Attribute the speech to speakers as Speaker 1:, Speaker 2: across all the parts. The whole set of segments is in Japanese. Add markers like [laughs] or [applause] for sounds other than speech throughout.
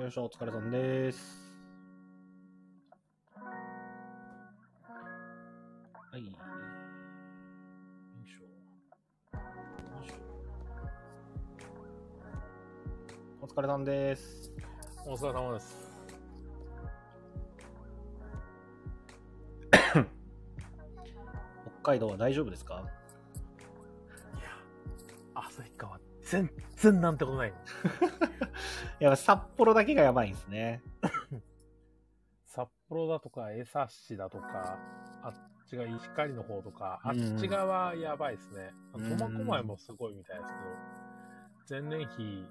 Speaker 1: よいしょ、お疲れさんです。はい。よいしょ。よいしょお疲れさんです。
Speaker 2: お疲れ様です。
Speaker 1: 北海道は大丈夫ですか
Speaker 2: 旭川、全然なんてことない。
Speaker 1: いや、札幌だけがやばいんですね。
Speaker 2: 札幌だとか、江差市だとか、あっちが石狩の方とか、
Speaker 1: う
Speaker 2: あ
Speaker 1: ん
Speaker 2: っち側やばいですね。
Speaker 1: うん
Speaker 2: 苫小牧もすごいみたいですけど、前年比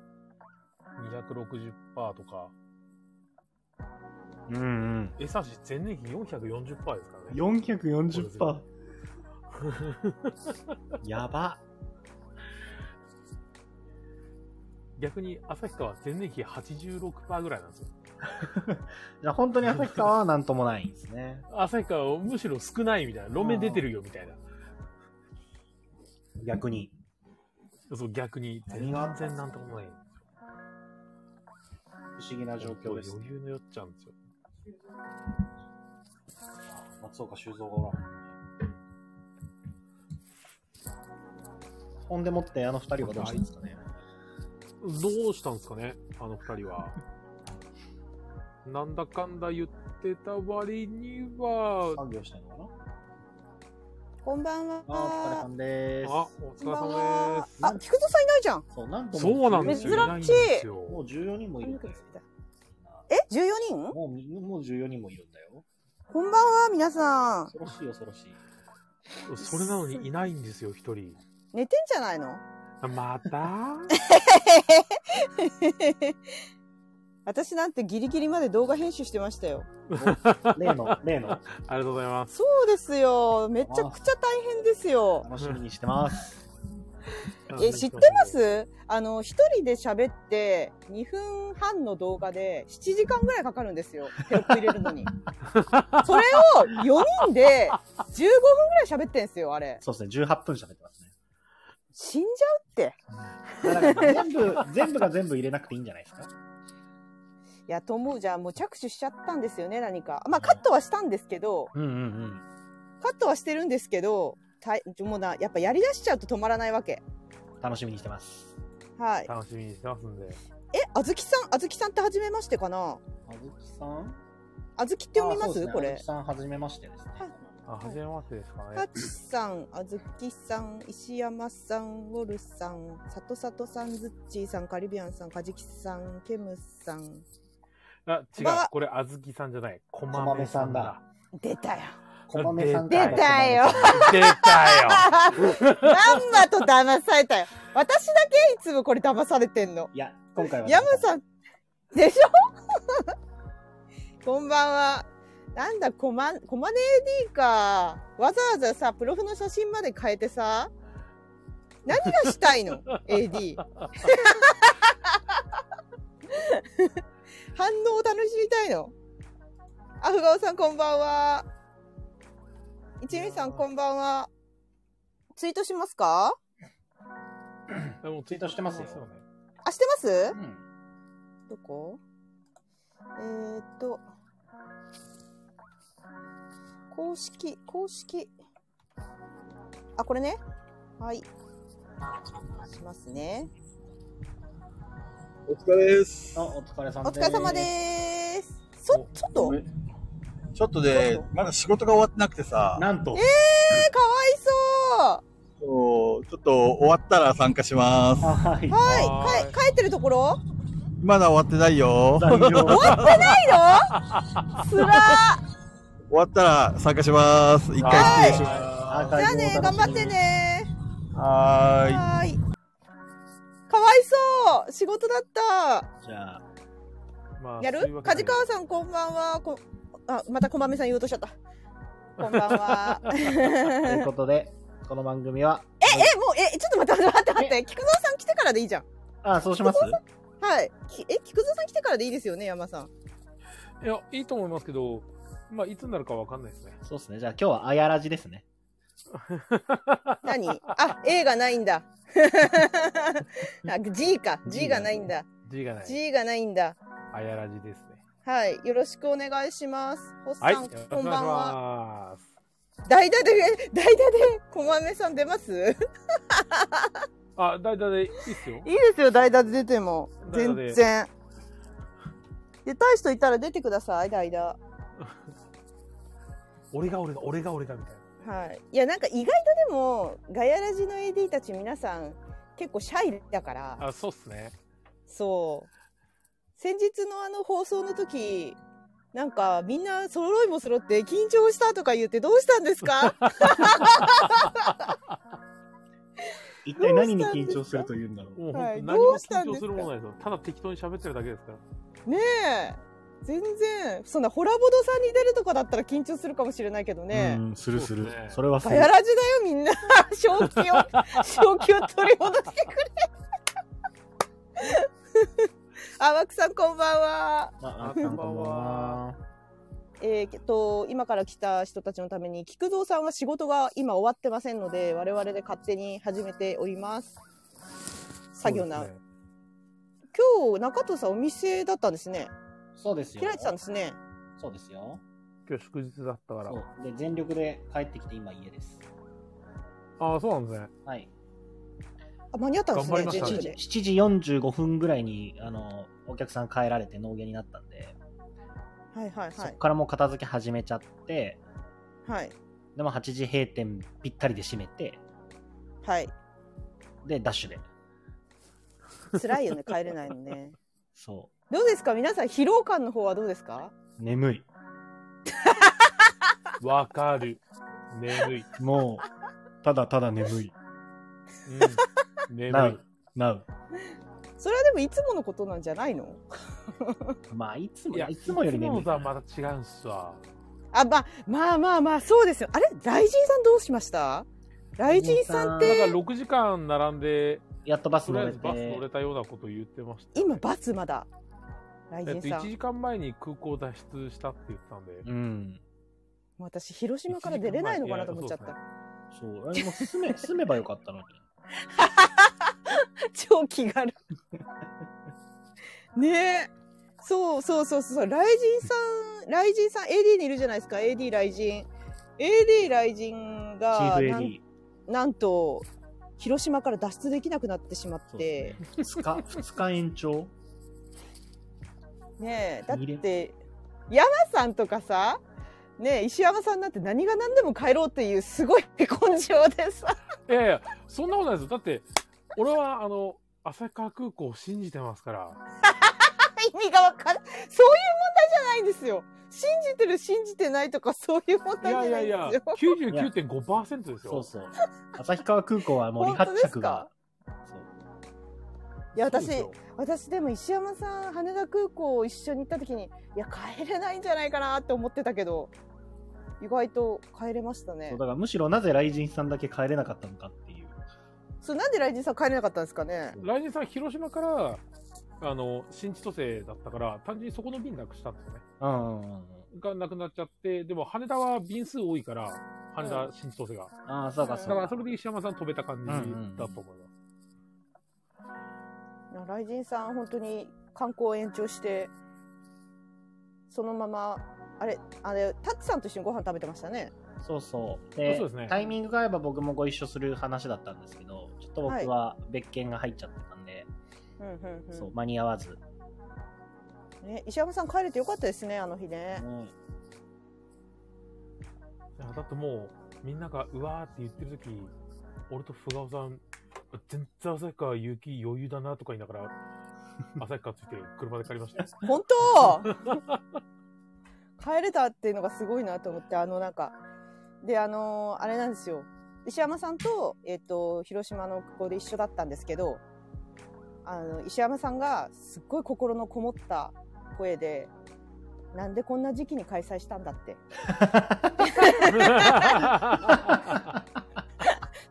Speaker 2: 260%とか、
Speaker 1: うんうん。
Speaker 2: 江差市前年比440%ですからね。
Speaker 1: 440%。やば。
Speaker 2: 逆に旭川前年比86%ぐらいなんですよ。
Speaker 1: じゃあ本当に旭川はなんともないんですね。
Speaker 2: 旭川はむしろ少ないみたいな、路面出てるよみたいな。
Speaker 1: 逆に。
Speaker 2: そう、逆に
Speaker 1: 何
Speaker 2: 全
Speaker 1: があったんですか
Speaker 2: 然なんてことない。
Speaker 1: 不思議な状況です。
Speaker 2: 余裕のよっちゃうんですよ。
Speaker 1: 松岡修造がおらん。ほんでもってあの二人はどうしたんですかね。
Speaker 2: どうしたんですかね、あの二人は。なんだかんだ言ってた割には、
Speaker 1: 作業したいのかな
Speaker 3: こんばんは。
Speaker 1: あー、お疲れさんで
Speaker 2: あ
Speaker 1: ー、
Speaker 2: お疲
Speaker 3: こん
Speaker 2: れ
Speaker 3: ばん
Speaker 2: 様
Speaker 3: は
Speaker 2: で。
Speaker 3: あ、菊田さんいないじゃん。
Speaker 1: す。そう、なんと
Speaker 2: す。
Speaker 1: も
Speaker 2: そうなんですよ。
Speaker 1: 14
Speaker 2: な
Speaker 3: 珍しい
Speaker 2: です
Speaker 1: もう
Speaker 2: よ
Speaker 1: 14人もいるんだよ。
Speaker 3: え、14人
Speaker 1: もうみ、もう14人もいるんだよ。
Speaker 3: こんばんは、皆さん。
Speaker 1: 恐ろしい恐ろしい。
Speaker 2: それなのにいないんですよ、一人。
Speaker 3: 寝てんじゃないの [laughs]
Speaker 2: また
Speaker 3: 私なんてギリギリまで動画編集してましたよ。
Speaker 1: 例の、例の、
Speaker 2: ありがとうございます。
Speaker 3: そうですよ。めちゃくちゃ大変ですよ。
Speaker 1: 楽しみにしてます。
Speaker 3: え、知ってますあの、一人で喋って2分半の動画で7時間ぐらいかかるんですよ。テロップ入れる
Speaker 1: [laughs]
Speaker 3: のに。それを4人で15分ぐらい喋ってんすよ、あれ。
Speaker 1: そうですね、18分喋ってますね。
Speaker 3: 死んじゃうって。
Speaker 1: だから全部、全部が全部入れなくていいんじゃないですか
Speaker 3: いや、と思うじゃん。もう着手しちゃったんですよね、何か。まあ、カットはしたんですけど、
Speaker 1: うんうんうん。
Speaker 3: カットはしてるんですけど、たいもうな、やっぱやり出しちゃうと止まらないわけ。
Speaker 1: 楽しみにしてます。
Speaker 3: はい。
Speaker 2: 楽しみにしてますんで。
Speaker 3: え、あずきさん、あずきさんって初めましてかな
Speaker 1: あずきさん
Speaker 3: あずきって読みま
Speaker 1: あそうですね
Speaker 3: こ
Speaker 1: あず
Speaker 3: れ
Speaker 1: き。さん、はじめましてですね。
Speaker 3: はい
Speaker 2: あ、初めましてですか
Speaker 3: タ
Speaker 2: ね。
Speaker 3: チさん、あずきさん、石山さん、ウォルさん、さとさとさん、ズッチーさん、カリビアンさん、カジキさん、ケムさん。
Speaker 2: あ、違
Speaker 3: こんばん
Speaker 2: う
Speaker 3: は。
Speaker 2: これ、あずきさんじゃない。こまめさんだ。
Speaker 1: [laughs]
Speaker 3: 出たよ。
Speaker 1: こまめさん
Speaker 3: 出たよ。
Speaker 1: [laughs]
Speaker 2: 出たよ。
Speaker 3: まんまと騙されたよ。私だけいつもこれ騙されてんの。
Speaker 1: いや、今回は。
Speaker 3: ヤムさん、でしょ [laughs] こんばんは。なんだ、コマ、コマネ AD か。わざわざさ、プロフの写真まで変えてさ、何がし
Speaker 1: [laughs]
Speaker 3: たいの ?AD。反応を楽しみたいのアフガオさんこんばんは。一味さんこんばんは。ツイートしますか
Speaker 2: でも
Speaker 1: ツイートしてますよ
Speaker 2: ね。
Speaker 3: あ、してます
Speaker 1: うん。
Speaker 3: どこえー、っと、公式、公式。あ、これね。はい。しますね。
Speaker 4: お疲れです
Speaker 1: あ、。お疲れさん
Speaker 3: お疲れ様です。そ、ちょっと
Speaker 4: ごめんちょっとで、まだ仕事が終わってなくてさ、
Speaker 1: なんと、
Speaker 3: えー、かわい
Speaker 4: そうちょっと終わったら参加します。
Speaker 1: はい。
Speaker 3: そうはい、か、書いてるところ
Speaker 4: まだ終わってないよ。終
Speaker 1: 残業
Speaker 4: [laughs]
Speaker 3: ないのすらー
Speaker 4: わったら参加します。一回失礼します。
Speaker 1: アー
Speaker 3: じ
Speaker 1: カイブ
Speaker 3: ゃあ
Speaker 1: をお楽しみに
Speaker 3: ね、頑張って。ね
Speaker 4: はーい。
Speaker 3: はーい。かわいそう仕事だった
Speaker 1: じゃあ、
Speaker 2: ま
Speaker 3: やる梶川さんこんばんはこあまたこまめさん言おうとし [laughs] ちゃったこんばんは
Speaker 1: と
Speaker 3: [laughs] え
Speaker 1: いうことで、この番組は、
Speaker 3: もうえちょっと待って待って待って菊蔵さん来てからでいいじゃん
Speaker 1: あ、そうします
Speaker 3: はいきえ菊蔵さん来てからでいいですよね山さん
Speaker 2: いや、いいと思いますけど、まあ、いつになるかわかんないですね。
Speaker 1: そうですね。じゃあ今日はあやらじですね。
Speaker 3: 何あ A がないんだ [laughs] あ G か G がないんだ
Speaker 2: G がない。
Speaker 3: G がないんだ
Speaker 2: あやらじですね。
Speaker 3: はい。よろしくお願いします。ホッさ
Speaker 2: はい。
Speaker 3: ん、
Speaker 2: よろしく
Speaker 3: こ
Speaker 2: お
Speaker 3: ん
Speaker 2: 願い
Speaker 3: ば
Speaker 2: し
Speaker 3: んは。
Speaker 2: ます。
Speaker 3: 代打で、 [laughs] 代打で、こまめさん出ます
Speaker 2: あ、だいたいいいっすよ。
Speaker 3: いいですよ、代打で出ても。
Speaker 2: 代打
Speaker 3: 全
Speaker 2: で
Speaker 3: 然。出たい人いたら出てください、代打。
Speaker 2: 俺が俺が、俺が俺がみたいな。
Speaker 3: はい。いや、なんか意外とでも、ガヤラジの AD たち皆さん、結構シャイだから。
Speaker 2: あ、そうっすね。
Speaker 3: そう。先日のあの放送の時、なんかみんな揃いも揃って緊張したとか言ってどうしたんで
Speaker 2: [laughs]
Speaker 3: すか
Speaker 5: 一体何に緊張するというんだろう。
Speaker 2: もう
Speaker 3: は
Speaker 2: 本当
Speaker 3: い
Speaker 2: 何
Speaker 3: ど
Speaker 2: も
Speaker 3: うしたん
Speaker 2: 緊
Speaker 3: で
Speaker 2: 張
Speaker 3: す
Speaker 2: す
Speaker 3: か
Speaker 2: るものないですよ。ただ適当に喋ってるだけですから。
Speaker 3: ねえ。全然、そんなホラボドさんに出るとかだったら緊張するかもしれないけどね。
Speaker 5: うん、するする
Speaker 2: そうっすね。
Speaker 5: それはす
Speaker 3: ガ
Speaker 5: る
Speaker 3: ヤ。ラジだよ
Speaker 2: [laughs]
Speaker 3: みんな。正気を、正気を取り戻して
Speaker 2: [laughs]
Speaker 3: くれ。あ、わくさんこんばんは。
Speaker 5: あ、あこんばんは。
Speaker 3: えー、と今から来た人たちのために菊蔵さんは仕事が今終わってませんので我々で勝手に始めております作業な、
Speaker 2: そうですね
Speaker 3: 今日中藤さんお店だったんですね
Speaker 1: そうですよ。
Speaker 3: 開いてたんですね
Speaker 1: そうですよ。
Speaker 2: 今日祝日だったから
Speaker 1: そ。う。で、全力で帰ってきて今家です。
Speaker 2: ああ、そうなんですね。
Speaker 1: はい。
Speaker 3: あ間に合ったんですね
Speaker 2: 頑張りました
Speaker 3: 11
Speaker 1: 7
Speaker 3: 時
Speaker 1: 時7時45分ぐらいに、あの、お客さん帰られて農芸になったんで、
Speaker 3: はいはいは
Speaker 1: そ
Speaker 3: い
Speaker 1: こからもう片付け始めちゃって、
Speaker 3: はい
Speaker 1: でも8時閉店ぴったりで閉めて、
Speaker 3: はい
Speaker 1: で、ダッシュで。
Speaker 3: 辛いよね帰れないのね
Speaker 1: そ
Speaker 3: どうですか皆さん疲労感の方はどうですか
Speaker 1: う。眠い。
Speaker 2: わかる。眠い。
Speaker 5: もう、ただただ眠い。
Speaker 2: [laughs] うん。眠
Speaker 1: ないう。。
Speaker 5: なう。
Speaker 3: それはでもいつものことなんじゃないの
Speaker 1: まあ、いつも、
Speaker 2: いや、
Speaker 1: いつもより眠
Speaker 2: い
Speaker 1: い
Speaker 2: つも。とはまた違うんすわ。
Speaker 3: あまあまあまあまあそうですよあれ雷神さんどうしました雷神さん
Speaker 2: だから
Speaker 3: って
Speaker 2: 6時間並んで、
Speaker 1: やっとバス
Speaker 2: とり
Speaker 1: 乗
Speaker 2: あえ
Speaker 1: れ
Speaker 2: ずバス乗
Speaker 1: て
Speaker 2: れ、たようなこと言ってましたよね、
Speaker 3: 今バツまだ
Speaker 2: えっ
Speaker 3: 雷
Speaker 2: と、
Speaker 3: 神さ
Speaker 2: 1
Speaker 3: ん
Speaker 2: 時間前に空港脱出したって言ったんで。
Speaker 1: うん。
Speaker 3: もう私広島から出れないのかなと思っちゃった、
Speaker 2: いや
Speaker 1: そう。あれもう住
Speaker 3: [laughs]
Speaker 1: め、住めばよかったのに。
Speaker 3: 超気軽 [laughs] ねえそうそうそうそう雷神さん雷神さん AD にいるじゃないですか AD 雷神 AD 雷神
Speaker 1: チー
Speaker 3: が
Speaker 1: フ
Speaker 3: なん
Speaker 1: AD。
Speaker 3: なんと広島から脱出できなくなってしまっ
Speaker 1: そう
Speaker 3: て
Speaker 1: で、すね。2日、2日延長
Speaker 3: ねえだって山さんとかさねえ石山さんなんて何が何でも帰ろうっていうすごい根性でさ
Speaker 2: いやいや、そんなことないですよ。だって、俺は、あの、旭川空港を信じてますから。
Speaker 3: 意味がわからそういう問題じゃないんですよ信じてる信じてないとかそういう問
Speaker 2: い
Speaker 3: 題
Speaker 2: や
Speaker 3: じ
Speaker 2: い
Speaker 3: ゃな
Speaker 2: や
Speaker 3: いん
Speaker 2: い
Speaker 3: です
Speaker 2: や
Speaker 3: よ、
Speaker 2: 99.5%です
Speaker 1: そう
Speaker 2: よ。
Speaker 1: そう。旭川空港はもう離発着が。そう
Speaker 3: いや
Speaker 2: そうです
Speaker 3: 私
Speaker 2: よ
Speaker 3: 私でも石山さん羽田空港一緒に行った時にいや帰れないんじゃないかなって思ってたけど意外と帰れました
Speaker 1: そ
Speaker 3: ね
Speaker 1: うだからむしろなぜ雷神さんだけ帰れなかったのかっていう。
Speaker 3: そうなんでライジンさん帰れなかったんですかね
Speaker 2: 来年さん、広島から、あの、新千歳だったから、単純にそこの便なくしたんですよね。
Speaker 1: うんうんうんうん。
Speaker 2: がなくなっちゃって、でも羽田は便数多いから、羽田、新千歳が。
Speaker 1: ああ、そうか
Speaker 3: うん
Speaker 1: そ
Speaker 2: だ
Speaker 1: う
Speaker 2: か
Speaker 1: か。
Speaker 2: ら、それで石山さん飛べた感じだと思います。
Speaker 3: いやライジンさん本当に観光延長してそのままあれあれタッチさんと一緒にご飯食べてましたね
Speaker 1: そうそう。で
Speaker 2: そうですね
Speaker 1: タイミングが合えば僕もご一緒する話だったんですけど、ちょっと僕は別件が入っちゃってたんで、
Speaker 3: うんうんうん
Speaker 1: そう、間に合わず。
Speaker 3: ね石山さん帰れてよかったですねあの日ね
Speaker 1: うん
Speaker 2: いやだってもう、みんながうわーって言ってる時俺とふがおさん、全然旭川行き余裕だなとか言いなが [laughs] ら、旭川ついて車で帰りましたよ。
Speaker 3: 本当帰れたっていうのがすごいなと思ってあのなんかであのーあれなんですよ石山さんと,、えっと広島のここで一緒だったんですけどあの石山さんがすっごい心のこもった声で「なんでこんな時期に開催したんだ」って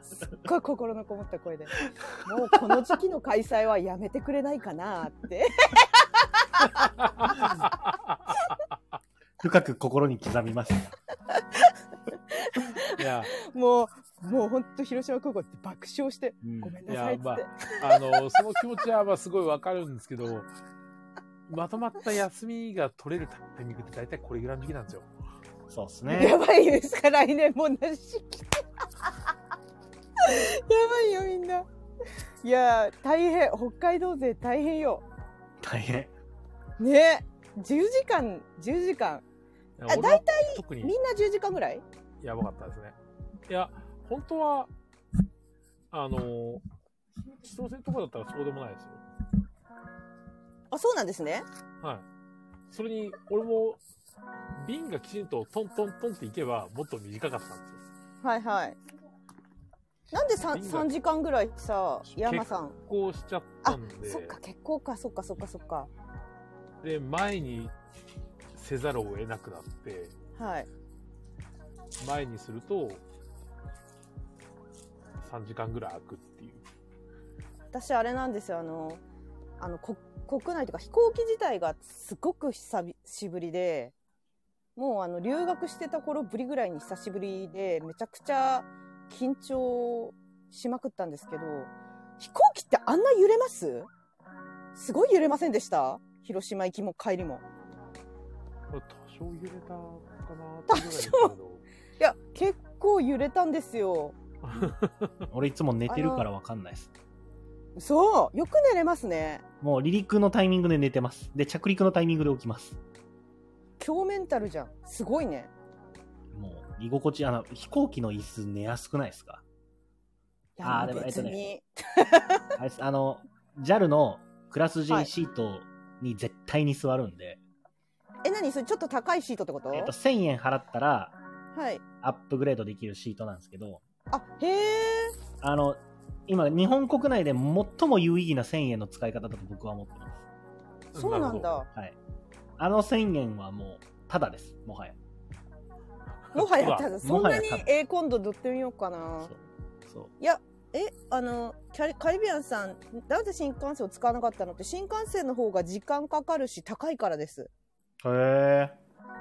Speaker 3: すっごい心のこもった声で「もうこの時期の開催はやめてくれないかな」って
Speaker 1: 深く心に刻みました。
Speaker 2: [laughs] いや、
Speaker 3: もうもうほんと広島空港って爆笑して
Speaker 1: う
Speaker 3: 「
Speaker 1: ん
Speaker 3: ごめん
Speaker 2: い
Speaker 3: なさい」
Speaker 2: や
Speaker 3: っつって。
Speaker 2: まあ、あの、その気持ちはまあすごいわかるんですけど、まとまった休みが取れるタイミングって大体これぐらいの時期なんですよ。
Speaker 1: そうです
Speaker 3: や
Speaker 1: ね。
Speaker 3: ばいですか、来年も同じ時期やばいよ、みんな。いやー、大変、北海道勢大変よ。
Speaker 1: 大変。
Speaker 3: ね10時間、10時間。
Speaker 2: 俺は
Speaker 3: 大
Speaker 2: 特に
Speaker 3: みんな10時間ぐらい
Speaker 2: やばかったですね。いや、本当は、あの、挑戦とかだったらそうでもないですよ。
Speaker 3: あ、そうなんですね。
Speaker 2: はい。それに、俺も、瓶がきちんとトントントンっていけば、もっと短かったんですよ。
Speaker 3: はいはい。なんで 3,
Speaker 2: みんな
Speaker 3: 3時間ぐらいさ、山さん。
Speaker 2: 結構しちゃったんで、
Speaker 3: そっか、結構か、そっか、そっか、そっか。
Speaker 2: で、前にせざるを得なくなって、
Speaker 3: はい。
Speaker 2: 前にすると、3時間ぐらい空くっていう。
Speaker 3: 私、あれなんですよ、あの、あの、こ国内というか飛行機自体がすごく久しぶりで、もうあの、留学してた頃ぶりぐらいに久しぶりで、めちゃくちゃ緊張しまくったんですけど、飛行機ってあんな揺れますすごい揺れませんでした広島行きも帰りも。
Speaker 2: これ多少揺れたかなってぐらいですけど。
Speaker 3: いや、結構揺れたんですよ。
Speaker 1: 俺いつも寝てるからわかんないです。
Speaker 3: そうよく寝れますね。
Speaker 1: もう離陸のタイミングで寝てます。で、着陸のタイミングで起きます。
Speaker 3: 強メンタルじゃん。すごいね。
Speaker 1: もう、居心地、あの、飛行機の椅子寝やすくないですか
Speaker 3: いや
Speaker 1: あーでも
Speaker 3: 別に、
Speaker 1: あれですあの、JAL のクラス J シートに絶対に座るんで、
Speaker 3: え、何それちょっと高いシートってこと、
Speaker 1: えっと、1000円払ったら
Speaker 3: はい。
Speaker 1: アップグレードできるシートなんですけど、
Speaker 3: あ、へえ。
Speaker 1: あの、今、日本国内で最も有意義な1000円の使い方だと僕は思ってます。
Speaker 3: そうなんだ。
Speaker 1: はい。あの1000円はもう、ただです、もはや。
Speaker 3: もはや
Speaker 2: う
Speaker 1: [laughs]
Speaker 2: わ
Speaker 3: ただ、そん
Speaker 1: も
Speaker 3: なに
Speaker 1: はやただ、
Speaker 3: えー、今度乗ってみようか
Speaker 1: そ
Speaker 3: な
Speaker 1: う。。そう。
Speaker 3: え、あの、キャリカリビアンさん、なんで新幹線を使わなかったのって、新幹線の方が時間かかるし、高いからです。
Speaker 1: へえ。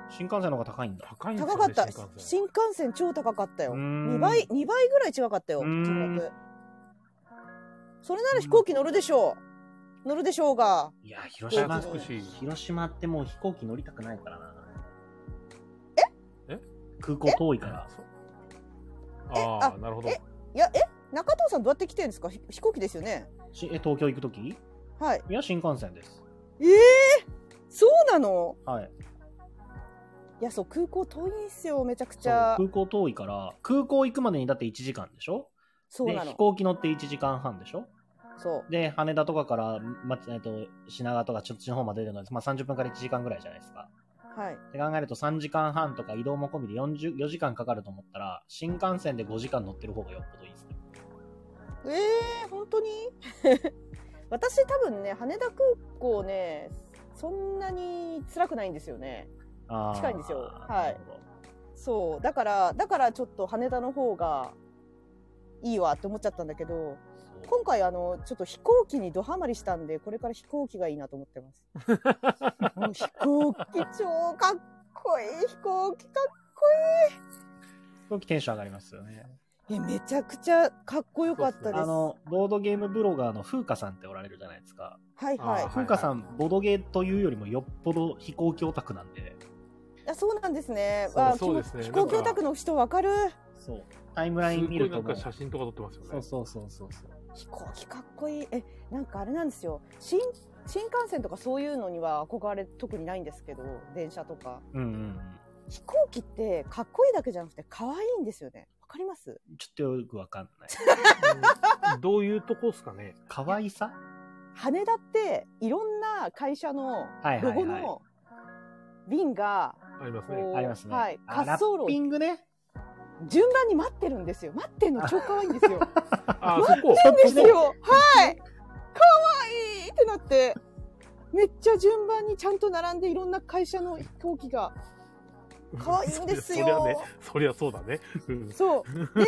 Speaker 1: 新幹線の方が高いんだ。
Speaker 2: 高いんです
Speaker 3: 高
Speaker 2: よ、
Speaker 3: か
Speaker 2: ね、
Speaker 3: った。
Speaker 2: 新幹線。
Speaker 3: 新幹線超高かったよ。
Speaker 1: うーん
Speaker 3: 2倍、2倍ぐらい違かったよ、
Speaker 1: うーん
Speaker 3: 金額。それなら飛行機乗るでしょう。乗るでしょうが。
Speaker 1: いや、広島、
Speaker 2: 少し
Speaker 1: 広島ってもう飛行機乗りたくないからな。
Speaker 2: ええ
Speaker 1: 空港遠いから。
Speaker 2: そうああ、なるほど。
Speaker 3: いや、え中藤さんどうやって来てるんですかひ飛行機ですよね。
Speaker 1: しえ、東京行くときい
Speaker 3: はい。
Speaker 1: や、新幹線です。
Speaker 3: ええそうなの
Speaker 1: はい。
Speaker 3: いや、そう、空港遠いんすよ、めちゃくち
Speaker 1: そう
Speaker 3: ゃ。
Speaker 1: 空港遠いから、空港行くまでにだって1時間でしょ
Speaker 3: そう
Speaker 1: で、
Speaker 3: な
Speaker 1: 飛
Speaker 3: の。
Speaker 1: 行機乗って1時間半でしょ
Speaker 3: そう。
Speaker 1: で、羽田とかから、ま、えっと、品川とかちょっちの方まで出るので、まあ、30分から1時間ぐらいじゃないですか。
Speaker 3: はい。
Speaker 1: って考えると3時間半とか移動も込みで40 4時間かかると思ったら、新幹線で5時間乗ってる方がよっぽどいいですね。
Speaker 3: ええ本当に [laughs] 私多分ね、羽田空港ね、そんなに辛くないんですよね。
Speaker 1: あー
Speaker 3: 近いんですよはい。
Speaker 1: なるほど
Speaker 3: そう。だから、だからちょっと羽田の方がいいわって思っちゃったんだけど、
Speaker 1: そう
Speaker 3: 今回あの、ちょっと飛行機にドハマりしたんで、これから飛行機がいいなと思っ
Speaker 1: [laughs]
Speaker 3: てます。もう飛行機超かっこいい飛行機かっ
Speaker 1: 飛行機テンション上がりますよね。
Speaker 3: え、めちゃくちゃかっこよかったです。
Speaker 1: あの、ボードゲームブロガーの風花さんっておられるじゃないですか。
Speaker 3: はいはい。
Speaker 2: あ
Speaker 3: あ
Speaker 2: ー
Speaker 1: 風花さん、ボドゲというよりもよっぽど飛行機オタクなんで、
Speaker 3: そうなんですね。
Speaker 2: そう
Speaker 3: わあ
Speaker 2: そうですね
Speaker 3: 飛行機オタクの人わかる。
Speaker 1: そう。タイムラ
Speaker 2: す
Speaker 1: イン
Speaker 2: っ
Speaker 1: 見
Speaker 2: ご
Speaker 1: る
Speaker 2: いな
Speaker 1: と
Speaker 2: ん
Speaker 1: も
Speaker 2: か
Speaker 1: う。
Speaker 2: 写真とか撮ってますよね。
Speaker 1: そうそうそうそうそう。
Speaker 3: 飛行機かっこいい。え、なんかあれなんですよ。新、新幹線とかそういうのには憧れ特にないんですけど、電車とか。
Speaker 1: うんうんうん。
Speaker 3: 飛行機ってかっこいいだけじゃなくて可愛いんですよね。わかります
Speaker 1: ちょっとよくわかんない。
Speaker 2: うんどういうとこですかね。
Speaker 1: 可愛
Speaker 3: [laughs]
Speaker 1: さ
Speaker 3: 羽田っていろんな会社の
Speaker 1: はいはいは
Speaker 3: ロ
Speaker 1: い
Speaker 3: ゴの便が
Speaker 2: ありますね。
Speaker 3: こう、
Speaker 1: ありますね。
Speaker 3: はい、
Speaker 1: あ
Speaker 3: 滑
Speaker 1: ラ
Speaker 3: 走
Speaker 1: ッピ
Speaker 3: 路
Speaker 1: ングね。
Speaker 3: 順番に待ってるんですよ。待ってるの超可愛いんですよ。
Speaker 2: あ、そこ。
Speaker 3: なんです
Speaker 1: [laughs]
Speaker 3: よ。はい。かわいいってなって、めっちゃ順番にちゃんと並んでいろんな会社の飛行機が。可愛いんですよ
Speaker 2: そりゃね、そりゃそうだね。うん
Speaker 3: そう。で、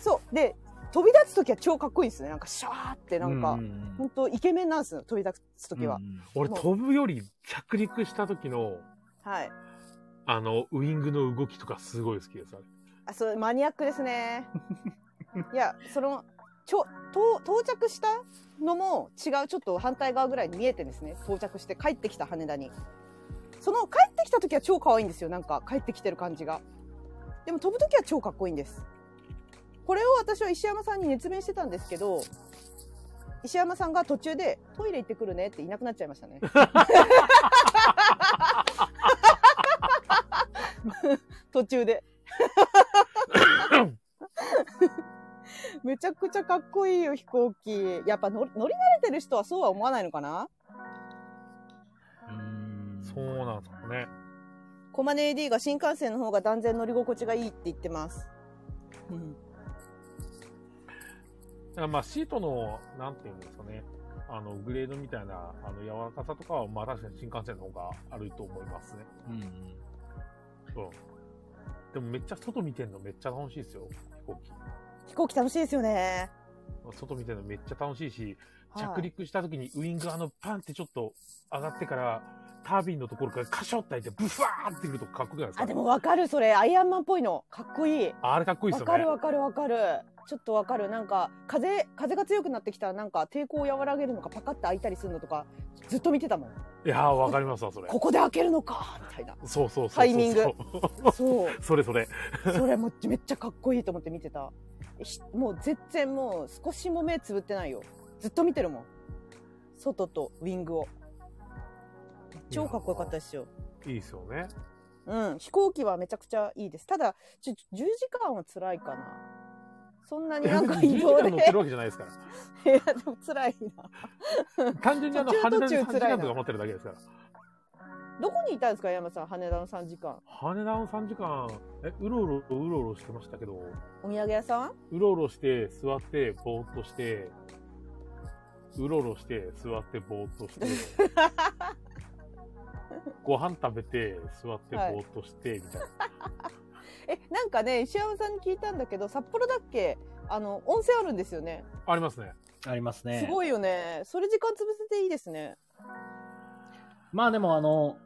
Speaker 3: そう。で、飛び立つときは超かっこいいですね。なんかシャーってなんか、
Speaker 1: う
Speaker 3: 本
Speaker 1: ん
Speaker 3: 当ほんとイケメンなんですよ。飛び立つと
Speaker 1: うん
Speaker 3: きは
Speaker 1: う。ん
Speaker 2: 俺飛ぶより着陸した時の、
Speaker 3: はい。
Speaker 2: あの、ウイングの動きとかすごい好きです。あれ
Speaker 3: あ、そう、マニアックですね。いや、その、ちょと到着したのも違うちょっと反対側ぐらいに見えてんですね到着して帰ってきた羽田にその帰ってきた時は超可愛いんですよなんか帰ってきてる感じがでも飛ぶ時は超かっこいいんですこれを私は石山さんに熱弁してたんですけど石山さんが途中でトイレ行ってくるねっていなくなっちゃいましたね途中でめちゃくちゃかっこいいよ飛行機やっぱ乗り乗り慣れてる人はそうは思わないのかな
Speaker 1: うん
Speaker 2: そうなんですかね。
Speaker 3: コマネ AD が新幹線の方が断然乗り心地がいいって言ってます、うん、
Speaker 2: だからまあシートの、なんていうんですかね、あの、グレードみたいな、あの、柔らかさとかは、まあ確かに新幹線の方があると思いますね。
Speaker 1: うん
Speaker 2: うん。でもめっちゃ外見てんのめっちゃ楽しいですよ、飛行機。
Speaker 3: 飛行機楽しいですよね、
Speaker 2: 外見てんのめっちゃ楽しいし、
Speaker 3: はい
Speaker 2: 着陸した時にウイングあのパンってちょっと上がってから、タービンのところからカショって開いてブファーってくるとかっこよくないですか
Speaker 3: あでもわかるそれアイアンマンっぽいのかっこいい
Speaker 2: あれかっこいい
Speaker 3: わ、
Speaker 2: ですよ
Speaker 3: か
Speaker 2: ね
Speaker 3: る。わかるわかるちょっとわかるなんか風風が強くなってきたらなんか抵抗を和らげるのかパカッて開いたりするのとかずっと見てたもん
Speaker 2: いやーわかりますわ、それ。
Speaker 3: ここで開けるのかみたいな
Speaker 2: そうそうそうそうそう。
Speaker 3: タイミングそう
Speaker 2: [laughs] それそれ。
Speaker 3: それもめっちゃかっこいいと思って見てたひもう全然もう少しも目つぶってないよずっと見てるもん外とウィングを超かっこよかったですよ
Speaker 2: いいですよね。
Speaker 3: うん飛行機はめちゃくちゃいいですただちょ10時間は辛いかなそんなになんか移動で
Speaker 2: 乗ってるわ [laughs] けじゃないですから。
Speaker 3: [laughs] いやでも辛いな
Speaker 2: 単純にあの、
Speaker 3: 途
Speaker 2: 羽
Speaker 3: 中途
Speaker 2: 田に
Speaker 3: 中
Speaker 2: 3時
Speaker 3: 辛い
Speaker 2: 間
Speaker 3: な
Speaker 2: とか待ってるだけですから。
Speaker 3: どこにいたんですか山さん羽田の3時間
Speaker 2: 羽田の3時間、え、うろうろ、うろうろしてましたけど、う
Speaker 3: お土産屋さん
Speaker 2: ろうろして、座って、ぼーっとして、うろうろして、座って、ぼーっとして、
Speaker 3: [laughs]
Speaker 2: ご飯食べて、座って、ぼ
Speaker 3: はい
Speaker 2: ーっとして、みたいな。
Speaker 3: えなんかね石山さんに聞いたんだけど札幌だっけあの温泉あるんですよね
Speaker 2: ありますね。
Speaker 1: ありますね。
Speaker 3: すごいよねそれ時間潰せていいですね
Speaker 1: まあでもあの、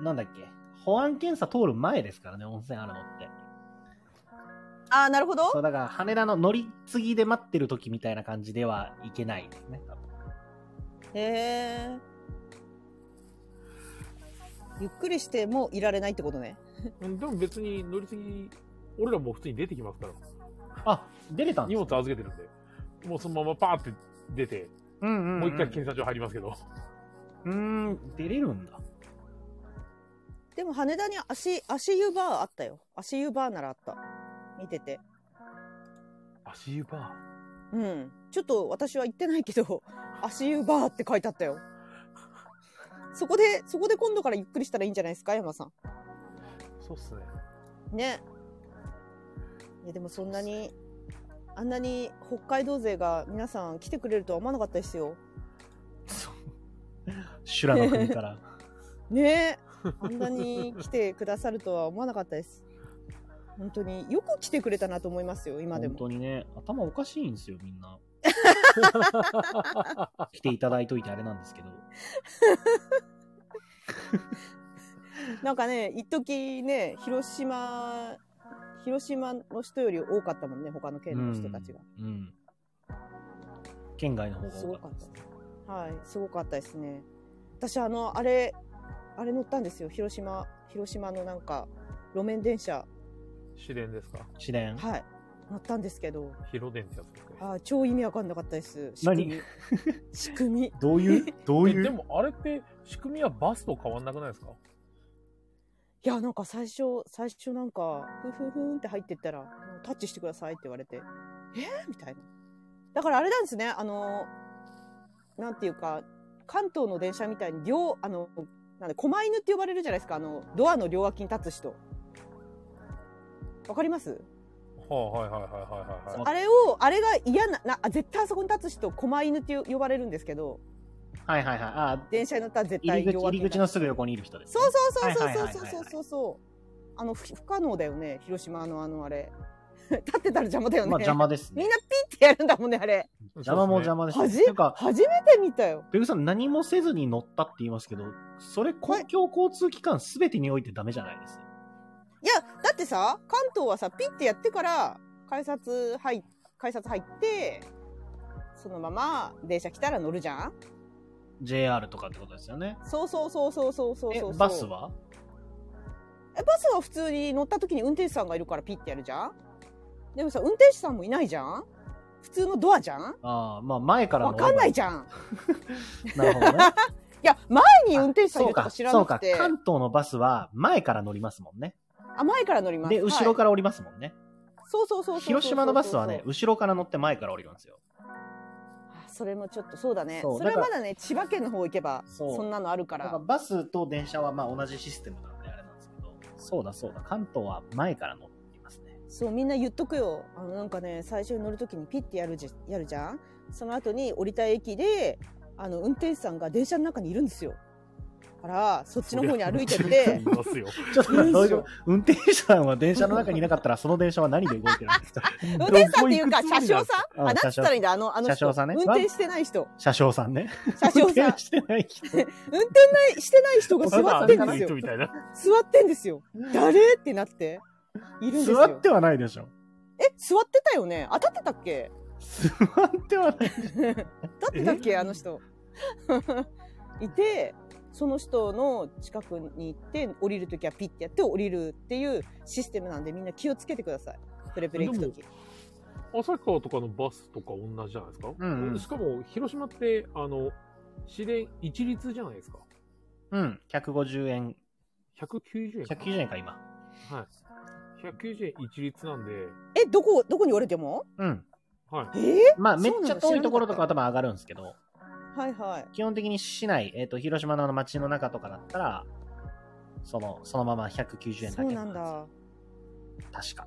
Speaker 1: なんだっけ、保安検査通る前ですからね、温泉あるのって。
Speaker 3: ああなるほど
Speaker 1: そう、だから羽田の乗り継ぎで待ってる時みたいな感じではいけないですね。多分
Speaker 3: へえゆっくりしてもいられないってことね
Speaker 2: うんでも別に乗り継ぎ、俺らもう普通に出てきますから、
Speaker 1: あ、出れたんで
Speaker 2: 荷
Speaker 1: す
Speaker 2: 物
Speaker 1: ね
Speaker 2: 預けてるんで、もうそのままパーって出て、
Speaker 1: うんうんん
Speaker 2: もう一回検査所入りますけど。
Speaker 1: うーん、出れるんだ。
Speaker 3: でも羽田に足足湯バーあったよ足湯バーならあった見てて
Speaker 2: 足湯バ
Speaker 3: うんちょっと私は行ってないけど [laughs] 足湯バーって書いてあったよそこでそこで今度からゆっくりしたらいいんじゃないですか山さん
Speaker 2: ーそうっすね。
Speaker 3: ねいやでもそんなにあんなに北海道勢が皆さん来てくれるとは思わなかったですよ
Speaker 1: そう。修羅の国から。
Speaker 3: ねえあんなに来てくださるとは思わなかったです本当によく来てくれたなと思い [laughs] ますよ今で
Speaker 1: 本
Speaker 3: も
Speaker 1: 当にね、頭おかしいんですよ、みん
Speaker 3: [laughs]
Speaker 1: な。来ていただいといてあれなんですけど。
Speaker 3: なんかね一時ね広島広島の人より多かったもんね他の県の人たちが、
Speaker 1: うん。うん県外の方が
Speaker 3: す
Speaker 1: 多
Speaker 3: ご
Speaker 1: か
Speaker 3: か
Speaker 1: っで
Speaker 3: ったた
Speaker 1: すね。
Speaker 3: はいすごかったですね私あのあれあれ乗ったんですよ広島広島のなんか路面電車
Speaker 2: 試練ですか
Speaker 1: 試練。
Speaker 3: はい乗ったんですけど
Speaker 2: 広電ってやつですね。
Speaker 3: あー超意味わかんなかったです仕組
Speaker 1: 何
Speaker 3: み仕組み
Speaker 1: どう
Speaker 4: [laughs]
Speaker 1: いう、どう
Speaker 2: え
Speaker 1: い
Speaker 2: で
Speaker 1: う。
Speaker 2: もあれって仕組みはバスと変わんなくないですか
Speaker 3: いや、なんか最初、最初なんか、ふふふんって入ってったら、タッチしてくださいって言われて、えー、みたいな。だからあれなんですね、あの、なんていうか、関東の電車みたいに両、あの、なんで、狛犬って呼ばれるじゃないですか、あの、ドアの両脇に立つ人。わかります
Speaker 2: はあ、はいはいはいはいはい
Speaker 1: わ
Speaker 2: は
Speaker 1: か
Speaker 3: あれを、あれが嫌な、なあ絶対あそこに立つ人、狛犬って呼ばれるんですけど、
Speaker 1: はいはいはい。あ、
Speaker 3: 電車に乗ったら絶対
Speaker 1: 入り口、入
Speaker 3: に
Speaker 1: り
Speaker 3: 立つ
Speaker 1: 口のすぐ横にいる人ですね、
Speaker 3: そうそうそう
Speaker 1: はいはいはい
Speaker 3: そう
Speaker 1: はい
Speaker 3: そうそうそうそう。あの、ふ不可能だよね、広島のあのあれ。 [laughs] 立ってたら邪魔だよね。
Speaker 1: まあ邪魔です
Speaker 3: み
Speaker 1: ね
Speaker 3: ん。なピッてやるんだもんね、あれ。
Speaker 2: い。
Speaker 1: 邪魔も邪魔ですね。
Speaker 3: 恥
Speaker 1: なんか、
Speaker 3: 初めて見たよ。
Speaker 1: ペグさん何もせずに乗ったって言いますけど、それ公共交通機関すべてにおいてダメじゃないです。
Speaker 3: いや、だってさ、関東はさ、ピッてやってから、改札入っ改札入って、そのまま電車来たら乗るじゃん
Speaker 1: JR とかってことですよね。
Speaker 3: そうそうそうそうそうそうそう。
Speaker 1: え、バスは
Speaker 3: えバスは普通に乗った時に運転手さんがいるからピッてやるじゃんでもさ、運転手さんもいないじゃん普通のドアじゃん
Speaker 1: ああ、まあ前から
Speaker 3: わかんないじ
Speaker 1: ゃ
Speaker 3: ゃん。
Speaker 1: ん。なるほどね。
Speaker 3: いや、前に [laughs] 運転手さん
Speaker 1: そう
Speaker 3: いると
Speaker 1: か、
Speaker 3: か知らなくて
Speaker 1: そう。か。関東のバスは前から乗りますもんね。
Speaker 3: あ、前から乗ります。
Speaker 1: で、後ろ
Speaker 3: か
Speaker 1: から降りますもんね。
Speaker 3: ら。そうそうそうそうそうそうそう。
Speaker 1: 広島のバスはね、後ろから乗って前から降りるんですよ。
Speaker 3: あ。それもちょっと、そうだね。
Speaker 1: そう
Speaker 3: それは
Speaker 1: だ
Speaker 3: ま
Speaker 1: か
Speaker 3: だね、千葉県の方行けば、
Speaker 1: そう
Speaker 3: そんなのあるか
Speaker 1: だから
Speaker 3: ら。
Speaker 1: バスと電車はまあ同じシステムなんであれなんですけど。そうだそうだ、関東は前から乗りますね。
Speaker 3: そう、みんな言っとくよ。あの、なんかね、最初に乗る時にピッてやるじ、やるじゃんその後に降りた駅で、あの、運転手さんが電車の中にいるんですよ。だから、そっちの方に歩いて [laughs] って
Speaker 2: い、ますよ。
Speaker 1: [laughs] ちょっと
Speaker 3: いい
Speaker 1: 待って、
Speaker 3: んすよ
Speaker 1: どうしよう運転手さんは電車の中にいなかったら、その電車は何で動いてるんですか
Speaker 3: [laughs] 運転手さんっていうか、
Speaker 2: ど
Speaker 3: 車
Speaker 2: こ行くつもりだ
Speaker 3: 掌さん
Speaker 1: うん
Speaker 3: あ、なんつったらいいんだ、あの、あの
Speaker 1: 車
Speaker 3: 人
Speaker 1: 掌さんね
Speaker 3: 運転してない人。
Speaker 1: 車掌さんね。
Speaker 3: 車掌
Speaker 1: 運
Speaker 3: さん
Speaker 1: 転。してない人。
Speaker 3: 運転ないしてない人が
Speaker 2: た
Speaker 3: 座
Speaker 2: だ
Speaker 3: って
Speaker 2: 歩
Speaker 3: ん
Speaker 2: く
Speaker 3: です
Speaker 2: 人
Speaker 3: よ。
Speaker 2: みたいな。
Speaker 3: 座ってんですよ。誰ってなって。いるんですよ。
Speaker 1: 座ってはないでしょ。
Speaker 3: え、座ってたよね当たってたっ
Speaker 1: [laughs]
Speaker 3: け
Speaker 1: 座ってはない。
Speaker 3: だってたっけあの人。 [laughs] いて、その人の近くに行って、降りるときはピッてやって降りるっていうシステムなんで、みんな気をつけてください。プレプレ行くとき。
Speaker 2: 旭川とかのバスとか同じじゃないですか。
Speaker 1: うんうん
Speaker 2: しかも、広島って、あの、市電一律じゃないですか。
Speaker 1: [laughs] うん、150円。
Speaker 2: 190円か。
Speaker 1: 190円か、今。
Speaker 2: はい。190円一律なんで、
Speaker 3: え、どこ、どこに降りても
Speaker 1: うん。
Speaker 2: はい。
Speaker 3: えー
Speaker 1: まあ、
Speaker 3: そうな
Speaker 1: めっ
Speaker 3: んだ
Speaker 1: ちゃ遠いところとかは多分上がるんですけど、
Speaker 3: はいはい。
Speaker 1: 基本的に市内、えっ、と、広島のあの街の中とかだったら、その、そのまま190円だけ
Speaker 3: そうなん
Speaker 1: ですよ
Speaker 3: だ。
Speaker 1: 確か。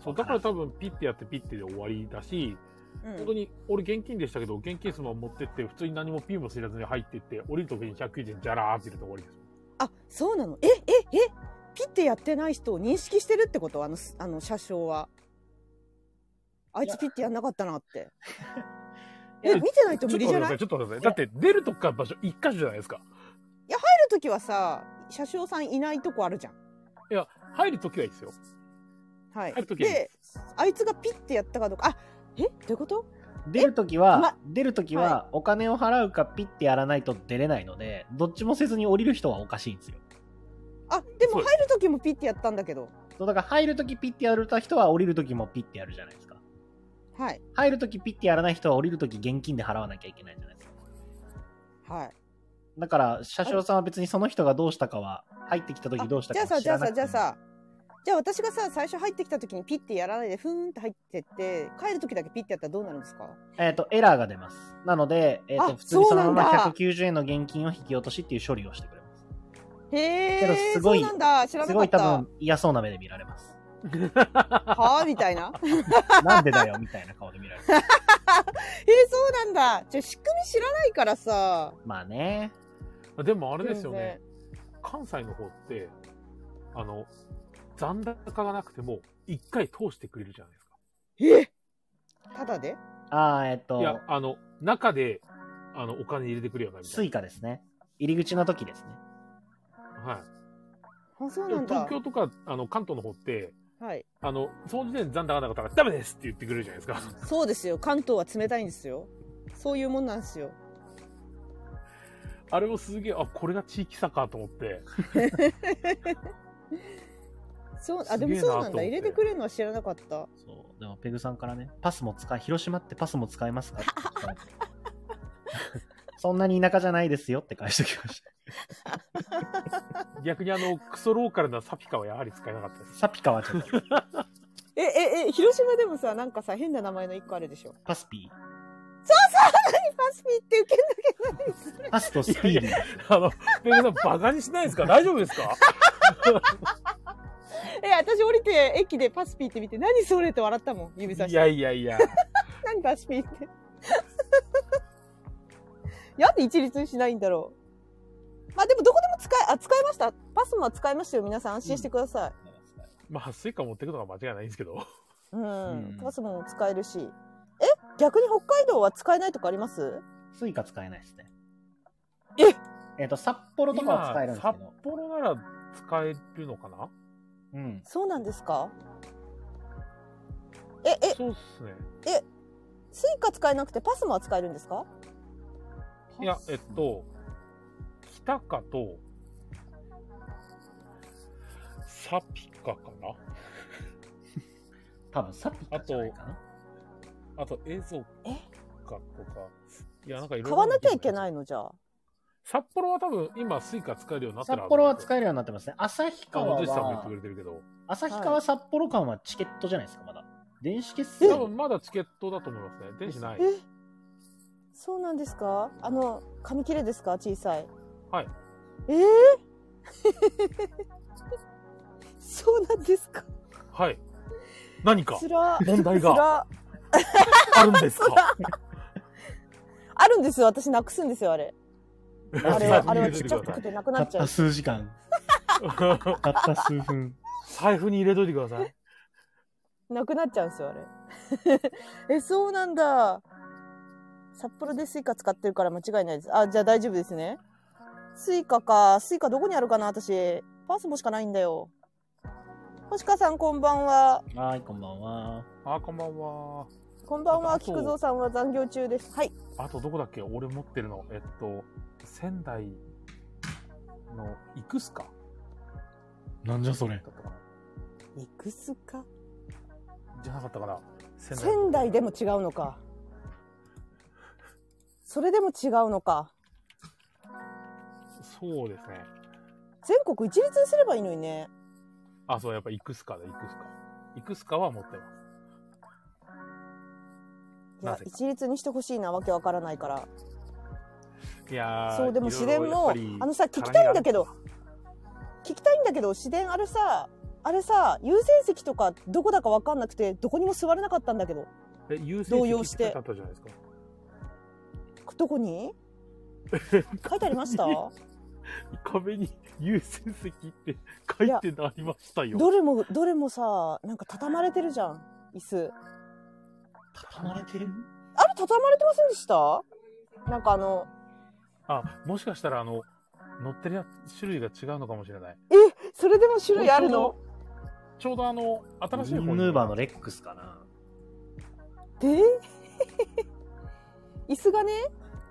Speaker 2: そう、だから多分ピッてやってピッてで終わりだし、
Speaker 3: う
Speaker 2: 本当
Speaker 3: ん、
Speaker 2: に、俺現金でしたけど、現金スマホ持ってって、普通に何もピーも知らずに入ってって、降りるときに190円じゃらーって入れて終わりです。
Speaker 3: あそうなのえええピッてやってない人を認識してるってことあのすあの車掌はあいつピッてやんなかったなって
Speaker 2: い
Speaker 3: え
Speaker 2: や
Speaker 3: 見てないと
Speaker 2: ちょ
Speaker 3: 無
Speaker 2: っと
Speaker 3: 理
Speaker 2: 待ってください、
Speaker 3: じゃない入
Speaker 2: ちょっと待ってください。だって、出るとこから場所1箇所じゃないですか。
Speaker 3: る時はさ車掌さんいないとこあるじゃん
Speaker 2: いや、入るときはいいですよ。
Speaker 3: はい
Speaker 2: 入る時はいい
Speaker 3: であいつがピッてやったかどうかあえどういうこと
Speaker 1: 出るとき
Speaker 3: ま
Speaker 1: は、出るときは、お金を払うかピッてやらないと出れないので、どっちもせずに降りる人はおかしいんですよ。
Speaker 3: あでも
Speaker 2: そう
Speaker 3: 入
Speaker 2: で
Speaker 3: る時もピッてやったんだけど
Speaker 1: そう、だから入るときピッてやる人は降りるときもピッてやるじゃないですか。
Speaker 3: はい
Speaker 1: 入るときピッてやらない人は降りるとき現金で払わなきゃいけないじゃないですか。
Speaker 3: はい
Speaker 1: だから、車掌さんは別にその人がどうしたかは、入ってきたときどうした
Speaker 3: じ
Speaker 1: か
Speaker 3: ゃあ
Speaker 1: は
Speaker 3: さ
Speaker 1: 知
Speaker 3: じ
Speaker 1: ら
Speaker 3: ゃあ
Speaker 1: な
Speaker 3: さ
Speaker 1: く
Speaker 3: じ
Speaker 1: て
Speaker 3: ゃ
Speaker 1: も
Speaker 3: あさじゃあ私がさ最初入ってきた時にピッてやらないでふーんって入ってって帰る時だけピッてやったらどうなるんですか
Speaker 1: えっ、と、エラーが出ます。なので、えっ、
Speaker 3: あ
Speaker 1: と、普通にそのま
Speaker 3: そうな
Speaker 1: ま
Speaker 3: んだ
Speaker 1: 190円の現金を引き落としっていう処理をしてくれま
Speaker 3: へ
Speaker 1: けど
Speaker 3: え、
Speaker 1: す
Speaker 3: そ
Speaker 1: ご
Speaker 3: う
Speaker 1: い
Speaker 3: なんだ。知ら
Speaker 1: す。す
Speaker 3: なか
Speaker 1: ご
Speaker 3: っ
Speaker 1: い多
Speaker 3: た。
Speaker 1: 分嫌そうな目で見られ
Speaker 3: [laughs]
Speaker 1: ます。
Speaker 3: はあ [laughs] みたいな。へえ、
Speaker 1: なんでだよ、みたいな顔で見られます。
Speaker 3: そうなんだ。じゃあ仕組み知らないからさ。
Speaker 1: まあね。
Speaker 2: でもあ
Speaker 3: あ
Speaker 2: れですよね。。関西の方って、あの、残高がなくても、1回通してくれるじゃないですか。
Speaker 3: えただで
Speaker 1: ああ、えっ、
Speaker 2: いや
Speaker 1: と、、
Speaker 2: あの、中で、あの、お金入れてくるようなみた
Speaker 1: ス
Speaker 2: い
Speaker 1: イカですね。入り口の時ですね。
Speaker 2: な。はい。
Speaker 3: あ、そう
Speaker 2: で
Speaker 3: な
Speaker 2: も
Speaker 3: んだ
Speaker 2: 東。京とか、あの、関東の方って、
Speaker 3: はい。
Speaker 2: あの、その時点で残高なかったから、ダメですって言ってくれるじゃないですか。
Speaker 3: そうですよ。関東は冷たいんですよ。そういうもんなんですよ。
Speaker 2: あれもすげえ、あ、これが地域差かと思って。
Speaker 3: そう、あ、
Speaker 2: すげ
Speaker 3: で
Speaker 2: え
Speaker 3: も
Speaker 2: な
Speaker 3: そうなん
Speaker 2: と思って
Speaker 3: だ。入れてくれるのは知らなかった。
Speaker 1: そう。でも、ペグさんからね、パスも使い、広島ってパスも使え [laughs] ますかって聞かれてそんなに田舎じゃないですよって返してきました。
Speaker 2: 逆にあの、クソローカルなサピカはやはり使えなかったです。
Speaker 1: サピカはちょっと、
Speaker 3: え、え、え、広島でもさ、なんかさ、変な名前の一個あるでしょ。
Speaker 1: パスピ
Speaker 3: パスピーって受け
Speaker 1: ー。パスとスピーディー。
Speaker 2: あの、ペグさん、バカにしないですか大丈夫ですか
Speaker 3: え、私降りて、駅でパスピーって見て、何それって笑ったもん。 [laughs] 指さし
Speaker 2: い
Speaker 3: て。
Speaker 2: やいやいや。
Speaker 3: 何パスピーって。 [laughs] なんで一律にしないんだろう。まあでもどこでも使え、あ、使えました。パスも使えましたよ。皆さん安心してください。
Speaker 2: まあ、スイカ持ってくのが間違いないんですけど。
Speaker 3: うん。
Speaker 1: うん
Speaker 3: パスも使えるし。え逆に北海道は使えないとかあります
Speaker 1: スイカ使えないですね。
Speaker 3: え
Speaker 1: えっ、と、札幌とかは使えるんですけ
Speaker 2: 札
Speaker 1: ど。
Speaker 2: 幌なら使えるのかな
Speaker 1: うん。
Speaker 3: そうなんですかえ、え、
Speaker 2: そうっすね。
Speaker 3: スイカ使えなくてパスモは使えるんですか
Speaker 2: いや、えっと、北かと、サピカかな
Speaker 1: 多分サピカじゃないかな。
Speaker 2: あと、エゾ
Speaker 3: え
Speaker 2: カとか。いや、なんかいろい
Speaker 3: 買
Speaker 2: ろ。
Speaker 3: わなきゃいけないいのじゃあ。
Speaker 2: 札幌は多分、今、スイカ使えるようになって
Speaker 1: 札
Speaker 2: る
Speaker 1: 幌は使
Speaker 2: え
Speaker 1: えるようになってますね。旭
Speaker 2: る。あ、
Speaker 1: 川
Speaker 2: おじいさんも言って
Speaker 1: は
Speaker 2: く、れてるけど。
Speaker 1: 旭川札幌間はチケットじゃないですか、まだ。電子決
Speaker 2: 多
Speaker 1: 済
Speaker 2: 分、まだチケットだと思いますね。電子ない。
Speaker 3: えそうなんですかあの、紙切れですか小さい。
Speaker 2: はい。
Speaker 3: え [laughs] えそうなんですか
Speaker 2: はい。何か
Speaker 3: つら。
Speaker 2: 問題
Speaker 3: つ
Speaker 2: が
Speaker 3: ら。
Speaker 2: あるんですか
Speaker 3: あるんですよ。私なくすんです
Speaker 2: [laughs]
Speaker 3: よ、あれ。あれは、あれはちっちゃくてなくな
Speaker 1: た
Speaker 3: っ
Speaker 1: っ
Speaker 3: ちゃ
Speaker 1: た
Speaker 3: う。
Speaker 1: 数時間、
Speaker 2: は。
Speaker 1: たった数分。
Speaker 2: [laughs] 財布に入れといてください。
Speaker 3: なくなっちゃうんですよ、あ [laughs] れ。え、そうなんだ。札幌でスイカ使ってるから間違いないです。あ、じゃあ大丈夫ですね。スイカか。スイカどこにあるかな、私。パスモしかないんだよ。星川さん、こんばんは。
Speaker 1: はい、こんばんは。
Speaker 2: あ、こんばんは。
Speaker 3: こんばん
Speaker 2: あ
Speaker 3: は、
Speaker 2: とあと
Speaker 3: 菊蔵さんは残業中です。はい。
Speaker 2: あと、どこだっけ俺持ってるの。えっと、仙台の、いくすか
Speaker 1: なんじゃそれ
Speaker 2: だっ。たかな
Speaker 3: ミクスか。
Speaker 2: じゃなかったかな仙
Speaker 3: 仙台でも違うのか。それでも違うのか。
Speaker 2: そうですね。
Speaker 3: 全国一律にすればいいのにね。
Speaker 2: あ、そう、やっぱいくすかだ、いくすか。いくすかは持ってます。
Speaker 3: いや
Speaker 2: なぜか
Speaker 3: 一律にしてほしいなわけわからないから
Speaker 2: いやー
Speaker 3: そうでも
Speaker 2: いろ
Speaker 3: 市
Speaker 2: いろ
Speaker 3: 電も
Speaker 2: やっぱり
Speaker 3: あのさ聞きたいんだけど聞きたいんだけど市電あれさあれさ優先席とかどこだかわかんなくてどこにも座れなかったんだけど
Speaker 2: え優先
Speaker 3: 動揺
Speaker 2: 席
Speaker 3: し
Speaker 2: しててあったじゃないですか
Speaker 3: ど
Speaker 2: [laughs]
Speaker 3: こに書いてありました
Speaker 2: 壁に [laughs] 優先席って書いてありましたよ
Speaker 3: どれもどれもさなんか畳まれてるじゃん椅子
Speaker 1: 畳まれてる
Speaker 3: あれ畳まれてませんでしたなんかあの
Speaker 2: あもしかしたらあの乗ってるやつ種類が違うのかもしれない
Speaker 3: それでも種類あるの
Speaker 2: ちょうどあの新しい
Speaker 1: ウ
Speaker 2: 方
Speaker 1: ィン
Speaker 2: に
Speaker 1: ヌーバーのレックスかな。
Speaker 3: で [laughs] 椅子がね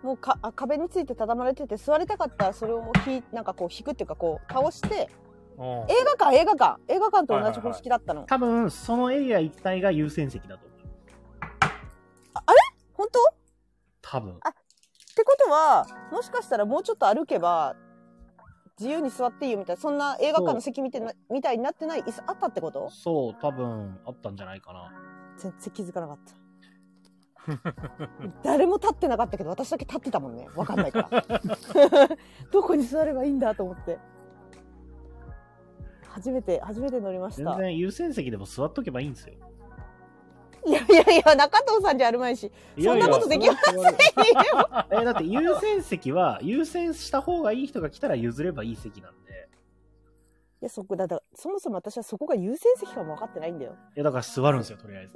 Speaker 3: もうかあ壁について畳まれてて座りたかったらそれをひなんかこう引くっていうかこう倒して
Speaker 2: うん
Speaker 3: 映画館映画館映画館と同じ方式だったの、
Speaker 1: 多分、そのエリア一帯が優先席だと思う。
Speaker 3: 本当っ
Speaker 1: 多分。
Speaker 3: てことはもしかしたらもうちょっと歩けば自由に座っていいよみたいなそんな映画館の席みたいなみたいになってない椅子あったってこと
Speaker 1: そう、多分、あったんじゃないかな。
Speaker 3: 全然気づかなかった [laughs] 誰も立ってなかったけど私だけ立ってたもんねわかんないから [laughs] どこに座ればいいんだと思って初めて初めて乗りまし
Speaker 1: 全
Speaker 3: た
Speaker 1: 然優先席でも座っとけばいいんですよ。
Speaker 3: いやいやいや中藤さんじゃあるまいし [laughs] そんなことできま
Speaker 1: せんえ、だって優先席は、優先した方がいい人が来たら譲ればいい席なんで。
Speaker 3: いやそこだだそもそも私はそこが優先席かも分かってないんだよ
Speaker 1: いや、だから座るんですよ、とりあえず。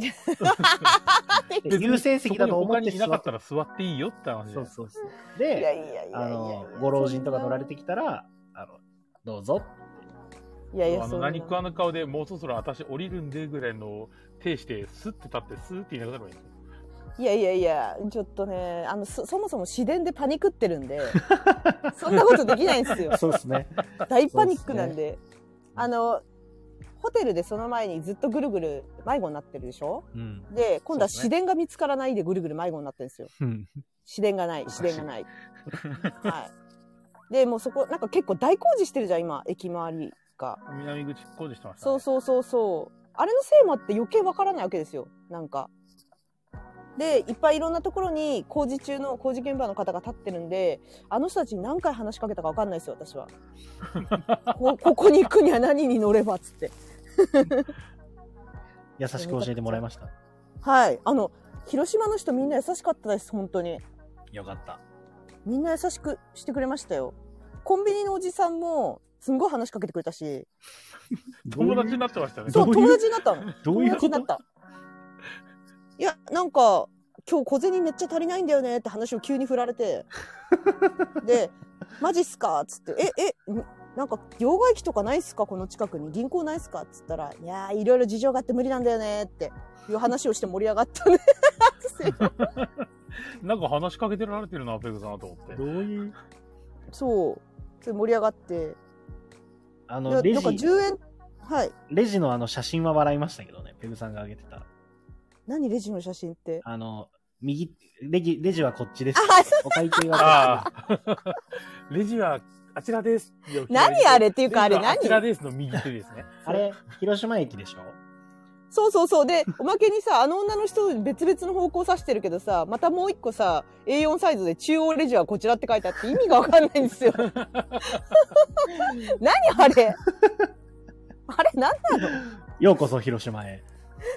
Speaker 2: 別に
Speaker 1: 優先席だと思って
Speaker 2: そこに他にいな
Speaker 1: 座
Speaker 2: かっ
Speaker 1: った
Speaker 2: ら座っていいよって話
Speaker 1: そうそうそう。
Speaker 3: いや
Speaker 1: で、
Speaker 3: いやいやいや
Speaker 1: あの、ご老人とか乗られてきたら、あの、どうぞ。
Speaker 3: いやいや
Speaker 2: あ
Speaker 3: そ
Speaker 2: の
Speaker 3: んな
Speaker 2: 何食わぬ顔でもうそろそろ私降りるんでぐらいの手してスッて立ってスーって言いながらいいんですよ
Speaker 3: いやいやいやちょっとねあのそそもそも市電でパニックってるんで [laughs] そんなことできない
Speaker 1: [laughs]
Speaker 3: んですよ
Speaker 1: そうですね。
Speaker 3: 大パニックなんであのホテルでその前にずっとぐるぐる迷子になってるでしょ
Speaker 1: うん。
Speaker 3: で今度は
Speaker 1: そうですね
Speaker 3: 市電が見つからないでぐるぐる迷子になってるんですよ
Speaker 1: うん。
Speaker 3: 市電がない
Speaker 2: かしい
Speaker 3: 市電がないはいでもうそこなんか結構大工事してるじゃん今駅周りが
Speaker 2: 南口工事してました、ね、
Speaker 3: そうそうそうそうあれのせいもあって余計わからないわけですよなんかでいっぱいいろんなところに工事中の工事現場の方が立ってるんであの人たちに何回話しかけたかわかんないですよ私はこここに行くには何に乗ればっつって
Speaker 1: 優しく教えてもらいました。
Speaker 3: はいあの広島の人みんな優しかったです本当に
Speaker 1: よかった。
Speaker 3: みんな優しくしてくれましたよコンビニのおじさんもすんごい話しかけてくれたし
Speaker 2: 友達になってましたね
Speaker 3: そう
Speaker 1: どういう
Speaker 3: 友達になったの
Speaker 1: どういうこと
Speaker 3: 友達になったいやなんか今日小銭めっちゃ足りないんだよねって
Speaker 1: [laughs]
Speaker 3: 話を急に振られてでマジっすかっつってええんなんか、両替機とかないっすかこの近くに。銀行ないっすかっつったら、いやー、いろいろ事情があって無理なんだよねーって、いう話をして盛り上がったね。
Speaker 1: [laughs]
Speaker 2: なんか話しかけてられてるな、ペグさんと思って
Speaker 1: ど。ういう、
Speaker 3: そう。それ盛り上がって。
Speaker 1: あ
Speaker 3: いやな
Speaker 1: の、
Speaker 3: んか
Speaker 1: レジ、
Speaker 3: 10円、はい。
Speaker 1: レジのあの写真は笑いましたけどね、ペグさんが上げてた。
Speaker 3: 何レジの写真って。
Speaker 1: あの、右、レジ、レジはこっちです
Speaker 3: あそ。
Speaker 1: お会計は
Speaker 2: ああ。レジはあちらです。いや
Speaker 3: 何あれっていうか、あ
Speaker 2: レ
Speaker 3: れ
Speaker 2: ジは
Speaker 3: 何
Speaker 2: あちらですの右手ですね。
Speaker 1: あれ、広島駅でしょ
Speaker 3: そうそうそう。で、おまけにさ、あの女の人別々の方向指してるけどさ、またもう一個さ、A4 サイズで中央レジはこちらって書いてあって意味がわかんないんですよ。何あれあれなんなの
Speaker 1: ようこそ広島へ。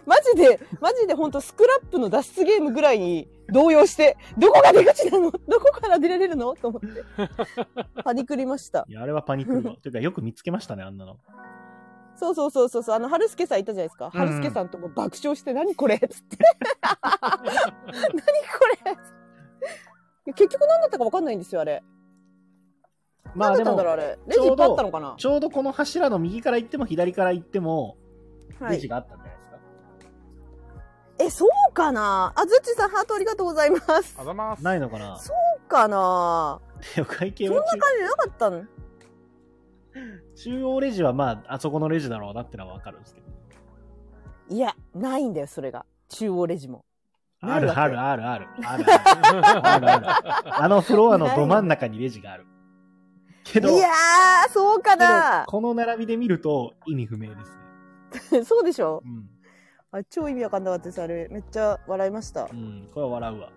Speaker 3: マジで、マジで本当スクラップの脱出ゲームぐらいに動揺して、どこが出口なのどこから出られるのと思って。パニクりました。
Speaker 1: いや、あれはパニック
Speaker 3: [laughs]
Speaker 1: よ。というか、よく見つけましたね、あんなの。
Speaker 3: そうそうそうそうそう。あの、春助さんいたじゃないですか。
Speaker 1: うん
Speaker 3: 春助さんとも爆笑して、何これっ [laughs] つって。何これ結局何だったか分かんないんですよ、あれ。
Speaker 1: まあ
Speaker 3: 何だっ
Speaker 1: で
Speaker 3: たんだろう、あ
Speaker 1: も、
Speaker 3: れ。レジいっぱいあったのかな
Speaker 1: ちょうどこの柱の右から行っても左から行っても、
Speaker 3: は
Speaker 1: レジ
Speaker 3: い。
Speaker 1: があったんじゃないですか。
Speaker 3: え、そうかなあ、ずっちさん、ハートありがとうございます。 [laughs]
Speaker 2: あざます。
Speaker 1: ないのかな
Speaker 3: そそうかな
Speaker 1: [laughs] でお会計
Speaker 3: そん
Speaker 1: は
Speaker 3: な感じなかったの
Speaker 1: 中中央レジはまあ、あそこのレジだろうなってのはわかるんですけど。
Speaker 3: いや、ないんだよ、それが。中央レジも。な
Speaker 1: あ
Speaker 3: いわ
Speaker 1: る
Speaker 3: け
Speaker 1: あるあるある。あるある。あるあ [laughs] る。あのフロアのど真ん中にレジがある。け
Speaker 3: い
Speaker 1: ど、
Speaker 3: やー、そうか
Speaker 1: けど
Speaker 3: な
Speaker 1: この並びで見ると意味不明ですね。
Speaker 3: [laughs] そうでしょ
Speaker 1: うん。
Speaker 3: あれ超意味わかんなかったです、あれ。めっちゃ笑いました。
Speaker 1: うん。これは笑うわ。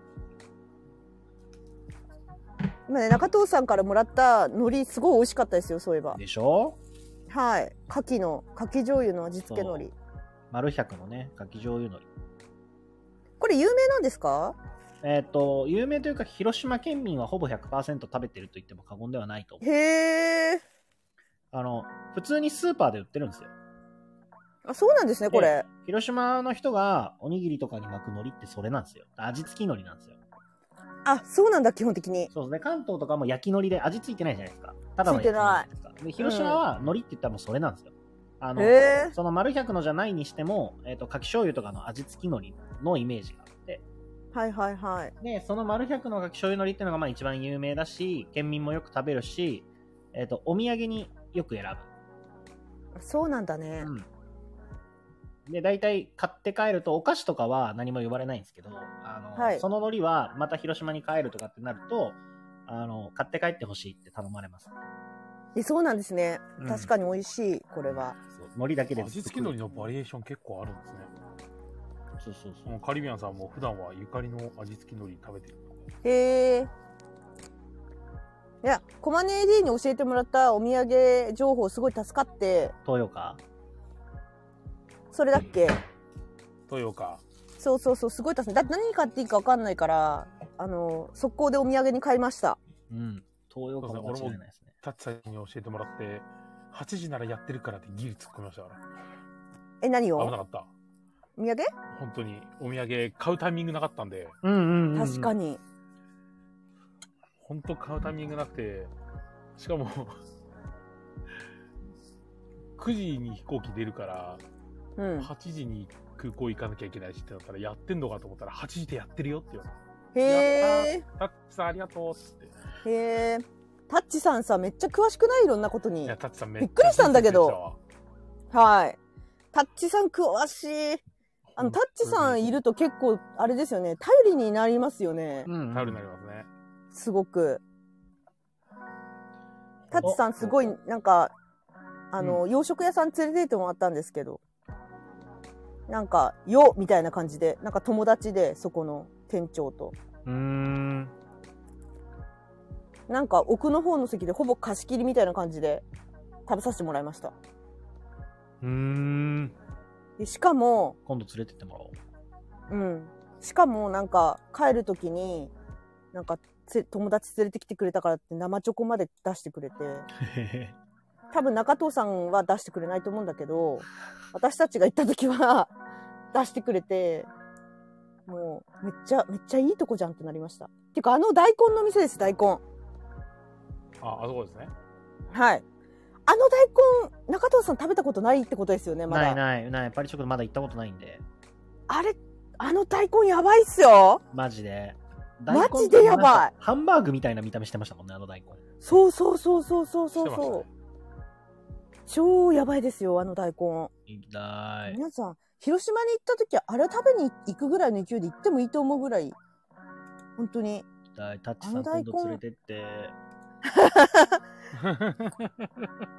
Speaker 3: 今ね、中藤さんからもらった海苔、すごい美味しかったですよ、そういえば。
Speaker 1: でしょ
Speaker 3: はい。牡蠣の、牡蠣醤油の味付け海苔。
Speaker 1: 丸百のね、柿醤油のり。
Speaker 3: これ有名なんですか
Speaker 1: えっ、と、有名というか、広島県民はほぼ100%食べてると言っても過言ではないと思う。
Speaker 3: へー。
Speaker 1: あの、普通にスーパーで売ってるんですよ。
Speaker 3: あ、そうなんですね、これ
Speaker 1: で。広島の人がおにぎりとかに巻く海苔ってそれなんですよ。味付き海苔なんですよ。
Speaker 3: あ、そうなんだ、基本的に。
Speaker 1: そうですね。関東とかも焼き海苔で味付いてないじゃないですか。ただの焼き海苔じゃないですか。で、広島は海苔って言ったらもうそれなんですよ。あの、
Speaker 3: へー。
Speaker 1: その丸百のじゃないにしても、えっ、と、かき醤油とかの味付き海苔のイメージがあって、
Speaker 3: はいはいはい。
Speaker 1: で、その丸百のかき醤油海苔っていうのがまあ一番有名だし、県民もよく食べるし、えっ、と、お土産によく選
Speaker 3: あそうなんだね
Speaker 1: ぶ。。うん。で、大体買って帰ると、お菓子とかは何も呼ばれないんですけど、あの、
Speaker 3: はい
Speaker 1: その海苔はまた広島に帰るとかってなると、あの、買って帰ってほしいって頼まれます。
Speaker 3: え、そうなんですね。
Speaker 1: うん
Speaker 3: 確かに美味しい、これは。
Speaker 1: そう海苔だけで
Speaker 2: 味付き海苔のバリエーション結構あるんですね。
Speaker 1: そうそうそ
Speaker 2: このカリビアンさんも普段はゆかりの味付き海苔食べてる。
Speaker 3: へー。いや、コマネ AD に教えてもらったお土産情報すごい助かって、
Speaker 1: う。東洋か
Speaker 3: それだっけ
Speaker 2: というか、
Speaker 3: そうそうそう、すごい助かって。だって何買っていいか分かんないから、あの、速攻でお土産に買いました。
Speaker 1: うん。東洋かも間違いないですね。
Speaker 2: タッチさんに教えてもらって、8時ならやってるからってギリ突っ込みましたから。
Speaker 3: え、何を
Speaker 2: 危
Speaker 3: お
Speaker 2: な
Speaker 3: 土
Speaker 2: かった。
Speaker 3: 産
Speaker 2: 本当にお土産買うタイミングなかったんで、
Speaker 1: うんうんうんうん。
Speaker 3: 確か
Speaker 1: に。
Speaker 3: に。
Speaker 2: 本当買うタイミングなくて、しかも、9時に飛行機出るから、
Speaker 3: うん。
Speaker 2: 8時に空港行かなきゃいけないしってなったら、やってんのかと思ったら、8時でやってるよって言われて、
Speaker 3: へ
Speaker 2: タッチさんありがとうっつって。
Speaker 3: え。へえ。タッチさんさ、めっちゃ詳しくないいろんなこと
Speaker 2: い
Speaker 3: に
Speaker 2: や、。タッチさんめ
Speaker 3: びっくりしたんだけど
Speaker 2: 親切でしたわ。
Speaker 3: はい。タッチさん詳しい。あの、タッチさんい
Speaker 2: る
Speaker 3: ると結構、あれですよね。頼りになりますよね
Speaker 1: う。ん、
Speaker 2: 頼りになりますね。
Speaker 3: すごく。タッチさんすごい、なんか、あの、洋食屋さん連れてってもらったんですけど。なんか、よみたいな感じで、なんか友達で、そこの店長と。
Speaker 1: うーん。
Speaker 3: なんか奥の方の席でほぼ貸し切りみたいな感じで食べさせてもらいました。
Speaker 1: うーん。
Speaker 3: でしかも、
Speaker 1: 今度連れてってもらおう。
Speaker 3: [laughs] うん。しかもなんか帰る時に、なんかつ友達連れてきてくれたからって生チョコまで出してくれて、多分中藤さんは出してくれないと思うんだ
Speaker 2: [laughs]
Speaker 3: けど、私たちが行った時は [laughs] 出してくれて、もうめっちゃ、めっちゃいいとこじゃんってなりました。てかあの大根の店です、大根。
Speaker 2: あ、あそこですね。
Speaker 3: はい。あの大根、中藤さん食べたことないってことですよね、まだ。
Speaker 1: ないないない、パリ食堂まだ行ったことないんで、
Speaker 3: あれ、あの大根やばいっすよ。
Speaker 1: マジで。
Speaker 3: マジで
Speaker 1: 大根ってな
Speaker 3: やばい
Speaker 1: んかハンバーグみたいな見た目してましたもんね、あの大根。
Speaker 3: そうそうそうそうそう
Speaker 2: し
Speaker 3: そう
Speaker 2: てました
Speaker 3: そう
Speaker 2: ね。
Speaker 3: 超やばいですよ、あの大根。
Speaker 1: 行きたい。
Speaker 3: 皆さん、広島に行った時、あれ食べに行くぐらいの勢いで行ってもいいと思うぐらい、本当に。
Speaker 1: 行きたい。タッチ
Speaker 3: あ
Speaker 1: さ
Speaker 3: の
Speaker 1: ん
Speaker 3: 大
Speaker 1: 今
Speaker 3: 根
Speaker 1: 度連れて
Speaker 3: [laughs]
Speaker 1: って、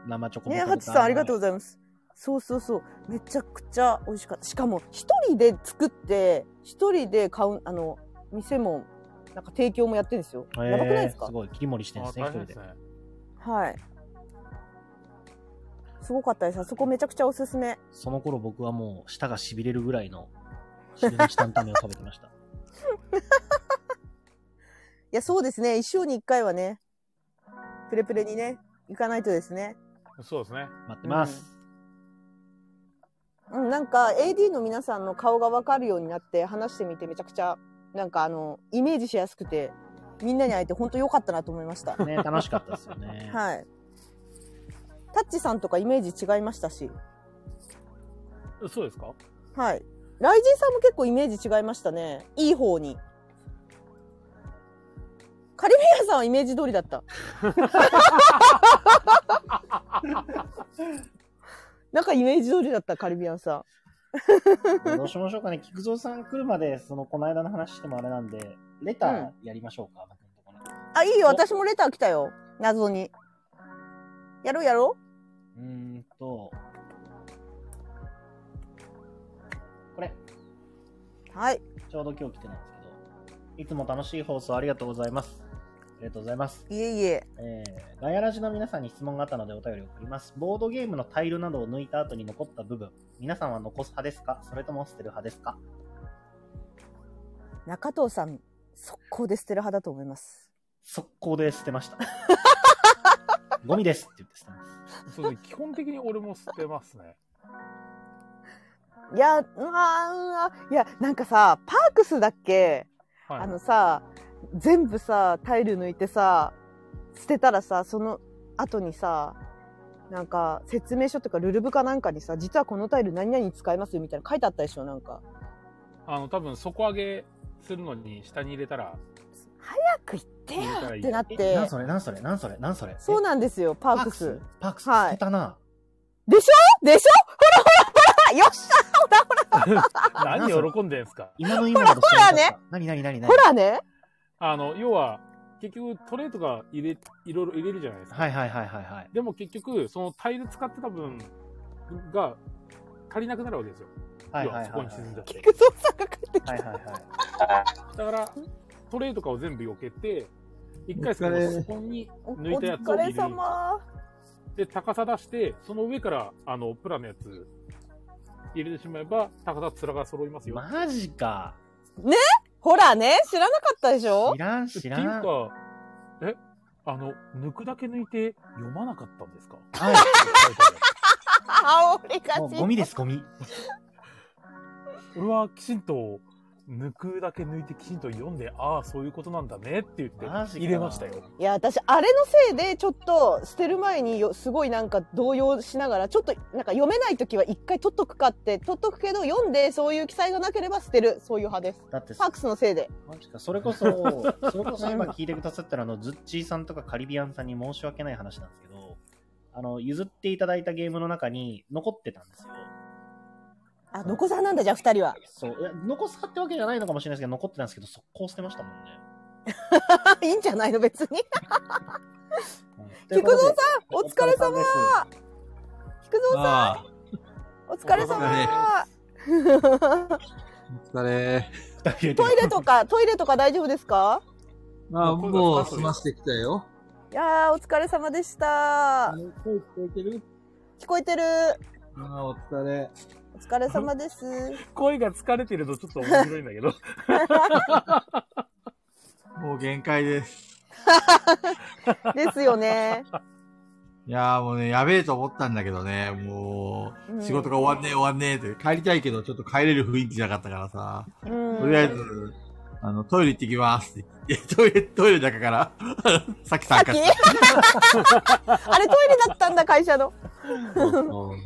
Speaker 1: 生チョコも
Speaker 3: ね、
Speaker 1: 食べたい
Speaker 3: ハチさんありがとうございます。そうそうそう。めちゃくちゃ美味しかった。しかも、一人で作って、一人で買う、あの、店も、なんか提供もやってるんですよ。
Speaker 1: へー
Speaker 3: やばくないですか
Speaker 1: すごい、切り盛りしてるん
Speaker 2: あ
Speaker 1: ですね、一
Speaker 2: 大
Speaker 1: 人
Speaker 2: 変
Speaker 1: で
Speaker 2: で。すね。
Speaker 3: はい。すごかったです。あそこめちゃくちゃおすすめ。
Speaker 1: その頃僕はもう舌が痺れるぐらいの汁なし担々麺を食べてま [laughs] した。
Speaker 3: いや、そうですね。一生に一回はね、プレプレにね、行かないとですね。
Speaker 2: そうですね。
Speaker 1: 待ってます。
Speaker 3: うん、なんか AD の皆さんの顔がわかるようになって話してみてめちゃくちゃ、なんかあの、イメージしやすくて、みんなに会えて本当良かったなと思いました。
Speaker 1: ね、楽しかったですよ [laughs] ね。
Speaker 3: はい。タッチさんとかイメージ違いましたし、
Speaker 2: そうですか
Speaker 3: はい。ライジンさんも結構イメージ違いましたね。いい方に。カリビアンさんはイメージ通りだった。 [laughs] なんかイメージ通りだった、カリビアンさん。
Speaker 1: どうしましょうかね。菊蔵さん来るまで、その、この間の話してもあれなんで、レターやりましょうか、僕のところね
Speaker 3: あ、いいよ、
Speaker 1: お
Speaker 3: 私もレター来たよ。謎に。やろうやろ
Speaker 1: うーんと、これ、
Speaker 3: うはい。
Speaker 1: ちょうど今日来てないんですけど、いつも楽しい放送ありがとうございます。ありがとうございます。
Speaker 3: いえいえ。
Speaker 1: えー、ガヤラジの皆さんに質問があったのでお便りを送ります。ボードゲームのタイルなどを抜いた後に残った部分、皆さんは残す派ですかそれとも捨てる派ですか
Speaker 3: 中藤さん、速攻で捨てる派だと思います。
Speaker 1: 速攻で捨てま
Speaker 3: [laughs]
Speaker 1: した。ゴミですって言って捨てます。
Speaker 2: そうですね。基本的に俺も捨てますね。
Speaker 3: いや、うわーうわーいや、なんかさ、パークスだっけ
Speaker 2: はい。
Speaker 3: あのさ、全部さ、タイル抜いてさ、捨てたらさ、その後にさ、なんか説明書とかルルブかなんかにさ、実はこのタイル何々に使えますよみたいな書いてあったでしょ、なんか。
Speaker 2: あの、多分底上げするのに下に入れたら、
Speaker 3: 早く行ってよってなっ
Speaker 1: え、なん
Speaker 3: て。
Speaker 1: それなんそれなんそれなんそれ
Speaker 3: そうなんですよ、パ
Speaker 1: パ
Speaker 3: ークス。
Speaker 1: パークス
Speaker 3: はい
Speaker 1: 捨てたな。
Speaker 3: でしょでしょほらほらほらよっし
Speaker 2: 何喜んでんすか
Speaker 1: 今の今のと知らなかった。なになになに
Speaker 3: ゃ
Speaker 1: なに
Speaker 3: ほらね
Speaker 2: あの、要は、結局トレーとか入れ、いろいろ入れるじゃないですか。
Speaker 1: はいはいはいはいはい。
Speaker 2: でも結局、そのタイル使ってた分が足りなくなるわけですよ。
Speaker 1: はいはいはい
Speaker 2: 要は
Speaker 1: はい。
Speaker 2: そこに沈んじゃって。
Speaker 3: 菊蔵さんが帰ってきた。
Speaker 1: はいはいはい。
Speaker 2: だから、トレーとかを全部避けて、一回そのそこに
Speaker 3: お
Speaker 2: 抜いたやつを
Speaker 3: お
Speaker 2: 入れ
Speaker 3: 疲れ
Speaker 2: る。
Speaker 3: 様。
Speaker 2: で、高さ出して、その上から、あの、プラのやつ入れてしまえば、高さ面が揃いますよ。
Speaker 1: マジか。
Speaker 3: ほらね知らなかったでしょ
Speaker 1: 知らん
Speaker 2: って
Speaker 1: 知
Speaker 2: いう
Speaker 1: らん。は
Speaker 2: か、え、あの、抜くだけ抜いて読まなかったんですか
Speaker 1: [laughs]
Speaker 3: [laughs] あ、煽りが
Speaker 1: い。
Speaker 3: ち。
Speaker 1: もうゴミですゴミ。
Speaker 2: 俺はきちんと、抜くだけ抜いてきちんと読んで、ああ、そういうことなんだねって言って
Speaker 1: マジか
Speaker 2: 入れましたよ。
Speaker 3: いや私あれのせいでちょっと捨てる前によすごいなんか動揺しながらちょっとなんか読めない時は一回取っとくかって取っとくけど読んでそういう記載がなければ捨てるそういう派です
Speaker 1: だって
Speaker 3: ファックスのせいで
Speaker 1: マジか、それこ [laughs] そ、それこそ今聞いてくださったら、あの、ズッチーさんとかカリビアンさんに申し訳ない話なんですけど、あの、譲っていただいたゲームの中に残ってたんですよ。
Speaker 3: あ残さなんだじゃあ二人は [laughs]
Speaker 1: そう、いや残す派ってわけじゃないのかもしれないですけど、残ってたんですけど、速攻捨てましたもんね。
Speaker 3: あいいんじゃないの別に菊蔵さん、お疲れ様
Speaker 1: です
Speaker 3: 菊蔵さん
Speaker 4: あ
Speaker 3: お疲れ
Speaker 4: お疲
Speaker 3: 様
Speaker 4: あ、お疲れ。
Speaker 1: 二人で
Speaker 3: トイレとかトイレとか大丈夫ですか
Speaker 4: まあ、
Speaker 2: もう
Speaker 4: もう済ませてきたよ。
Speaker 3: いやーお疲れ様でした
Speaker 4: 声聞こえてる
Speaker 3: 聞こえてる
Speaker 4: ああ、お疲れ。
Speaker 3: お疲れ様 [laughs] です
Speaker 2: 声が疲れてるとちょっと面白いんだけど、
Speaker 4: もう限界です。
Speaker 3: ですよね
Speaker 4: いやーもうね、やべえと思ったんだけどね、も
Speaker 3: うん
Speaker 4: う、仕事が終わんねえ終わんねえって、帰りたいけど、ちょっと帰れる雰囲気じゃなかったからさ、
Speaker 3: うん
Speaker 4: とりあえず、あの、トイレ行ってきますって言って。トイレ、トイレの中から、 [laughs] さっき
Speaker 3: さ
Speaker 4: 参
Speaker 3: っ
Speaker 4: 加
Speaker 3: き
Speaker 4: した。
Speaker 3: [laughs] あれトイレだったんだ、会社の。
Speaker 4: そう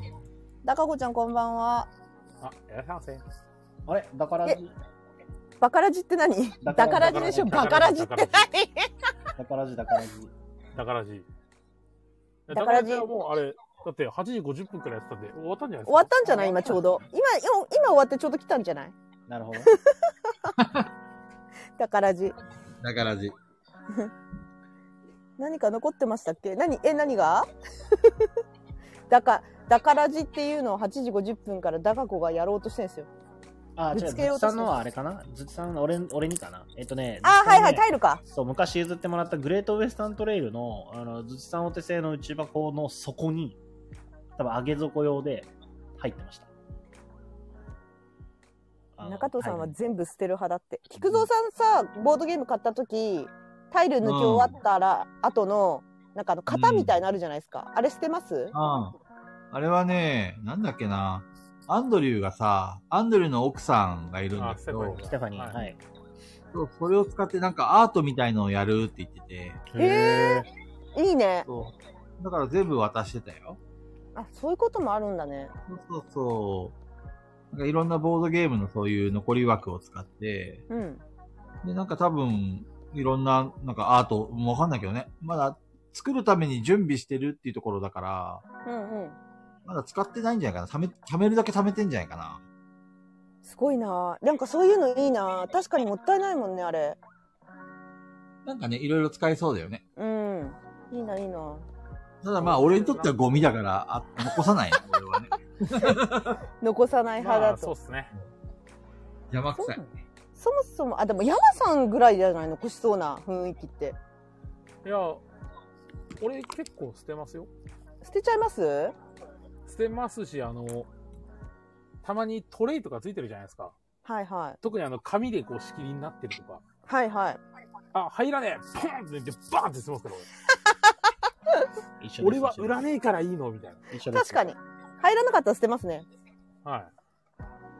Speaker 3: だかこちゃんこんばんは。
Speaker 2: あ、いらっしゃいませ。
Speaker 1: あれだからじ、
Speaker 3: バカラジって何
Speaker 1: だ
Speaker 3: だ
Speaker 1: から
Speaker 3: からじでしょ
Speaker 2: だ
Speaker 3: バ
Speaker 2: か
Speaker 3: カ
Speaker 2: ら
Speaker 3: ラ
Speaker 2: じ
Speaker 3: ジって何
Speaker 1: だからじ、だからじ。
Speaker 2: だからじ。だ
Speaker 3: だ
Speaker 2: か
Speaker 3: から
Speaker 2: ら
Speaker 3: じ
Speaker 2: じはもうあれ、だって8時50分くらいやってたんで、終わったんじゃないですか
Speaker 3: [laughs] 終わったんじゃない今ちょうど。今、今今終わってちょうど来たんじゃない
Speaker 1: なるほど。
Speaker 3: だからじ。
Speaker 4: だからじ。
Speaker 3: 何か残ってましたっけ何え、何が [laughs] だか、だからじっていうのを8時50分からだかこがやろうとしてるんですよ。
Speaker 1: あ、違
Speaker 3: ぶ
Speaker 1: う、
Speaker 3: つ
Speaker 1: ず
Speaker 3: けよ
Speaker 1: っ
Speaker 3: う
Speaker 1: さ
Speaker 3: としてる
Speaker 1: んのはあれかなずっさん、俺、俺にかなえっとね、
Speaker 3: あ
Speaker 1: ず
Speaker 3: ー、
Speaker 1: っさ
Speaker 3: は
Speaker 1: ん
Speaker 3: い
Speaker 1: ね
Speaker 3: はい、タイルか。
Speaker 1: そう、昔譲ってもらったグレートウエスタントレイルの、あの、ずっさんお手製の内箱の底に、多分上げ底用で入ってました。あの
Speaker 3: 中藤さんは
Speaker 1: タイル
Speaker 3: 全部捨てる派だって。菊蔵さんさ、ボードゲーム買った時、タイル抜き終わったら、後の、なんかあの、型みたいのあるじゃないですか。あれ捨てます
Speaker 4: ああ。あれはね、なんだっけな。アンドリューがさ、アンドリューの奥さんがいるんだ
Speaker 2: あ、
Speaker 4: け
Speaker 2: ステファ
Speaker 4: ど
Speaker 2: ニ、ー。。
Speaker 1: ステファニー、はいい。
Speaker 4: そうそれを使ってなんかアートみたいのをやるって言ってて、
Speaker 3: へえいいね。
Speaker 4: そう。だから全部渡してたよ。
Speaker 3: あ、そういうこともあるんだね。
Speaker 4: そうそうそう。なんかいろんなボードゲームのそういう残り枠を使って、
Speaker 3: うん。
Speaker 4: で、なんか多分、いろんな、なんかアート、もうわかんないけどね。まだ作るために準備してるっていうところだから、
Speaker 3: うんうん。
Speaker 4: まだ使ってないんじゃないかな。貯め、貯めるだけ貯めてんじゃないかな。
Speaker 3: すごいななんかそういうのいいな確かにもったいないもんね、あれ。
Speaker 4: なんかね、いろいろ使えそうだよね。
Speaker 3: うん。いいな、いいな
Speaker 4: ただまあ、俺にとってはゴミだから、あ残さないね、 [laughs] 俺はね。
Speaker 3: 残さない派
Speaker 2: ま
Speaker 3: だ
Speaker 2: あ、
Speaker 3: と。
Speaker 2: そうっすね。
Speaker 4: 邪魔くさい
Speaker 3: そう。そもそも、あ、でも山さんぐらいじゃない残しそうな雰囲気って。
Speaker 2: いや、俺結構捨てますよ。
Speaker 3: 捨てちゃいます
Speaker 2: 捨てますし、あの、たまにトレイとかついてるじゃないですか。
Speaker 3: はいはい。
Speaker 2: 特にあの、紙でこう仕切りになってるとか。
Speaker 3: はいはい。
Speaker 2: あ、入らねえポンって言って、バーンって捨てますから、
Speaker 1: 一緒です
Speaker 2: 俺。俺は売らねえからいいのみたい
Speaker 1: 一緒です
Speaker 3: 確かに。入らなかったら捨てますね。
Speaker 2: な。はい。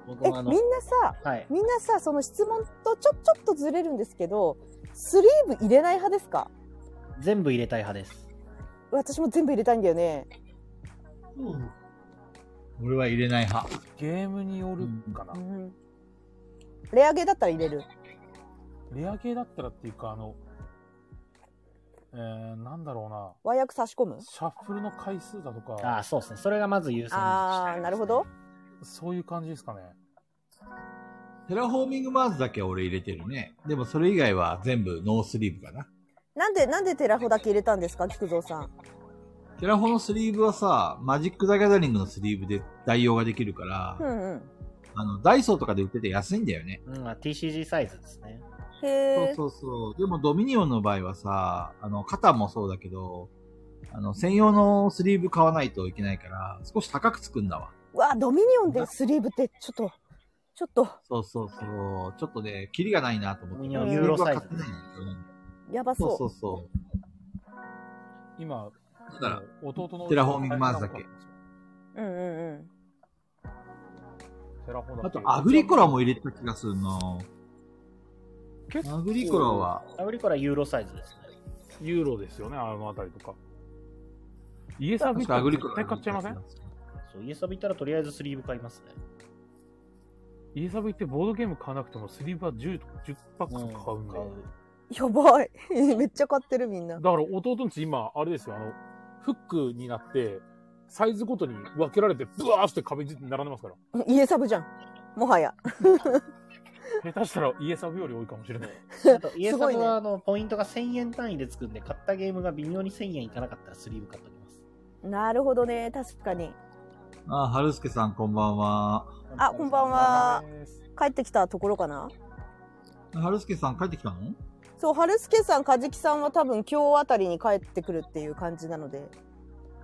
Speaker 1: 僕
Speaker 3: え、み
Speaker 1: もあ
Speaker 3: ん
Speaker 1: の
Speaker 3: な、さ、
Speaker 1: はい。
Speaker 3: みんなさ、その質問とちょ、ちょっとずれるんですけど、スリーブ入れない派ですか
Speaker 1: 全部入れたい派です。
Speaker 3: 私も全部入れたいんだよね。
Speaker 4: 俺は入れない派。
Speaker 2: ゲームによるかな
Speaker 3: う。ん。レアゲーだったら入れる。
Speaker 2: レア系だったらっていうか、あの、えー、なんだろう
Speaker 3: 和訳差し込む
Speaker 2: な。シャッフルの回数だと
Speaker 1: あ
Speaker 2: か、
Speaker 1: あ、そうですね。それがまず優先
Speaker 3: あー、なるほど。
Speaker 2: そういう感じですかね。
Speaker 4: テラフォーミングマーズだけは俺入れてるね。でもそれ以外は全部ノースリーブかな。
Speaker 3: なんで、なんでテラホだけ入れたんですか菊蔵さん。
Speaker 4: テラフォのスリーブはさ、マジック・ザ・ギャザリングのスリーブで代用ができるから、
Speaker 3: うんうん。
Speaker 4: あの、ダイソーとかで売ってて安いんだよね。
Speaker 1: うん、まあ TCG サイズですね。
Speaker 3: へ
Speaker 4: そう
Speaker 3: え。
Speaker 4: そうそう。でもドミニオンの場合はさ、あの、肩もそうだけど、あの、専用のスリーブ買わないといけないから、少し高くつくんだわ。
Speaker 3: うわ、ドミニオンでスリーブって、ちょっと、ちょっと、
Speaker 4: そうそうそう。ちょっとね、キリがないなと思って。
Speaker 1: ドミニオ
Speaker 3: ン
Speaker 4: スリーブは買ってないんだよね
Speaker 3: やば
Speaker 4: そうそ
Speaker 3: そう
Speaker 4: そ
Speaker 2: 今、
Speaker 4: う。だから、
Speaker 2: 弟の
Speaker 4: テラフォーミングマーズだけ。
Speaker 3: う。うんうんうん。
Speaker 2: テラフォーだ
Speaker 4: あ
Speaker 2: け
Speaker 4: と、アグリコラも入れた気がするなアグリコラは、
Speaker 1: アブリコラユーロサイズですね。
Speaker 2: ユーロですよね、あのあたりとか。イエスアビ
Speaker 4: 確
Speaker 2: ッ
Speaker 4: かア
Speaker 2: ト
Speaker 4: グリコ
Speaker 2: 絶
Speaker 4: ラ
Speaker 2: 対買っちゃいませ
Speaker 4: 入
Speaker 2: ん
Speaker 4: れた気がする
Speaker 1: そう、イエスアビ行ったらとりあえずスリーブ買いますね。
Speaker 2: イエスアビってボードゲーム買わなくてもスリーブは 10, 10パックとか買うんで。
Speaker 1: うん
Speaker 3: やばい。 [laughs] めっちゃ買ってるみんな。
Speaker 2: だから弟のち今、あれですよ、あの、フックになって、サイズごとに分けられて、ブワーって壁に並んでますから。
Speaker 3: 家サブじゃん。もはや。
Speaker 2: 下手したらイエスアビより多いかもしれない。
Speaker 1: あと、イエスア
Speaker 3: すごい
Speaker 1: ブ
Speaker 3: ね
Speaker 1: はあの、ポイントが1000円単位でつくんで、買ったゲームが微妙に1000円いかなかったらスリーブ買っておきます。
Speaker 3: なるほどね。確かに。
Speaker 4: あ、はるすけさんこんばんは。
Speaker 3: [laughs] あ、こんばんは。帰ってきたところかな
Speaker 4: はるすけさん帰ってきたの
Speaker 3: そう、春助さん、梶木さんは多分今日あたりに帰ってくるっていう感じなので。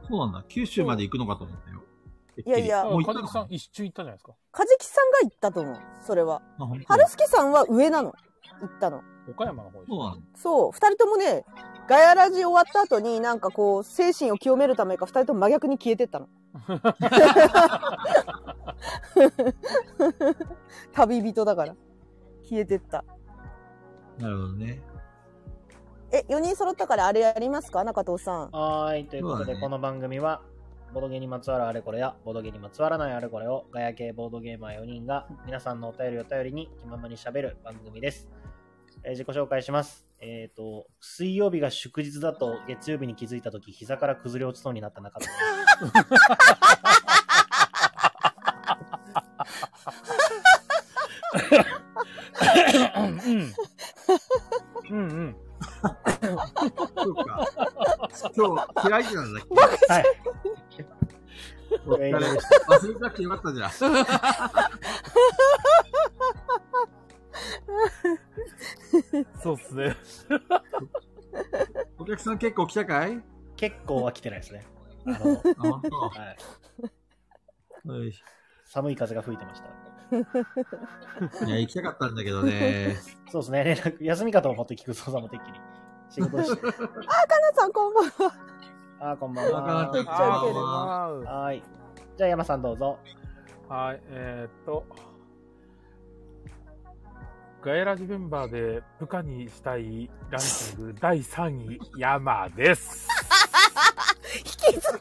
Speaker 4: そうなんだ。九州まで行くのかと思ったよ。
Speaker 3: いやいや
Speaker 2: あ、
Speaker 4: もう行
Speaker 2: か
Speaker 4: った
Speaker 2: ずき
Speaker 4: の
Speaker 2: さ
Speaker 4: か
Speaker 2: ん一周行ったじゃないですか。
Speaker 3: 梶木さんが行ったと思う。それは。
Speaker 4: な。あ本当
Speaker 3: 春助さんは上なの。行ったの。
Speaker 2: 岡山の方でし
Speaker 4: そう
Speaker 2: ょ。
Speaker 4: なんだ。
Speaker 3: そう、二人ともね、ガヤラジ終わった後になんかこう、精神を清めるためか二人とも真逆に消えて [laughs] ったの。旅人だから。消えてった。
Speaker 4: なるほどね。
Speaker 3: え、4人揃ったからあれやりますか中藤さん。
Speaker 1: はーい、ということ
Speaker 4: そうだ
Speaker 1: で、
Speaker 4: ね
Speaker 1: この番組は、ボードゲーにまつわるあれこれや、ボードゲーにまつわらないあれこれを、ガヤ系ボードゲーマー4人が、皆さんのお便りを頼りに気ままに喋る番組です。えー自己紹介します。えっ、と、水曜日が祝日だと、月曜日に気づいたとき、膝から崩れ落ちそうになった中で、
Speaker 3: [laughs]
Speaker 1: うんうん。
Speaker 4: そうか。今日、嫌いじゃなんだっけ
Speaker 1: はい。
Speaker 4: お疲れ様でした忘れなくてよかったじゃん。
Speaker 2: そうっすね。
Speaker 4: お客さん結構来たかい
Speaker 1: 結構は来てないですね。あの、
Speaker 4: あ、本当
Speaker 1: はい、
Speaker 4: はい
Speaker 1: 寒い風が吹いてました。
Speaker 4: いや、行きたかったんだけどね。
Speaker 1: そうですね、 [laughs] 連絡、休みかと思って菊蔵さんもてっきり。仕事して。
Speaker 3: 皆さんこんばんは。 [laughs]
Speaker 1: あー、こんばんは。
Speaker 4: わかん
Speaker 3: めっちゃウケる
Speaker 4: あ
Speaker 2: は
Speaker 1: はーい。じゃあ山さんどうぞ。
Speaker 2: い、えーっと。ガエラジメンバーで部下にしたいランキング第3位、山です。
Speaker 3: [laughs] 引きずっ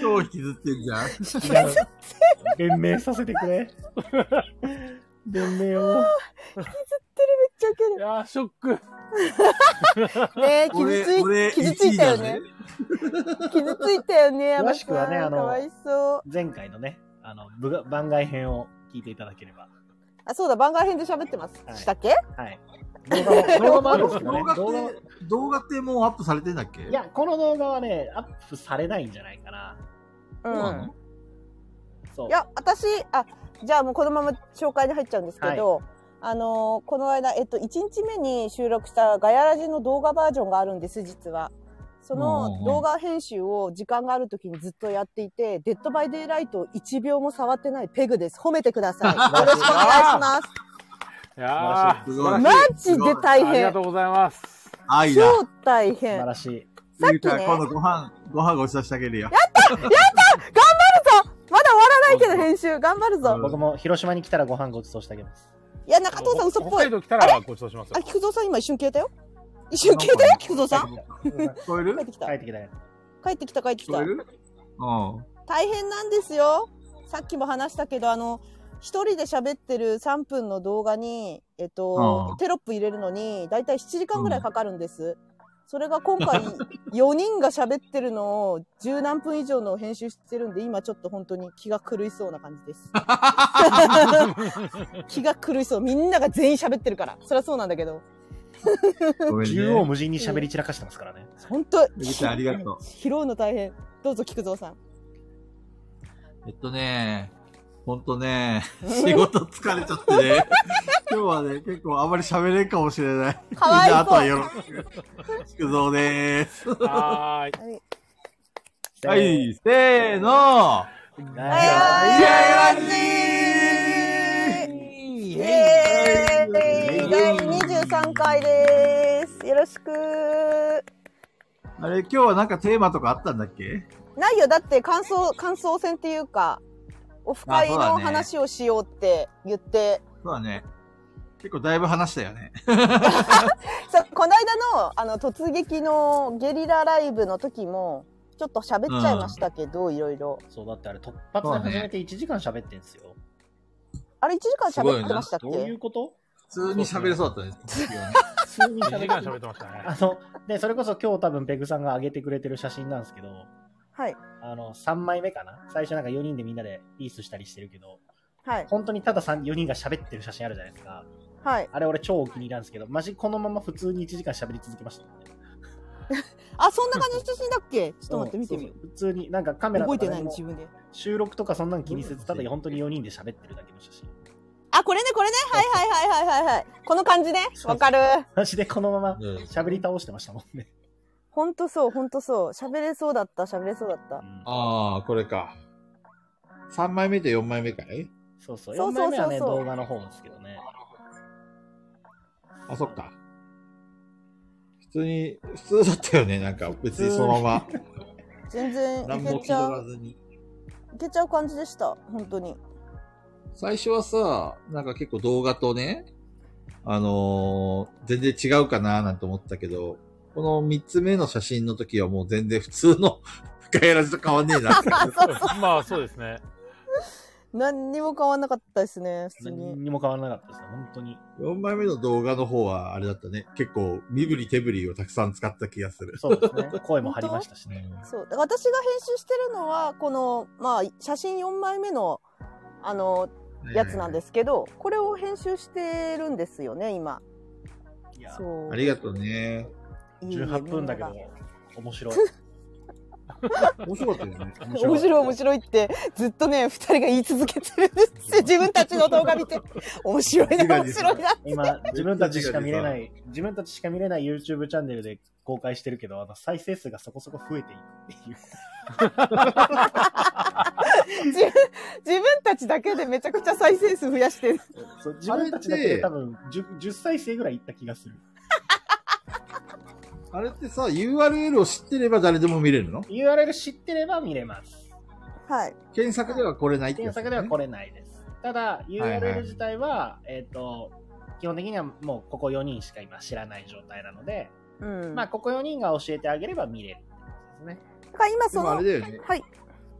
Speaker 4: 今日引きずってんじゃん。
Speaker 1: 弁明させてくれ。 [laughs] 弁明を。
Speaker 3: てるめっちゃウケ
Speaker 2: いやー、ショック。
Speaker 3: る。ねえ、傷
Speaker 4: 俺
Speaker 3: つい
Speaker 4: 俺
Speaker 3: 傷ついたよね。傷ついたよね、山
Speaker 1: 詳しくはね
Speaker 3: さん
Speaker 1: あの
Speaker 3: かわいそう。
Speaker 1: 前回のね、あの、部が番外編を聞いていただければ。
Speaker 3: あ、そうだ、番外編で喋ってます。
Speaker 1: はい
Speaker 3: したっけ
Speaker 1: はい。動画も、動画もあるんですけど
Speaker 4: [laughs] 動
Speaker 1: ね
Speaker 4: 画。
Speaker 1: 動画
Speaker 4: って、動画ってもうアップされてんだっけ
Speaker 1: いや、この動画はね、アップされないんじゃないかな。
Speaker 3: う
Speaker 4: そうなんの。
Speaker 1: そう。
Speaker 3: いや、私、あ、じゃあもうこのまま紹介に入っちゃうんですけど、あのーこの間、えっと、1日目に収録したガヤラジの動画バージョンがあるんです、実は。そ
Speaker 4: うんうんう
Speaker 3: の
Speaker 4: ん
Speaker 3: 動画編集を時間がある時にずっとやっていて、デッドバイデイライトを1秒も触ってないペグです。褒めてくだ
Speaker 1: [laughs]
Speaker 3: さい。よろしくお願いします。
Speaker 2: いやー、
Speaker 4: 素晴らしい
Speaker 3: マジで大
Speaker 2: ありがと
Speaker 3: 変。
Speaker 2: うございます。
Speaker 4: 愛だ。
Speaker 3: 超大
Speaker 1: 素晴
Speaker 3: 変。
Speaker 1: らしい。
Speaker 3: さっきね
Speaker 4: ゆうか、今度ご飯、ご飯ごちそうしてあげるよ。
Speaker 3: まだ終わらないけど編集、頑張るぞ。
Speaker 1: 僕も広島に来たらご飯ごちそうしてあげます。
Speaker 3: いや、中藤さん嘘っぽ
Speaker 2: 北
Speaker 3: い
Speaker 2: 海。道来たらご馳走しますよ
Speaker 3: あ、。菊蔵さん今一瞬消えたよ一瞬消えたよ菊蔵さん
Speaker 1: 帰
Speaker 4: 聞こえる
Speaker 3: 帰ってきた
Speaker 1: っ。てきたよ。
Speaker 3: 帰ってきた帰ってき
Speaker 4: 聞こ
Speaker 3: た
Speaker 4: え。るうん。
Speaker 3: 大変なんですよ。さっきも話したけど、あの、一人で喋ってる3分の動画に、えっ
Speaker 4: う
Speaker 3: と
Speaker 4: ん、
Speaker 3: テロップ入れるのに、だいたい7時間ぐらいかかるんです。それが今回、4人が喋ってるのを十何分以上の編集してるんで、今ちょっと本当に気が狂いそうな感じです。気が狂いそう。みんなが全員喋ってるから。そりゃそうなんだけど。
Speaker 4: ご
Speaker 3: [laughs]
Speaker 4: めん
Speaker 1: 縦横
Speaker 4: ね。
Speaker 1: 無尽に喋り散らかしてますからね。
Speaker 3: 本当
Speaker 4: ゆうかありがとう。
Speaker 3: 拾うの大変。どうぞ、菊蔵さん。
Speaker 4: えっとね、ほんとね、仕事疲れちゃってね。 [laughs] 今日はね、結構あんまり喋れんかもしれない。
Speaker 3: か
Speaker 4: [laughs]
Speaker 3: わい
Speaker 4: じゃあ、あとは
Speaker 3: そう。
Speaker 4: よろしく。菊蔵でーす。
Speaker 2: はーい。
Speaker 3: はい
Speaker 4: は。い、せーの
Speaker 3: はいエイ
Speaker 4: イエーイ
Speaker 3: エーイ第23回です。よろしく。
Speaker 4: あれ、今日はなんかテーマとかあったんだっけ
Speaker 3: ないよ、だって感想、感想戦っていうか、オフ会
Speaker 4: あそ
Speaker 3: の
Speaker 4: うだね
Speaker 3: 話をしようって言って、
Speaker 4: そうだね。結構だいぶ話したよね。
Speaker 3: さこの間の、あの、突撃のゲリラライブの時も、ちょっと喋っちゃいましたけど、いろいろ。
Speaker 1: そう、だってあれ突発で始めて1時間喋ってんすよ。
Speaker 3: あれ、1時間喋ってましたっ
Speaker 1: どういう
Speaker 3: け [laughs]
Speaker 1: こと
Speaker 4: 普通に喋れそうだったね。
Speaker 1: 普通に
Speaker 2: 2時間喋
Speaker 1: 喋
Speaker 2: っ
Speaker 1: って
Speaker 2: ましたね。
Speaker 1: あの、で、それこそ今日多分ペグさんが上げてくれてる写真なんですけど、
Speaker 3: はい。
Speaker 1: あの、3枚目かな最初なんか4人でみんなでリースしたりしてるけど、
Speaker 3: はい。
Speaker 1: 本当にただ4人が喋ってる写真あるじゃないですか。
Speaker 3: はい。
Speaker 1: あれ俺超お気に入りなんですけど、マジこのまま普通に1時間喋り続けました、ね。
Speaker 3: あ、そんな感じの写真だっけちょっと待って、見てみよ。
Speaker 1: そうう普通になんかカメラ
Speaker 3: 動
Speaker 1: とか
Speaker 3: いてな
Speaker 1: 何
Speaker 3: いの、
Speaker 1: も
Speaker 3: 自分で。
Speaker 1: 収録とかそんなん気にせず、ただ本当に4人で喋ってるだけの写真。
Speaker 3: あ、これね、これね。はいはいはいはいはいはい。この感じね。わかる。
Speaker 1: マジでこのまま
Speaker 4: うん
Speaker 1: 喋り倒してましたもんね。
Speaker 3: ほんとそう、ほんとそう。喋れそうだった、喋れそうだった。
Speaker 4: ああ、これか。3枚目と4枚目かい
Speaker 1: そうそう。
Speaker 3: そ
Speaker 1: 4
Speaker 3: うそうそうそう
Speaker 1: 枚目はね、動画の方ですけどね。
Speaker 4: あ、そっか。普通に、普通だったよね。なんか別にそのま
Speaker 3: 全然
Speaker 4: ま。何
Speaker 3: い
Speaker 4: も
Speaker 3: け
Speaker 4: 気
Speaker 3: ちゃ
Speaker 4: 取ら
Speaker 3: う、
Speaker 4: ずに。
Speaker 3: いけちゃう感じでした、本当に。
Speaker 4: 最初はさ、なんか結構動画とね、あのー全然違うかななんて思ったけど、この3つ目の写真の時はもう全然普通のガヤラジと変わんね
Speaker 3: [laughs]
Speaker 4: えな。
Speaker 2: まあそうですね。
Speaker 3: 何にも変わんなかったですね、普通に。
Speaker 1: 何にも変わらなかったですね、本当に。
Speaker 4: 4枚目の動画の方はあれだったね。結構身振り手振りをたくさん使った気がする。。
Speaker 1: そうですね。声も張りましたしね。
Speaker 3: そう。だから私が編集してるのは、この、まあ、写真4枚目の、あの、やつなんですすけど、これを編集してるんですよね、今。
Speaker 1: いや、
Speaker 3: そう。
Speaker 4: ありがとうね。
Speaker 3: いい
Speaker 1: 18分だけ
Speaker 3: み
Speaker 1: ど
Speaker 3: んなが、
Speaker 1: 面白い。
Speaker 4: 面白かったよね。
Speaker 3: 面白い面白いって、ずっとね、二人が言い続けてるんですよ。自分たちの動画見て。面白いな、面白いな。
Speaker 1: 今、自分たちしか見れない、自分たちしか見れない YouTube チャンネルで公開してるけど、あの、再生数がそこそこ増えていくっていう。
Speaker 3: 自分自分たちだけでめちゃくちゃ再生数増やしてる。
Speaker 1: そう自分たちだけで多分 10, 10再生ぐらいいった気がする。
Speaker 4: あれってさ、URL を知ってれば誰でも見れるの
Speaker 1: URL 知ってれば見れます。
Speaker 3: はい。
Speaker 4: 検索ではこれないってや
Speaker 1: 検
Speaker 4: つだね、
Speaker 1: 索では来れないです。ただ、
Speaker 4: はい
Speaker 1: URL 自体は、えっ、と、基本的にはもうここ4人しか今知らない状態なので、
Speaker 3: うん。
Speaker 1: まあ、ここ4人が教えてあげれば見れるってことですね。
Speaker 3: だから今
Speaker 4: で
Speaker 3: そ
Speaker 4: もあ
Speaker 3: の
Speaker 4: れ、だよね。
Speaker 3: はい。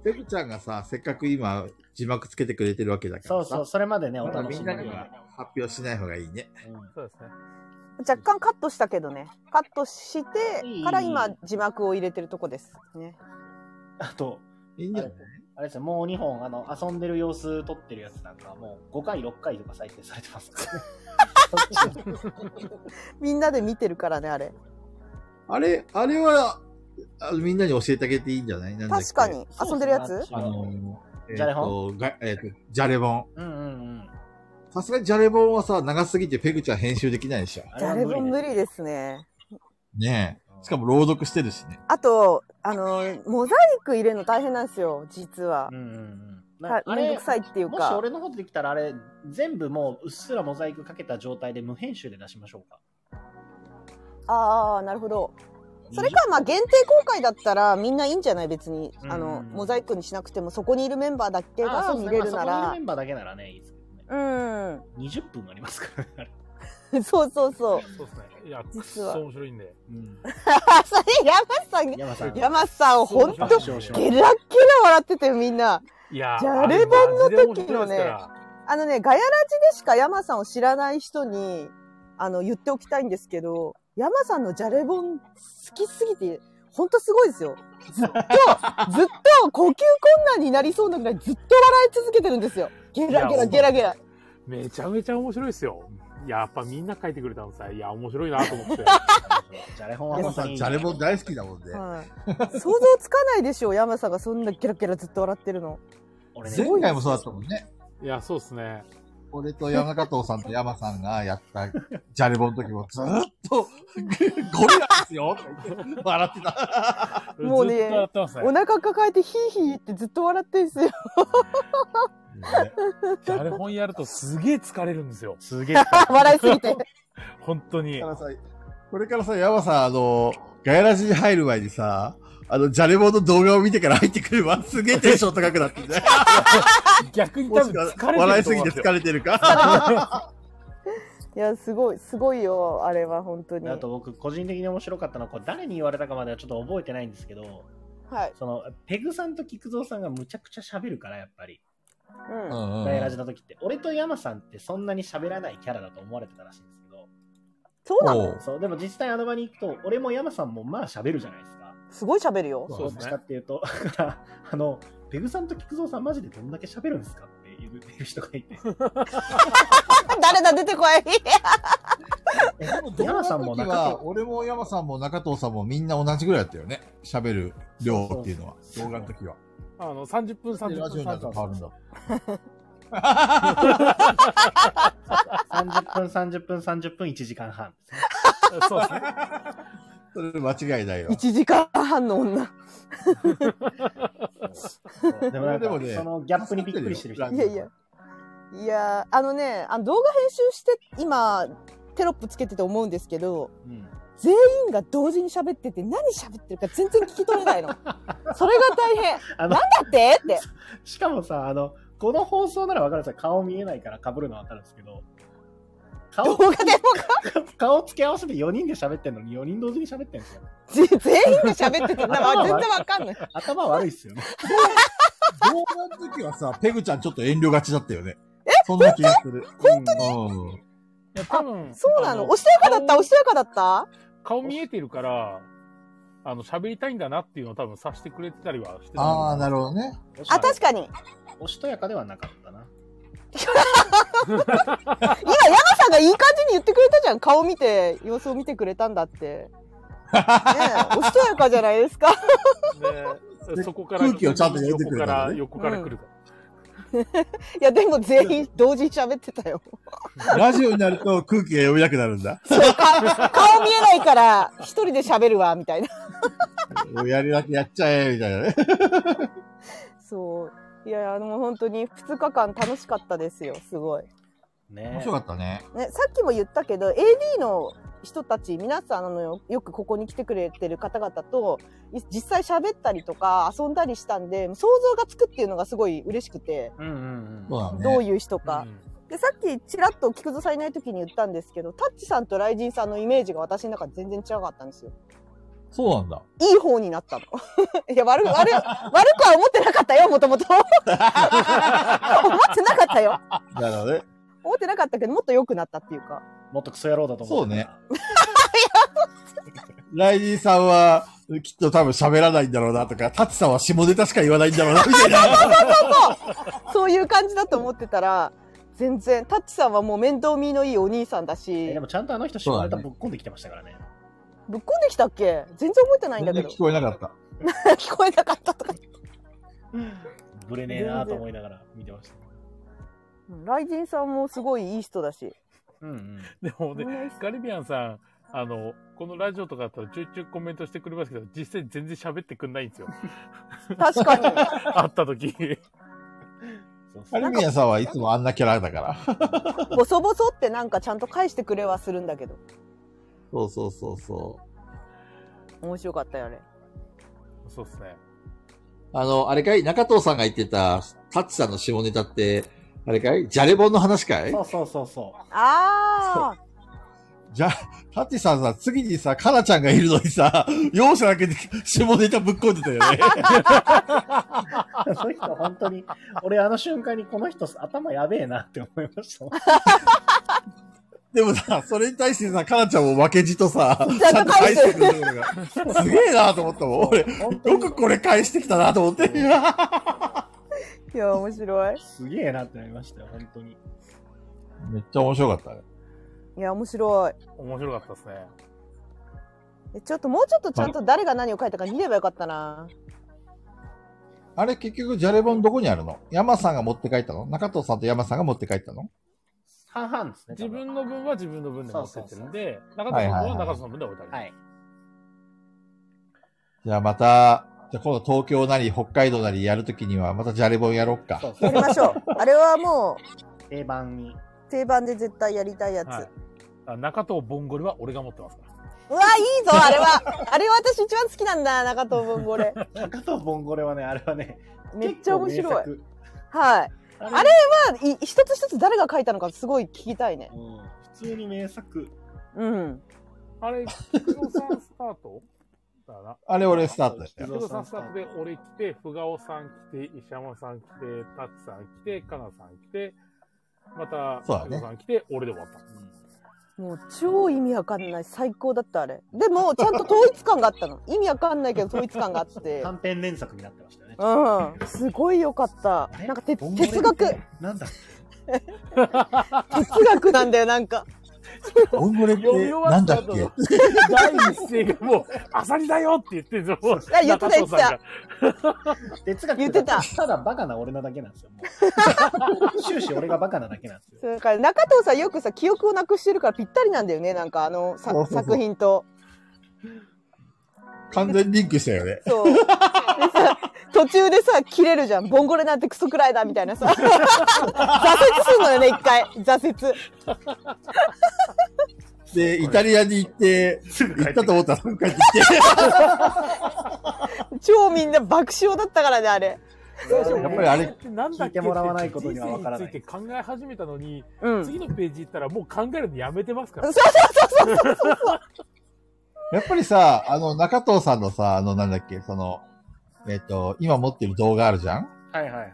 Speaker 4: ペグちゃんがさ、せっかく今字幕つけてくれてるわけだから
Speaker 1: そう
Speaker 4: さ
Speaker 1: そう、それまでね、お
Speaker 4: なんか
Speaker 1: 楽
Speaker 4: み
Speaker 1: し
Speaker 4: ん
Speaker 1: み
Speaker 4: な
Speaker 1: に。
Speaker 4: には発表しない方がいいね。
Speaker 1: うん
Speaker 2: そうですね。
Speaker 3: 若干カットしたけどね。カットしてから今
Speaker 1: いい
Speaker 3: 字幕を入れてるとこです。ね。
Speaker 1: あと、
Speaker 4: いいんじゃない
Speaker 1: あれですよ、もう2本、あの、遊んでる様子撮ってるやつなんかはもう5回、6回とか再生されてますからね。そっちの
Speaker 3: みんなで見てるからね、あれ。
Speaker 4: あれ、あれは、あみんなに教えてあげていいんじゃないなんだっけ
Speaker 3: 確かに。 [laughs] 遊んでるやつ
Speaker 1: そ
Speaker 4: あ
Speaker 1: うそう
Speaker 4: のー、えっと
Speaker 1: じゃれ
Speaker 4: がえっと、じゃれぼん。
Speaker 1: うんうんうん。
Speaker 4: さすがにじゃれぼんはさ、長すぎてペグちゃん編集できないでしょ。
Speaker 1: あれは
Speaker 3: 誰も無
Speaker 1: です
Speaker 3: 理ですね。
Speaker 4: ねえ。しかも朗読してるしね。
Speaker 3: あと、あの、モザイク入れるの大変なんですよ、実は
Speaker 1: う。んうんうん。な
Speaker 3: は
Speaker 1: あ
Speaker 3: めんど
Speaker 1: れ
Speaker 3: く、さいっていう
Speaker 1: もし
Speaker 3: か。
Speaker 1: 俺のことできたら、あれ、全部もううっすらモザイクかけた状態で無編集で出しましょうか。
Speaker 3: ああ、なるほど。それか、まあ、限定公開だったら、みんないいんじゃない別に。
Speaker 1: うん
Speaker 3: あの、モザイクにしなくても、そこにいるメンバーだけ
Speaker 1: あ
Speaker 3: が
Speaker 1: そうです
Speaker 3: 見
Speaker 1: ね
Speaker 3: れるな
Speaker 1: まあそこの
Speaker 3: ら
Speaker 1: メ。ンバーだけならね、いいですけどね。
Speaker 3: うん。
Speaker 1: 20分ありますからね、あれ。
Speaker 3: [laughs] そうそうそう。
Speaker 2: そうですね。いや、くっ
Speaker 3: 実は
Speaker 2: そ面白いんで。
Speaker 1: うん。
Speaker 3: あそれ、山さん、
Speaker 1: 山さん。
Speaker 3: 山さん、ほんと、
Speaker 1: 爆笑しまし
Speaker 3: ゲラッゲラ笑っててみんな。
Speaker 2: いや、
Speaker 3: じゃればんの時の
Speaker 2: マジ
Speaker 3: ね
Speaker 2: で面白いですから
Speaker 3: あのね、ガヤラジでしか山さんを知らない人に、あの、言っておきたいんですけど、山さんのジャレ本好きすぎて、ほんとすごいですよ。ずっと、ずっと呼吸困難になりそうなぐらいずっと笑い続けてるんですよ。ゲラゲラゲラゲラ。
Speaker 2: めちゃめちゃ面白いですよ。やっぱみんな書いてくれたのさ、いや、面白いなと
Speaker 3: [laughs]
Speaker 2: 思って。
Speaker 1: た。じゃれ本は
Speaker 4: ママ
Speaker 1: 本当
Speaker 4: さ
Speaker 1: に
Speaker 4: ん、じゃれぼん大好きだもんね。
Speaker 3: はい、想像つかないでしょ、山さんがそんなゲラゲラずっと笑ってるの。
Speaker 1: 俺ね、
Speaker 4: 前回もそうだったもんね。
Speaker 2: いや、そうですね。
Speaker 4: 俺と山加藤さんと山さんがやったじゃれぼんの時もずーっと、ゴリラですよとか言って笑ってた。
Speaker 3: もうね
Speaker 2: ずっとやってます
Speaker 3: お
Speaker 2: ね。
Speaker 3: 腹抱えてヒーヒーってずっと笑ってるんですよ。
Speaker 2: じゃれ本やるとすげえ疲れるんですよ。
Speaker 1: すげえ疲れた。
Speaker 3: [laughs] 笑いすぎて。
Speaker 2: 本当に。
Speaker 4: だからさ、これからさ、山さん、あの、ガヤラジに入る前にさ、あの、じゃれぼんの動画を見てから入ってくれば、すげえテンション高くなってんじゃない
Speaker 2: 逆に
Speaker 4: も
Speaker 2: 多分
Speaker 4: しく
Speaker 2: 疲
Speaker 4: は
Speaker 2: れてると思
Speaker 4: 笑いすぎて
Speaker 2: れ
Speaker 4: 疲れてるか。
Speaker 3: いや、すごい、すごいよ、あれは本当に。
Speaker 1: あと僕、個人的に面白かったのは、これ誰に言われたかまではちょっと覚えてないんですけど、
Speaker 3: はい。
Speaker 1: その、ペグさんと菊蔵さんがむちゃくちゃ喋るから、やっぱり。
Speaker 3: うん。
Speaker 1: ガヤラジの時って、俺と山さんってそんなに喋らないキャラだと思われてたらしいんですけど、
Speaker 3: そうなの
Speaker 4: おう
Speaker 1: そう、でも実際あの場に行くと、俺も山さんもまあ喋るじゃないですか。
Speaker 3: すごい喋るよ。
Speaker 2: そ
Speaker 1: ど
Speaker 2: う
Speaker 1: っ
Speaker 2: で
Speaker 1: ち
Speaker 2: す
Speaker 1: か
Speaker 2: ね。
Speaker 1: っていうと、 [laughs] だから、あの、ペグさんと菊蔵さんマジでどんだけ喋るんですかって言ってる人がいて、
Speaker 3: 誰だ出てこい
Speaker 1: 山さんも
Speaker 4: 中
Speaker 1: 中
Speaker 4: は
Speaker 1: 藤、
Speaker 4: 俺も山さんも中藤さんもみんな同じぐらいだったよね。喋る量っていうのは。動画の時は。
Speaker 2: あの、30分、30
Speaker 4: ラジオ
Speaker 2: 分、
Speaker 4: になると
Speaker 2: 30
Speaker 4: 変わ
Speaker 2: 分
Speaker 4: るんだ。
Speaker 1: 30分、30分、30分、1時間半。
Speaker 2: そうですね。
Speaker 4: それ間違いないよ。
Speaker 3: ?1 時間半の女。
Speaker 1: そうでもなん
Speaker 4: で
Speaker 1: か
Speaker 4: もね
Speaker 1: そのギャップにびっくりしてる人
Speaker 3: いやいや。いやー、あのね、あの動画編集して、今、テロップつけてて思うんですけど、
Speaker 1: うん
Speaker 3: 全員が同時に喋ってて、何喋ってるか全然聞き取れないの。それが大変。
Speaker 1: あ
Speaker 3: な
Speaker 1: の
Speaker 3: んだってって。
Speaker 1: しかもさ、あの、この放送ならわかるんですよ。顔見えないから被るのわかるんですけど、顔
Speaker 3: 動画でも [laughs]
Speaker 1: 顔付け合わせて4人で喋ってんのに4人同時に喋ってんですよ。
Speaker 3: ぜ全員で喋ってたなわ全然わかんない。
Speaker 1: 頭悪いっすよね。
Speaker 4: 動画の時はさ、ペグちゃんちょっと遠慮がちだったよね。そんな気がする。
Speaker 1: 本当
Speaker 4: うん。
Speaker 2: いや、多分。
Speaker 3: そうなの
Speaker 2: あ
Speaker 3: おしとやかだったおしとやかだった
Speaker 2: 顔見えてるから、あの、喋りたいんだなっていうのを多分察してくれてたりはしてた。
Speaker 4: ああ、なるほどね。
Speaker 3: あ、確かに。
Speaker 1: おしとやかではなかったな。
Speaker 3: 今、ヤマさんがいい感じに言ってくれたじゃん。顔見て、様子を見てくれたんだって。ねえ、おしとやかじゃないですか。
Speaker 2: で、
Speaker 4: で
Speaker 2: そこから、
Speaker 4: 空気をちゃんと入れてくれたからね
Speaker 2: 横から、横から来るか
Speaker 3: いや、でも全員同時に喋ってたよ。
Speaker 4: ラジオになると空気が読みたくなるんだ。
Speaker 3: 顔見えないから、一人で喋るわ、みたいな。
Speaker 4: やるだけやっちゃえ、みたいなね。
Speaker 3: そう。いや、あの、本当に2日間楽しかったですよ、すごい。
Speaker 1: ね
Speaker 4: 面白かったね。
Speaker 3: ね、さっきも言ったけど AD の人たち皆さんあのよよくここに来てくれてる方々とい実際喋ったりとか遊んだりしたんで想像がつくっていうのがすごい嬉しくて、
Speaker 1: うんうん
Speaker 4: そうだね。
Speaker 3: どういう人
Speaker 2: ら。
Speaker 3: か
Speaker 2: う、ん
Speaker 3: でさっきちらっと聞くされない時に言ったんですけどタッチさんとライジンさんのイメージが私の中で全然違かったんですよ
Speaker 4: そうなんだ。
Speaker 3: いい方になったの [laughs] いや悪く悪く悪くは思ってなかったよもとも [laughs] と思ってなかったよ
Speaker 4: なるほどね。
Speaker 3: 思ってなかったけどもっと良くなったっていうか
Speaker 1: うん。もっとクソ野郎だと思ってた。
Speaker 4: ライジンさんは、きっと多分喋らないんだろうなとか、タチさんは下ネタしか言わないんだろうな、みた
Speaker 3: [laughs]
Speaker 4: いな。
Speaker 3: そういう感じだと思ってたら、全然、タッチさんはもう面倒見のいいお兄さんだ
Speaker 1: え
Speaker 3: し
Speaker 1: で、もちゃんとあの人下ネタぶっこんできてましたからね。
Speaker 3: ぶっこんできたっけ全然覚えてないんだ
Speaker 4: 全
Speaker 3: け [laughs] ど
Speaker 4: 然聞。こえなかった。
Speaker 3: 聞こえなかったとか。
Speaker 1: ぶれねえなと思いながら見てました。
Speaker 3: ライジンさんもすごいいい人だし。
Speaker 1: うんうん。
Speaker 2: でもね、
Speaker 3: ね
Speaker 2: ガリビアンさん、あの、このラジオとかだったらちょいちょいコメントしてくれますけど、実際全然喋ってくんないんですよ。 [laughs]
Speaker 3: 確かに。
Speaker 2: 会った時。
Speaker 1: そうそ
Speaker 4: ア
Speaker 1: う
Speaker 4: ルミヤさんはいつもあんなキャラだから。
Speaker 3: ボソボソってなんかちゃんと返してくれはするんだけど。
Speaker 4: そうそうそうそう。
Speaker 3: 面白かったよね。
Speaker 2: そうですね。
Speaker 4: あの、あれかい中藤さんが言ってた、タッチさんの下ネタって、あれかいじゃれ本の話かい
Speaker 1: そうそうそうそう。
Speaker 3: [laughs] あー。
Speaker 4: じゃ、タッチさんさ、次にさ、カナちゃんがいるのにさ、 [laughs] 容赦だけで下ネタぶっこんでたよ
Speaker 2: [laughs]
Speaker 4: ね。
Speaker 1: その人本当に、俺あの瞬間にこの人頭やべえなって思いました。
Speaker 4: でもさ、それに対してさ、カナちゃんも負けじとさ、
Speaker 3: ちゃんと返して
Speaker 4: くるところが、すげえなと思ったもん。俺、
Speaker 1: 本当
Speaker 4: よ
Speaker 1: に
Speaker 4: くこれ返してきたなと
Speaker 2: [laughs]
Speaker 4: 思って。
Speaker 3: いや、面白い。
Speaker 1: すげえなってなりましたよ、本当に。
Speaker 4: めっちゃ面白かったね。
Speaker 3: いや、面白い。
Speaker 2: 面白かったですね。
Speaker 3: えちょっともうちょっとちゃんと誰が何を書いたか見ればよかったな。
Speaker 4: あれ結局、じゃれ本どこにあるの山さんが持って帰ったの中藤さんと山さんが持って帰ったの
Speaker 1: 半々ですね。多
Speaker 2: 自
Speaker 1: 分
Speaker 2: 分の分は自分の分で持ってってるんで、中田
Speaker 4: は
Speaker 2: さん
Speaker 4: い
Speaker 2: の分
Speaker 4: はいは
Speaker 2: はい中田さんの分で置いてある。
Speaker 1: はい。
Speaker 4: じゃあまた、じゃあ今度東京なり北海道なりやるときにはまたじゃれ本やろっか。
Speaker 1: そうそ
Speaker 3: や
Speaker 1: う
Speaker 3: り。ましょう。あれはも
Speaker 1: 定番に。
Speaker 3: う、定番で絶対やりたいやつ。
Speaker 2: はいあ中藤ボンゴリは俺が持ってますから。
Speaker 3: うわ、いいぞ、あれは。あれは私一番好きなんだ、中藤文これ。
Speaker 1: 中藤ボンゴレはね、あれはね、
Speaker 3: めっちゃ面
Speaker 1: 結構
Speaker 3: 白
Speaker 1: 名
Speaker 3: い。
Speaker 1: 作。
Speaker 3: はい。
Speaker 1: あ
Speaker 3: あれまあ、い一つ一つ誰が書いたのかすごい聞きたいね。
Speaker 1: うん普通に名作。
Speaker 3: うん。
Speaker 2: あ
Speaker 3: [laughs]
Speaker 2: れ、菊蔵さんスタートだな。
Speaker 4: あれ俺スタートだ
Speaker 1: 菊
Speaker 4: よ。
Speaker 2: 菊
Speaker 1: 蔵
Speaker 2: 蔵
Speaker 1: さ
Speaker 2: さ
Speaker 1: ん
Speaker 2: ん
Speaker 1: スタート
Speaker 2: スタートで、俺来て、ふがおさん来て、石山さん来て、タッツさん来て、かなさん来て、また、
Speaker 4: そう
Speaker 2: 菊
Speaker 4: だね
Speaker 2: 蔵さん来て、俺で終わった。
Speaker 3: もう超意味わかんない。最高だった、あれ。でも、ちゃんと統一感があったの。意味わかんないけど統一感が
Speaker 1: [laughs]
Speaker 3: あって。
Speaker 1: 短編連作になってましたよね。
Speaker 3: うん。すごい良かった
Speaker 1: あれ。
Speaker 3: なんかて
Speaker 1: ボンゴレ
Speaker 3: 哲学、哲。
Speaker 1: なんだっ
Speaker 3: 学なんだよ、なんか。
Speaker 4: ボンゴレって
Speaker 2: 読み終わ
Speaker 4: なん
Speaker 2: っ
Speaker 4: だ
Speaker 2: た
Speaker 4: っ
Speaker 2: 後
Speaker 4: け
Speaker 2: の第一声が
Speaker 3: [laughs]
Speaker 2: もう、アサリだよって言ってるぞ。もう
Speaker 3: いや言ってた
Speaker 2: 中藤さんが
Speaker 1: け哲学
Speaker 3: 言ってた
Speaker 1: ただバカな俺なだけなんですよ。も
Speaker 4: [laughs]
Speaker 1: う終始俺がバカなだけなんですよ。
Speaker 3: だから中藤さんよくさ、記憶をなくしてるからぴったりなんだよね、なんかあのさ
Speaker 4: そうそうそう
Speaker 3: 作品と。
Speaker 4: 完全にリンクしたよね。 [laughs]
Speaker 3: そう。でさ、途中でさ、切れるじゃん。ボンゴレなんてクソくらいだ、みたい
Speaker 4: [laughs]
Speaker 3: なさ。挫折すんのよね、一回。挫折。
Speaker 4: で、イタリアに行って、
Speaker 1: すぐ帰っ
Speaker 4: 行ってた
Speaker 1: くる
Speaker 4: と思ったらすぐ帰ってきて。
Speaker 3: 超みんな爆笑だったからね、あれ。そうそう
Speaker 4: やっぱりあれ
Speaker 2: ってなんだっけ
Speaker 1: 聞いてもらわないことには分からない
Speaker 2: 人生について考え始めたのに、
Speaker 3: うん。
Speaker 2: 次のページ行ったらもう考えるのやめてますか
Speaker 3: そ
Speaker 2: ら。
Speaker 3: うそう
Speaker 4: [laughs] やっぱりさ、あの、中藤さんのさ、あの、なんだっけ、その、えっ、と、今持ってる動画あるじゃん
Speaker 1: はいはいはい。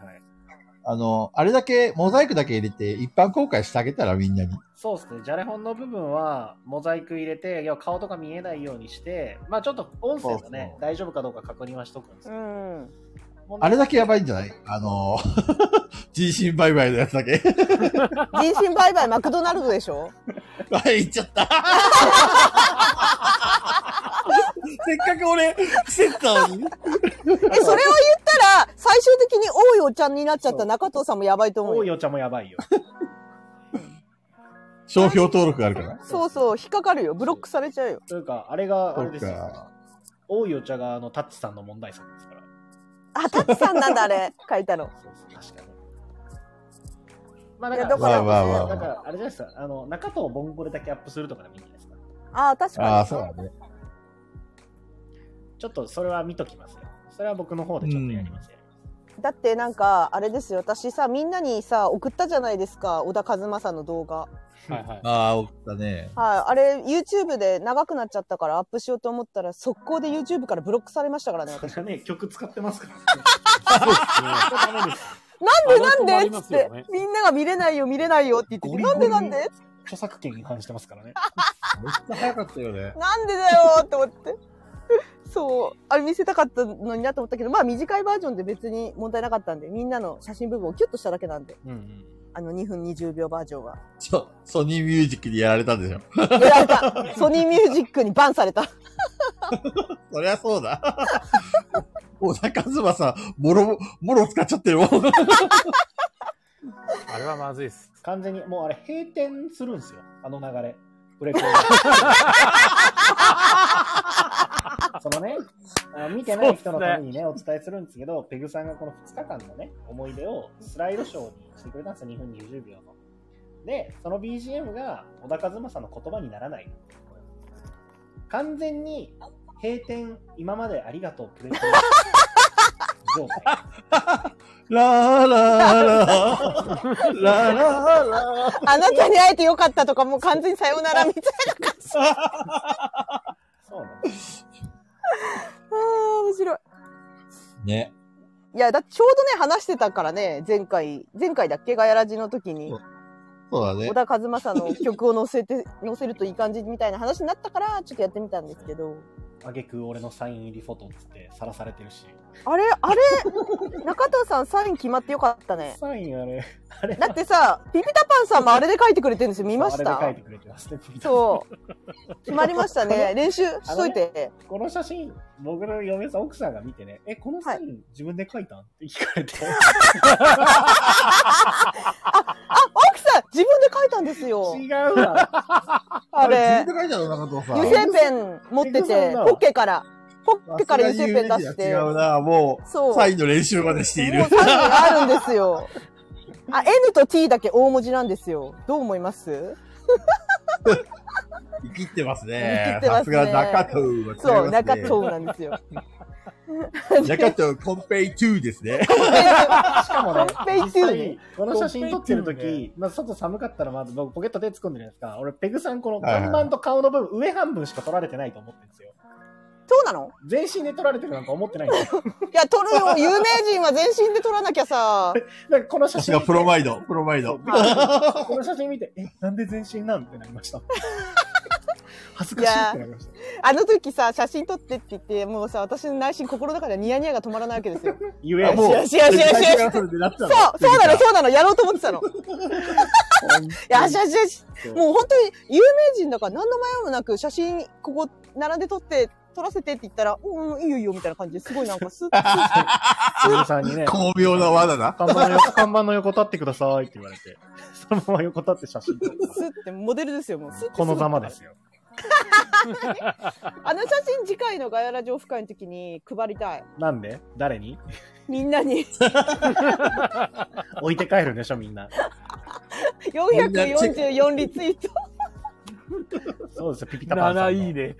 Speaker 4: あの、あれだけ、モザイクだけ入れて、一般公開してあげたらみんなに。
Speaker 1: そうですね、じゃれ本の部分はモザイク入れて、要は顔とか見えないようにして、まあちょっと音声が
Speaker 4: そう
Speaker 1: ね
Speaker 4: そ、う
Speaker 1: 大丈夫かどうか確認はしとくんです
Speaker 3: そ
Speaker 1: け
Speaker 3: う。
Speaker 1: ど
Speaker 3: うん。
Speaker 1: 問題
Speaker 4: あれだけやばいんじゃないあの、 [laughs] 人身売買のやつだけ。 [laughs]
Speaker 3: 人身売買マクドナルドでしょ
Speaker 4: あれ、言っちゃった。 [laughs] せっかく俺、伏せてたのに。
Speaker 3: え、それを言ったら、最終的に多いおっちゃんになっちゃった中藤さんもやばいと思
Speaker 1: 多
Speaker 3: う
Speaker 1: い
Speaker 3: よ。
Speaker 1: お茶もや
Speaker 4: [laughs]
Speaker 1: ばいよ。
Speaker 4: 商標登録があるから。
Speaker 3: そうそう、引っかかるよ。ブロックされちゃうよ。
Speaker 1: というか、あれが、あれです
Speaker 4: そう
Speaker 1: よ
Speaker 4: か。
Speaker 1: 多いお茶があのタッチさんの問題作ですから。
Speaker 3: あ、たっちさんなんだ、あれ。書いたの。
Speaker 1: そうそう、確かに。まあだ
Speaker 3: い
Speaker 1: か
Speaker 3: や、
Speaker 1: ら、
Speaker 3: だから、
Speaker 4: まあまあまあ
Speaker 1: だからあれじゃないですか、あの中藤ボンゴレだけアップするとかでもいいんじゃないですか。
Speaker 3: ああ、確
Speaker 4: あ
Speaker 3: か
Speaker 4: あ、そうだね。
Speaker 1: ちょっとそれは見ときますよ。それは僕の方でちょっとやりますよ。
Speaker 3: に。だってなんか、あれですよ。私さ、みんなにさ、送ったじゃないですか。小田和正の動画。
Speaker 2: はい [laughs] はい。
Speaker 4: ああ、送ったね。
Speaker 3: はい。あれ、YouTube で長くなっちゃったからアップしようと思ったら、速攻で YouTube からブロックされましたからね、
Speaker 1: そ
Speaker 4: [laughs]
Speaker 1: れ
Speaker 3: 私。
Speaker 1: はね、曲使ってますからね。
Speaker 2: ダメです
Speaker 3: なんで
Speaker 2: あ
Speaker 3: な
Speaker 2: れ
Speaker 3: んで
Speaker 2: 困り
Speaker 3: っ
Speaker 2: ま
Speaker 3: つっ
Speaker 2: すよね
Speaker 3: て、みんなが見れないよ、見れないよって言って
Speaker 1: ゴ
Speaker 4: [laughs]
Speaker 3: て、
Speaker 1: リゴ
Speaker 3: な
Speaker 1: リ
Speaker 3: んでなんで
Speaker 1: [laughs] 著作権違反してますからね。
Speaker 4: めっちゃ早かったよね。
Speaker 3: なんでだよーって思って。 [laughs] そう。あれ見せたかったのになと思ったけど、まあ短いバージョンで別に問題なかったんで、みんなの写真部分をキュッとしただけなんで、
Speaker 1: うんうん。
Speaker 3: あの2分20秒バージョンは。
Speaker 4: ちょ、ソニーミュージックにやられたんでしょ。
Speaker 3: やられ
Speaker 4: [laughs]
Speaker 3: たソニーミュージックにバンされた。
Speaker 4: そりゃそうだ。 [laughs] 小田和馬さん、もろ、もろ使っちゃってるもん。
Speaker 2: あれはまずいです。
Speaker 1: 完全に、もうあれ閉店するんですよ。あの流れ。ブ [laughs] レイクオーバーそのね、あ見てない人のためにね、お伝えするんですけど、ペグさんがこの2日間のね、思い出をスライドショーにしてくれたんですよ、2分20秒の。で、その BGM が小田和正の言葉にならない。完全に、閉店、今までありがとう、プレゼント。状態。 [laughs]
Speaker 4: ラーラーラー。ラーラーラー。
Speaker 3: [laughs] あなたに会えてよかったとか、もう完全にさよならみたいな。
Speaker 1: そうなんです。
Speaker 3: [laughs] ああ、面白い。
Speaker 4: ね。
Speaker 3: いや、だってちょうどね、話してたからね、前回、前回だっけガヤラジの時に。
Speaker 4: そうだね
Speaker 3: 小。田和正の曲を載せて、 [laughs] 載せるといい感じみたいな話になったから、ちょっとやってみたんですけど。
Speaker 1: あげく俺のサイン入りフォトっつってさらされてるし。
Speaker 3: あれ、 [laughs] あれ、中藤さんサイン決まってよかったね。
Speaker 1: サインあれ、あれ
Speaker 3: だってさ、ピピタパンさんもあれで書いてくれてるんですよ。見まし
Speaker 1: あれ
Speaker 3: た
Speaker 1: で書いてくれてますね。
Speaker 3: そう。決まりましたね。練習しといて。
Speaker 1: この写真、僕の嫁さん、奥さんが見てね、え、このサイン、自分で書いたんって聞かれて、
Speaker 3: あ、奥さん自分で書いたんです
Speaker 1: [laughs]
Speaker 3: よ。
Speaker 1: 違うわ。
Speaker 3: あれ
Speaker 4: 自。分で書いたの中藤さん。
Speaker 3: 油性ペン持ってて、ポッケから、ポッケから油性ペン出して
Speaker 4: 違。うな、も、
Speaker 3: そうう。
Speaker 4: サインの練習までしている
Speaker 3: もう。サインがあるんですよ。あ、N と T だけ大文字なんですよ。どう思います
Speaker 4: 生きってますね
Speaker 3: 生き。てま
Speaker 4: さ
Speaker 3: す
Speaker 4: す
Speaker 3: ね
Speaker 4: が中藤は違いますね。
Speaker 3: そう、中藤なんですよ。
Speaker 4: [laughs]
Speaker 3: [laughs]
Speaker 4: 中藤コンペイ2ですね。
Speaker 1: しかもね
Speaker 3: コンペイ、
Speaker 1: 実
Speaker 3: ツーね
Speaker 1: 際、この写真撮ってる
Speaker 2: コンペイツー
Speaker 1: 時まあ外寒かったらまず僕ポケット手突っ込んでるじゃないですか。俺、ペグさんこの
Speaker 4: はいはい
Speaker 1: 看板と顔の部分、上半分しか撮られてないと思ってるんですよ。
Speaker 3: そうなの
Speaker 1: 全身で撮られてるなんか思ってないんですよ。
Speaker 3: いや、撮るよ。有名人は全身で撮らなきゃさ。
Speaker 1: なんかこの写
Speaker 4: 私
Speaker 1: 真
Speaker 4: が、プロマイド、プロマイド。
Speaker 1: この写真見て、え、なんで全身なんってなりました。恥ずかしいってなりました。
Speaker 3: あの時さ、写真撮ってって言って、もうさ、私の内心心の中ではニヤニヤが止まらないわけですよ。
Speaker 1: ゆえ、
Speaker 4: あもう
Speaker 3: よしよしよしよし
Speaker 4: 最初からそれ狙ってた
Speaker 3: そ
Speaker 4: の
Speaker 3: う、そうなの、そうなの、やろうと思ってたの。よしよしよし。もう本当に有名人だから何の迷いもなく写真ここ並んで撮って、撮らせてって言ったら、うん、うんいいよいいよみたいな感じですごいなんかスッ、スッ
Speaker 1: ペグさんにね、
Speaker 4: 巧妙な
Speaker 3: [laughs]
Speaker 4: 罠だ。
Speaker 1: 看板の横看板の横立ってくださいって言われ [laughs] て、そのまま横立って写真撮っ
Speaker 3: スッってモデルですよ、もう。スッ
Speaker 1: た。
Speaker 3: て
Speaker 1: このざまですよ。
Speaker 3: あの写真次回のガヤラジオフ会の時に配りたい。
Speaker 1: なんで誰に
Speaker 3: みんなに。
Speaker 1: 置いて帰るんでしょ、みんな。
Speaker 3: 444リツイート。
Speaker 1: そうですよ、ピピタパンさ
Speaker 2: 7
Speaker 1: ん [laughs] の。
Speaker 2: いいね。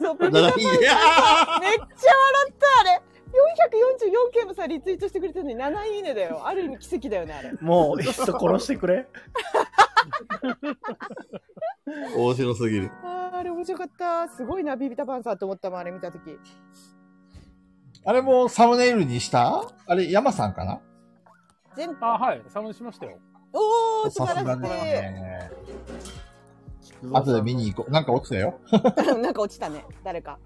Speaker 3: そう、
Speaker 4: い
Speaker 3: めっ
Speaker 4: や
Speaker 3: ちゃ笑った、あれ。444件も3さ、リツイートしてくれてるのに7いいねだよ。ある意味奇跡だよね、あれ。
Speaker 1: もう、いっそ殺してく [laughs] れ。
Speaker 4: 面白すぎる。
Speaker 3: あーあれ面白かった。すごいな、ビビタパンさんと思ったもん、あれ見たとき。
Speaker 4: あれもサムネイルにしたあれ、山さんかな
Speaker 3: 全部。
Speaker 2: あ、はい。サムネしましたよ。
Speaker 3: おー、素晴らしい。
Speaker 4: ね。後で見に行こう。なんか落ちたよ。
Speaker 3: [laughs] なんか落ちたね、誰か。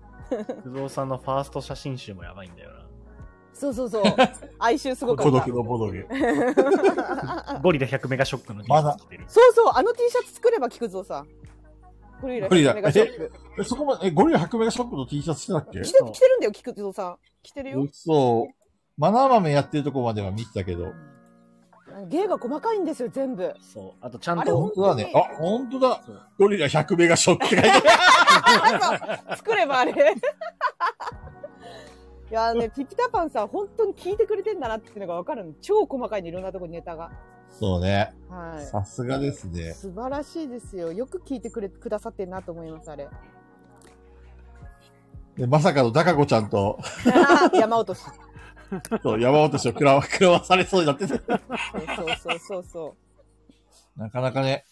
Speaker 1: 不動さんのファースト写真集もやばいんだよ
Speaker 3: そうそう
Speaker 4: [laughs]
Speaker 3: そう。哀愁すごか
Speaker 4: 孤
Speaker 3: った
Speaker 4: 独。のボドゲ。
Speaker 1: な。ゴリラ100メガショックの T シ
Speaker 4: まだ
Speaker 1: ャツ着てる。
Speaker 3: そうそう、あの T シャツ作れば菊蔵さん。ゴリラ
Speaker 4: ゴリラ
Speaker 3: メガショップ。
Speaker 4: え、そこまで、え、ゴリラ100メガショップの T シャツしてたっけ
Speaker 3: 着て着てるんだよ、菊蔵さん。着てるよ。
Speaker 4: そう。マナー豆やってるとこまでは見てたけど。
Speaker 3: 芸が細かいんですよ、全
Speaker 4: [laughs]
Speaker 3: 部。
Speaker 1: そう。あと、ちゃん
Speaker 3: あれ
Speaker 1: と
Speaker 4: 本当だね。
Speaker 3: 本当
Speaker 4: あ、本当だ。ゴリラ100メガショップって書いてある。
Speaker 3: そう作ればあれ。 [laughs] いやね、ピピタパンさん、本当に聞いてくれてんだなっていうのが分かるの。超細かいね、いろんなとこにネタが。
Speaker 4: [laughs] そうね。
Speaker 3: は
Speaker 4: さすがです
Speaker 3: い。
Speaker 4: ね。
Speaker 3: 素晴らしいですよ。よく聞いてくれ、くださってんなと思います、あ
Speaker 4: [laughs]
Speaker 3: れ。
Speaker 4: でまさかのダカ子ちゃんと、
Speaker 3: 山落とし。
Speaker 4: そう山落としを食らわ、食らわされそうになってて。
Speaker 3: そうそうそうそ
Speaker 4: なかなかね、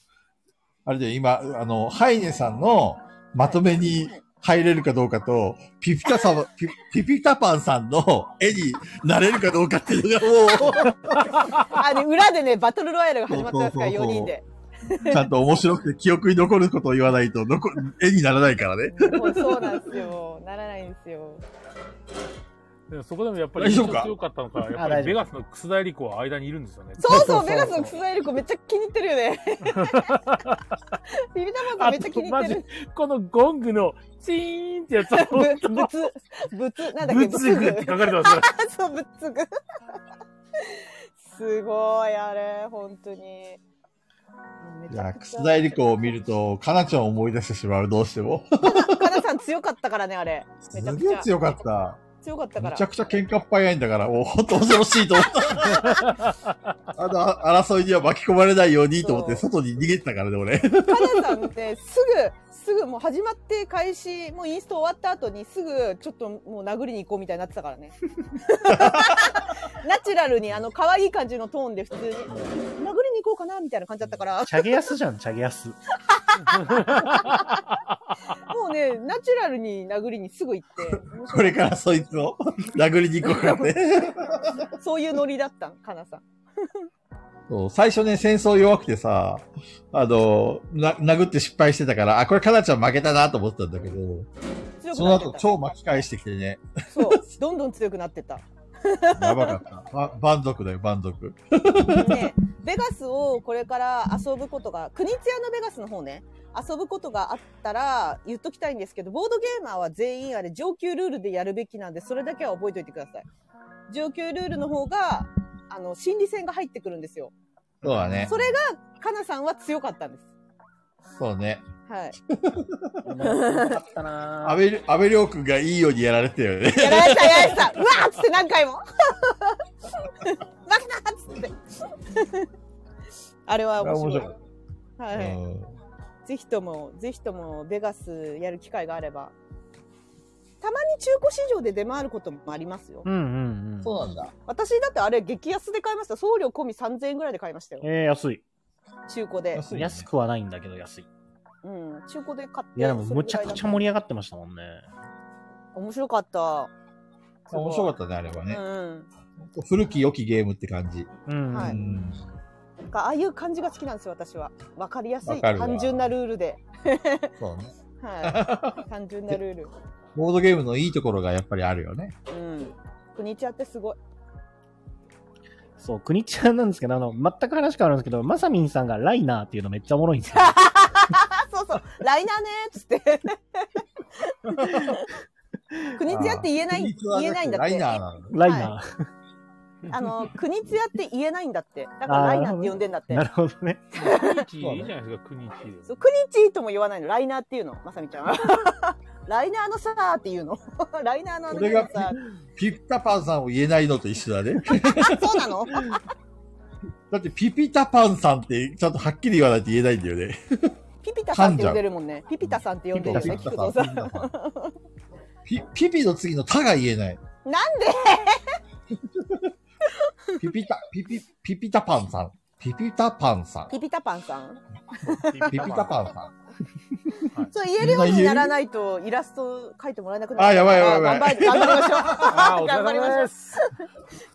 Speaker 4: あれで今、あの、ハイネさんのまとめに入れるかどうかと、ピピタさん、ピピピタパンさんの絵になれるかどうかっていうのがも
Speaker 3: う。あ、ね、裏でね、バトルロイヤルが始まってますから、
Speaker 4: そうそうそ
Speaker 3: 4
Speaker 4: うそう
Speaker 3: 人
Speaker 4: [laughs]
Speaker 3: で。 [laughs]
Speaker 4: う、ちゃんと面白くて記憶に残ることを言わないと、残絵にならないからね。
Speaker 3: もうそうなんですよ。ならないんですよ。
Speaker 2: でもそこでもやっぱり
Speaker 4: 大丈
Speaker 2: 印象
Speaker 4: 夫か
Speaker 2: 強かったのか、や
Speaker 1: あ
Speaker 2: っぱ
Speaker 1: 大丈
Speaker 2: り
Speaker 1: 夫
Speaker 2: ベガスの楠田エリ子は間にいるんですよね。
Speaker 3: そう
Speaker 4: そ
Speaker 3: そ
Speaker 4: うそう
Speaker 3: う、ベガスのクスダエリコめっちゃ気に入ってるよ
Speaker 4: [laughs]
Speaker 3: ね。ビビタパンさんめっちゃ気に入ってる。
Speaker 2: このゴングのチーンってや
Speaker 3: [laughs]
Speaker 2: つは
Speaker 3: ぶ
Speaker 2: 本当、
Speaker 3: ぶつ、ぶつ、なんだっけ、
Speaker 2: ぶつぐって書かれてますね。
Speaker 3: あそう、ぶつぐ。すごい、あれ、本当に。もうめ
Speaker 4: い
Speaker 3: ち
Speaker 4: や、
Speaker 3: ゃ
Speaker 4: く
Speaker 3: く
Speaker 4: す
Speaker 3: ち
Speaker 4: だ
Speaker 3: ゃ。
Speaker 4: いりこを見ると、かなちゃんを思い出してしまう、どうしても。
Speaker 3: かなさん強かったからね、あれ。
Speaker 4: す
Speaker 3: めちゃく
Speaker 4: げえ
Speaker 3: ちゃ。
Speaker 4: 強かった。
Speaker 3: 強かったか
Speaker 4: め
Speaker 3: ら
Speaker 4: ちゃ。くちゃ喧嘩っ早いんだから、もうほんと恐ろしいと思
Speaker 3: [laughs]
Speaker 4: った。あの、争いには巻き込まれないようにと思って、
Speaker 3: そう
Speaker 4: 外に逃げてたからね、俺。
Speaker 3: かなさんって、すぐ、すぐもう始まって開始、もうインスト終わった後に、すぐ、ちょっともう殴りに行こうみたいになってたからね。ナチュラルに、あの、可愛い感じのトーンで普通に、殴りに行こうかな、みたいな感じだったから。
Speaker 1: チャゲヤスじゃん、チャゲヤス。
Speaker 3: もうね、ナチュラルに殴りにすぐ行って、面
Speaker 4: こ
Speaker 3: 白
Speaker 4: れからそいつを [laughs] 殴りに行こうからね。
Speaker 3: いそういうノリだったん、かなさん。
Speaker 4: そう最初ね、戦争弱くてさ、あの、な、殴って失敗してたから、あ、これかなちゃん負けたなと思ってたんだけど、
Speaker 3: 強く
Speaker 4: その
Speaker 3: なって
Speaker 4: 後
Speaker 3: た。
Speaker 4: 超巻き返してきてね、
Speaker 3: そう、どんどん強くなってた。
Speaker 4: やばかった。 [laughs] ば、蛮族だよ、蛮族。
Speaker 3: ね、ベガスをこれから遊ぶことが、国津屋のベガスの方ね、遊ぶことがあったら言っときたいんですけど、ボードゲーマーは全員あれ上級ルールでやるべきなんで、それだけは覚えておいてください。上級ルールの方が、あの、心理戦が入ってくるんですよ。
Speaker 4: そうだね
Speaker 3: そ。れが、かなさんは強かったんです。
Speaker 4: そうね。
Speaker 3: [laughs] はい。
Speaker 1: お前強かったなぁ
Speaker 4: 安倍、安倍亮君がいいようにやられてたよね。
Speaker 3: やられたやられたうわーっつって何回 [laughs] も負けたっつって [laughs] あれは面白い
Speaker 4: あれ面
Speaker 3: は
Speaker 4: う
Speaker 3: い、
Speaker 4: ん
Speaker 3: ぜひともぜひともベガスやる機会があればたまに中古市場で出回ることもありますよ
Speaker 1: うんうんうん。
Speaker 4: そうなんだ。
Speaker 3: 私だってあれ激安で買いました送料込み3000円ぐらいで買いましたよ
Speaker 1: えー、安い。
Speaker 3: 中古で、
Speaker 4: 安いね
Speaker 1: 安くはないんだけど安い。
Speaker 3: うん、中古で買って
Speaker 1: いや、でもむちゃくちゃ盛
Speaker 3: り
Speaker 1: り上がってましたもんね。
Speaker 3: 面白かった
Speaker 4: 面白
Speaker 3: っ
Speaker 4: かったね、あれはね。
Speaker 3: うん
Speaker 4: 古き良きゲームって感じ。
Speaker 1: うん。
Speaker 3: はい
Speaker 4: うん
Speaker 3: なんかああいう感じが好きなんですよ私はわかりやす
Speaker 4: わ
Speaker 3: い
Speaker 4: かるわ
Speaker 3: 単純なルールで
Speaker 4: そうね。
Speaker 3: は
Speaker 1: [laughs]
Speaker 3: い、単純なルール。
Speaker 4: ボードゲームのいいところがやっぱりあるよね。
Speaker 1: [laughs]
Speaker 3: うん。国ちゃってすごい。
Speaker 1: そう、国ちゃんなんですけど、あの、全く話変わるんですけど、まさみんさんがライナーっていうのめっちゃおもろいんです
Speaker 3: [laughs]
Speaker 1: よ。
Speaker 3: あ、そうそう、ライナーねーっつって。
Speaker 4: [laughs]
Speaker 3: 国津屋って言えない、言えないんだっ
Speaker 4: ライ
Speaker 3: て。
Speaker 4: ナーなのね。
Speaker 1: ライナ
Speaker 3: あの、
Speaker 4: [laughs]
Speaker 3: 国津屋って言えないんだって。だから
Speaker 1: あー
Speaker 3: ライナーって呼んでんだっ
Speaker 1: ー。
Speaker 3: て
Speaker 1: な。るほどね。
Speaker 2: 国一いいじゃないですか、国一。
Speaker 3: そう国津とも言わないの。ライナーっていうの、まさみちゃんは。
Speaker 4: [laughs]
Speaker 3: ライナーのさーっていうの。 [laughs] ライナーのあの
Speaker 4: それが
Speaker 3: さー
Speaker 4: ピッタパンさんを言えないのと一緒だね。
Speaker 3: あ、そうな
Speaker 4: [laughs]
Speaker 3: の
Speaker 4: だってピピタパンさんってちゃんとはっきり言わないと言えないんだよね。
Speaker 3: ピピタさんって呼んでるもんね。ピピタさんって呼んでるよね、
Speaker 4: ピ
Speaker 3: 菊
Speaker 4: ピタ
Speaker 3: 蔵
Speaker 4: さ
Speaker 3: さ
Speaker 4: ん
Speaker 3: ん。
Speaker 4: ピピピの次のタが言えない。
Speaker 3: なんで
Speaker 4: ピピタ、ピピ、ピピタパンさん。ピピタパンさん。
Speaker 3: ピピタパンさん。
Speaker 4: ピピタパンさん。
Speaker 3: そう、言えるようにならないと、イラスト描いてもらえなくなる。
Speaker 4: あやばいやばいやば
Speaker 3: 頑張り頑張り
Speaker 4: [laughs]
Speaker 3: ましょ
Speaker 2: あー
Speaker 3: う。
Speaker 2: お
Speaker 3: 頑
Speaker 2: 疲
Speaker 3: 張り
Speaker 2: れ
Speaker 3: ま
Speaker 2: 様
Speaker 3: しょ
Speaker 2: で
Speaker 3: う。
Speaker 2: す。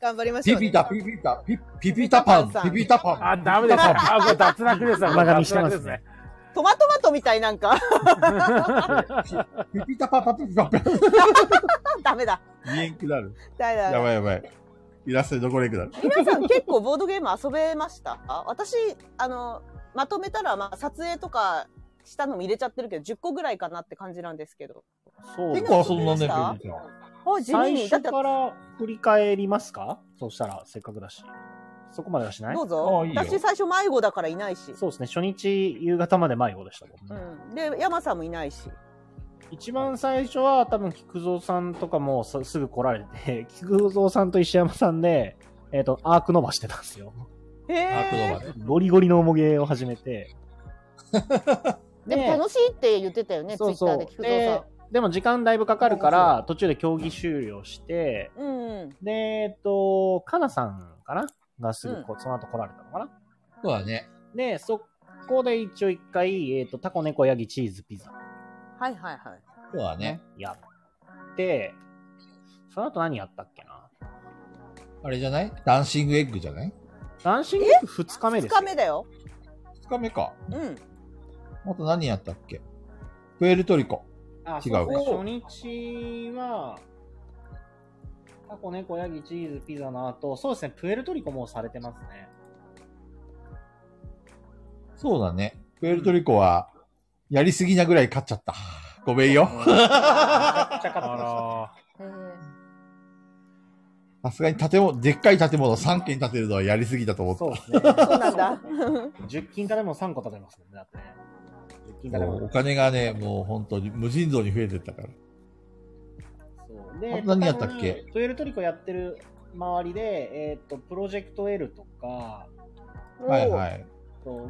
Speaker 3: 頑張りまし
Speaker 4: ピ
Speaker 3: ょう。
Speaker 4: ピタ、ピピタ、ピ、ピピタパン、ピピタパン。
Speaker 2: あ、ダメですね。あ、これ脱落ですね。
Speaker 1: バカにしてますね
Speaker 2: 脱落で
Speaker 3: トマトマトみたいなんか。 [laughs]
Speaker 4: ピピタパパピピパパ。
Speaker 3: ダメだ。
Speaker 4: 見えんくなる。
Speaker 3: だめだ。
Speaker 4: やばいやばい。イラストでどこでくなる。
Speaker 3: 皆さん結構ボードゲーム遊べましたあ私、あの、まとめたら、まあ、撮影とかしたのも入れちゃってるけど、10個ぐらいかなって感じなんですけど。
Speaker 1: そう
Speaker 4: 結
Speaker 1: か
Speaker 4: 構遊んだね、
Speaker 3: あ
Speaker 4: ピピちゃん。
Speaker 3: あ、地味
Speaker 1: 最
Speaker 3: に。だっ
Speaker 1: 初
Speaker 3: て、
Speaker 1: から振り返りますかそうしたら、せっかくだし。そこまではしない
Speaker 3: どう
Speaker 4: あ
Speaker 3: ぞ
Speaker 4: い。いよ
Speaker 3: 私最初迷子だからいないし。
Speaker 1: そうですね、初日夕方まで迷子でしたもんね。
Speaker 3: うん。で、山さんもいないし。
Speaker 1: 一番最初は多分菊蔵さんとかもさすぐ来られて、 [laughs] 菊蔵さんと石山さんで、えっ、と、アーク伸ばしてたんですよ。
Speaker 3: へ
Speaker 4: アークド
Speaker 3: え
Speaker 4: バ。で。
Speaker 1: ゴリゴリの重げを始め
Speaker 3: [laughs]
Speaker 1: て。
Speaker 3: でも楽しいって言ってたよね、ツイ
Speaker 1: そうそ
Speaker 3: ッターで
Speaker 1: う
Speaker 3: 菊。蔵さ
Speaker 1: で
Speaker 3: ん。、
Speaker 1: でも時間だいぶかかるから、途中で競技終了して、
Speaker 3: うんうん。
Speaker 1: で、えっ、と、かなさんかながすぐこう、その後来られたのかな
Speaker 4: そうだね。
Speaker 1: で、そこで一応一回、えっ、と、タコ、猫、ヤギ、チーズ、ピザ。
Speaker 3: はいはいはい。
Speaker 4: そうだね。
Speaker 1: やって、その後何やったっけな
Speaker 4: あれじゃないダンシングエッグじゃない
Speaker 1: ダンシング2日目
Speaker 3: 2
Speaker 1: です
Speaker 3: 日
Speaker 1: よ。
Speaker 3: 目だよ。
Speaker 4: 二日目か。
Speaker 3: うん。
Speaker 4: あと何やったっけプエルトリコ。
Speaker 1: あ
Speaker 4: 違うか
Speaker 1: そう初日は、タコ、猫、ヤギ、チーズ、ピザの後、そうですね、プエルトリコもうされてますね。
Speaker 4: そうだね。プエルトリコは、やりすぎなぐらい勝っちゃった。ごめんよ。
Speaker 1: めっちゃ勝ってました
Speaker 2: あ
Speaker 3: へー
Speaker 4: さすがに建物、でっかい建物3軒建てるのはやりすぎだと思った
Speaker 1: そうですね。
Speaker 4: [laughs]
Speaker 3: そうなんだ。
Speaker 1: 10金からも3個立てますもんね、だってね。10金から
Speaker 4: もうお
Speaker 1: も。
Speaker 4: 金がね、もう本当に無尽蔵に増えてったから。
Speaker 1: そう
Speaker 4: あと何やったっけ
Speaker 1: 他にプエルトリコやってる周りで、えっ、と、プロジェクト L とか、
Speaker 4: はいはい。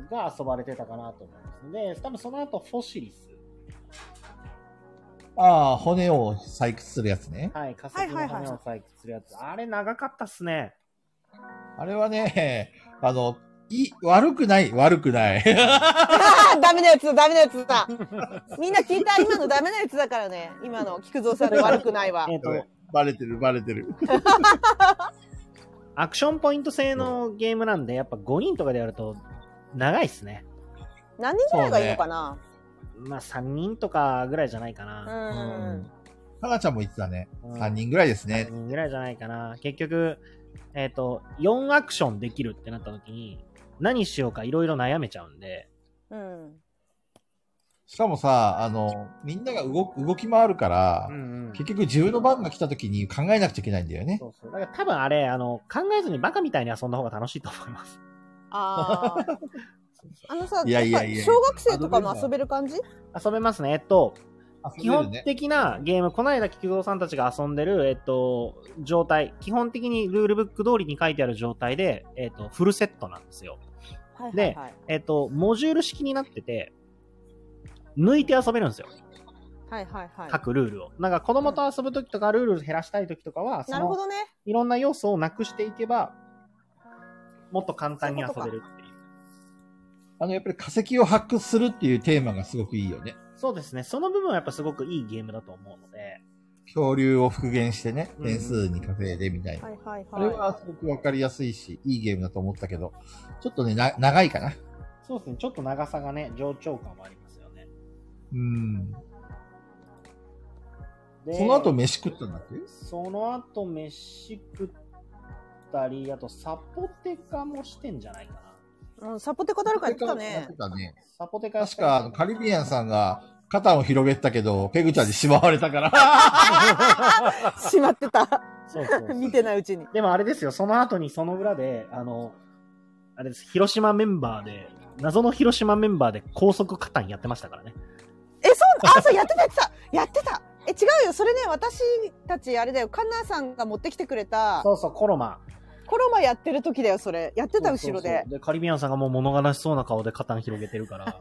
Speaker 1: が遊ばれてたかなと思いますので、多分その後フォシリス、
Speaker 4: ああ、骨を採掘するやつね。
Speaker 1: はい、化石の骨を採掘するやつ、あれ長かったっすね。
Speaker 4: あれはね、あの、いい、悪くない、悪くない。 [laughs]
Speaker 3: あー [laughs] ダメなやつだ、ダメなやつだ。みんな聞いた今のダメなやつだからね。今の菊蔵さんの悪くないわ
Speaker 1: え。っ、と、
Speaker 4: バレてる、バレてる。
Speaker 1: アクションポイント制のゲームなんで、やっぱ5人とかでやると長いっすね。
Speaker 3: 何人ぐらいがいいのかな
Speaker 1: まあ3人とかぐらいじゃないか
Speaker 3: う,、
Speaker 1: な。
Speaker 4: うん。かなちゃんも言ってたね。
Speaker 1: うん
Speaker 4: 3人ぐらいです
Speaker 1: 3
Speaker 4: ね。
Speaker 1: 人ぐらいじゃないかな。結局、えっ、と、4アクションできるってなった時に、何しようかいろいろ悩めちゃうんで、
Speaker 3: ん。うん。
Speaker 4: しかもさ、あの、みんなが動く、動き回るから、
Speaker 1: ん
Speaker 4: 結局自分の番が来た時に考えなくちゃいけないんだよね。
Speaker 1: そうそう。だから多分あれ、あの、考えずにバカみたいに遊んだ方が楽しいと思います。 [laughs]
Speaker 3: ああ。あのさ、
Speaker 4: いやいやい
Speaker 3: なん
Speaker 4: や
Speaker 3: か小学生とかも遊べる感じ
Speaker 1: 遊べますね。えっと、基
Speaker 4: 遊べる
Speaker 1: 本
Speaker 4: ね。
Speaker 1: 的なゲーム、この間、菊蔵さんたちが遊んでる、えっと、状態、基本的にルールブック通りに書いてある状態で、えっと、フルセットなんですよ。
Speaker 3: はいはい
Speaker 1: で
Speaker 3: はい。
Speaker 1: えっと、モジュール式になってて、抜いて遊べるんですよ。
Speaker 3: はいはいはい。
Speaker 1: 各ルールを。なんか、子供と遊ぶときとか、ルール減らしたいときとかは、そ
Speaker 3: なるほ
Speaker 1: の、
Speaker 3: どね。
Speaker 1: いろんな要素をなくしていけば、もっと簡単に遊べるっていう。
Speaker 4: あの、やっぱり化石を発掘するっていうテーマがすごくいいよね。
Speaker 1: そうですね。その部分はやっぱすごくいいゲームだと思うので、
Speaker 4: 恐竜を復元してね、
Speaker 1: うん
Speaker 4: 点数に稼いでみたいな。
Speaker 3: はいはい
Speaker 4: あれ
Speaker 3: は
Speaker 4: はすごくわかりやすいし、いいゲームだと思ったけど、ちょっとね、な長いかな。
Speaker 1: そうですね。ちょっと長さがね、冗長感もありますよね。
Speaker 4: うん。
Speaker 1: で
Speaker 4: その後飯食ったんだっけ
Speaker 1: その後飯食ったり、あとサポテカもしてんじゃないかな。
Speaker 3: い。うん、サポテカ誰かやってた
Speaker 4: やっ
Speaker 3: ね
Speaker 4: て。たね。
Speaker 1: サポテカやっ
Speaker 4: 確
Speaker 1: たりと
Speaker 4: か、あのカリビアンさんが肩を広げてたけど、ペグちゃんにしまわれ
Speaker 1: [laughs]
Speaker 4: たから。
Speaker 3: しまってた。
Speaker 1: そう
Speaker 3: [laughs]
Speaker 1: そう
Speaker 3: 見てないうちに。
Speaker 1: でもあれですよ、その後にその裏で、あの、あれです、広島メンバーで、謎の広島メンバーで高速カタンやってましたからね。
Speaker 3: え、そう、あ、そう、やってた、やってた、やってた。え、違うよ、それね、私たち、あれだよ、カンナさんが持ってきてくれた。
Speaker 1: そうそう、コロマ。
Speaker 3: コロマやってる時だよ、それ、やってた後ろ
Speaker 1: そうそう
Speaker 3: で
Speaker 1: そう。で、カリビアンさんがもう物悲しそうな顔でカタン [laughs] 広げてるから。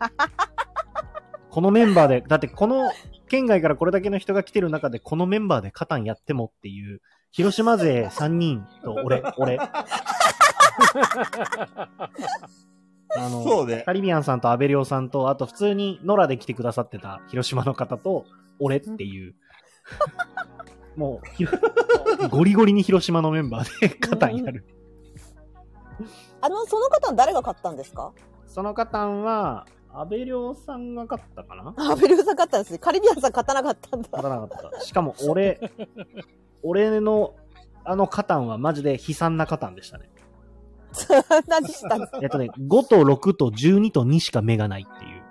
Speaker 1: このメンバーで、だってこの県外からこれだけの人が来てる中で、このメンバーでカタンやってもっていう、広島勢3人と俺、俺、 [laughs] あの、
Speaker 4: そうね。
Speaker 1: カリビアンさんとアベリオさんと、あと普通にノラで来てくださってた広島の方と、俺って [laughs] いう。もうひろ、ゴリゴリに広島のメンバーで肩になる。
Speaker 3: あの、その方は誰が買ったんですか
Speaker 1: その方は、アベリオさんが勝ったかな
Speaker 3: あ、ベルーさん買ったんですね。カリビアンさん勝たなかったんだ。
Speaker 1: 勝たなかった。しかも俺、俺の、あのカタンはマジで悲惨なカタンでしたね。
Speaker 3: [laughs] 何したんですか
Speaker 1: [laughs] えっとね、5と6と12と2しか目がないっていう。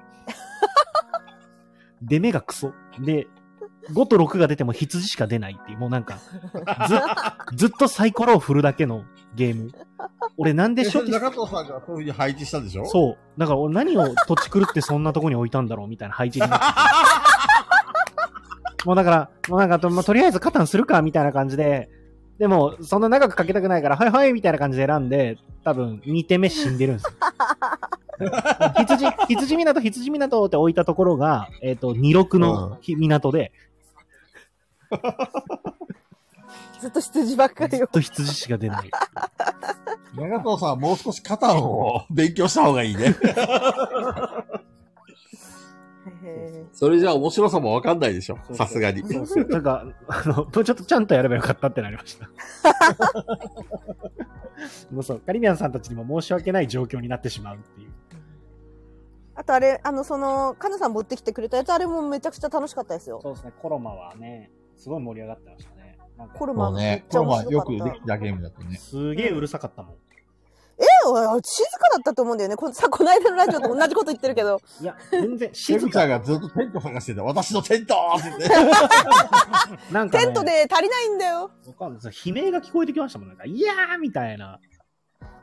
Speaker 1: 出目がクソ。で、5と6が出ても羊しか出ないっていう、もうなんか、ず、ずっとサイコロを振るだけのゲーム。俺なんで
Speaker 4: で、
Speaker 1: 初手、
Speaker 4: 中藤さんがそういうふうに配置したんでしょ
Speaker 1: そう。だから俺何を土地狂ってそんなとこに置いたんだろうみたいな配置になって
Speaker 4: [laughs]
Speaker 1: もうだから、もうなんかと、まあとりあえずカタンするかみたいな感じで、でも、そんな長くかけたくないから、はいはいみたいな感じで選んで、多分、2手目死んでるんですよ。
Speaker 4: [laughs]
Speaker 1: 羊、羊港、羊港って置いたところが、えっ、と、26のひ港
Speaker 4: [laughs]
Speaker 1: で、
Speaker 3: ずっと羊ばっかり
Speaker 1: ずっ
Speaker 3: を。
Speaker 1: と羊しか出ない。
Speaker 4: 中藤さんはもう少し肩を勉強した方がいいね。
Speaker 3: へ
Speaker 4: それじゃあ面白さもわかんないでしょ。さすがに。
Speaker 1: そうそうなんか、あの、ちょっとちゃんとやればよかったってなりま
Speaker 3: [laughs]
Speaker 1: した。もうそう、カリビアンさんたちにも申し訳ない状況になってしまうっていう。
Speaker 3: あとあれ、あの、その、カナさん持ってきてくれたやつ、あれもめちゃくちゃ楽しかったですよ。
Speaker 1: そうですね、コロマはね、すごい盛り上がってましたね。なんか
Speaker 3: コル
Speaker 4: も
Speaker 3: マ
Speaker 4: う
Speaker 3: めっ
Speaker 4: ね、
Speaker 3: ちゃ
Speaker 4: これ
Speaker 3: 面
Speaker 4: は
Speaker 3: 白
Speaker 4: よ
Speaker 3: か
Speaker 4: く
Speaker 3: った。
Speaker 4: できたゲームだったね。
Speaker 1: すげえうるさかったもん。
Speaker 3: えおい静かだったと思うんだよね。こんさ、この間のラジオ
Speaker 4: [laughs]
Speaker 3: と同じこと言ってるけど。
Speaker 1: いや、全然、
Speaker 4: シェ
Speaker 1: 静
Speaker 4: フちゃ
Speaker 1: か。
Speaker 4: んがずっとテント探してた。私のテントって
Speaker 1: [laughs]
Speaker 4: 言って。
Speaker 1: なんか、ね、
Speaker 3: テントで足りないんだよ。
Speaker 1: わかんないです悲鳴が聞こえてきましたもん。なんか、いやーみたいな。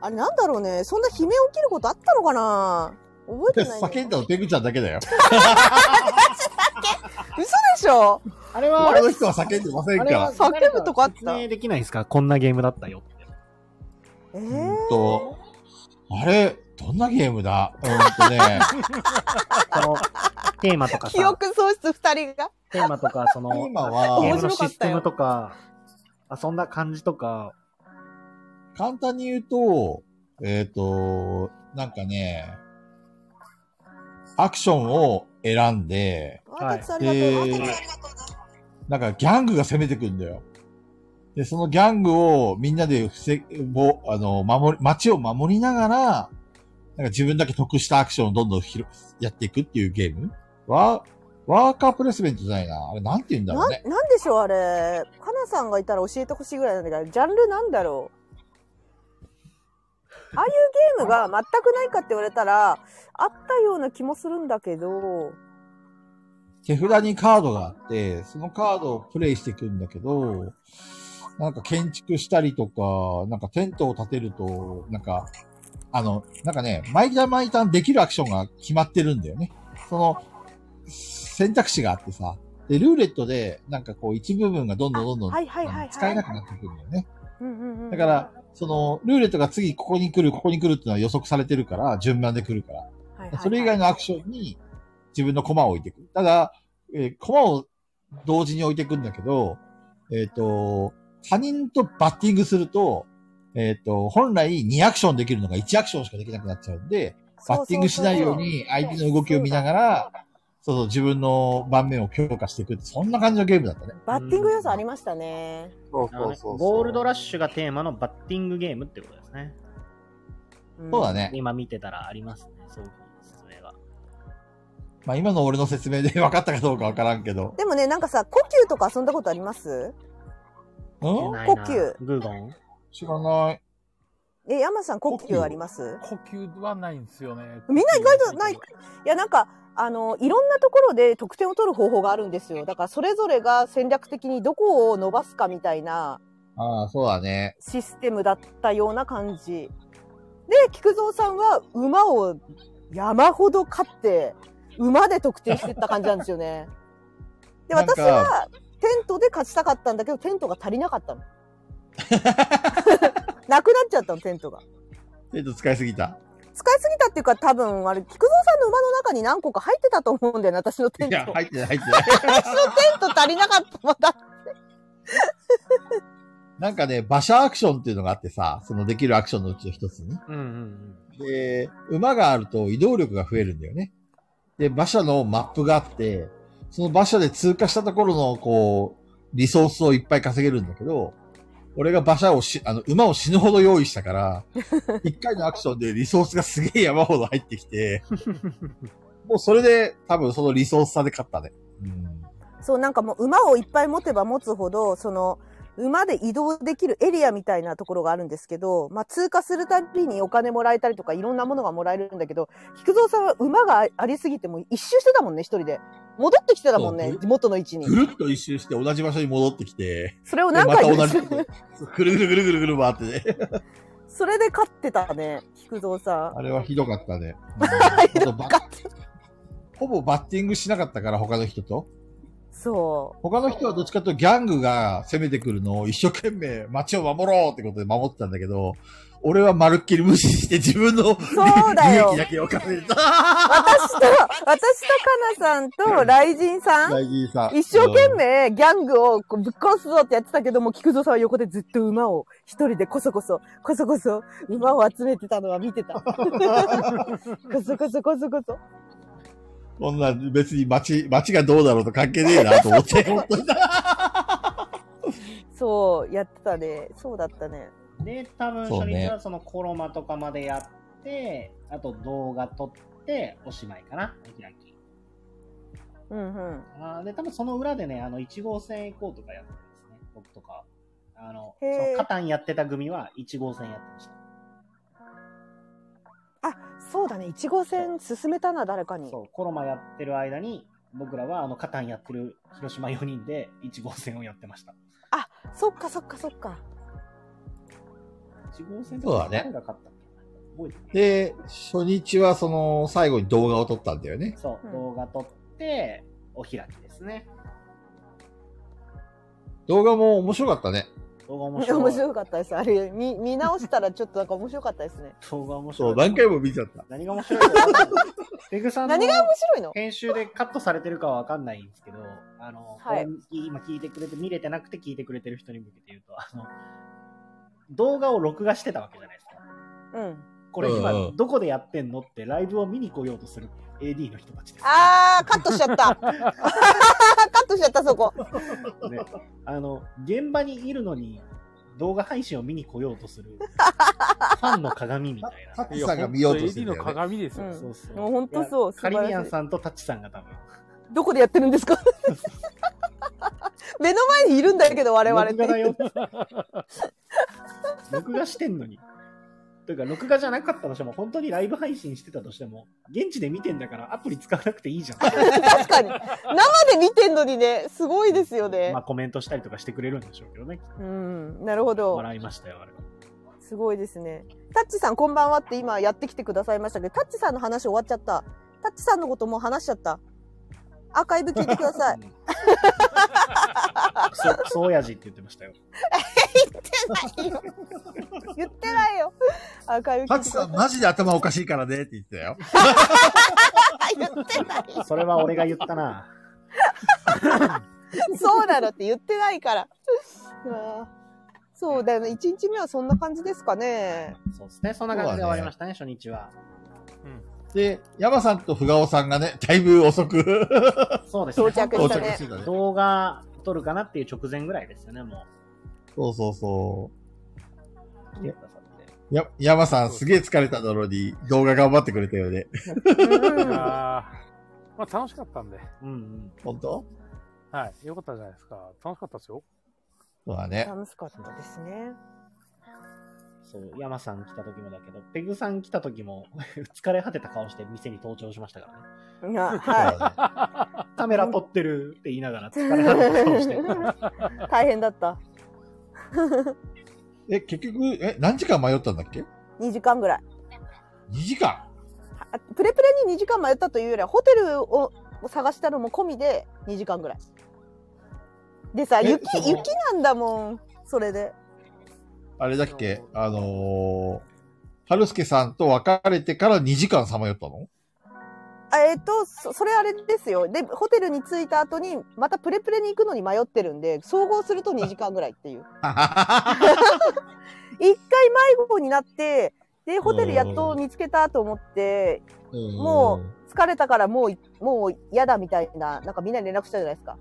Speaker 3: あれなんだろうね。そんな悲鳴起きることあったのかな覚えてない、
Speaker 4: 叫んだのペグちゃんだけだよ。
Speaker 3: 嘘でしょ
Speaker 1: あれは、
Speaker 4: 他の人は叫んでません
Speaker 1: あ
Speaker 4: か
Speaker 1: れ
Speaker 4: ら
Speaker 1: は。
Speaker 3: 叫ぶとこあった
Speaker 1: 誰か説明できないですかこんなゲームだったよって。
Speaker 3: え
Speaker 4: う
Speaker 3: ー
Speaker 4: ーんと、あれ、どんなゲームだうーんとね、
Speaker 1: [laughs] その、テーマとか
Speaker 3: [laughs] 記
Speaker 1: さ、
Speaker 3: 憶喪失二人が。
Speaker 1: テーマとか、その、
Speaker 4: 今
Speaker 1: ゲー
Speaker 4: は
Speaker 1: ムのシステムとか、遊んだ感じとか、
Speaker 4: 簡単に言うと、えっ、と、なんかね、アクションを選んで、
Speaker 1: はい
Speaker 3: あたくさんありがとう。
Speaker 4: で、なんかギャングが攻めてくんだよ。で、そのギャングをみんなで防げ、ぼ、あの、守り、街を守りながら、なんか自分だけ得したアクションをどんどんひろやっていくっていうゲームワー、ワーカープレスメントじゃないな。あれ、なんて言うんだろ
Speaker 3: な
Speaker 4: うんね。
Speaker 3: なんでしょうあれかなさんがいたら教えてほしいぐらいなんだけどジャンルなんだろうああいうゲームが全くないかって言われたらあったような気もするんだけど
Speaker 4: 手札にカードがあって、そのカードをプレイしていくんだけど、なんか建築したりとか、なんかテントを建てると、なんか、あの、なんかね、毎タ毎ターンできるアクションが決まってるんだよね。その、選択肢があってさ、で、ルーレットで、なんかこう一部分がどんどんどんどん、
Speaker 3: はいはいはいはい
Speaker 4: 使えなくなってくるんだよね。
Speaker 3: うんうんうん
Speaker 4: だから、その、ルーレットが次ここに来る、ここに来るっていうのは予測されてるから、順番で来るから。
Speaker 3: はいはいはい
Speaker 4: それ以外のアクションに自分の駒を置いていく。ただ、えー駒を同時に置いていくんだけど、えっ、と、他人とバッティングすると、えっ、と、本来2アクションできるのが1アクションしかできなくなっちゃうんで、バッティングしないように相手の動きを見ながら、そうそう、自分の盤面を強化していくって、そんな感じのゲームだったね。
Speaker 3: バッティング要素ありましたね
Speaker 4: そう
Speaker 1: ゴールドラッシュがテーマのバッティングゲームってことですね。
Speaker 3: うん
Speaker 4: そうだね。
Speaker 1: 今見てたらありますね、そういう説明が。
Speaker 4: まあ今の俺の説明で [laughs] 分かったかどうか分からんけど。
Speaker 3: でもねなんかさ呼吸とか遊んだことあります
Speaker 4: う
Speaker 1: 出
Speaker 4: ん
Speaker 1: ない
Speaker 3: 呼
Speaker 1: な
Speaker 3: 吸
Speaker 1: グーゴン
Speaker 4: 知らない。
Speaker 3: え山さん呼
Speaker 4: 呼
Speaker 3: 吸
Speaker 4: 吸
Speaker 3: あります
Speaker 2: [laughs] 呼吸はないんですよね。
Speaker 3: みんな意外とない。いやなんかあのいろんなところで得点を取る方法があるんですよだからそれぞれが戦略的にどこを伸ばすかみたいな
Speaker 4: ああ、そうだね。
Speaker 3: システムだったような感じで菊蔵さんは馬を山ほど飼って馬で得点してった感じなんですよ
Speaker 4: [laughs]
Speaker 3: ねで
Speaker 4: なんか
Speaker 3: 私はテントで勝ちたかったんだけどテントが足りなかったの [laughs] なくなっちゃったのテントが
Speaker 4: えっと、使いすぎた。
Speaker 3: 使いすぎたっていうか多分あれ菊蔵さんの馬の中に何個か入ってたと思うんだよね私のテン
Speaker 4: い
Speaker 3: ト
Speaker 4: や、入ってない、入ってない。
Speaker 3: 私のテント足りなかったまだ
Speaker 4: なんかね、馬車アクションっていうのがあってさ、そのできるアクションのうちの一つに。
Speaker 2: うんうん
Speaker 4: で、馬があると移動力が増えるんだよね。で、馬車のマップがあって、その馬車で通過したところの、こう、リソースをいっぱい稼げるんだけど、俺が馬車をし、あの、馬を死ぬほど用意したから、一回のアクションでリソースがすげえ山ほど入ってきて、もうそれで多分そのリソース差で勝ったね。うん。
Speaker 3: そう、なんかもう馬をいっぱい持てば持つほど、その、馬で移動できるエリアみたいなところがあるんですけど、まあ、通過するたびにお金もらえたりとかいろんなものがもらえるんだけど、菊蔵さんは馬があありすぎてもう一周してたもんね、一人で。戻ってきてたもんね
Speaker 4: そ、う
Speaker 3: 元の位置に
Speaker 4: ぐ。るっと一周して同じ場所に戻ってきて、
Speaker 3: それを
Speaker 4: で
Speaker 3: 何
Speaker 4: また
Speaker 3: 回も
Speaker 4: 同じとこで、 [laughs] ぐるぐるぐるぐるぐる回ってね。
Speaker 3: [laughs] それで勝ってたね、菊蔵さ
Speaker 4: あれはひどかったね。
Speaker 3: ん。
Speaker 4: うんあとバ
Speaker 3: 勝って
Speaker 4: ほぼバッティングしなかったから、他の人と。
Speaker 3: [laughs] そ
Speaker 4: 他の人はどっちかというとギャングが攻めてくるのを一生懸命街を守ろうってことで守ってたんだけど、俺はまるっきり無視して自分の
Speaker 3: う。そうだ
Speaker 4: [laughs] 利
Speaker 3: よ
Speaker 4: 益。だけを
Speaker 3: [laughs]
Speaker 4: 稼いでた。
Speaker 3: 私と、私とかなさんと雷神さん、
Speaker 4: 大事さん
Speaker 3: 一生懸命ギャングをこうぶっ殺すぞってやってたけども、菊蔵さんは横でずっと馬を一人でこそこそ、こそこそ馬を集めてたのは見て
Speaker 1: [laughs]
Speaker 3: た。こそこそこそこそ。
Speaker 4: こんな別に街、街がどうだろうと関係ねえなと思
Speaker 3: [laughs]
Speaker 4: って、本当に
Speaker 3: そう、やってたね。そうだったね。
Speaker 1: で、多分
Speaker 4: そう
Speaker 1: 初
Speaker 4: ね
Speaker 1: 日はそのコロマとかまでやって、あと動画撮っておしまいかな、お開き。
Speaker 3: うんうん。
Speaker 1: あーで、多分その裏でね、あの、1号線行こうとかやってますね、僕とか。あの、そ
Speaker 3: へー
Speaker 1: のカタンやってた組は1号線やってました。
Speaker 3: あ、そうだね。1号線進めたな、誰かに。
Speaker 1: そう、コロマやってる間に、僕らはあの、カタンやってる広島4人で1号線をやってました。
Speaker 3: そっかそっかそっか。
Speaker 1: 1号線
Speaker 4: そうだね
Speaker 1: 誰が勝ったっけ覚えてない
Speaker 4: [laughs] で、初日はその最後に動画を撮ったんだよね。
Speaker 1: そう、
Speaker 3: うん
Speaker 1: 動画撮って、お開きですね。
Speaker 4: 動画も面白かったね。
Speaker 1: 動画面
Speaker 3: [laughs] 面
Speaker 1: 白い。
Speaker 3: 白かったです。あれ、見、見直したらちょっとなんか面白かったです
Speaker 1: [laughs]
Speaker 3: ね。
Speaker 1: 動画面白い。
Speaker 4: そう、何回も見ちゃった。
Speaker 1: 何が面白いか分か
Speaker 3: [laughs]
Speaker 1: んないペグさんの
Speaker 3: 何が面白いの
Speaker 1: 編集でカットされてるかは分かんないんですけど、あの、
Speaker 3: はい
Speaker 1: これ今聞いてくれて、見れてなくて聞いてくれてる人に向けて言うと、あの、動画を録画してたわけじゃないですか。
Speaker 3: うん。
Speaker 1: これ
Speaker 4: うん
Speaker 1: 今
Speaker 4: う、ん
Speaker 1: どこでやってんのってライブを見に来ようとする AD の人たちです。
Speaker 3: あー、カットし
Speaker 1: [laughs]
Speaker 3: ちゃった。 [laughs] カットしちゃった、そこ。
Speaker 1: ね、あの、現場にいるのに、動画配信を見に来ようとする、
Speaker 3: [laughs]
Speaker 1: ファンの鏡みたい
Speaker 4: タ
Speaker 1: な。
Speaker 2: うん。
Speaker 4: ッチさんが見ようとして
Speaker 2: い
Speaker 4: る
Speaker 2: や
Speaker 4: ん
Speaker 2: 本当 AD
Speaker 4: だ
Speaker 2: の
Speaker 4: よ
Speaker 2: 鏡で
Speaker 4: ね。
Speaker 2: すよ。
Speaker 3: うん
Speaker 1: そうそう。
Speaker 3: もう本当そう
Speaker 1: いやカリビアン
Speaker 3: 素晴らしい
Speaker 1: さんとタッチさんが多分、
Speaker 3: どこでやってるんですか [laughs] 目の前にいるんだけど、我々っ
Speaker 4: [laughs]
Speaker 1: 録画だ
Speaker 3: て。
Speaker 1: よ。録画してんのに。というか、録画じゃなかったとしても、本当にライブ配信してたとしても、現地で見てんだからアプリ使わなくていいじゃん。
Speaker 3: [laughs] 確かに。生で見てんのにね、すごいですよね
Speaker 1: まあ、。コメントしたりとかしてくれるんでしょうけどね。
Speaker 3: うん、なるほど。
Speaker 1: 笑いましたよ、あれは。
Speaker 3: すごいですね。タッチさん、こんばんはって今やってきてくださいましたけど、タッチさんの話終わっちゃった。タッチさんのこともう話しちゃった。アーカイブ聞いてくだ
Speaker 4: [laughs]
Speaker 3: さい。
Speaker 1: クソ、クソ親父って言ってましたよ。
Speaker 3: 言ってないよ。アーカイブ
Speaker 4: タ
Speaker 3: 聞
Speaker 4: ッ
Speaker 3: いて
Speaker 4: チ
Speaker 3: くだ
Speaker 4: さ
Speaker 3: さ
Speaker 4: んマジで頭おかしいからねって言ってたよ。
Speaker 3: い。言ってない。
Speaker 1: それは俺が言ったな。
Speaker 3: そうなのって言ってないから。うわそうだよね。1日目はそんな感じですかね。
Speaker 1: そうですね。そんな感じで終わりましたね、初日は。
Speaker 4: で、山さんとふ尾さんがね、だいぶ遅く
Speaker 1: そうですね。
Speaker 3: 到着
Speaker 4: 到
Speaker 3: した
Speaker 4: 着
Speaker 3: ね
Speaker 4: して。たね。
Speaker 1: 動画撮るかなっていう直前ぐらいですよね、も。
Speaker 4: そうそうそう
Speaker 1: 来てくださって。
Speaker 4: う。や、山さんすげえ疲れたのに動画頑張ってくれたよね。
Speaker 2: いやーまあ楽しかったんで。
Speaker 1: うんうん。
Speaker 4: 本当
Speaker 2: はい。よかったじゃないですか。楽しかったですよ。
Speaker 4: そうだね。
Speaker 3: 楽しかったですね。
Speaker 1: そう、山さん来た時もだけど、ペグさん来た時も、 [laughs] 疲れ果てた顔して店に登場しましたからね。
Speaker 3: いや、
Speaker 4: そう
Speaker 3: は
Speaker 4: だね
Speaker 1: カメラ撮ってるって言いながら疲れ果てた顔して。
Speaker 3: [laughs] い。大変だった。
Speaker 4: え、結局、え、何時間迷ったんだっけ ?2
Speaker 3: 2時間ぐらい。
Speaker 4: 時間
Speaker 3: あプレプレに2時間迷ったというよりは、ホテルを探したのも込みで2時間ぐらい。でさ、
Speaker 4: え
Speaker 3: 雪
Speaker 4: そ、の
Speaker 3: 雪なんだもん。それで。
Speaker 4: あれだっけあのー、春介さんと別れてから2時間さまよったの
Speaker 3: あえっ、とそ、それあれですよ。で、ホテルに着いた後に、またプレプレに行くのに迷ってるんで、総合すると2時間ぐらいっていう。一回迷子になって、で、ホテルやっと見つけたと思って、もう疲れたからもうい、もう嫌だみたいな、なんかみんなに連絡したじゃないですか。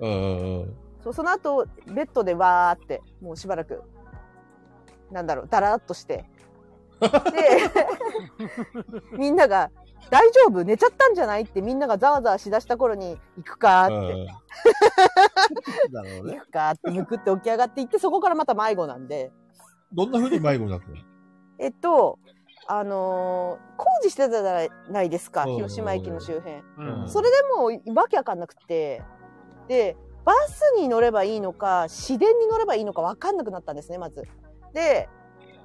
Speaker 4: うん。うん。うん
Speaker 3: そうその後、ベッドでわーって、もうしばらく、なんだろう、だらーっとして。
Speaker 4: [laughs]
Speaker 3: で、みんなが、大丈夫寝ちゃったんじゃないってみんながざわざわしだした頃に、行くかーって、
Speaker 4: うんだろうね
Speaker 3: 行。くかーって、むくって起き上がって行って、そこからまた迷子なんで。
Speaker 4: どんな風に迷子になったの
Speaker 3: えっと、あのー工事してたじゃないですか、
Speaker 4: うん
Speaker 3: 広島駅の周辺。
Speaker 1: うん
Speaker 3: それでもうわけわかんなくて、で、バスに乗ればいいのか、市電に乗ればいいのかわかんなくなったんですね、まず。で、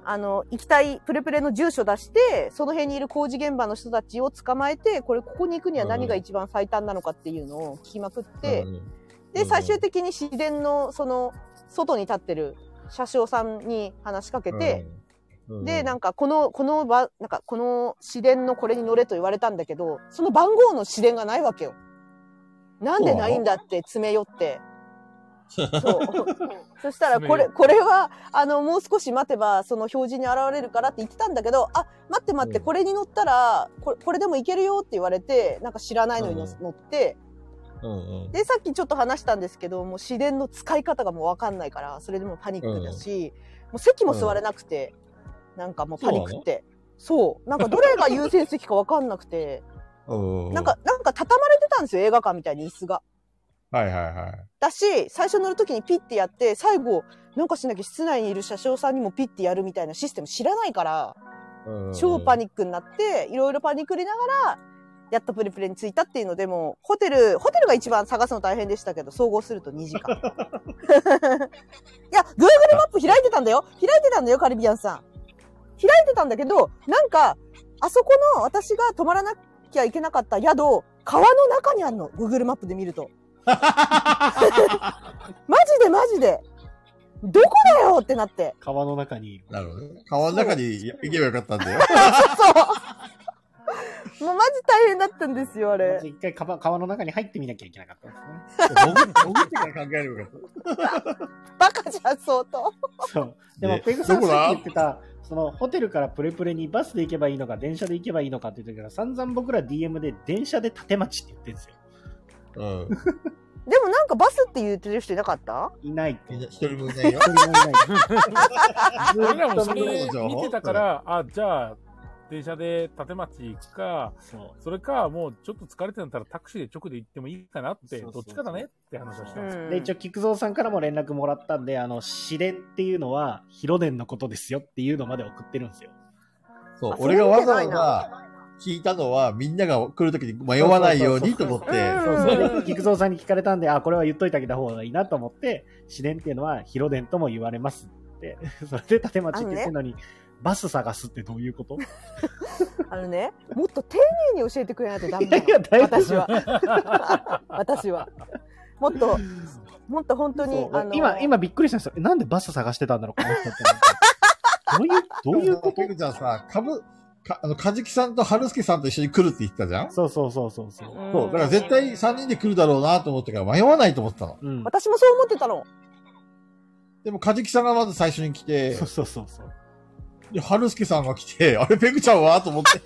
Speaker 3: あの、行きたいプレプレの住所出して、その辺にいる工事現場の人たちを捕まえて、これ、ここに行くには何が一番最短なのかっていうのを聞きまくって、
Speaker 4: うんう
Speaker 3: で、
Speaker 4: ん
Speaker 3: 最終的に市電の、その、外に立ってる車掌さんに話しかけて、、
Speaker 4: うん
Speaker 3: で、なんか、この、この場、なんか、この市電のこれに乗れと言われたんだけど、その番号の市電がないわけよ。なんでないんだって詰め寄って。そう。そしたら、
Speaker 2: 詰
Speaker 3: こ
Speaker 2: め寄
Speaker 3: れ、
Speaker 2: って
Speaker 3: これは、あの、もう少し待てば、その表示に現れるからって言ってたんだけど、あ、待って待って、
Speaker 4: うん
Speaker 3: これに乗ったら、これ、これでも行けるよって言われて、なんか知らないのに乗
Speaker 4: うん
Speaker 3: 乗って、
Speaker 4: うんうん
Speaker 3: で、さっきちょっと話したんですけど、もう市電の使い方がもうわかんないから、それでもうパニックだし、もう席も座れなくて、なんかもうパニックって。そう。なんかどれが優先席かわかんなくて、
Speaker 4: うん。
Speaker 3: なんか、なんか畳まれてたんですよ、映画館みたいに椅子が。
Speaker 4: はいはいはい。
Speaker 3: だし、最初乗るときにピッてやって、最後、なんかしなきゃ室内にいる車掌さんにもピッてやるみたいなシステム知らないから、
Speaker 4: うん
Speaker 3: 超パニックになって、いろいろパニックりながら、やっとプレプレに着いたっていうので、もうホテル、ホテルが一番探すの大変でしたけど、総合すると2時間。
Speaker 4: [laughs]
Speaker 3: いや、Google マップ開いてたんだよ開いてたんだよ、カリビアンさん。開いてたんだけど、なんか、あそこの私が泊まらなきゃいけなかった宿、川の中にあるの、Google マップで見る
Speaker 4: [laughs]
Speaker 3: と。マジでマジで。どこだよってなって。
Speaker 1: 川の中にいる。
Speaker 4: なるほどね。川の中に行けばよかった
Speaker 3: [laughs]
Speaker 4: んだよ。
Speaker 3: そう。もうマジ大変だったんですよ、あ
Speaker 1: ま
Speaker 3: れ
Speaker 1: ず。一回川川の中に入ってみなきゃいけなかったんで
Speaker 4: 潜ってから考えればよかっ
Speaker 3: バカじゃん、相当。
Speaker 1: すね。そう。でも、
Speaker 4: ね
Speaker 1: ペグさん
Speaker 4: どこだ
Speaker 1: さっき言ってた、そのホテルからプレプレにバスで行けばいいのか、電車で行けばいいのかって言ってたから、散々僕ら DM で電車で立町って言ってるんですよ。
Speaker 4: た。うん。
Speaker 3: でもなんかバスって言ってる人いなかった
Speaker 1: いないって。
Speaker 4: みんな
Speaker 1: 一
Speaker 4: 一人もいないよ。
Speaker 1: 人もいない。
Speaker 4: [laughs]
Speaker 2: 俺らもそ
Speaker 4: ず
Speaker 2: れ
Speaker 4: っと見て
Speaker 2: 見てたから、あ、じゃあ、電車で立町行くか、
Speaker 1: そう。
Speaker 2: それか、もうちょっと疲れてんだったらタクシーで直で行ってもいいかなって、
Speaker 1: そう
Speaker 2: ど
Speaker 1: そうそう
Speaker 2: っちかだねって話をしたんですよ。
Speaker 1: で一応菊蔵さんからも連絡もらったんで、あの、市電っていうのは、広電のことですよっていうのまで送ってるんですよ。
Speaker 4: そう
Speaker 3: あ、それ
Speaker 4: 俺がわざ
Speaker 3: 見て
Speaker 4: わ
Speaker 3: ない
Speaker 4: ざ聞いたのは、みんなが来るときに迷わないようにと思って、
Speaker 3: うん
Speaker 1: そうそうで菊蔵さんに聞かれたんで、あ、これは言っといてあげた方がいいなと思って、市電っていうのは広電とも言われますって。それで立町って言ってるのに、バス探すってどういうこと
Speaker 3: あのね、もっと丁寧に教えてくれないとダメ
Speaker 1: いや
Speaker 3: ないの
Speaker 1: や、大丈夫
Speaker 3: 私は。私は。 [laughs] もっと、もっと本当に
Speaker 1: そ、う
Speaker 3: あの、
Speaker 1: 今、今びっくりしたんですよ。えなんでバス探してたんだろうこの人って思って。どういう、どういうこ
Speaker 4: ペグちゃんさ、かぶ、か、あの、かじきさんとはるすけさんと一緒に来るって言ってたじゃん
Speaker 1: とそうそうそうそうそう。
Speaker 3: ん
Speaker 4: そう、だから絶対3人で来るだろうなと思ってから迷わないと思ってたの。
Speaker 1: うん。
Speaker 3: 私もそう思ってたの。、
Speaker 4: でも、かじきさんがまず最初に来て
Speaker 1: そ、うそうそうそう。
Speaker 4: で、はるすけさんが来て、あれ、ペグちゃんはと思って。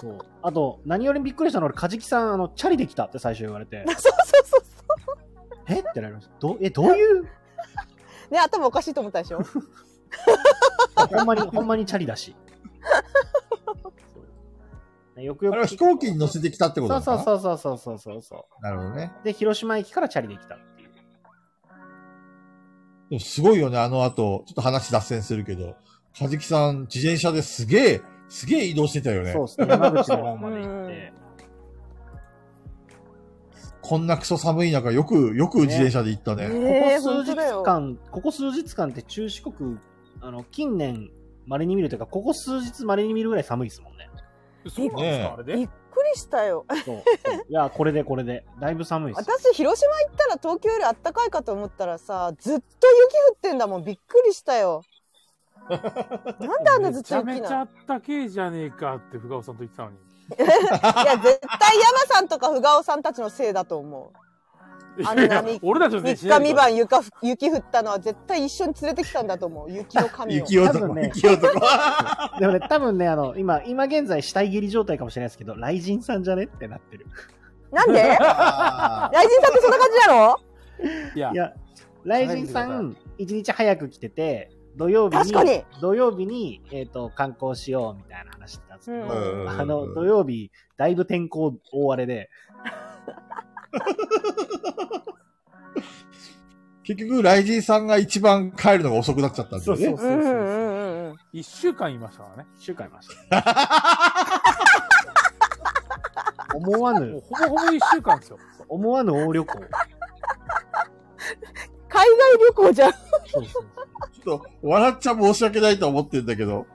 Speaker 1: そう。あと、何よりびっくりしたのは俺、カジキさん、あの、チャリで来たって最初言われて
Speaker 3: そうそうそ
Speaker 1: えってなりました。どう、え、どういう、
Speaker 3: う。ね、頭おかしいと思ったでしょ
Speaker 1: ほんまに、ほんまにチャリだし。そうねよくよ
Speaker 4: あ
Speaker 1: く
Speaker 4: れは飛行機に乗せてきたってこと
Speaker 1: そ
Speaker 4: だ
Speaker 1: う
Speaker 4: った
Speaker 1: そう
Speaker 4: な
Speaker 1: そうそうそうそうそうそ
Speaker 4: なるほどね。
Speaker 1: う。で、広島駅からチャリで来たっていう。
Speaker 4: でもすごいよね、あの後、ちょっと話脱線するけど、かじきさん、自転車ですげえ、すげえ移動してたよね
Speaker 1: そう。ですね。山口の方まで行って。
Speaker 4: こんなクソ寒い中、よく、よく自転車で行ったね。
Speaker 3: ねえ、
Speaker 1: ここ数
Speaker 3: 本当だ
Speaker 1: 日
Speaker 3: よ。
Speaker 1: 間、ここ数日間って中四国、あの、近年、稀に見るというか、ここ数日稀に見るぐらい寒いですもんね。
Speaker 2: [laughs] そうなんですか、あれ
Speaker 3: び
Speaker 2: で
Speaker 3: っくりしたよ。
Speaker 1: そう。そういや、これでこれで。だいぶ寒いです。
Speaker 3: 私、広島行ったら東京より暖かいかと思ったらさ、ずっと雪降ってんだもん。びっくりしたよ。なんであんなず
Speaker 2: め
Speaker 3: っ
Speaker 2: ち
Speaker 3: と
Speaker 2: ゃ
Speaker 3: 雪
Speaker 2: めち
Speaker 3: な
Speaker 2: ゃあ
Speaker 3: の
Speaker 2: ったけえじゃねえかって、深尾さんと言ってたのに。
Speaker 3: いや、絶対山さんとかふがおさんたちのせいだと思あんなに
Speaker 2: いやいや [laughs] 俺たちの
Speaker 3: う。
Speaker 2: せいにし
Speaker 3: 3
Speaker 2: な
Speaker 3: 日
Speaker 2: いで
Speaker 3: 三
Speaker 2: くださ
Speaker 3: 晩
Speaker 2: い
Speaker 3: 雪か雪降ったのは絶対一緒に連れてきたんだと思う。雪の神を。
Speaker 4: 雪
Speaker 1: 多
Speaker 4: 男、
Speaker 1: 分ね
Speaker 4: 雪男。
Speaker 1: でもね、多分ね、あの、今、今現在、死体蹴り状態かもしれないですけど、雷神さんじゃねってなってる。
Speaker 3: なんで
Speaker 1: [laughs]
Speaker 4: あー
Speaker 3: 雷神さんってそんな感じなの
Speaker 2: いや
Speaker 1: いや、雷神さん、一日早く来てて、土曜日
Speaker 3: 確か
Speaker 1: に、
Speaker 3: に。
Speaker 1: 土曜日に、えっ、と、観光しようみたいな話してたんですけど、
Speaker 4: うん
Speaker 1: あの、土曜日、だいぶ天候大荒れで、
Speaker 4: 結局、ライジンさんが一番帰るのが遅くなっちゃったんですよね。
Speaker 2: そう
Speaker 3: うんうんうんうん。
Speaker 6: 一週間いましたからね。
Speaker 1: 一週間いました。 [laughs] 思わ
Speaker 6: もう
Speaker 1: ぬ、
Speaker 6: ほぼほぼ一週間ですよ。
Speaker 1: 思わぬ大旅行。
Speaker 3: 海外旅行じゃん。
Speaker 1: そうそうそう
Speaker 4: ちょっと、笑っちゃ申し訳ないと思ってんだけど。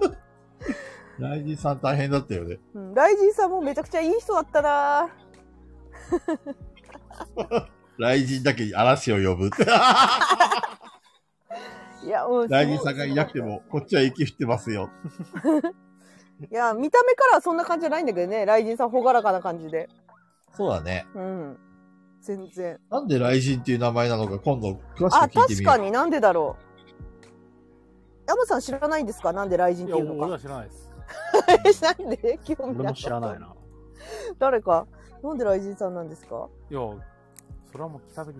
Speaker 4: [laughs] ライジンさん大変だったよね。
Speaker 3: うん雷神さんもめちゃくちゃいい人だったな
Speaker 4: ライジンだけに嵐を呼ぶ。
Speaker 3: いや、うん。
Speaker 4: ライジンさんがいなくても、こっちは雪降ってますよ。
Speaker 3: いや、見た目からはそんな感じじゃないんだけどね。雷神さん、ほがらかな感じで。
Speaker 4: そうだね。
Speaker 3: うん。全然。
Speaker 4: なんでライジンっていう名前なのか、今度詳し
Speaker 3: あ、
Speaker 4: く聞
Speaker 3: 確
Speaker 4: いてみよう。
Speaker 3: かになんでだろう。山さん知らないんですかなんで雷
Speaker 6: い
Speaker 3: 神
Speaker 6: や、
Speaker 3: っていうの
Speaker 6: 俺
Speaker 3: か。
Speaker 6: は知らないです。
Speaker 3: え、 [laughs] なんで興味
Speaker 1: 俺
Speaker 3: な
Speaker 1: も
Speaker 3: い。
Speaker 1: 知らないな。
Speaker 3: 誰か。なんで雷神さんなんですか
Speaker 2: いや、それはもう来た時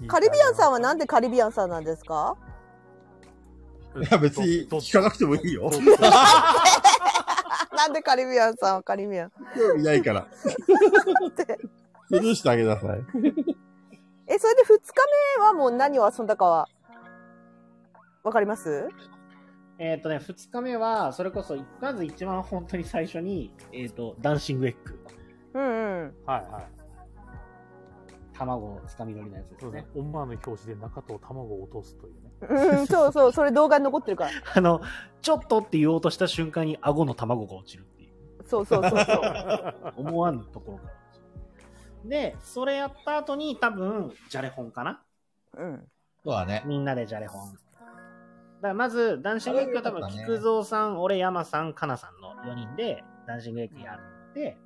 Speaker 2: に。
Speaker 3: カリビアンさんはなんでカリビアンさんなんですか
Speaker 4: いや、別に聞かなくてもいいよ。 [laughs]
Speaker 3: [laughs] なんでカリビアンさんはカリビアン。
Speaker 4: 興味ない [laughs] から。許してあげなさい。
Speaker 3: え、それで2日目はもう何を遊んだかは、わかります
Speaker 1: [laughs] えっ、とね、2日目は、それこそ、まず一番本当に最初に、えっ、と、ダンシングエッグ。
Speaker 3: うんうん。
Speaker 2: はいはい。
Speaker 1: 卵をつかみ取りのやつで
Speaker 2: そ
Speaker 1: す
Speaker 2: うです
Speaker 1: ね
Speaker 2: ね。。思わぬ表示で中と卵を落とすというね。
Speaker 3: うん、そうそう、それ動画に残ってるから。
Speaker 1: あの、ちょっとって言おうとした瞬間に顎の卵が落ちるっていう、 [laughs]
Speaker 3: そうそうそうそう。
Speaker 1: 思わぬところから。で、それやった後に多分、じゃれ本かな
Speaker 3: うん。
Speaker 4: そうだね。
Speaker 1: みんなでじゃれ本。だからまず、ダンシングエッグは多分、
Speaker 4: あれよかったね
Speaker 1: 菊蔵さん、俺、山さん、かなさんの4人で、ダンシングエッグやって、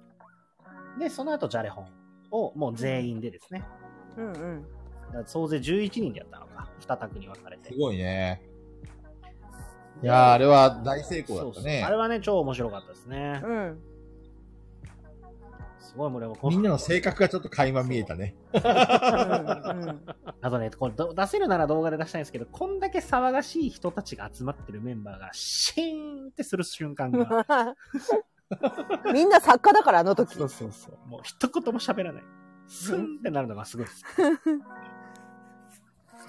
Speaker 1: で、その後、じゃれ本をもう全員でですね。
Speaker 3: うんうん。
Speaker 1: だから総勢11人でやったのか。2択に分かれて
Speaker 4: す。ごいね。いやー、あれは大成功だ
Speaker 1: そう
Speaker 4: っ
Speaker 1: そう
Speaker 4: たね
Speaker 1: あれ。はね、超面白かったですね。
Speaker 3: うん。
Speaker 1: すごい、俺もこ
Speaker 4: みんな
Speaker 1: の
Speaker 4: の性格がちょっと垣間見えたね。
Speaker 3: うんうん
Speaker 1: あとね、これど出せるなら動画で出したいんですけど、こんだけ騒がしい人たちが集まってるメンバーが、シーンってする瞬間が。
Speaker 3: [laughs] みんな作家だから、あの時。
Speaker 1: そうそうそう。もう一言も喋らない。スンってなるのがすごいです。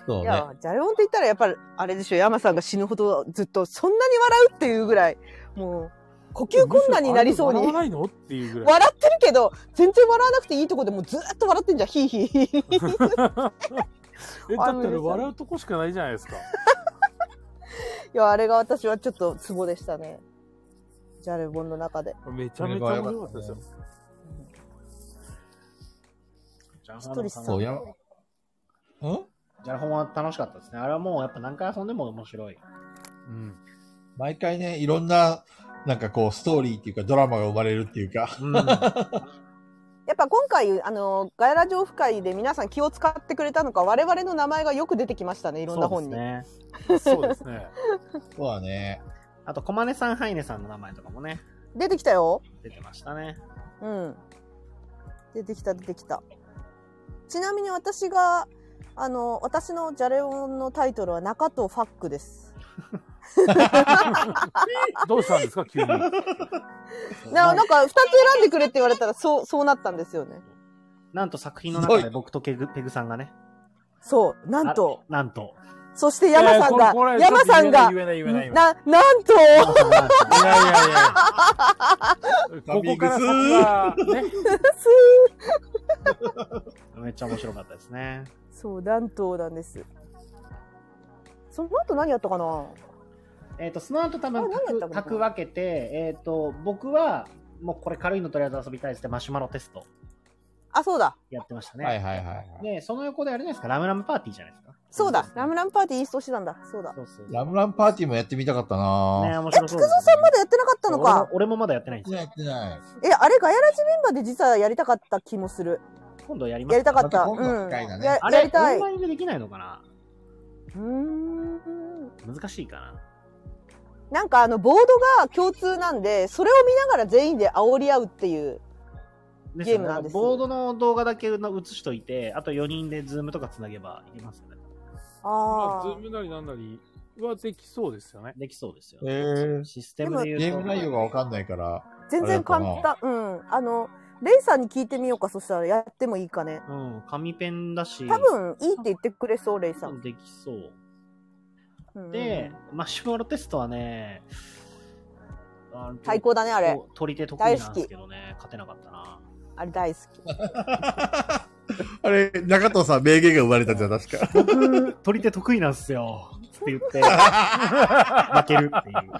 Speaker 4: そう
Speaker 3: い
Speaker 4: ね。
Speaker 3: や、じゃれ本って言ったら、やっぱり、あれでしょ、山さんが死ぬほどずっと、そんなに笑うっていうぐらい、もう、呼吸困難になりそうに。
Speaker 2: むしろあれ笑
Speaker 3: [laughs]
Speaker 2: わ
Speaker 3: 笑
Speaker 2: ないのっていうぐらい。
Speaker 3: ってるけど、全然笑わなくていいとこでもうずーっと笑ってんじゃん、ヒーヒーヒー。
Speaker 1: [laughs]
Speaker 2: [laughs] え、だって
Speaker 3: あ
Speaker 2: あ
Speaker 3: の
Speaker 2: れ笑うとこしかないじゃないですか。
Speaker 3: いや、あれが私はちょっとツボでしたね。じゃれ本の中で。
Speaker 2: めちゃめちゃ面白かったですよ。
Speaker 1: 一
Speaker 3: 人っす
Speaker 4: そう、やん
Speaker 1: じゃらほんは楽しかったですね。あれはもうやっぱ何回遊んでも面白い。
Speaker 2: うん。
Speaker 4: 毎回ね、いろんな、なんかこう、ストーリーっていうか、ドラマが生まれるっていうか。
Speaker 3: やっぱ今回、あの、ガヤラ上府会で皆さん気を使ってくれたのか、我々の名前がよく出てきましたね、いろんな本に。
Speaker 1: そうですね。
Speaker 2: そうですね。
Speaker 4: そうだね。
Speaker 1: あと、コマネさん、ハイネさんの名前とかもね、
Speaker 3: 出てきたよ。
Speaker 1: 出てましたね。
Speaker 3: うん。出てきた、出てきた。ちなみに私が、あの、私のジャレオンのタイトルは中藤ファックです。
Speaker 2: どうしたんですか、急に。
Speaker 3: ななんか、二つ選んでくれって言われたら、そう、そうなったんですよね。
Speaker 1: なんと作品の中で僕とペグペグさんがね、
Speaker 3: そう、なんと。
Speaker 1: あなんと、 [laughs]
Speaker 3: そして [laughs] 山さん
Speaker 2: いや
Speaker 3: が
Speaker 2: これこ、れ
Speaker 3: 山さんが、
Speaker 2: 言えない言えない言えない。
Speaker 3: な、なんと
Speaker 2: いやいやいや。
Speaker 4: [laughs]
Speaker 2: ここから先は、ね。
Speaker 1: めっちゃ面白かったですね。
Speaker 3: そう、なんとなんです。その後何やったかな
Speaker 1: えっ、と、その後多
Speaker 3: あ
Speaker 1: 分
Speaker 3: 何や
Speaker 1: 炊く
Speaker 3: ったかな
Speaker 1: 炊く分けて、えっ、と、僕は、もうこれ軽いのとりあえず遊びたいっつってマシュマロテスト
Speaker 3: あ、そうだ。
Speaker 1: やってましたね。
Speaker 4: はいはいはいはい。
Speaker 1: で、その横であれじゃないですか、ラムラムパーティーじゃないですか。
Speaker 3: そうだ、ラムランパーティーイーストしてたんだ。そうだ。
Speaker 1: そうそう。
Speaker 4: ラムランパーティーもやってみたかった
Speaker 1: ね、
Speaker 4: なぁ。
Speaker 1: 面
Speaker 3: え、
Speaker 1: 白
Speaker 3: 菊
Speaker 1: そう
Speaker 3: 蔵
Speaker 1: ですね、
Speaker 3: さんまだやってなかったの
Speaker 1: 俺も
Speaker 3: か。
Speaker 1: 俺もまだやってないんですよ。
Speaker 4: やってない。
Speaker 3: え、あれ、ガヤラジメンバーで実はやりたかった気もする。
Speaker 1: 今度やります
Speaker 3: やりたかっ
Speaker 4: ま
Speaker 3: た。
Speaker 4: た今度の
Speaker 3: うん。
Speaker 4: 機会だね
Speaker 3: や
Speaker 1: あ
Speaker 3: や
Speaker 1: れ
Speaker 3: りた
Speaker 1: オン
Speaker 3: い。う
Speaker 1: ラインでできないのかな
Speaker 3: ーん。
Speaker 1: 難しいかな。
Speaker 3: なんかあの、ボードが共通なんで、それを見ながら全員で煽り合うっていう。
Speaker 1: で
Speaker 3: ゲームなんですよ
Speaker 1: ボードの動画だけ映しといて、あと4人でズームとかつなげばいけますよね。
Speaker 2: まあ、
Speaker 3: あ
Speaker 2: ズー
Speaker 3: あ。
Speaker 2: ムなりなんなりはできそうですよね。
Speaker 1: できそうですよ。
Speaker 4: えー、
Speaker 1: システムで
Speaker 4: ゲ
Speaker 1: 言う
Speaker 4: ー
Speaker 1: と。
Speaker 4: ム内容がわかんないから、
Speaker 3: 全然簡単。うん。あの、レイさんに聞いてみようか、そしたらやってもいいかね。
Speaker 1: うん、紙ペンだし、
Speaker 3: 多分、いいって言ってくれそう、レイさん。
Speaker 1: できそう。
Speaker 3: うん
Speaker 1: で、、マシュマロテストはね、あの
Speaker 3: 最高だね、あれ。
Speaker 1: と取り手得意なんですけどね、勝てなかったな。
Speaker 3: あれ大好き。
Speaker 4: [laughs] あれ、中藤さん名言が生まれたじゃん、確 [laughs] か。
Speaker 1: 僕、取り手得意なんですよ。って言って、負けるっていう。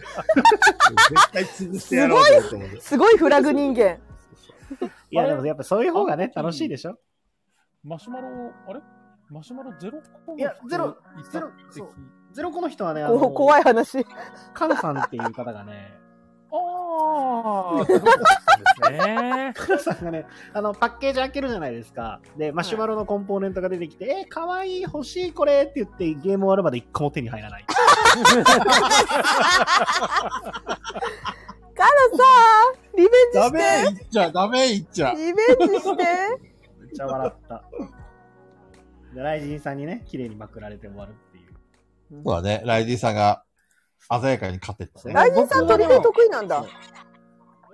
Speaker 4: 絶対潰してやろうと思っ
Speaker 3: [laughs]
Speaker 4: て。
Speaker 3: すごいフラグ人間。
Speaker 1: [laughs] いや、でもやっぱそういう方がね、楽しいでしょ
Speaker 2: マシュマロ、あれマシュマロゼロ個
Speaker 1: いやゼロ、ゼ
Speaker 2: ゼ
Speaker 1: ロ
Speaker 2: ロ、
Speaker 1: そ
Speaker 2: そうう。
Speaker 1: ゼロ個の人はね、あ
Speaker 3: こ
Speaker 1: の
Speaker 3: う怖い話。
Speaker 1: カンさんっていう方がね、 [laughs]
Speaker 2: ああ、 [laughs] そうですね。
Speaker 1: カンさんがね、あの、パッケージ開けるじゃないですか。で、マシュマロのコンポーネントが出てきて、えー、かわいい、欲しい、これって言って、ゲーム終わるまで一個も手に入らない。
Speaker 3: からさ、リベンジ
Speaker 4: ダ
Speaker 3: し
Speaker 4: メ
Speaker 3: て。
Speaker 4: いっちゃ、ダメいっちゃ。
Speaker 3: リベンジして。
Speaker 1: めっちゃ笑った。 [laughs] で、ライジンさんにね、綺麗にまくられて終わるっていう。
Speaker 4: そうだね、ライディさんが鮮やかに勝ってったね。
Speaker 3: ライジンさん取り手得意なんだ。
Speaker 1: ライ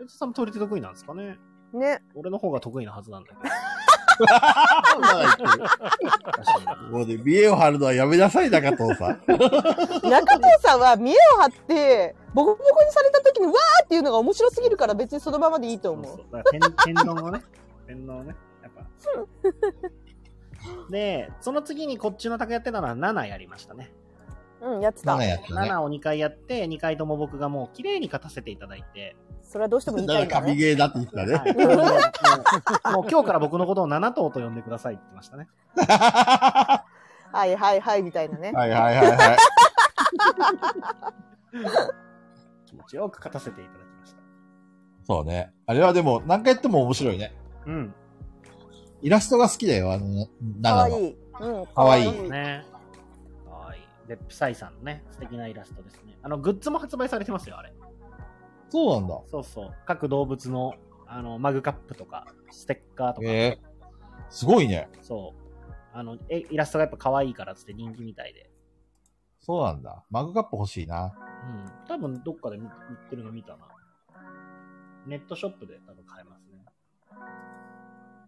Speaker 1: ジンさんも取り手得意なんですかね
Speaker 3: ね。
Speaker 1: 俺の方が得意なはずなんだけど。
Speaker 4: もうね、見栄を張るのはやめなさい、中藤さん。
Speaker 3: 中藤さんは見栄を張って、ボコボコにされた時にわーっていうのが面白すぎるから別にそのままでいいと思
Speaker 1: そう
Speaker 3: う。
Speaker 1: そうだから天天丼をね、 [laughs] 天丼をね、やっぱ。で、その次にこっちの卓やってたのは7やりましたね。
Speaker 3: うん、やってた
Speaker 4: 7。やったね。
Speaker 1: 7を2回やって、2回とも僕がもう綺麗に勝たせていただいて、
Speaker 3: それはどうしても言いたい
Speaker 4: 7
Speaker 3: んだ
Speaker 4: 神
Speaker 3: ね。
Speaker 4: ゲーだって言ってたね。
Speaker 1: [laughs] はいもうもう今日から僕のことを7頭と呼んでくださいって言ってましたね。
Speaker 3: はいはいはいみたいなね。
Speaker 4: はいはいはい [laughs] はい。
Speaker 1: 気持ちよく勝たせていただきました。
Speaker 4: そうね。あれはでも、何回やっても面白いね。
Speaker 1: うん。
Speaker 4: イラストが好きだよ、あの、
Speaker 3: かわ
Speaker 4: 7の。
Speaker 3: いい。うん、
Speaker 4: かわいい
Speaker 1: ね。はい。で、プサイさんのね、素敵なイラストですね。あの、グッズも発売されてますよ、あれ。
Speaker 4: そうなんだ。
Speaker 1: そうそう。各動物の、あの、マグカップとか、ステッカーとか、
Speaker 4: ええすごいね。
Speaker 1: そう。あの、え、イラストがやっぱ可愛いからっつって人気みたいで。
Speaker 4: そうなんだ。マグカップ欲しいな。
Speaker 1: うん。多分どっかで見売ってるの見たな。ネットショップで多分買えますね。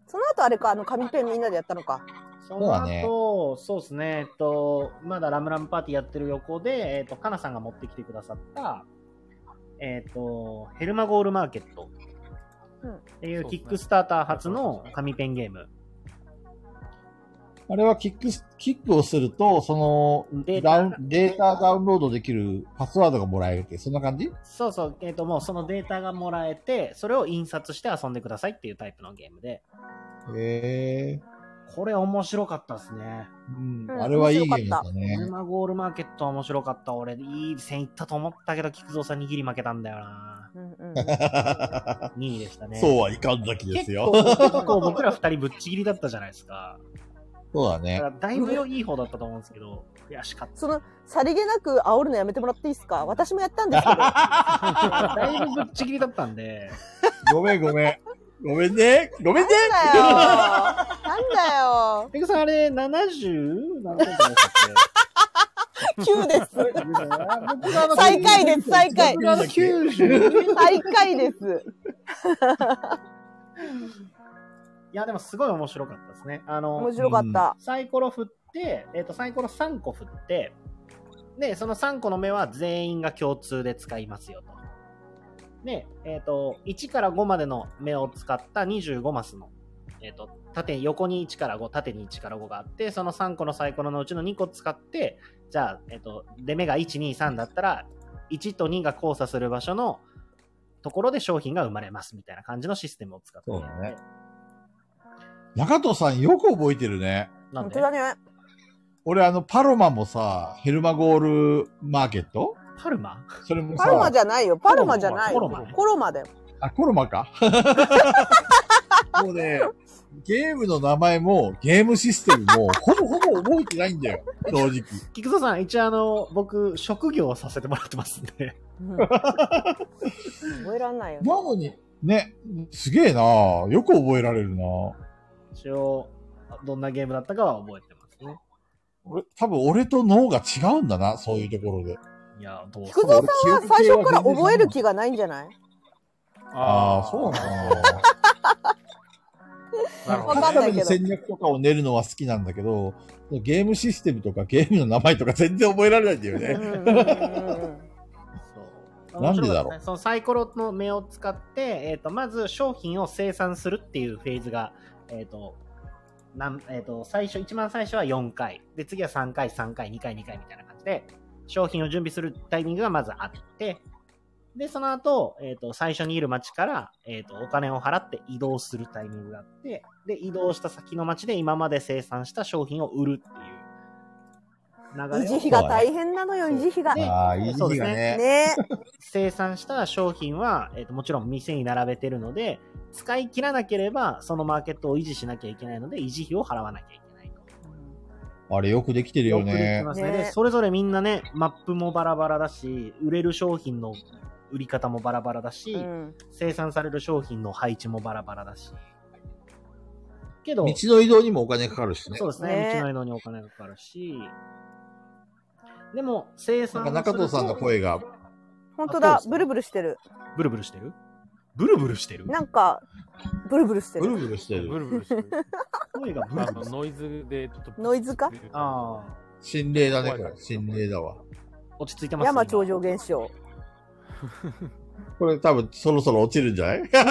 Speaker 3: その後あれか、あの紙ペンみんなでやったのか。
Speaker 1: そう
Speaker 4: だね
Speaker 1: の後、そうですね、えっと、まだラムラムパーティーやってる横で、えっと、かなさんが持ってきてくださった、えっと、ヘルマゴールマーケット
Speaker 3: うん
Speaker 1: っていうキックスターター初の紙ペンゲーム。
Speaker 4: あれはキックス、キックをすると、その、
Speaker 1: データ
Speaker 4: ダウン、データダウンロードできるパスワードがもらえるって、そんな感じ
Speaker 1: そうそう、えっと、もうそのデータがもらえて、それを印刷して遊んでくださいっていうタイプのゲームで、
Speaker 4: ええ
Speaker 1: これ面白かったですね。
Speaker 4: うん
Speaker 3: うん
Speaker 4: あれはいいゲームだったね
Speaker 1: ヘ。ルマゴールマーケットは面白かった。俺、いい線いったと思ったけど、菊蔵さんにギリ負けたんだよな。
Speaker 3: うんうん。
Speaker 1: 2位でしたね。
Speaker 4: そうはいかんざきですよ。
Speaker 1: 結構 [laughs] 結構僕ら二人ぶっちぎりだったじゃないですか。
Speaker 4: そうだ
Speaker 1: だ
Speaker 4: ね
Speaker 1: か。らだいぶ良い方だったと思うんですけど、悔しかっ
Speaker 3: その、さりげなく煽るのやめてもらっていいですか私もやったんですけど。
Speaker 4: [laughs]
Speaker 1: た。だいぶぶっちぎりだったんで、
Speaker 4: ごめんごめん。ごめんね。ごめんね。
Speaker 3: なんだよ。なんだよ。
Speaker 1: ペグさんあれ 70? 何点でしたっ
Speaker 3: 9です。
Speaker 1: け僕があの
Speaker 3: 最下位です、最下位
Speaker 1: 僕。があ
Speaker 4: [laughs]
Speaker 1: の 90?
Speaker 3: [laughs] 最下位です。
Speaker 1: いや、でもすごい面白かったですね。あの
Speaker 3: 面、白かった。
Speaker 1: サイコロ振って、えっ、と、サイコロ3個振って、で、その3個の目は全員が共通で使いますよと。で、えっ、と、1から5までの目を使った25マスの、えっ、と、縦に、横に1から5、縦に1から5があって、その3個のサイコロのうちの2個使って、じゃあ、えっ、と、出目が1、2、3だったら、1と2が交差する場所のところで商品が生まれますみたいな感じのシステムを使って
Speaker 4: そうだね中藤さんよく覚えてるね。
Speaker 1: なん
Speaker 3: 本
Speaker 1: で
Speaker 3: 当だね。
Speaker 4: 俺あの、パロマもさ、ヘルマゴールマーケット
Speaker 7: パルマ
Speaker 4: それ
Speaker 3: [laughs]
Speaker 4: も
Speaker 3: パルマ
Speaker 4: さ、
Speaker 3: じゃないよ。パルマじゃない
Speaker 7: コロ
Speaker 3: よ。
Speaker 7: マね
Speaker 3: コロマだよ。
Speaker 4: あ、コロマか。 [laughs] もうね、ゲームの名前もゲームシステムもほぼほぼ覚えてないんだよ、正直。
Speaker 1: 菊蔵さん、一応あの、僕、職業をさせてもらってますんで。
Speaker 3: うん覚えらんないよ。
Speaker 4: なのに、ね、すげえなよく覚えられるな
Speaker 1: 一応、どんなゲームだったかは覚えてますね。
Speaker 4: 俺多分俺と脳が違うんだな、そういうところで。
Speaker 1: いや、どう
Speaker 3: 菊蔵さんは最初から覚える気がないんじゃない
Speaker 4: ああ、そうなんだ。
Speaker 2: なるほ
Speaker 3: わ
Speaker 2: ど
Speaker 3: かんないけど
Speaker 4: 戦略とかを練るのは好きなんだけど、ゲームシステムとかゲームの名前とか全然覚えられないんだよ
Speaker 3: うん
Speaker 4: ね。
Speaker 3: うんうんうん
Speaker 1: そう
Speaker 4: なんで
Speaker 1: 面白か
Speaker 4: だろう
Speaker 1: ったねそのサイコロの目を使って、えー、とまず商品を生産するっていうフェーズが、えーとなんえー、と最初一番最初は4回で次は3回3回2回2回みたいな感じで商品を準備するタイミングがまずあってでその後、えー、と最初にいる町から、えー、とお金を払って移動するタイミングがあってで移動した先の町で今まで生産した商品を売るっていう流
Speaker 3: うん。維
Speaker 1: れ
Speaker 3: 持
Speaker 1: を
Speaker 3: 費が大変なのよ、
Speaker 1: そう
Speaker 3: 維持費が。
Speaker 1: ね
Speaker 3: ね
Speaker 4: ああ、いい日
Speaker 1: そうです
Speaker 4: が
Speaker 1: ね
Speaker 4: ね。
Speaker 1: 生産した商品は、えー、ともちろん店に並べてるので使い切らなければそのマーケットを維持しなきゃいけないので維持費を払わなきゃいけないと。
Speaker 4: あれよくできてるよね。
Speaker 1: ますね
Speaker 3: ね
Speaker 1: でそれぞれみんなねマップもバラバラだし売れる商品の売り方もバラバラだし、
Speaker 3: うん
Speaker 1: 生産される商品の配置もバラバラだしけど
Speaker 4: 道の移動にもお金かかるしね
Speaker 1: そ。うですね
Speaker 3: ね
Speaker 1: 道の移動にお金がかかるしでも生
Speaker 4: なん
Speaker 1: 産
Speaker 4: か
Speaker 1: を
Speaker 4: 中藤さんの声が、
Speaker 3: 本当
Speaker 1: あ
Speaker 3: だ
Speaker 1: そうです、ね
Speaker 3: ブルブルしてる。
Speaker 1: ブルブルしてるブルブルしてる
Speaker 3: なんか、ブルブルして
Speaker 4: ブル
Speaker 3: る。
Speaker 4: ブルして
Speaker 2: ブ
Speaker 4: る。
Speaker 2: ルブルしてる。
Speaker 1: 声がブル
Speaker 2: あ
Speaker 1: ブ
Speaker 2: の
Speaker 1: ルしてる
Speaker 2: ノイズでちょっと。
Speaker 3: ノイズか
Speaker 1: ああ
Speaker 4: 心霊だね、
Speaker 2: 怖い
Speaker 4: これ。心霊だわ。
Speaker 1: 落ち着いてますね
Speaker 3: 山頂上現象。
Speaker 4: これ多分そろそろ落ちるんじゃない
Speaker 3: こ
Speaker 4: [laughs]
Speaker 3: れ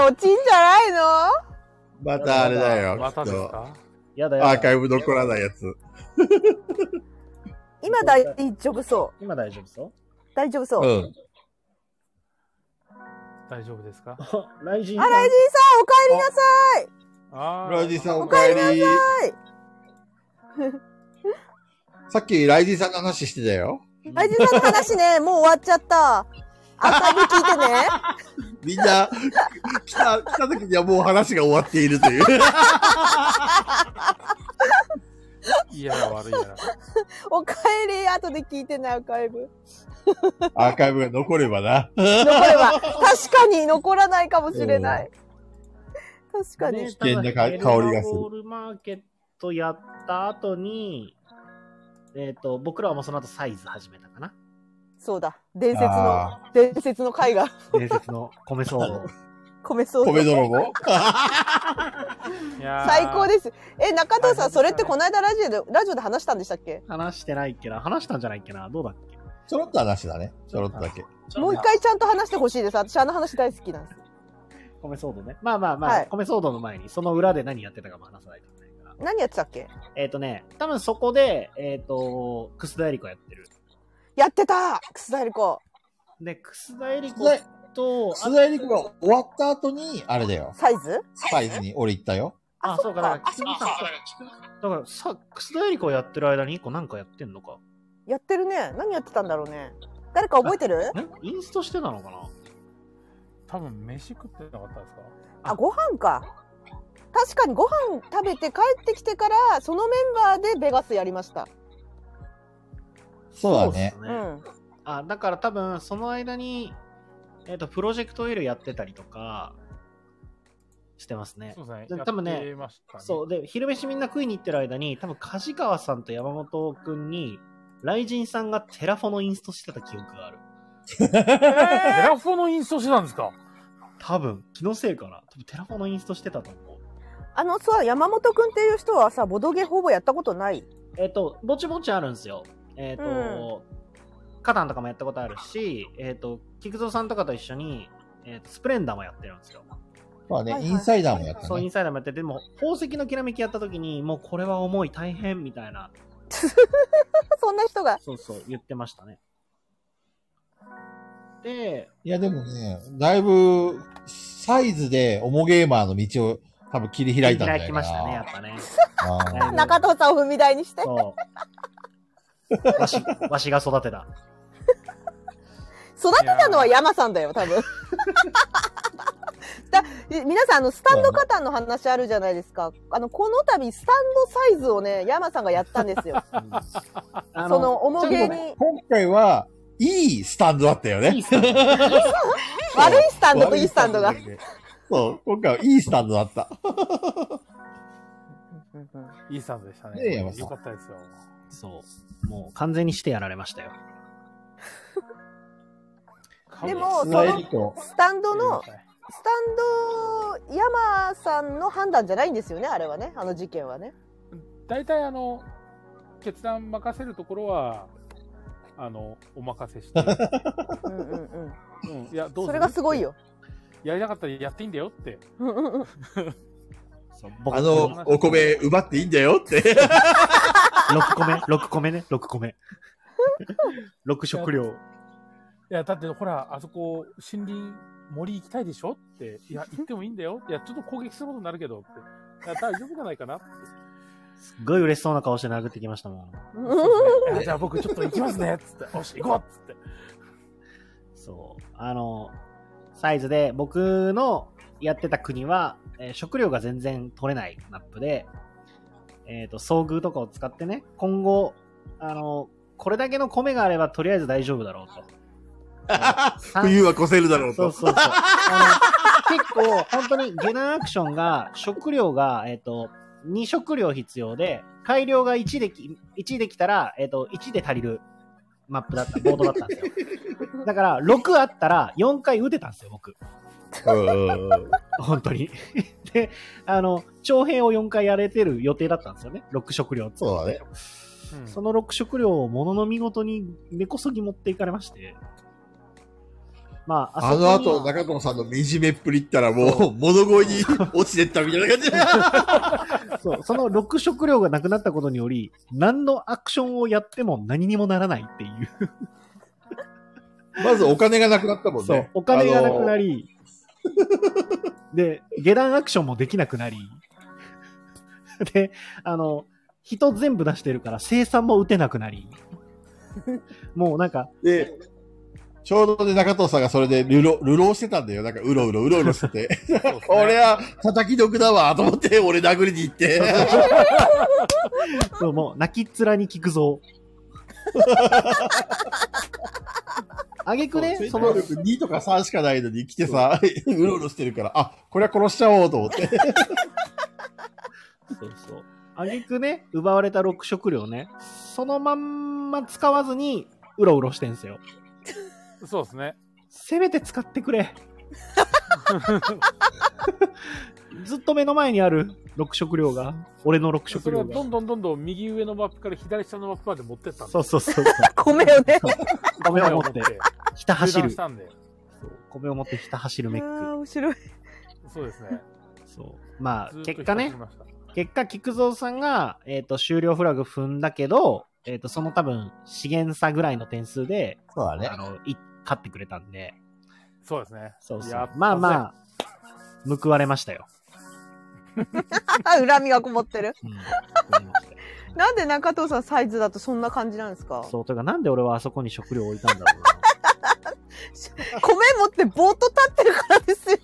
Speaker 3: 落ちんじゃ
Speaker 4: またあれだよ。
Speaker 2: また
Speaker 4: き
Speaker 2: で
Speaker 4: っ
Speaker 2: す
Speaker 4: と
Speaker 2: か
Speaker 1: やだやだ
Speaker 4: アーカイブ残らないやつ。
Speaker 3: ないの今大丈夫そ。
Speaker 1: 今大丈夫 [laughs] そう
Speaker 3: 大丈夫
Speaker 4: う
Speaker 3: そう。
Speaker 4: ん。
Speaker 2: 大丈夫ですか
Speaker 1: うライジン
Speaker 3: あ、ライジンさん、お帰りなさ
Speaker 2: あー
Speaker 4: ライジンさんお
Speaker 3: か
Speaker 4: 帰
Speaker 3: えりなさ
Speaker 4: り。
Speaker 3: い。
Speaker 4: さっきライジンさんの話してたよ。
Speaker 3: ライジンさんの話ね、もう終わっちゃった。アーカイブ聞いてね。
Speaker 4: みんな、 [laughs] 来た、来た時にはもう話が終わっているという。 [laughs]
Speaker 2: いやら悪いやら。
Speaker 3: お帰り、後で聞いてね、アーカイブ。
Speaker 4: アーカイブが残ればな。
Speaker 3: 残れば、確かに残らないかもしれない。確かに。
Speaker 4: 危険なか香りがする
Speaker 1: ゴールマーケットやった後に、えっ、と、僕らはもうその後サイズ始めたかな。
Speaker 3: そうだ。伝説の、
Speaker 4: あ
Speaker 3: 伝説の回が、
Speaker 1: [laughs] 伝説の米騒動。
Speaker 3: 米
Speaker 4: ー
Speaker 3: 騒動
Speaker 4: 米。泥棒
Speaker 2: いやー
Speaker 3: 最高です。え、中藤さ
Speaker 2: あ
Speaker 3: ん、それってこの間ラジオで、ラジオで話したんでしたっけ
Speaker 1: [laughs] 話してないっけな話したんじゃないっけなどうだっけ
Speaker 4: ちょろっと話だね。ちょろっとだけ。
Speaker 3: もう一。回ちゃんと話してほしいです。私、あの話大好きなんです。
Speaker 1: 米騒動ね。まあまあまあ、
Speaker 3: はい
Speaker 1: 米騒動の前に、その裏で何やってたかも話さないといけないから。
Speaker 3: 何やってたっけ
Speaker 1: えっ、とね、多分そこで、えっ、と、楠田エリコやってる。
Speaker 3: やってた楠田エリコ。
Speaker 1: で、楠田エリコ
Speaker 4: 須田
Speaker 1: と、
Speaker 4: 須田エリコが終わった後に、あれだよ。
Speaker 3: サイズ
Speaker 4: サイズに俺行ったよ。
Speaker 1: あ、そうか、だから、菊蔵さん、だから、さ、楠田エリコやってる間に一個なんかやってんのか。
Speaker 3: やってるね。何やってたんだろうね。誰か覚えてる
Speaker 1: えインストしてたのかな
Speaker 2: 多分飯食ってなかったんですか
Speaker 3: あ、ご飯か。確かにご飯食べて帰ってきてから、そのメンバーでベガスやりました。
Speaker 4: そうだね
Speaker 1: そ。うっ
Speaker 3: う
Speaker 1: すね
Speaker 3: ん。
Speaker 1: あ、だから多分、その間に、えっ、と、プロジェクト L やってたりとか、してますね。
Speaker 2: そうです
Speaker 1: で
Speaker 2: ね。
Speaker 1: 多分ね
Speaker 2: やってましたね
Speaker 1: そう、で、昼飯みんな食いに行ってる間に、多分、梶川さんと山本くんに、雷神さんがテラフォのインストしてた記憶がある。
Speaker 2: えーテラフォのインストしてたんですか
Speaker 1: 多分、気のせいかな。多分、テラフォのインストしてたと思う。
Speaker 3: あのさ、山本くんっていう人はさ、ボドゲほぼやったことない。
Speaker 1: えっ、と、ぼちぼちあるんですよ。えっ、と、カタンとかもやったことあるし、えっ、と、菊蔵さんとかと一緒に、えーとスプレンダーもやってるんですよ。
Speaker 4: そ
Speaker 3: は
Speaker 4: うだ
Speaker 3: い
Speaker 4: ね。
Speaker 3: はい
Speaker 4: インサイダーもやっ
Speaker 1: そ
Speaker 4: た
Speaker 1: う、イン
Speaker 4: ね。
Speaker 1: サイダーもやってて、でも宝石のきらめきやった時に、もうこれは重い、大変みたいな、
Speaker 3: そんな人が。
Speaker 1: そうそう、言ってましたね。で、
Speaker 4: いや、でもね、だいぶ、サイズで、オモゲーマーの道を多分切り開いたんじゃない
Speaker 1: き
Speaker 4: か
Speaker 1: ましたね、やっ
Speaker 4: な。
Speaker 1: ぱね。
Speaker 4: あー
Speaker 1: だいぶ
Speaker 8: 中藤さんを踏み台にして。
Speaker 1: そう。わし、わしが育てた。
Speaker 8: 育てたのは山さんだよ、多分。 [laughs] だ皆さん、あの、スタンドカタンの話あるじゃないですか。あの、この度、スタンドサイズをね、山さんがやったんです
Speaker 4: [laughs]
Speaker 8: よ。
Speaker 1: あ
Speaker 8: その、おもげ
Speaker 1: ちょっ
Speaker 8: に、
Speaker 4: 今回は、いいスタンドだったよ
Speaker 1: とねいい
Speaker 4: ね
Speaker 1: っ。すね
Speaker 8: 悪いスタンドといいスタンドが。
Speaker 4: そう、今回はいいスタンドだった。
Speaker 2: いいスタンドでした
Speaker 4: ねえ
Speaker 2: ね
Speaker 4: 山。さん
Speaker 2: よかったですよ。
Speaker 1: そう。もう完全にしてやられましたよ。
Speaker 8: でも、そ
Speaker 4: 座
Speaker 8: の
Speaker 4: り、と、
Speaker 8: スタンドの、スタンド、山さんの判断じゃないんですよね、あれはね、あの事件はね。
Speaker 2: 大体あの、決断任せるところは、あの、お任
Speaker 1: [laughs]
Speaker 2: せして、
Speaker 8: うんうんうん。
Speaker 2: うん、いや、どうぞ
Speaker 8: それがすごい。よ。
Speaker 2: やりたかったらやっていいんだよって。
Speaker 8: うんうんうん
Speaker 1: そう
Speaker 4: あの、お米奪っていいんだよって。
Speaker 1: 6個目、6個目ね、6個目。6食料。
Speaker 2: いや、だってほら、あそこ、森林、森行きたいでしょって。いや、行ってもいいん
Speaker 8: [laughs]
Speaker 2: だよ。いや、ちょっと攻撃することになるけどって。いや、大丈夫じゃない
Speaker 8: [laughs]
Speaker 2: かなって。
Speaker 1: すっごい嬉しそうな顔して殴ってきましたもん。
Speaker 8: うんうん。
Speaker 2: いやじゃあ僕ちょっと行きますね。つって。よし、行こうっつって。
Speaker 1: そう。あの、サイズで、僕のやってた国は、えー食料が全然取れないマップで、えっ、と、遭遇とかを使ってね、今後、あの、これだけの米があればとりあえず大丈夫だろうと。
Speaker 4: 冬は越せるだろう
Speaker 1: そう
Speaker 4: と。 [laughs]
Speaker 1: そうそう。あの結構、本当にゲナンアクションが、食料が、えっ、と、2食料必要で、改良が1でき、1できたら、えっ、と、1で足りるマップだ
Speaker 4: [laughs]
Speaker 1: った、ボードだったんですよ。だから、6あったら4回打てたんですよ、僕。
Speaker 4: うんうんうん
Speaker 1: 本当に。 [laughs] で、あの、長編を4回やれてる予定だったんですよね。6食料
Speaker 4: そうだね。
Speaker 2: うん
Speaker 1: その6食料をものの見事に根こそぎ持っていかれまして。まあ、
Speaker 4: あの
Speaker 1: そこに
Speaker 4: 後、中友さんの惨めっぷりったらもう、物乞いに落ちてったみたいな感
Speaker 1: [laughs]
Speaker 4: じだ。
Speaker 1: そう、その6食料がなくなったことにより、何のアクションをやっても何にもならないっていう。
Speaker 4: まずお金がなくなったもんね。
Speaker 1: そう、お金がなくな
Speaker 4: り。
Speaker 1: り、 [laughs] で、下段アクションもできなくなり、 [laughs] で、あの、人全部出してるから生産も打てなく [laughs] なり、もうなんか、
Speaker 4: で、ちょうどね、中藤さんがそれで流浪、流浪してたんだよ。なんか、うろうろ、うろうろし
Speaker 1: [laughs]
Speaker 4: てて。俺は叩き毒だわ、と思って、俺殴りに行って。
Speaker 1: そうもう泣きっ面に聞く [laughs] ぞ。あげくね、 [laughs] そ
Speaker 4: そ
Speaker 1: の
Speaker 4: の、力2とか3しかないのに来てさ、うろうろしてるから、あ、これは殺しちゃおうと思って。
Speaker 1: そうそう。あげくね、奪われた6食料ね、そのまんま使わずに、うろうろしてんすよ。
Speaker 2: そうですね。
Speaker 1: せめて使ってく [laughs] れ。ずっと目の前にある6食料が、俺の6
Speaker 2: そ
Speaker 1: 食
Speaker 2: れ
Speaker 1: 料
Speaker 2: はど
Speaker 1: が。
Speaker 2: んどんどんどん右上のマップから左下のマップまで持ってったんで
Speaker 1: そうそう
Speaker 2: [laughs]
Speaker 1: そう。
Speaker 8: 米をね。
Speaker 1: 米を持って、ひた
Speaker 2: 油
Speaker 1: 走
Speaker 2: 断
Speaker 1: る
Speaker 2: し。たんで。
Speaker 1: そう米を持ってひた走る
Speaker 8: あ
Speaker 1: メック。
Speaker 8: ー面白い。 [laughs]
Speaker 2: そうですね。
Speaker 1: そう。まあ
Speaker 2: ず
Speaker 1: 結
Speaker 2: っ、と
Speaker 1: 果ね
Speaker 2: 引っ張、ってきました
Speaker 1: 結果、菊蔵さんが、えっ、と、終了フラグ踏んだけど、えっ、と、その多分、資源差ぐらいの点数で、
Speaker 4: そうだ
Speaker 1: あ。の、い、勝ってくれたんで、
Speaker 2: そうですね。
Speaker 1: そうそ
Speaker 2: やっ
Speaker 1: う
Speaker 2: た。ぜ
Speaker 1: まあまあ、報われました
Speaker 2: [laughs]
Speaker 1: よ。
Speaker 8: 恨みがこもってる。
Speaker 1: うん、報われましたよ
Speaker 8: なんで中藤さんサイズだとそんな感じなんですか
Speaker 1: そう、というか、なんで俺はあそこに食料置いたんだろ
Speaker 8: 米持ってぼーっと立ってるからですよ。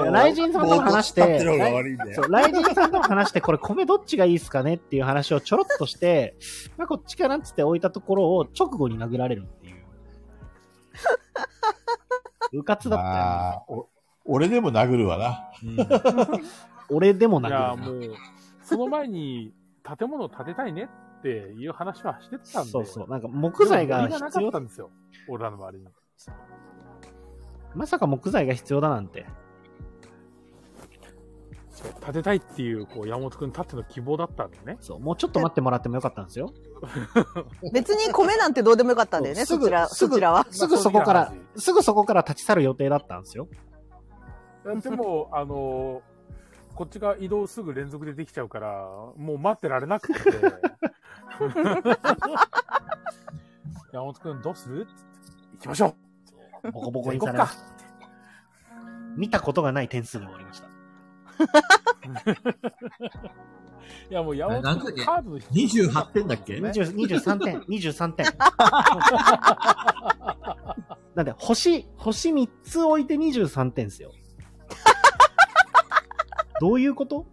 Speaker 1: うな。ライジンさんとも話して、
Speaker 4: ぼーっと立ってる方が
Speaker 1: ライ
Speaker 4: 悪いんだよ
Speaker 1: そうライジンさんとも話して、これ米どっちがいいですかねっていう話をちょろっとして、まあ、こっちかなっつって置いたところを直後に殴られるっていう。うかつだっ
Speaker 4: あーお俺でも殴るわな。
Speaker 1: たよ、う
Speaker 4: [laughs]
Speaker 1: ん俺でも
Speaker 2: いや、
Speaker 1: 殴
Speaker 2: も
Speaker 1: る
Speaker 2: う、その前に建物を建てたいねっていう話はしてた
Speaker 1: な。
Speaker 2: んで。
Speaker 1: そうそう。なんか木材が
Speaker 2: でも森な
Speaker 1: 必
Speaker 2: かっ
Speaker 1: 要
Speaker 2: たんですよ。俺らの周りに。
Speaker 1: まさか木材が必要だなんて。
Speaker 2: そう建てたいっていう、こう、山本くんたっての希望だったんでね。
Speaker 1: そう、もうちょっと待ってもらってもよかったんですよ。
Speaker 8: 別に米なんてどうでもよかったんだよね、そ
Speaker 1: そうすぐ
Speaker 8: ちら、
Speaker 1: すぐ
Speaker 8: そちらは。
Speaker 1: すぐそこから、すぐそこから立ち去る予定だったんですよ。[laughs]
Speaker 2: でも、あの、こっちが移動すぐ連続でできちゃうから、もう待ってられなくて。
Speaker 1: [laughs]
Speaker 2: 山本くんどうするって行きましょう
Speaker 1: ボコボコにされました見たことがない点数に終わりました。
Speaker 2: いや、もう山
Speaker 4: なん
Speaker 2: 本
Speaker 4: だっけ
Speaker 2: 君カードの引き
Speaker 4: 28点だっけ
Speaker 1: 20 23点、23点。なんで、星、星3つ置いて23点ですよ。どういうこと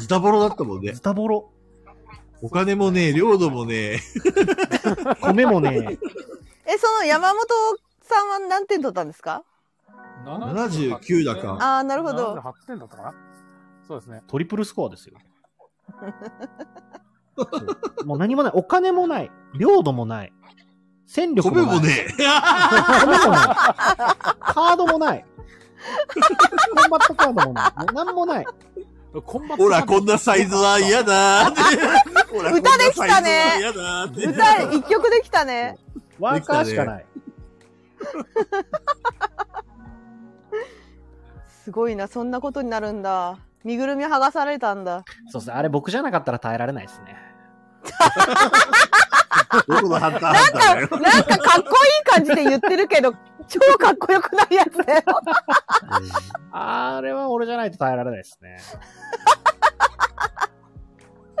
Speaker 4: ズタボロだったもんね
Speaker 1: ズ。タボロ。
Speaker 4: お金もねえ、領土もねえ。
Speaker 1: 米もね、
Speaker 3: え、その山本さんは何点取ったんですか
Speaker 4: 79だか
Speaker 3: ああ、なるほど。
Speaker 2: 78点だったかなそうですね。
Speaker 1: トリプルスコアですよ。そうもう何もない。お金もない。領土もない。戦力もな
Speaker 4: 米
Speaker 1: い。
Speaker 4: もね
Speaker 1: 米もない。カードもない。コンバットカードもない。もう何もない。
Speaker 2: コンバ
Speaker 4: え。
Speaker 2: ット
Speaker 4: ほら、こんなサイズは嫌だーって。ほら
Speaker 3: 歌できたね
Speaker 4: こんなサイズは嫌だーって
Speaker 3: 歌一曲できたね。
Speaker 1: ワーカーしかない。
Speaker 3: すごいな、そんなことになるんだ。身ぐるみ剥がされたんだ。
Speaker 1: そうですね。あれ僕じゃなかったら耐えられないですね。
Speaker 4: どこのハンター
Speaker 3: な
Speaker 4: ハ
Speaker 3: ん
Speaker 4: ンターだよ
Speaker 3: か、。なんかかっこいい感じで言ってる
Speaker 1: [laughs]
Speaker 3: けど、超かっこよくないやつだよ。
Speaker 1: あれは俺じゃないと耐えられないですね。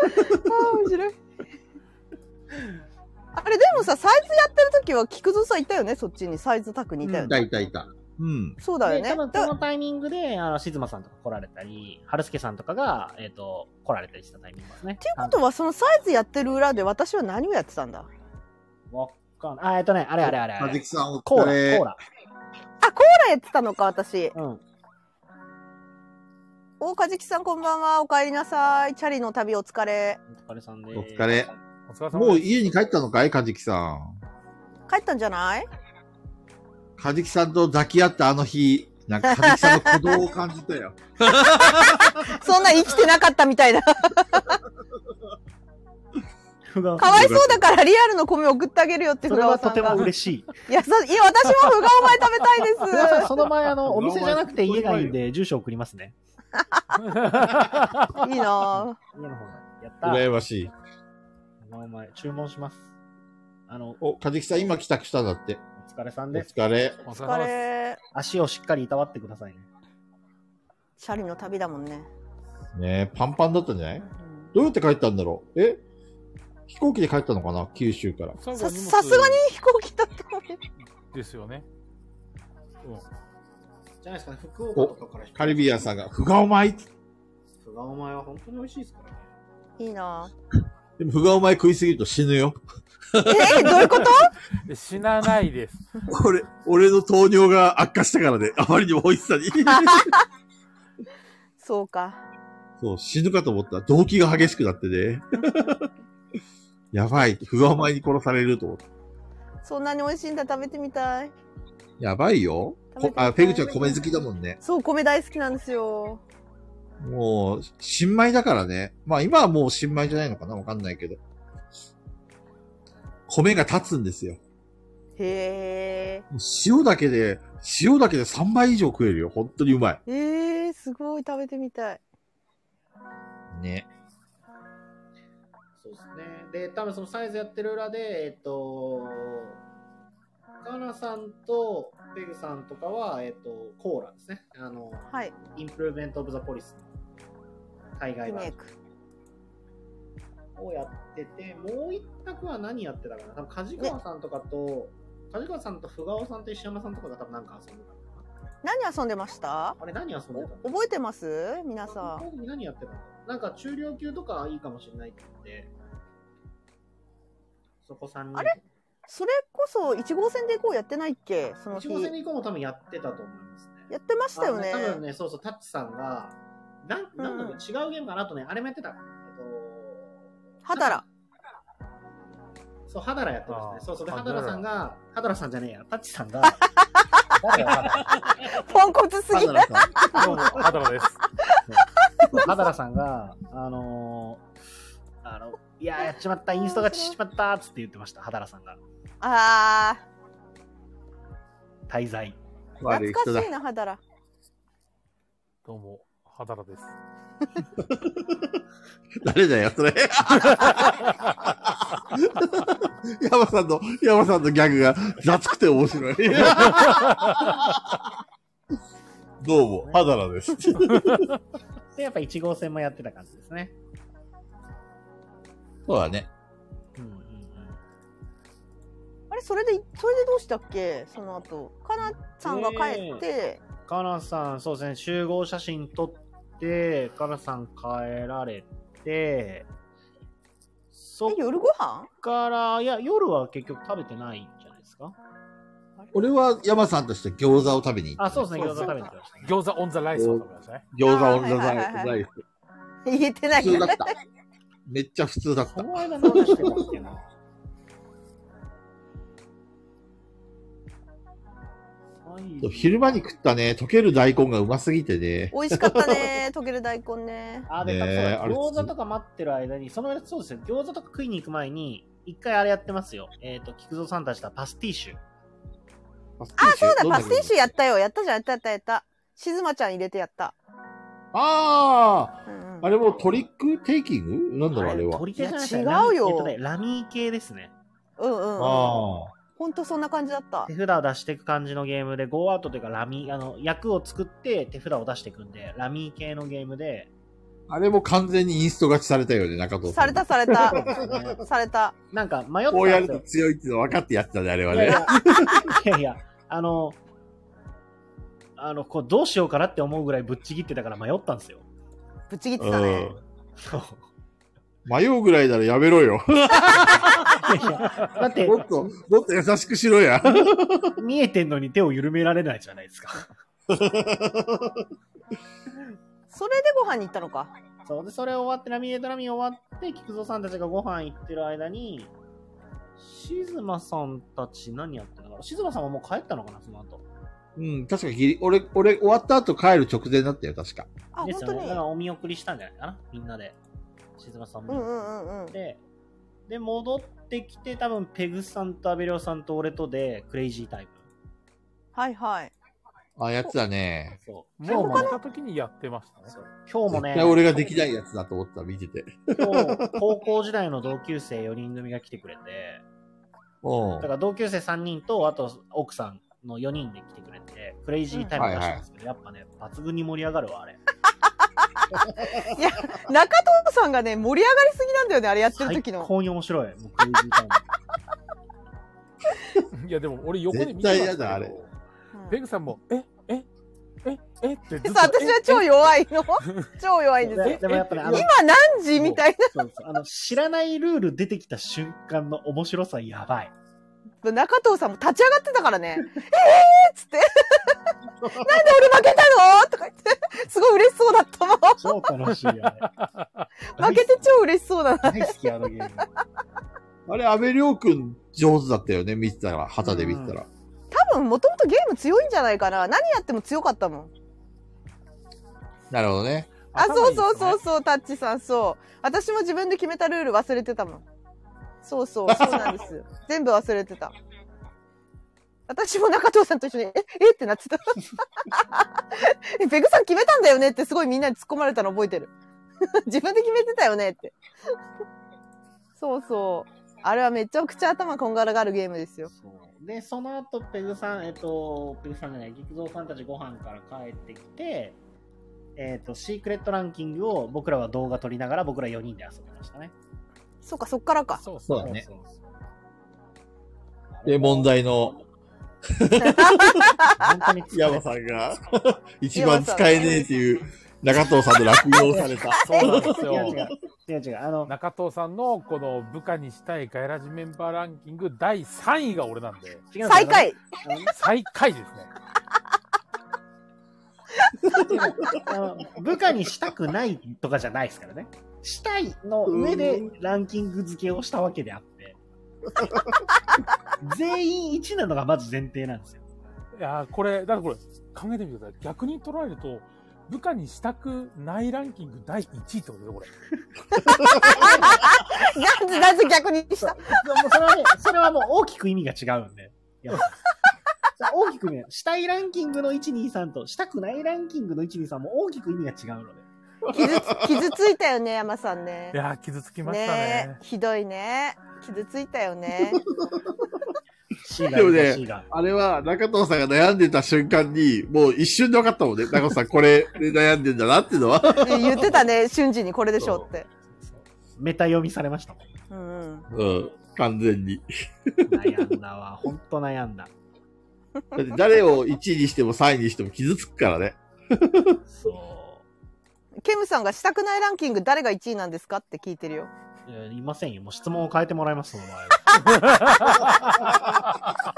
Speaker 3: あー面白い。あれでもさ、サイズやってる時は菊蔵さんいたよね、そっちに。サイズタクにいたよね。
Speaker 4: いたいたいた。うん。
Speaker 3: そうだ
Speaker 1: で
Speaker 3: よね
Speaker 1: 多。分こ
Speaker 3: だ
Speaker 1: のタイミングで、あの、静馬さんとか来られたり、春輔さんとかが、えっ、と、来られたりしたタイミングですね。って
Speaker 3: いうことは、そのサイズやってる裏で私は何をやってたんだコ
Speaker 1: わかんない。あ、えっ、とね、あれあれあれあ
Speaker 4: はじ
Speaker 1: れ
Speaker 4: き。さんお
Speaker 1: コー
Speaker 4: 疲
Speaker 1: ラ、
Speaker 4: れ
Speaker 1: コー。ラ。
Speaker 3: ーラやってたのか、私。
Speaker 1: うん。
Speaker 3: 大梶木さんこんばんは、お帰りなさい。チャリの旅お疲れ。
Speaker 1: お疲れさんで
Speaker 4: お疲れ。
Speaker 2: お疲れ様
Speaker 4: も
Speaker 2: で
Speaker 4: う
Speaker 2: す
Speaker 4: 家に帰ったのかいかじきさん。
Speaker 3: 帰ったんじゃない
Speaker 4: かじきさんと抱き合ったあの日、なんかかじきさんの鼓動を感じたよ。
Speaker 3: そんな生きてなかったみたいな。か
Speaker 1: ふが
Speaker 3: わいそうだからリアルの米送ってあげるよって
Speaker 1: そ
Speaker 3: ふ
Speaker 1: れ
Speaker 3: がお
Speaker 1: は
Speaker 3: さ
Speaker 1: と
Speaker 3: ん
Speaker 1: て
Speaker 3: が
Speaker 1: も。嬉
Speaker 3: [laughs]
Speaker 1: しい。
Speaker 3: いや、そういや、私もふがお前食べたいです。
Speaker 1: ふ [laughs] がさん、その前、あの、お
Speaker 4: ふがお前
Speaker 1: 店じゃなくて家がいいんで、住所送りますね。家
Speaker 3: いいな
Speaker 1: の方が。やったー。
Speaker 4: [laughs] 羨ましい。
Speaker 1: ふがお前、注文します。あの、
Speaker 4: お、かじきさん今帰宅したんだって。
Speaker 1: お疲れさん
Speaker 4: お
Speaker 1: です。
Speaker 4: 疲れ。
Speaker 2: お
Speaker 3: ぁ。
Speaker 2: 疲
Speaker 3: 疲
Speaker 2: れ様です。
Speaker 3: れ。
Speaker 1: 足をしっかりいたわってくださいね。
Speaker 3: チャリの旅だもんね。
Speaker 4: ねえ、パンパンだったんじゃな
Speaker 3: う
Speaker 4: い
Speaker 3: ん
Speaker 4: どうやって帰ったんだろうえ飛行機で帰ったのかな九州から。
Speaker 2: 最後
Speaker 3: さ、
Speaker 2: 荷物
Speaker 3: さすがに飛行機だと思う。
Speaker 2: ですよね。うん。
Speaker 1: じゃないですかね、福
Speaker 4: 岡と
Speaker 1: かから
Speaker 4: カリビアンさんが、ふがおまい
Speaker 1: ふがお前は本当に美味しいですからね。
Speaker 3: いいな
Speaker 4: でも、ふがおまい食いすぎると死ぬよ。
Speaker 3: ぁ。え、どういうこと
Speaker 2: で死なないです。
Speaker 4: 俺、俺の糖尿が悪化したからね。あまりにも美味しさ
Speaker 3: [laughs]
Speaker 4: に。
Speaker 3: そうか。
Speaker 4: そう、死ぬかと思った。動機が激しくなってね。やばい。ふがおまいに殺されると思った。
Speaker 3: そんなに美味しいんだ、食べてみたい。
Speaker 4: やばいよ。こあ、ペグちゃん米好きだもんね。
Speaker 3: そう、米大好きなんですよ。
Speaker 4: もう、新米だからね。まあ今はもう新米じゃないのかなわかんないけど。米が立つんですよ。
Speaker 3: へ
Speaker 4: もう塩だけで、塩だけで3倍以上食えるよ。本当にうまい。
Speaker 3: え。えー、すごい食べてみたい。
Speaker 4: ね。
Speaker 1: そうですね。で、多分そのサイズやってる裏で、えっと、カナさんとペグさんとかは、えっと、コーラですね。あの、
Speaker 3: はい。
Speaker 1: インプルーメント・オブ・ザ・ポリスの海外
Speaker 3: リ
Speaker 1: 版
Speaker 3: メイク。
Speaker 1: をやってて、もう一択は何やってたかな多分梶川さんとかと、梶川さんと深尾さんと石山さんとかが多分なんか遊んでたのか
Speaker 3: 何遊んでました
Speaker 1: なあれ何遊んでたの
Speaker 3: お覚えてます皆さん。
Speaker 1: ん。何やってたのなんか中量級とかいいかもしれないって言って、そこ3人。
Speaker 3: あれそれこそ1号線で行こうやってないっけその
Speaker 1: 一
Speaker 3: 日。
Speaker 1: 号線で行こうも多分やってたと思いますね。
Speaker 3: やってましたよね
Speaker 1: あ。の多分ね、そうそう、タッチさんが、なん、なんだろう、
Speaker 3: うん
Speaker 1: 違うゲームかなあとね、あれもやってた。えっと、
Speaker 3: はたら。
Speaker 1: そう、ハダラやってますね
Speaker 2: あ。ー
Speaker 1: そうそう、で、
Speaker 2: ハ
Speaker 1: ハ
Speaker 2: ダ
Speaker 1: ダ
Speaker 2: ラ
Speaker 1: ラさんが、ハダラさんじゃねえや、タッチさ
Speaker 2: [laughs]
Speaker 1: んが、誰がハダラ
Speaker 3: ポンコツすぎる。
Speaker 2: どうも、はたまです。
Speaker 1: そうハダラさんが、あのー、あの、いやー、やっちまった、インストがちまったっつって言ってました、ハダラさんが。
Speaker 3: あ
Speaker 1: 滞在。
Speaker 3: ー、
Speaker 4: 悪い人
Speaker 3: 懐
Speaker 4: だ
Speaker 3: かしい。な、はたら。
Speaker 2: どうも、はたらです。
Speaker 4: 誰だよ、それ。山さんの、山さんのギャグが雑くて面白い。どうも、ハダラです。
Speaker 1: で、やっぱ1号線もやってた感じですね。
Speaker 4: そうだね。
Speaker 1: うんうんうん。
Speaker 3: あれそれでそれでどうしたっけその後かなさんが帰って、
Speaker 1: かなさん、そうですね、集合写真撮って、かなさん帰られて、そっ
Speaker 3: え夜ご飯 [laughs]
Speaker 1: から、いや、夜は結局食べてないんじゃないですか
Speaker 4: 俺は山さんとして餃子を食べに行
Speaker 1: あ、
Speaker 4: った。
Speaker 1: そうですね、
Speaker 3: そ
Speaker 1: 餃
Speaker 3: う
Speaker 1: 子食べに行きましたね。
Speaker 2: 餃子オンザライスを食べましたね。
Speaker 4: 餃子を
Speaker 3: あーは
Speaker 4: ラ
Speaker 3: い
Speaker 4: ザ
Speaker 3: はいはいはい
Speaker 4: ライス。
Speaker 3: 言えてない
Speaker 4: 普通だった。めっちゃ普通だっ
Speaker 1: こ
Speaker 4: た。
Speaker 1: の間何してたっけな
Speaker 4: 昼間に食ったね、溶ける大根がうますぎてね。
Speaker 3: 美味しかったね [laughs] 溶ける大根ね
Speaker 1: あ、で、
Speaker 4: ねえ
Speaker 1: そうだ
Speaker 4: あれ
Speaker 1: 餃子とか待ってる間に、その間、そうですよ。餃子とか食いに行く前に、一回あれやってますよ。えっ、と、菊蔵さんたちとはパスティッシュ。
Speaker 4: あ、
Speaker 3: そうだパスティッシュやったよやったじゃんやったやったやったしずまちゃん入れてやった、
Speaker 4: あ
Speaker 3: うんうん
Speaker 4: ああれもトリックテイキングなんだろう、あれは。
Speaker 1: 取り手じゃないです
Speaker 3: いや
Speaker 1: か
Speaker 3: 違うよ
Speaker 1: ラミえっとねラミー系ですね。
Speaker 3: うんうんうん
Speaker 4: あ
Speaker 3: ほんとそんな感じだった
Speaker 1: 手札を出していく感じのゲームで、ゴーアウトというか、ラミー、あの、役を作って手札を出していくんで、ラミー系のゲームで、
Speaker 3: [laughs]
Speaker 4: あ。あれも完全にインスト勝ちされたよね、中藤さ
Speaker 3: され
Speaker 4: ん。
Speaker 3: たされた [laughs]
Speaker 1: そうですね
Speaker 3: された
Speaker 1: なんか迷ったんですよ。
Speaker 4: こうやると強いっていうの分かってやってたね、あれはい
Speaker 1: やい
Speaker 4: ね。
Speaker 1: や、 [laughs] いやいや、あの、あの、こう、どうしようかなって思うぐらいぶっちぎってたから迷ったんです
Speaker 4: [laughs]
Speaker 1: よ。
Speaker 3: ぶっちぎって
Speaker 4: う
Speaker 3: たね
Speaker 4: ん。迷うぐらいならやめろよ。
Speaker 1: いやいやだって、
Speaker 4: もっと、もっと優しくしろや。
Speaker 1: 見えてんのに手を緩められないじゃないですか。
Speaker 3: それでご飯に行ったのか
Speaker 1: そう。で、それ終わって、ラミエドラミ終わって、菊蔵さんたちがご飯行ってる間に、シズマさんたち何やってたのシズマさんはもう帰ったのかな、その後。
Speaker 4: うん、確かギリ、俺、俺終わった後帰る直前だったよ、確か。
Speaker 3: あ本
Speaker 1: です
Speaker 3: 当
Speaker 1: よね。
Speaker 3: に
Speaker 1: だからお見送りしたんじゃないかな、みんなで。シズマさん
Speaker 3: う
Speaker 1: も。
Speaker 3: んうんうんうん
Speaker 1: で、で、戻ってきて、多分ペグさんとアベリオさんと俺とで、クレイジータイム。
Speaker 3: はいはい
Speaker 4: あ、やつだね。
Speaker 1: そう。
Speaker 2: で
Speaker 1: 今日
Speaker 2: 僕
Speaker 1: も
Speaker 2: が
Speaker 1: ね
Speaker 2: 行っ、た時にやってましたね。
Speaker 1: そう今日も
Speaker 4: 絶
Speaker 1: ね
Speaker 4: 対、俺ができないやつだと思った、見てて。
Speaker 1: 今日、高校時代の同級生4人組が来てくれて、
Speaker 4: う
Speaker 1: だ
Speaker 4: ん
Speaker 1: か。ら同級生3人と、あと奥さんの4人で来てくれて、クレイジータイム出したんですけど、やっぱね、抜群に盛り上がるわ、あれ。
Speaker 3: 中藤さんがね盛り上がりすぎなんだよねあれやってる
Speaker 1: 最
Speaker 3: 時の
Speaker 1: 高に面白い、もうクレイジータイム。
Speaker 2: いや、でも俺横で見てましたけど
Speaker 4: 絶対嫌だあれ
Speaker 3: うん
Speaker 2: ペグさんも、え、え、え、えってず
Speaker 3: [laughs]
Speaker 2: っと。
Speaker 3: さ私は超弱い [laughs] の超弱いんですよ
Speaker 1: ででもやっぱね、あの、
Speaker 3: 今何時みたい
Speaker 1: そうそうあの知らないルール出てきた瞬間の面白さやばい。
Speaker 3: な中藤さんも立ち上がってたから [laughs] ね「えー!」っ [laughs] つって「なんで俺負けたの?」とか言ってすごい嬉しそうだったもん
Speaker 1: 超楽しいよね。
Speaker 3: [laughs] 負けて超嬉しそうだな
Speaker 1: 大好き、あのゲーム。
Speaker 4: あれ、安倍亮君上手だったよね、見てたら。旗で見てたら。
Speaker 3: 多分もともとゲーム強いんじゃないかな何やっても強かったもん
Speaker 4: なるほどね。
Speaker 3: あ
Speaker 2: 頭
Speaker 3: そ
Speaker 2: いういですね
Speaker 3: そうそうそうタッチさんそう私も自分で決めたルール忘れてたもんそ
Speaker 2: [laughs]
Speaker 3: うそうそうなんです全部忘れてた私も中藤さんと一緒に「ええっ?」てなってた [laughs] え「ペグさん決めたんだよね」ってすごいみんなに突っ込まれたの覚えてる [laughs] 自分で決めてたよねってそうそうあれはめちゃくちゃ頭こんがらがるゲームですよ
Speaker 1: そうで、その後、ペグさん、えっと、ペグさんじゃない、菊蔵さんたちご飯から帰ってきて、えっと、シークレットランキングを僕らは動画撮りながら僕ら4人で遊びましたね。
Speaker 3: そっかそっからか
Speaker 2: そうっす
Speaker 4: そうだ
Speaker 2: ね。
Speaker 4: ね。
Speaker 1: そうそうそう
Speaker 4: で、問。題の
Speaker 1: 本当に疲れ
Speaker 4: 山さんが [laughs] 一番使えねえっていう中藤さんの落語をされた。
Speaker 2: そうなんです
Speaker 1: 違う違
Speaker 2: よ。
Speaker 1: う。違う違う。あの、
Speaker 2: 中藤さんのこの部下にしたいガイラジメンバーランキング第3位が俺なんで、
Speaker 1: 違うんですよ
Speaker 3: 最下位
Speaker 1: あの
Speaker 2: 最下位ですね。
Speaker 1: あの部下にしたくないとかじゃないですからね。したいの上でランキング付けをしたわけであって。全員1なのがまず前提なんですよ。
Speaker 2: いやーこれ、だからこれ、考えてみてください。逆に捉えると、部下にしたくないランキング第1位ってことで、これ。
Speaker 3: なんでなんで逆にした
Speaker 1: でもそれはね、それはもう大きく意味が違うんで。いや
Speaker 4: [laughs]
Speaker 1: 大きくね、したいランキングの123と、したくないランキングの123も大きく意味が違うので。
Speaker 3: 傷つ傷ついたよね山さんね
Speaker 2: いやー傷つきましたね
Speaker 3: [laughs] ねえひどいね傷ついたよね
Speaker 1: C が
Speaker 4: でもね
Speaker 1: C が。
Speaker 4: あれは中藤さんが悩んでた瞬間に、もう一瞬で分かったもんね。中藤さん、これで悩んでんだなっていうのは。
Speaker 3: 言ってたね、瞬時にこれでしょって。
Speaker 1: メタ読みされましたもん。
Speaker 3: うんうん。
Speaker 4: うん、完全に。
Speaker 1: 悩んだわ。ほんと悩んだ。
Speaker 4: だって誰を1位にしても3位にしても傷つくからね。
Speaker 1: そ
Speaker 3: ケムさんがしたくないランキング誰が1位なんですかって聞いてるよ。
Speaker 1: う。いやいませんよ。もう質問を変えてもらいます、その場
Speaker 4: [laughs]
Speaker 1: 合は。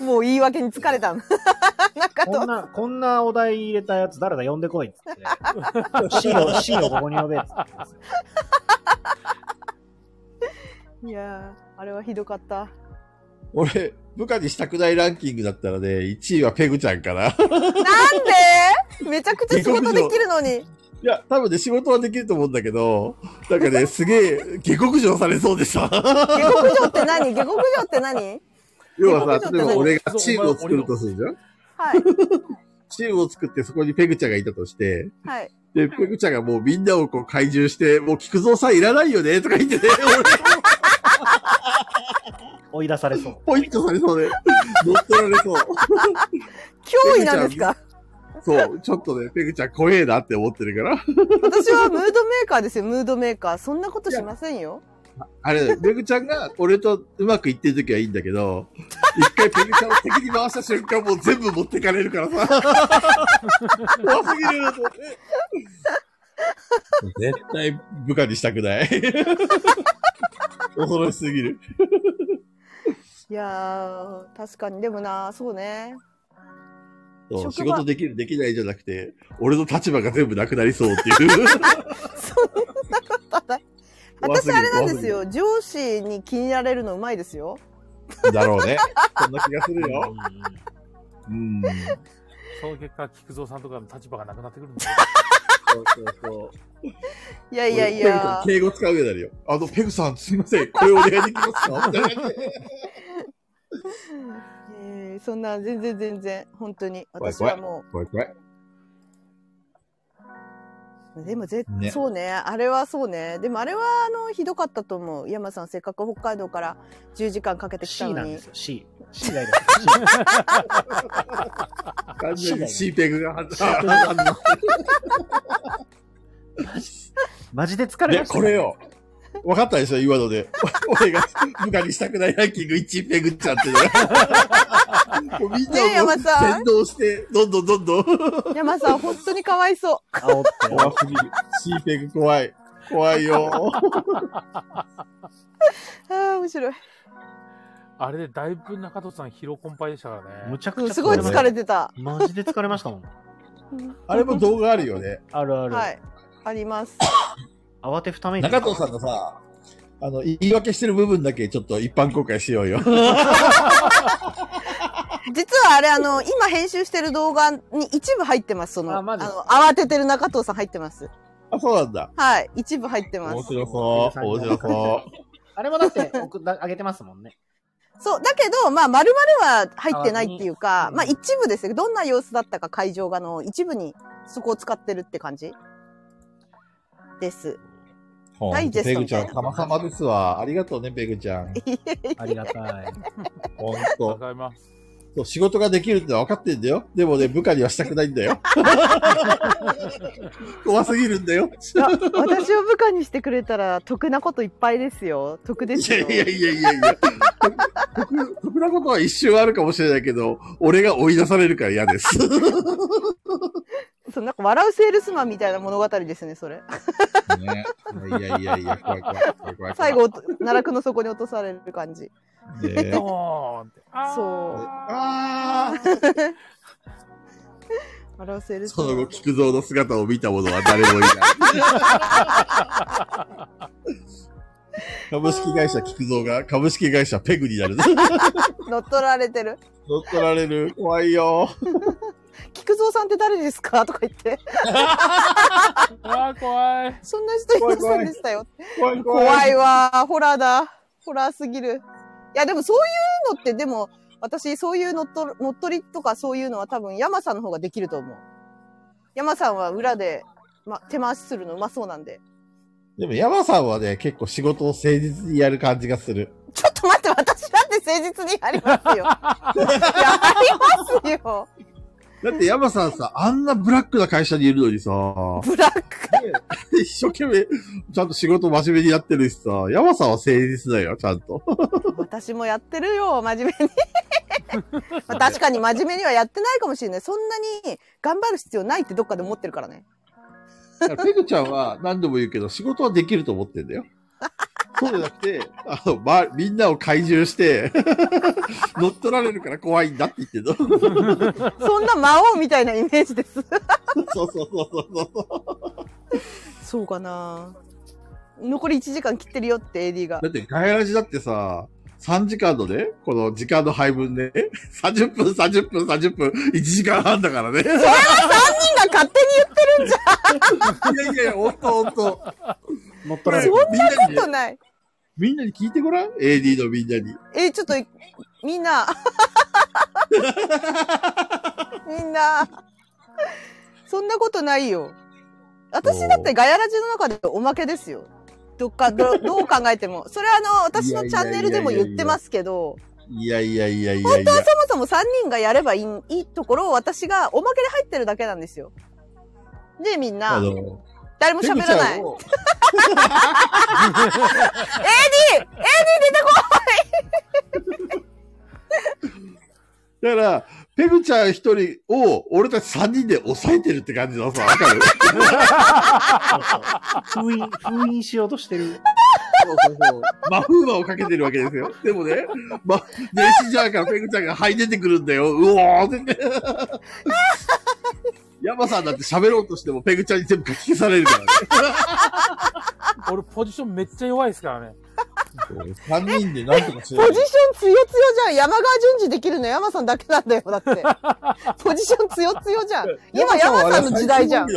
Speaker 3: もう言い訳に疲れた [laughs] の。中
Speaker 1: こん
Speaker 3: と。
Speaker 1: な、こんなお題入れたやつ誰だ呼んでこいっつって。C を、C をここに呼べっつってますよ。
Speaker 3: いやー、あれはひどか [laughs] った。
Speaker 4: 俺、部下にしたくないランキングだったらね、1位はペグちゃんかな。い
Speaker 3: なんでめちゃくちゃ仕事できるのに。
Speaker 4: や、多分ね、仕事はできると思うんだけど、なんかね、 [laughs] すげえ、下克上されそうでした。
Speaker 3: 下克上って何下克上って何
Speaker 4: 要はさ、
Speaker 3: 下克上って
Speaker 4: 例え
Speaker 3: 何
Speaker 4: ば俺がチームを作るとするじゃん
Speaker 3: はい。
Speaker 4: チームを作ってそこにペグちゃんがいたとして、
Speaker 3: はい。
Speaker 4: で、ペグちゃんがもうみんなをこう怪獣して、もう菊蔵さんいらないよねとか言ってね、
Speaker 1: 追い出されそう。
Speaker 4: 俺ポイントされそうで、
Speaker 3: [laughs]
Speaker 4: 乗っ取られそう。
Speaker 3: 脅威なんですか
Speaker 4: そう、ちょっとね、ペグちゃん怖えなって思ってるから。
Speaker 3: 私はムードメーカーですよ、ムードメーカー。そんなことしませんよ。
Speaker 4: あれ、ペグちゃんが俺とうまくいってる時はいいんだけど、一回ペグちゃんを敵に回した瞬間もう全部持ってかれるからさ。怖すぎるなと思って。絶対部下にしたくない。恐ろしすぎる。
Speaker 3: いやー、確かに。でもな、そうね。
Speaker 4: そ
Speaker 3: 職場
Speaker 4: う仕事できる、できないじゃなくて、俺の立場が全部なくなりそうっていう。怖す
Speaker 3: 私
Speaker 4: ぎる
Speaker 3: あれなんですよ。上司に気に入られるのうまいですよ。
Speaker 4: だろうね。そんな気がす
Speaker 1: う
Speaker 4: る
Speaker 1: ん
Speaker 4: よ。うん。
Speaker 2: その結果、菊蔵さんとかの立場がなくなってくるん
Speaker 3: [laughs]
Speaker 2: だよ。
Speaker 4: そうそうそう。
Speaker 3: いやいやいや。
Speaker 4: ペグさん敬語使うようになるよ。あの、ペグさん、すいません。これお願いできますかみたいな感じで
Speaker 3: えーそんな、全然全然。本当に。
Speaker 4: 怖い
Speaker 3: 私
Speaker 4: 怖い
Speaker 3: はも
Speaker 4: 怖い怖い。
Speaker 3: う。でもぜ、
Speaker 4: ね
Speaker 3: そうね。あれはそうね。でもあれは、あの、ひどかったと思う。山さん、せっかく北海道から10時間かけてきた
Speaker 1: C な
Speaker 3: の
Speaker 1: ん
Speaker 3: に
Speaker 1: で。すよ、C。C [laughs] がいる。
Speaker 4: [laughs] 完全にシーペグが反
Speaker 1: マジで疲
Speaker 4: い
Speaker 1: れ
Speaker 4: や、
Speaker 1: ました。
Speaker 4: これ。よ。分かったでしょ今ので。俺が部下にしたくないランキング1位ペグちゃんっていうのがもうみん
Speaker 3: ねえ
Speaker 4: なを
Speaker 3: 山さん
Speaker 4: 先導して、どんどんどんどん。
Speaker 3: 山さん、本当にかわいそう。
Speaker 1: 煽ってよ。
Speaker 4: 怖すぎる。シーペグ怖い。怖いよ。
Speaker 3: ああ、面白い。
Speaker 2: あれでだいぶ中戸さん疲労困憊でしたから
Speaker 1: む
Speaker 2: ね。
Speaker 1: ちゃくちゃ
Speaker 3: すごい
Speaker 1: れま
Speaker 3: 疲れてた。
Speaker 1: した。マジで疲れましたもん。
Speaker 4: あれも動画あるよね。
Speaker 1: あるある。
Speaker 3: はい。あります。
Speaker 1: 慌てふために。
Speaker 4: 中藤さんのさ、あの、言い訳してる部分だけちょっと一般公開しようよ。
Speaker 3: 実はあれ、あの、今編集してる動画に一部入ってます。その、
Speaker 1: あマジ
Speaker 3: の、慌ててる中藤さん入ってます。
Speaker 4: あ、そうなんだ。
Speaker 3: はい。一部入ってま
Speaker 4: 面
Speaker 3: す。
Speaker 4: 白そう。面白そ
Speaker 1: あれもだって、送っあげてますも
Speaker 3: [laughs]
Speaker 1: んね。
Speaker 3: そう。だけど、まあ、丸々は入ってないっていうか、
Speaker 1: あ
Speaker 3: まあ、一部ですよ。どんな様子だったか会場がの一部にそこを使ってるって感じです。 [laughs]
Speaker 4: う。ほんと
Speaker 3: ダイジェス
Speaker 4: ペ
Speaker 3: ト
Speaker 4: グ
Speaker 3: み
Speaker 4: ち
Speaker 3: たい
Speaker 4: ゃ、
Speaker 3: なん
Speaker 4: 様々ですわ。ありがとうね、ペグちゃん。
Speaker 1: ありがたい。
Speaker 4: ほん
Speaker 2: わ
Speaker 4: と
Speaker 2: かります。
Speaker 4: そう。仕事ができるってのは分かってんだよ。でもね、部下にはしたくないんだよ。 [laughs] 怖すぎるんだよ。
Speaker 3: いや私を部下にしてくれたら、得なこといっぱいですよ。得で
Speaker 4: い
Speaker 3: す
Speaker 4: や
Speaker 3: よ。
Speaker 4: いやいやいやいや。得得なことは一瞬あるかもしれないけど、俺が追い出されるから嫌です。
Speaker 3: そう、なんか笑うセールスマンみたいな物語ですね、そ [laughs] れ。
Speaker 4: ね、いやいやいや、怖い怖い怖い怖い怖い。
Speaker 3: 最後、奈落の底に落とされる感じ。
Speaker 4: [laughs] ね
Speaker 2: ドーンって。あー
Speaker 3: そう
Speaker 4: ああ
Speaker 3: 笑うセールス
Speaker 4: そ
Speaker 3: マ
Speaker 4: の後、
Speaker 3: ン。
Speaker 4: 菊蔵の姿を見た者は誰もいない。 [laughs] 株式会社菊蔵が株式会社ペグになる。
Speaker 3: 乗っ取られてる。
Speaker 4: 乗っ取られる。怖いよ。
Speaker 3: 菊蔵さんって誰ですかとか言って。
Speaker 2: あー、怖い。
Speaker 3: [laughs] そんな人いませんでしたよ。
Speaker 4: 怖い
Speaker 3: 怖
Speaker 4: 怖
Speaker 3: い
Speaker 4: い。
Speaker 3: わ。ホラーだ。ホラーすぎる。いや、でもそういうのって、でも、私、そういう乗っ取る乗っ取りとかそういうのは多分、山さんの方ができると思う。山さんは裏で、ま、手回しするのうまそうなんで。
Speaker 4: でも山さんはね、結構仕事を誠実にやる感じがする。
Speaker 3: ちょっと待って、私なんて誠誠実にやりますよ。やりますよ。
Speaker 4: だって山さんさ、あんなブラックな会社にいるのにさ、
Speaker 3: ブラック。
Speaker 4: 一生懸命、ちゃんと仕事真面目にやってるしさ、山さんは誠実だよ、ちゃんと。
Speaker 3: 私もやってるよ、真面目に。まあ確かに真面目にはやってないかもしれない。そんなに頑張る必要ないってどっかで思ってるからね。
Speaker 4: だからペグちゃんは何度も言うけど、仕事はできると思ってんだよ。そうじゃなくて、あの、ま、みんなを怪獣して、 [laughs] 乗っ取られるから怖いんだって言ってるの。 [laughs]
Speaker 3: そんな魔王みたいなイメージです。
Speaker 4: そうそうそうそうそう。
Speaker 3: そうかな。残り1時間切ってるよって AD が
Speaker 4: だ。ってガヤラジだってさ、3時間のね、この時間の配分で、ね、30分、30分、30分、1時間半だからね。
Speaker 3: みんな [laughs] 勝手に言って
Speaker 4: いやいやいや、ほんとほんと。
Speaker 1: 乗っ取られ
Speaker 3: そ
Speaker 1: る
Speaker 3: う。
Speaker 4: みんな
Speaker 3: る
Speaker 4: に
Speaker 3: こ
Speaker 4: ね、
Speaker 3: とない。
Speaker 4: みんなに聞いてごらん ?AD のみんなに。
Speaker 3: えーちょっと、みん [laughs] な。みんな。そんなことないよ。私だってガヤラジの中でおまけですよ。どっか、 [laughs] どどう考えても。それはあの、私のチャンネルでも言ってますけど、
Speaker 4: いやいやいやいやいや。
Speaker 3: そもそも3人がやればいいいいところを私がおまけで入ってるだけなんですよ。ねえみん
Speaker 4: あ
Speaker 3: な、
Speaker 4: の、
Speaker 3: 誰も喋らない。エ
Speaker 4: ペグちゃんを
Speaker 3: ディエディ出てこ
Speaker 4: だから、ペグちゃん一人を俺たち3人で抑えてるって感じのさ、わか [laughs] る
Speaker 1: 封印、封印しようとしてる。
Speaker 4: そうそうそう。マフーマをかけてるわけですよ。でもね、ま、電子ジャーからペグちゃんが這い出てくるんだよ。うおーってね。ヤマさんだって喋ろうとしてもペグちゃんに全部書き消されるからね。
Speaker 2: 俺ポジションめっちゃ弱いですからね。
Speaker 4: 3人でなんとかし
Speaker 3: ポジション強強じゃん。山川淳二できるの山さんだけなんだよ。だ [laughs] って。ポジション強強じゃん。今山さんの時代じゃん。。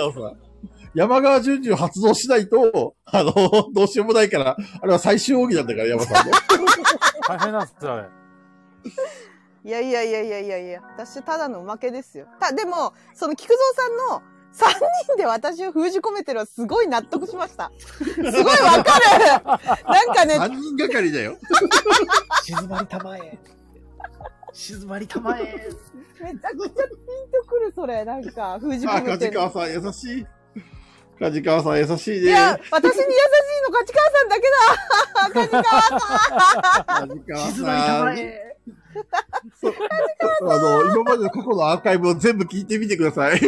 Speaker 4: 山川淳二を発動しないと、あの、どうしようもないから、あれは最終奥義なんだから、山さんね。
Speaker 3: [laughs]
Speaker 2: 大変なんですよ、あれ。
Speaker 3: いやいやいやいやいやいや。私ただのおまけですよ。た、でも、その菊蔵さんの3人で私を封じ込めてるのはすごい納得しました。すごいわかるなんかね、
Speaker 4: 3人がかりだよ。
Speaker 1: 静まりたまえ。静まりたまえ。
Speaker 3: めちゃくちゃピンとくる、それ。なんか、封じ
Speaker 4: あ、
Speaker 3: 込めて
Speaker 4: 梶
Speaker 3: る。
Speaker 4: 川さん優しい。梶川さん優しい
Speaker 3: い
Speaker 4: ね。
Speaker 3: や、私に優しいの梶川さんだけだ [laughs] 梶川さん
Speaker 4: 梶川
Speaker 1: 静まりた
Speaker 4: さ
Speaker 1: ま
Speaker 4: ん。
Speaker 1: え。
Speaker 4: そうあの、今までの過去のアーカイブを全部聞いてみてください。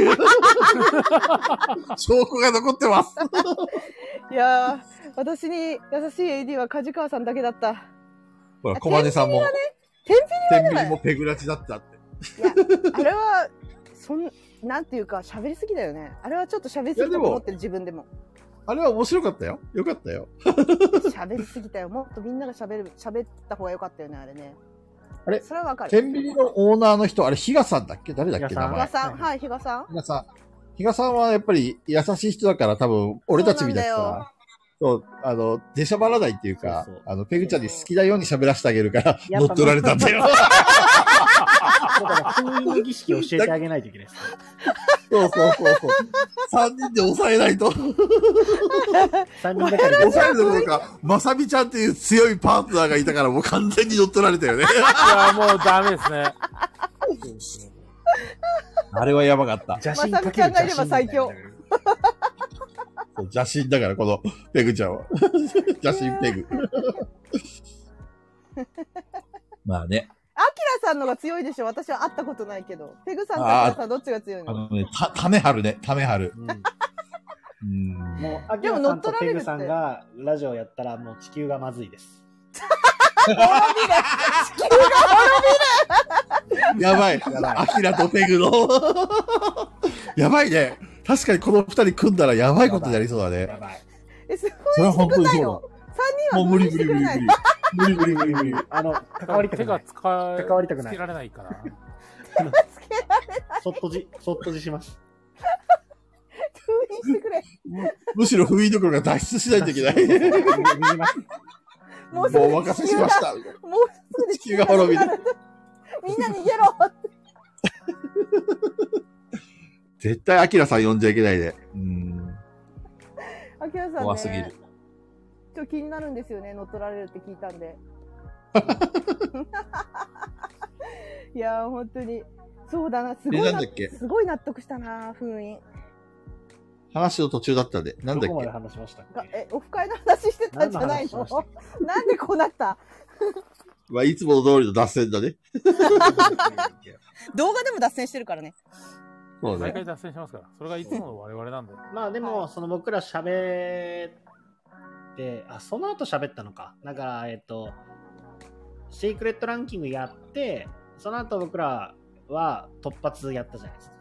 Speaker 4: 証拠が残ってます。
Speaker 3: いやー、私に優しい AD は梶川さんだけだった。
Speaker 4: ほら、
Speaker 3: 小金
Speaker 4: さんも、
Speaker 3: 天
Speaker 4: 天
Speaker 3: 秤は
Speaker 4: 秤
Speaker 3: ね
Speaker 4: もペグラチだったって。
Speaker 3: あれは、そん、なんていうか、喋りすぎだよね。あれはちょっと喋りすぎ
Speaker 4: いや
Speaker 3: だ
Speaker 4: で
Speaker 3: と
Speaker 4: も
Speaker 3: 思ってる自分で
Speaker 4: [laughs]
Speaker 3: も。
Speaker 4: あれは面白かったよ。よかったよ。
Speaker 3: 喋りすぎたよ。もっとみんなが喋る、喋った方が良かったよね、あれね。
Speaker 4: あれ
Speaker 3: それはわか
Speaker 4: 天
Speaker 3: る。
Speaker 4: 秤のオーナーの人、あれ、ヒガさんだっけ誰だっけ
Speaker 2: 比嘉さ
Speaker 4: 名
Speaker 2: ん
Speaker 3: 比
Speaker 4: 前
Speaker 3: 嘉。さん、はい、比嘉さん。
Speaker 4: ヒガさん。ヒガさんはやっぱり優しい人だから多分、俺たちみたいな
Speaker 3: そうなんだ
Speaker 4: さ、そう、あの、出しゃばらないっていうか、
Speaker 1: そうそう
Speaker 4: あの、ペグちゃんに好きなように喋らせてあげるから、
Speaker 3: や
Speaker 4: 乗
Speaker 3: っ
Speaker 4: っ
Speaker 3: ぱ
Speaker 4: 取られたんだよ。
Speaker 1: だから封印儀式を教えてあげないといけないですね。
Speaker 4: そうそうそうそう。三人で抑えないと。
Speaker 1: 三人だけで。
Speaker 4: 抑えるどころか、まさみちゃんっていう強いパートナーがいたから、もう完全に乗っ取られたよね。
Speaker 2: いや、もうダメですね。
Speaker 4: [laughs] あれはやばかった。
Speaker 1: 邪
Speaker 3: 神かける邪神みたいなまさみちゃんがいれば最強。
Speaker 4: 邪神だから、このペグちゃんは。邪神ペグ。 [laughs] まあね、
Speaker 3: 比嘉さんのが強いでしょ。私は会ったことないけど。ペグさんと
Speaker 4: あ
Speaker 3: 比
Speaker 4: ー
Speaker 3: 嘉さんどっちが強い
Speaker 4: あ
Speaker 3: の
Speaker 4: のね、た、ためはるね、ためはる。うん
Speaker 1: もう、アキラさんとペグさんがラジオやったら、もう地球がまずいです。
Speaker 4: やばい。
Speaker 1: やばい
Speaker 4: アキラとペグの。 [laughs] やばいね。確かにこの二人組んだらやばいことになりそうだね
Speaker 1: や。ばい。
Speaker 3: え、すごい。
Speaker 4: それは本当にそうだ。
Speaker 3: 3人
Speaker 4: [laughs] も
Speaker 3: は
Speaker 4: う無理無
Speaker 3: して
Speaker 4: 理
Speaker 3: く
Speaker 4: 無
Speaker 3: れ
Speaker 4: 理
Speaker 3: ない。
Speaker 4: 無理無理無理無理無理。
Speaker 1: [laughs] あの、関わりたく
Speaker 2: 手
Speaker 1: な
Speaker 2: が
Speaker 3: [laughs]
Speaker 1: い。
Speaker 2: 使え、
Speaker 1: 関わりたくない
Speaker 2: つけられないから。
Speaker 1: そっとじ、そっとじし
Speaker 3: [laughs]
Speaker 1: ます。
Speaker 3: 封印してくれ。
Speaker 4: むしろ不意どころが脱出しないといけない。
Speaker 1: 逃げます。
Speaker 3: も
Speaker 4: も
Speaker 3: うすぐ
Speaker 4: うお任せしました。
Speaker 3: もうすぐ
Speaker 4: 地球が滅びる。
Speaker 3: みんな逃げ
Speaker 4: [laughs]
Speaker 3: ろ。
Speaker 4: 絶対アキラさん呼んじゃいけないで。うん。
Speaker 3: あきらさん、ね、
Speaker 4: 怖すぎる。
Speaker 3: ちょっと気になるんですよね、乗っ取られるって聞いたんで。いやー、本当に。そうだな、すごい
Speaker 4: え
Speaker 3: な
Speaker 4: なんだっけ
Speaker 3: すごい納得したな、封印。
Speaker 4: 話の途中だったで。なんだ
Speaker 1: ど
Speaker 4: っ
Speaker 1: こま
Speaker 4: け
Speaker 1: で話しましたっ
Speaker 3: が
Speaker 1: け
Speaker 3: え、オフ会の話してたんじゃな
Speaker 1: 何
Speaker 3: い
Speaker 1: の話しま
Speaker 3: の
Speaker 1: したっ
Speaker 3: なんでこうなった
Speaker 4: まあ、いつもの通りの脱線だね。
Speaker 3: 動画でも脱線してるからね。
Speaker 4: そう
Speaker 2: 毎
Speaker 4: ね。
Speaker 2: 回脱線しますから。それがいつもの我々なんで。
Speaker 1: まあでも、
Speaker 3: は
Speaker 1: その僕ら喋って、あ、その後喋ったのか。だから、えっと、シークレットランキングやって、その後僕らは突発やったじゃないですか。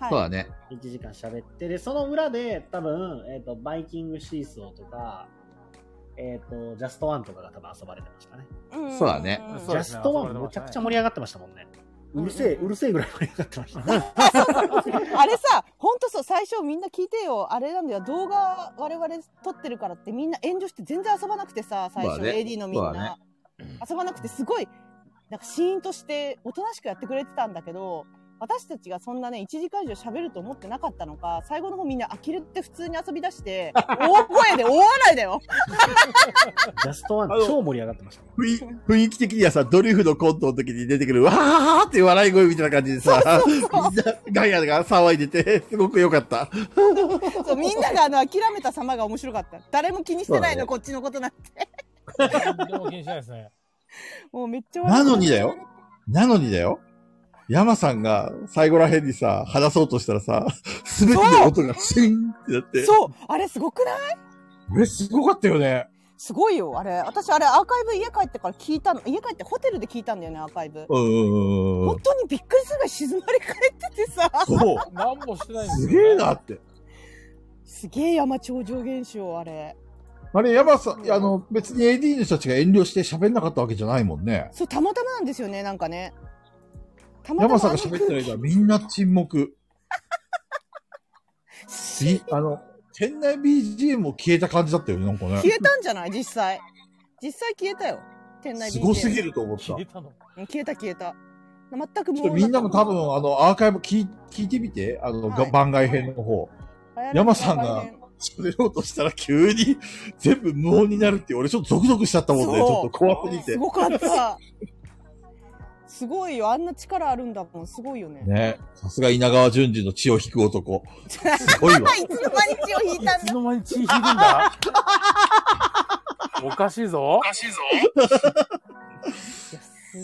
Speaker 3: はい。
Speaker 4: そうだね。
Speaker 1: 1時間喋って、で、その裏で多分、えっと、バイキングシーソーとか、えっと、ジャストワンとかが多分遊ばれてましたね。
Speaker 3: ん
Speaker 4: そうだね
Speaker 2: そ
Speaker 1: ジ
Speaker 2: う
Speaker 1: ャ
Speaker 2: ですね
Speaker 1: ストワ
Speaker 2: 遊
Speaker 1: ン
Speaker 2: ばれてま
Speaker 1: む
Speaker 2: し
Speaker 1: ち
Speaker 2: た
Speaker 1: ゃ
Speaker 2: ね
Speaker 1: くちゃ盛り上がってましたもんね。
Speaker 3: うん
Speaker 1: うるせえ、うるせえぐらい盛り上がってました。
Speaker 3: あそうそう [laughs] あれさ、ほんとそう、最初みんな聞いてよ。あれなんだよ。動画我々撮ってるからってみんな炎上して全然遊ばなくてさ、最初、
Speaker 4: まあね
Speaker 3: AD のみんな、
Speaker 4: ま
Speaker 3: 遊ばなくてすごい、なんかシーンとしておとなしくやってくれてたんだけど、私たちがそんなね、1時間以上喋ると思ってなかったのか、最後の方みんな呆れて普通に遊び出
Speaker 4: [laughs]
Speaker 3: して、大声で大笑いだよ。
Speaker 1: ジャストワン
Speaker 4: あの
Speaker 1: 超盛り上がってましたもん。
Speaker 4: 雰囲雰囲気的にはさ、ドリフのコントの時に出てくる、わーって笑い声みたいな感じでさ、みんなガヤが騒いでて、すごく良かった。
Speaker 3: そう、みんながあの、諦めた様が面白かった。誰も気にしてないの、こっちのことなんて。
Speaker 9: でも気にしないですね。
Speaker 3: もうめっちゃ笑
Speaker 4: な
Speaker 3: っ
Speaker 4: のにだよ。なのにだよ。山さんが最後らへんにさ、話そうとしたらさ、すべての音がシーンってなって。
Speaker 3: そう、あれすごくない
Speaker 4: え、すごかったよね。
Speaker 3: すごいよ、あれ。私、あれ、アーカイブ家帰ってから聞いたの。家帰ってホテルで聞いたんだよね、アーカイブ。
Speaker 4: うんうんうんうんう
Speaker 3: 本
Speaker 4: ん。
Speaker 3: 当にびっくりするぐらい静まり返っててさ。
Speaker 4: そう。
Speaker 9: 何もしてないんです
Speaker 4: す
Speaker 9: よ、
Speaker 4: げえなって。
Speaker 3: すげえ山頂上現象、あれ。
Speaker 4: あれ、山さん、いやあの、別に AD の人たちが遠慮して喋んなかったわけじゃないもんね。
Speaker 3: そう、たまたまなんですよね、なんかね。たまたま。
Speaker 4: 山さんが喋ってる間、みんな沈黙。いあの、店内 BGM も消えた感じだったよね、なんか
Speaker 3: 消
Speaker 4: ね。
Speaker 3: えたんじゃない実際。実際消えたよ。店内 BGM
Speaker 4: すごすぎ。ると思った。ち
Speaker 2: 消え
Speaker 4: ょ
Speaker 2: たの。
Speaker 3: うん消えた、消えた。全く
Speaker 4: っとみんなも多分、あの、アーカイブ聞い聞いてみて、あの、が
Speaker 3: はい
Speaker 4: 番外編の方。
Speaker 3: 分
Speaker 4: 山さんが喋ろうとしたら急に全部無音になるって、俺ちょっとゾクゾクしちゃったもんね。ち
Speaker 3: そう
Speaker 4: ょっと怖すぎて
Speaker 3: す。ごかった。すごいよ。あんな力あるんだもん。すごいよね。
Speaker 4: ね。さすが稲川淳二の血を引く男。すごい
Speaker 3: [laughs]
Speaker 4: わ。
Speaker 3: いつの間に血を引いたん
Speaker 2: いつの間に血引いてんだおかしいぞ。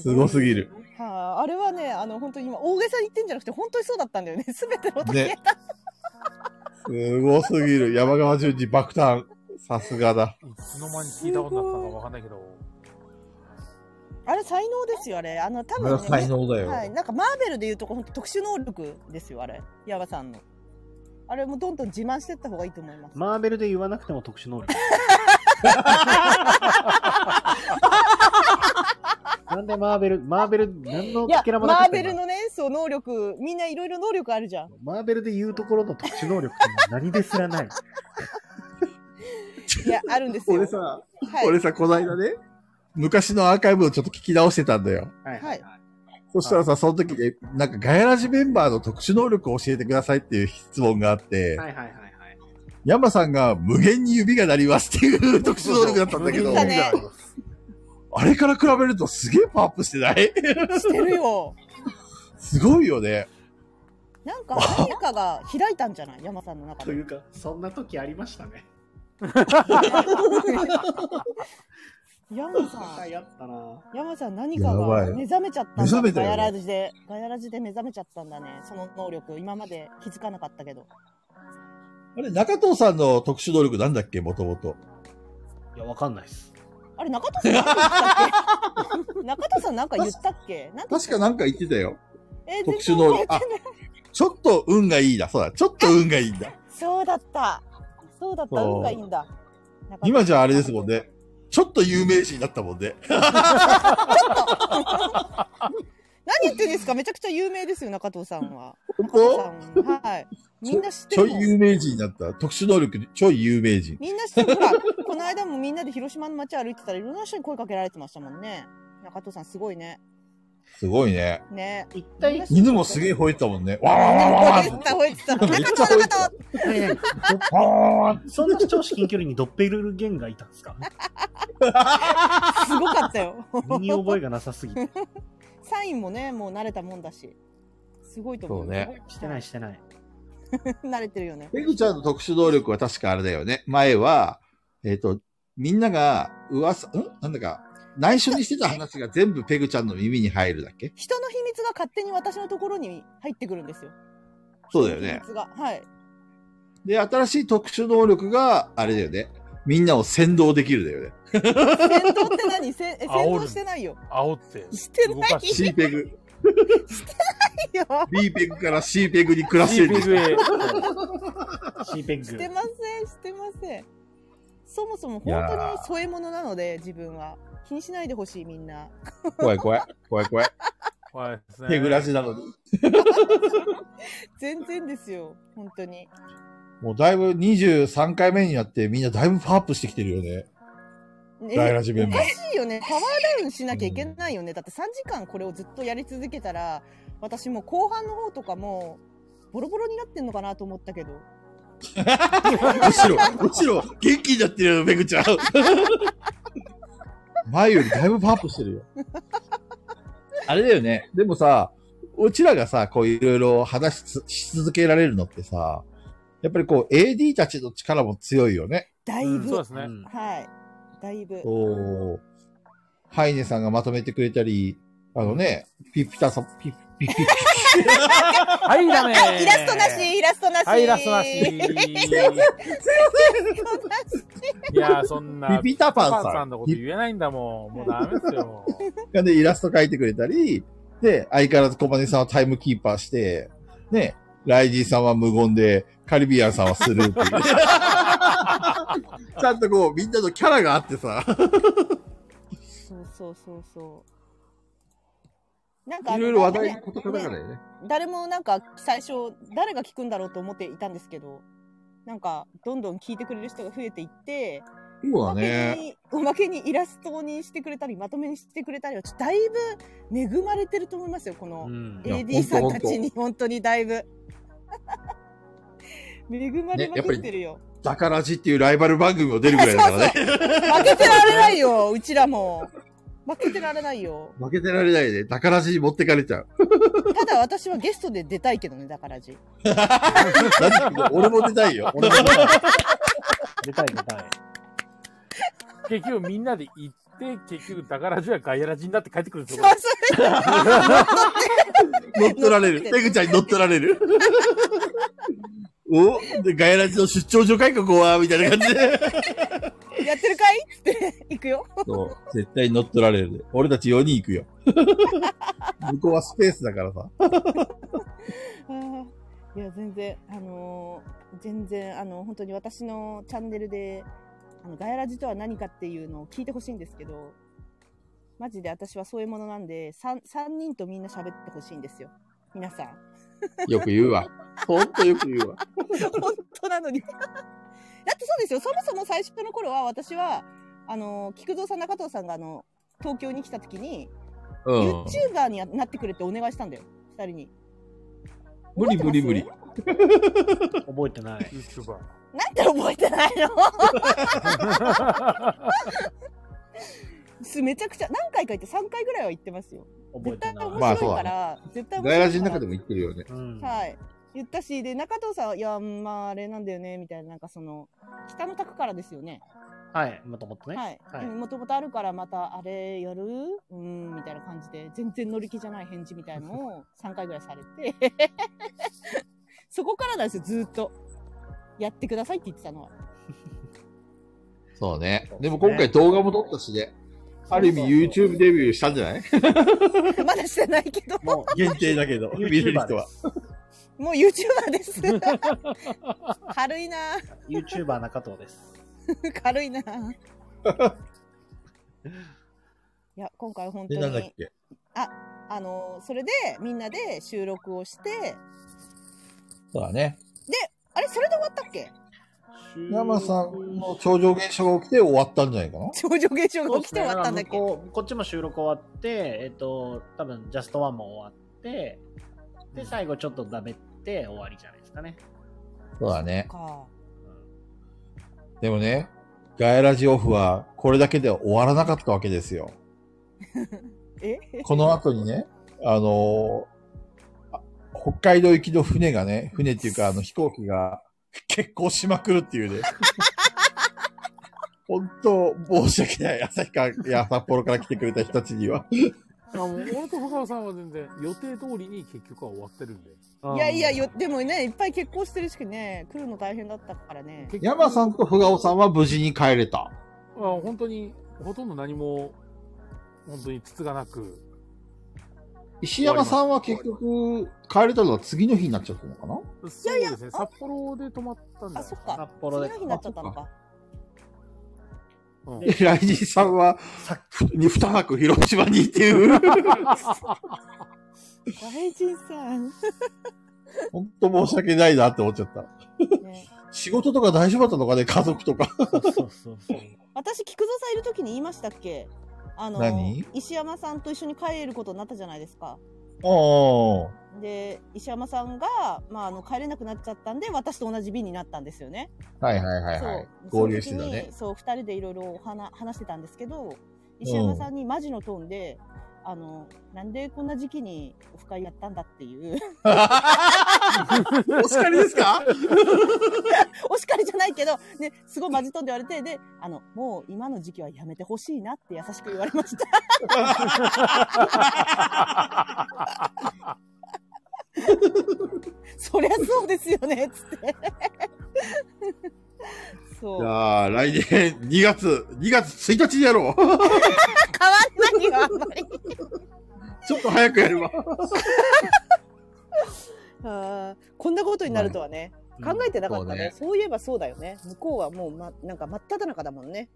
Speaker 4: すごす
Speaker 3: る。
Speaker 4: ぎる。
Speaker 3: はい、あれはね、あの、本当に今、大げさに言ってんじゃなくて、本当にそうだったんだよね。 [laughs] すべての音消えた。
Speaker 4: すごすぎる。山川淳二爆誕。さすがだ。
Speaker 2: いつの間に聞いたことになったのかわかんないけど。
Speaker 3: あれ、才能ですよ、あれ。あの、多
Speaker 4: これは
Speaker 3: 分、ね、
Speaker 4: 才能だよ。
Speaker 3: はい。なんか、マーベルで言うとこ、本当特殊能力ですよ、あれ。ヤバさんの。あれもどんどん自慢してった方がいいと思います。
Speaker 1: マーベルで言わなくても特殊能
Speaker 3: [laughs]
Speaker 1: 力。なんでマーベル、マーベル、何の
Speaker 3: いや
Speaker 1: かけ、らもな
Speaker 3: マ
Speaker 1: かっ
Speaker 3: ー
Speaker 1: た
Speaker 3: ベル
Speaker 1: 今
Speaker 3: のね、そう、能力、みんないろいろ能力あるじゃん。
Speaker 1: マーベルで言うところの特殊能力って何ですらない。
Speaker 4: [laughs]
Speaker 3: いや、あるんですよ。
Speaker 4: 俺さ、
Speaker 3: はい、
Speaker 4: 俺さ、この間ね、昔のアーカイブをちょっと聞き直してたんだよ。
Speaker 1: は
Speaker 3: はい。
Speaker 4: そしたらさ、その時で、なんかガヤラジメンバーの特殊能力を教えてくださいっていう質問があって、
Speaker 1: はいはいはいはい。
Speaker 4: ヤマさんが無限に指が鳴りますっていう特殊能力だったんだけ
Speaker 3: そ
Speaker 4: ど
Speaker 3: う、だね
Speaker 4: あれから比べるとすげえパワーアップしてない [laughs]
Speaker 3: してるよ。
Speaker 4: すごいよね。
Speaker 3: なんか、何かが開いたんじゃない山さんの中
Speaker 1: [laughs] と
Speaker 3: で。
Speaker 1: いうか、そんな時ありましたね。
Speaker 3: 山さん。
Speaker 1: はい、あったな。
Speaker 3: 山さん何か
Speaker 4: やばい
Speaker 3: が
Speaker 4: よ
Speaker 3: 目覚めちゃったんだ
Speaker 4: 目覚めたよ
Speaker 3: ガ
Speaker 4: ね
Speaker 3: ヤラジでガヤラジで目覚めちゃったんだねその能力今まで気づかなかったけど
Speaker 4: あれ、中藤さんの特殊能力なんだっけもともと。
Speaker 1: いや、わかんないっす。
Speaker 3: あれ中田さん何言ったっ
Speaker 4: [laughs]
Speaker 3: け中田さんなんか言ったっけなんて
Speaker 4: 確かなんか言ってたよ。
Speaker 3: えー
Speaker 4: 特殊
Speaker 3: 全然
Speaker 4: 能力。
Speaker 3: 覚え
Speaker 4: あ
Speaker 3: てない、
Speaker 4: ちょっと運がいいだ。そうだ、ちょっと運がいいんだ。
Speaker 3: そうだったそうだった
Speaker 4: そう
Speaker 3: 運がいいんだ中田
Speaker 4: 今じゃあれですもんね。ちょっと有名人になったもん [laughs] ね。
Speaker 3: 何言ってんですかめちゃくちゃ有名ですよ中藤さんは
Speaker 4: 本
Speaker 3: 中藤
Speaker 4: 当
Speaker 3: さん
Speaker 4: [laughs]
Speaker 3: はいみんな知って
Speaker 4: ちょ
Speaker 3: る
Speaker 4: い
Speaker 3: もん
Speaker 4: 有名人になった。特殊能力でちょい有名人。
Speaker 3: みんな知ってるほらこの間もみんなで広島の街歩いてたらいろんな人に声かけられてましたもんね中藤さんすごいね
Speaker 4: すごいね。
Speaker 3: ね
Speaker 1: 一体、はい
Speaker 4: 犬もすげえ吠えてたも [laughs] んね。わーわーわー
Speaker 3: 吠
Speaker 4: わーっ
Speaker 3: え
Speaker 4: て
Speaker 3: てた、吠えてた。中
Speaker 4: めっち
Speaker 3: 藤、
Speaker 4: ゃ吠え
Speaker 3: 中
Speaker 4: てた
Speaker 3: 藤
Speaker 1: はい
Speaker 4: わーっ
Speaker 1: そんな超至近距離にドッペルゲンがいたん
Speaker 3: [laughs]
Speaker 1: ですか
Speaker 3: すごかったよ。
Speaker 1: 身に覚えがなさすぎて。
Speaker 3: サインもね、もう慣れたもんだし。すごいと思う。
Speaker 4: そうね。
Speaker 1: してないして
Speaker 3: [laughs]
Speaker 1: ない。
Speaker 3: 慣れてるよね。
Speaker 4: ペグちゃんの特殊能力は確かあれだよね。前は、えっ、と、みんなが噂、んなんだか、内緒にしてた話が全部ペグちゃんの耳に入るだっけ
Speaker 3: 人の秘密が勝手に私のところに入ってくるんですよ。
Speaker 4: そうだよ
Speaker 3: 秘。
Speaker 4: ね
Speaker 3: 密が。はい。
Speaker 4: で、新しい特殊能力が、あれだよね。みんなを先導できるだ [laughs] よね。
Speaker 3: 戦闘って何せんえ戦
Speaker 2: 煽る
Speaker 3: 闘してないよ。
Speaker 2: 煽って。
Speaker 3: してない
Speaker 2: 動かし
Speaker 4: C ペグ、
Speaker 3: よ。
Speaker 4: B ペグから C ペグに暮らしてる。
Speaker 2: CPVA
Speaker 1: シーペッ
Speaker 3: して
Speaker 1: グ。
Speaker 3: ません、してません。そもそも本当に添え物なので、自分は。気にしないでほしい、みんな。
Speaker 4: 怖い怖い。怖い怖い。
Speaker 2: 怖いですね。
Speaker 4: ペグラジなのに。
Speaker 3: 全然ですよ、本当に。
Speaker 4: もうだいぶ23回目になってみんなだいぶパワーアップしてきてるよね。
Speaker 3: ね
Speaker 4: 大ラジメンバー。
Speaker 3: おかしいよね。パワーダウンしなきゃいけないよね。だって3時間これをずっとやり続けたら、私もう後半の方とかも、ボロボロになってんのかなと思ったけど。
Speaker 4: むし [laughs] ろ、むしろ元気になってるよ、ペグちゃん。 [laughs] 前よりだいぶパワーアップしてるよ。あれだよね。でもさ、うちらがさ、こういろいろ話しつし続けられるのってさ、やっぱりこう AD たちの力も強いよね。
Speaker 3: だい
Speaker 2: うん
Speaker 3: ぶ。
Speaker 2: そうです
Speaker 1: う
Speaker 2: ね。
Speaker 1: ん
Speaker 3: はい。だいぶ。
Speaker 4: おハイネさんがまとめてくれたり、あのね、ピッピタさん、ピッピッピッピッ
Speaker 2: はい、ダメ
Speaker 3: あ、イラストなし、イラストなし。
Speaker 2: はい、イラストなし。
Speaker 3: イ
Speaker 2: い
Speaker 3: ラストなし
Speaker 2: やー、そんな、
Speaker 4: ピピタパンさん
Speaker 2: パンさんのこと言えないんだもん。もうダメですよ。
Speaker 4: がね、イラスト描いてくれたり、で、相変わらず小金さんはタイムキーパーして、ね、ライジーさんは無言で、カリビアンさんはスルーって [laughs] いう。ちゃんとこう、みんなのキャラがあってさ、 [laughs]
Speaker 3: そうそうそうそう。なんかあ
Speaker 4: い
Speaker 3: の
Speaker 4: ろいろ話
Speaker 3: なん
Speaker 4: 題
Speaker 3: か
Speaker 4: の
Speaker 3: ね
Speaker 4: ことだから
Speaker 3: ね
Speaker 4: よね。
Speaker 3: 誰もなんか最初誰が聞くんだろうと思っていたんですけど、なんかどんどん聞いてくれる人が増えていって、
Speaker 4: そう
Speaker 3: お
Speaker 4: だ
Speaker 3: まけ
Speaker 4: ね。
Speaker 3: におまけにイラストにしてくれたりまとめにしてくれたりはちょっとだいぶ恵まれてると思いますよこの
Speaker 2: うん
Speaker 4: いや
Speaker 3: AD さんたちに本当にだいぶ恵まれまくってるよ。
Speaker 4: だからじっていうライバル番組も出るぐらいだからね。
Speaker 3: 負けてられないようちらも負けてられないよ。
Speaker 4: 負けてられないね。だからじに持ってかれちゃう。
Speaker 3: ただ私はゲストで出たいけどね、だからじ。
Speaker 4: なんで俺も出たいよ。
Speaker 1: 俺も出たい。出たい出たい。
Speaker 2: 結局みんなで行って、結局、だからじはガヤラジになって帰ってくるんです
Speaker 3: [laughs] そう
Speaker 2: よ。
Speaker 3: それ
Speaker 4: 乗っ取られ [laughs] る。ペグちゃんに乗っ取られ [laughs] る。おで、ガヤラジの出張所かいここは、みたいな感じで。
Speaker 3: やってるかいつって、行くよ。
Speaker 4: そう。絶対乗っ取られるね。俺たち4人行く [laughs] よ。向こうはスペースだからさ。
Speaker 3: あー [laughs] いや、全然、あのー全然、あの本当に私のチャンネルで、あの、ガヤラジとは何かっていうのを聞いてほしいんですけど、マジで私はそういうものなんで、3, 三人とみんな喋ってほしいんですよ。皆
Speaker 4: [laughs]
Speaker 3: さん。
Speaker 4: よく言うわ。ほんとよく言うわ。
Speaker 3: 本当なのに。だ [laughs] ってそうですよ。そもそも最初の頃は私は、あのー菊蔵さん、中藤さんが、あの、東京に来た時に、
Speaker 4: う
Speaker 3: ユ
Speaker 4: ん
Speaker 3: ーチ。ューバーになってくれってお願いしたんだよ、二人に。
Speaker 4: 無理無理無理。
Speaker 1: 覚えて
Speaker 3: [laughs]
Speaker 1: ない。
Speaker 2: [laughs] YouTuber。
Speaker 3: なんて覚えてないのすめちゃくちゃ、何回か行って、3回ぐらいは行ってますよ。
Speaker 1: 覚え
Speaker 3: 絶
Speaker 1: て
Speaker 3: 対
Speaker 1: ない。
Speaker 3: 面
Speaker 4: まあ
Speaker 3: 白
Speaker 4: そう
Speaker 3: い
Speaker 4: だ
Speaker 3: か
Speaker 4: ね
Speaker 3: ら、絶対面白い
Speaker 4: ガヤ
Speaker 3: から。
Speaker 4: ラジの中でも言ってるよね。
Speaker 1: うん。
Speaker 3: はい。言ったし、で、中藤さんは、いや、まあ、あれなんだよね、みたいな、なんかその、北の卓からですよね。
Speaker 1: はい。もともとね。
Speaker 3: はい。
Speaker 1: はい
Speaker 3: もともとあるから、また、あれやるうーん、みたいな感じで、全然乗り気じゃない返事みたいのを3回ぐらいされて、 [laughs] そこからなんですよ、ずーっと。やってくださいって言ってたのは。 [laughs]
Speaker 4: そうね
Speaker 1: そう。
Speaker 4: でも今回動画も撮ったしね。ある意味 YouTube デビューしたんじゃない
Speaker 3: まだしてないけど。
Speaker 1: も
Speaker 4: 限定だけど、
Speaker 1: う、
Speaker 4: 見れる人は。
Speaker 3: もう YouTuber です。軽いな
Speaker 1: YouTuber 中藤 [laughs] です。
Speaker 3: [laughs] 軽いないや、今回本当
Speaker 4: で、なんだっ
Speaker 3: に、
Speaker 4: け
Speaker 3: あの、それでみんなで収録をして、
Speaker 4: そうだね。
Speaker 3: あれ、それで終わったっけ
Speaker 4: 山さんの超常現象が起きて終わったんじゃないかな
Speaker 3: 超常現象が起きて終わったんだっけ、
Speaker 1: そうですね向こうこっちも収録終わって、えっと、多分ジャストワンも終わって、で、最後ちょっとダメって終わりじゃないですかね。
Speaker 4: そうだね。
Speaker 3: か。
Speaker 4: でもね、ガヤラジオフはこれだけでは終わらなかったわけですよ。
Speaker 3: え
Speaker 4: この後にね、あのーあ北海道行きの船がね、船っていうか、あの、飛行機が欠航しまくるっていうね。 [laughs] 本当、申し訳ない。旭川や札幌から来てくれた人たちには。
Speaker 2: あもう俺と深川さんは全然予定通りに結局は終わってるんで。
Speaker 3: いやいやよ、でもね、いっぱい結婚してるしね、来るの大変だったからね。
Speaker 2: 結局
Speaker 4: 山さんとふがおさんは無事に帰れた。
Speaker 2: あ本当に、ほとんど何も、本当につつがなく、
Speaker 4: 石山さんは結局、帰れたのは次の日になっちゃったのかな
Speaker 2: そうですね、札幌で泊まったんだ
Speaker 3: あ、
Speaker 2: よ
Speaker 3: そっ
Speaker 1: 札
Speaker 3: か。
Speaker 1: 幌で
Speaker 3: そんな日になっちゃったのか。
Speaker 2: うん
Speaker 3: [laughs]
Speaker 4: [laughs]
Speaker 1: で
Speaker 4: ライジンさんは、ふに二泊広島にっていう。
Speaker 3: 外人さん。
Speaker 4: [laughs] 本当申し訳ないなって思っちゃった。
Speaker 3: ね
Speaker 4: 仕事とか大丈夫だったのかね家族とか。
Speaker 1: そうそうそうそう。
Speaker 3: 私、菊蔵さんいる時に言いましたっけあの
Speaker 4: 何、
Speaker 3: 石山さんと一緒に帰ることになったじゃないですか。
Speaker 4: ああ。
Speaker 3: で、石山さんが、まあ、あの、帰れなくなっちゃったんで、私と同じ便になったんですよね。
Speaker 4: はいはいはいはい。
Speaker 3: そう
Speaker 4: 合流してた
Speaker 3: そ
Speaker 4: ね。
Speaker 3: の時にそう、二人でいろいろお話話してたんですけど、石山さんにマジのトーンで、あの、なんでこんな時期にオフ会やったんだっていう、
Speaker 4: お叱りですか
Speaker 3: お叱りじゃないけど、ね、すごいマジトーンで言われて、で、あの、もう今の時期はやめてほしいなって優しく言われま [laughs] した。そりゃそうですよね、つって。そう。
Speaker 4: じ
Speaker 3: 変わ
Speaker 4: ゃあ、来年2月、2月1日にやろう。
Speaker 3: んないよ、あんまり。
Speaker 4: ちょっと早くやるわ。
Speaker 3: あーこんなことになるとはね、考えてなかったね,、そういえばそうだよね向こうはもう、ま、なんか真っ只中だもんね、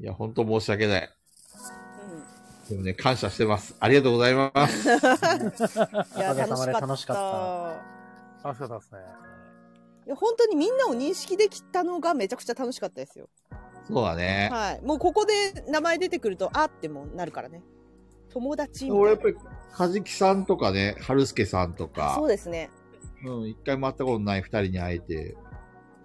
Speaker 4: いや、本当申し訳ない。
Speaker 3: う
Speaker 4: でもね、感謝してます。ありがとうございます。
Speaker 1: お
Speaker 3: ん、いや
Speaker 1: かげ
Speaker 3: 楽
Speaker 1: さ
Speaker 3: し
Speaker 1: まで
Speaker 3: かった
Speaker 1: 楽しかっ
Speaker 2: 楽しかったですね。
Speaker 3: いや本当にみんなを認識できたのがめちゃくちゃ楽しかったですよ
Speaker 4: そうだね。
Speaker 3: はいもうここで名前出てくるとあってもなるからね友達みたいな
Speaker 4: 俺やっぱり、かじきさんとかね、はるすけさんとか
Speaker 3: そう、ですね
Speaker 4: うん、一回も会ったことない二人に会えて、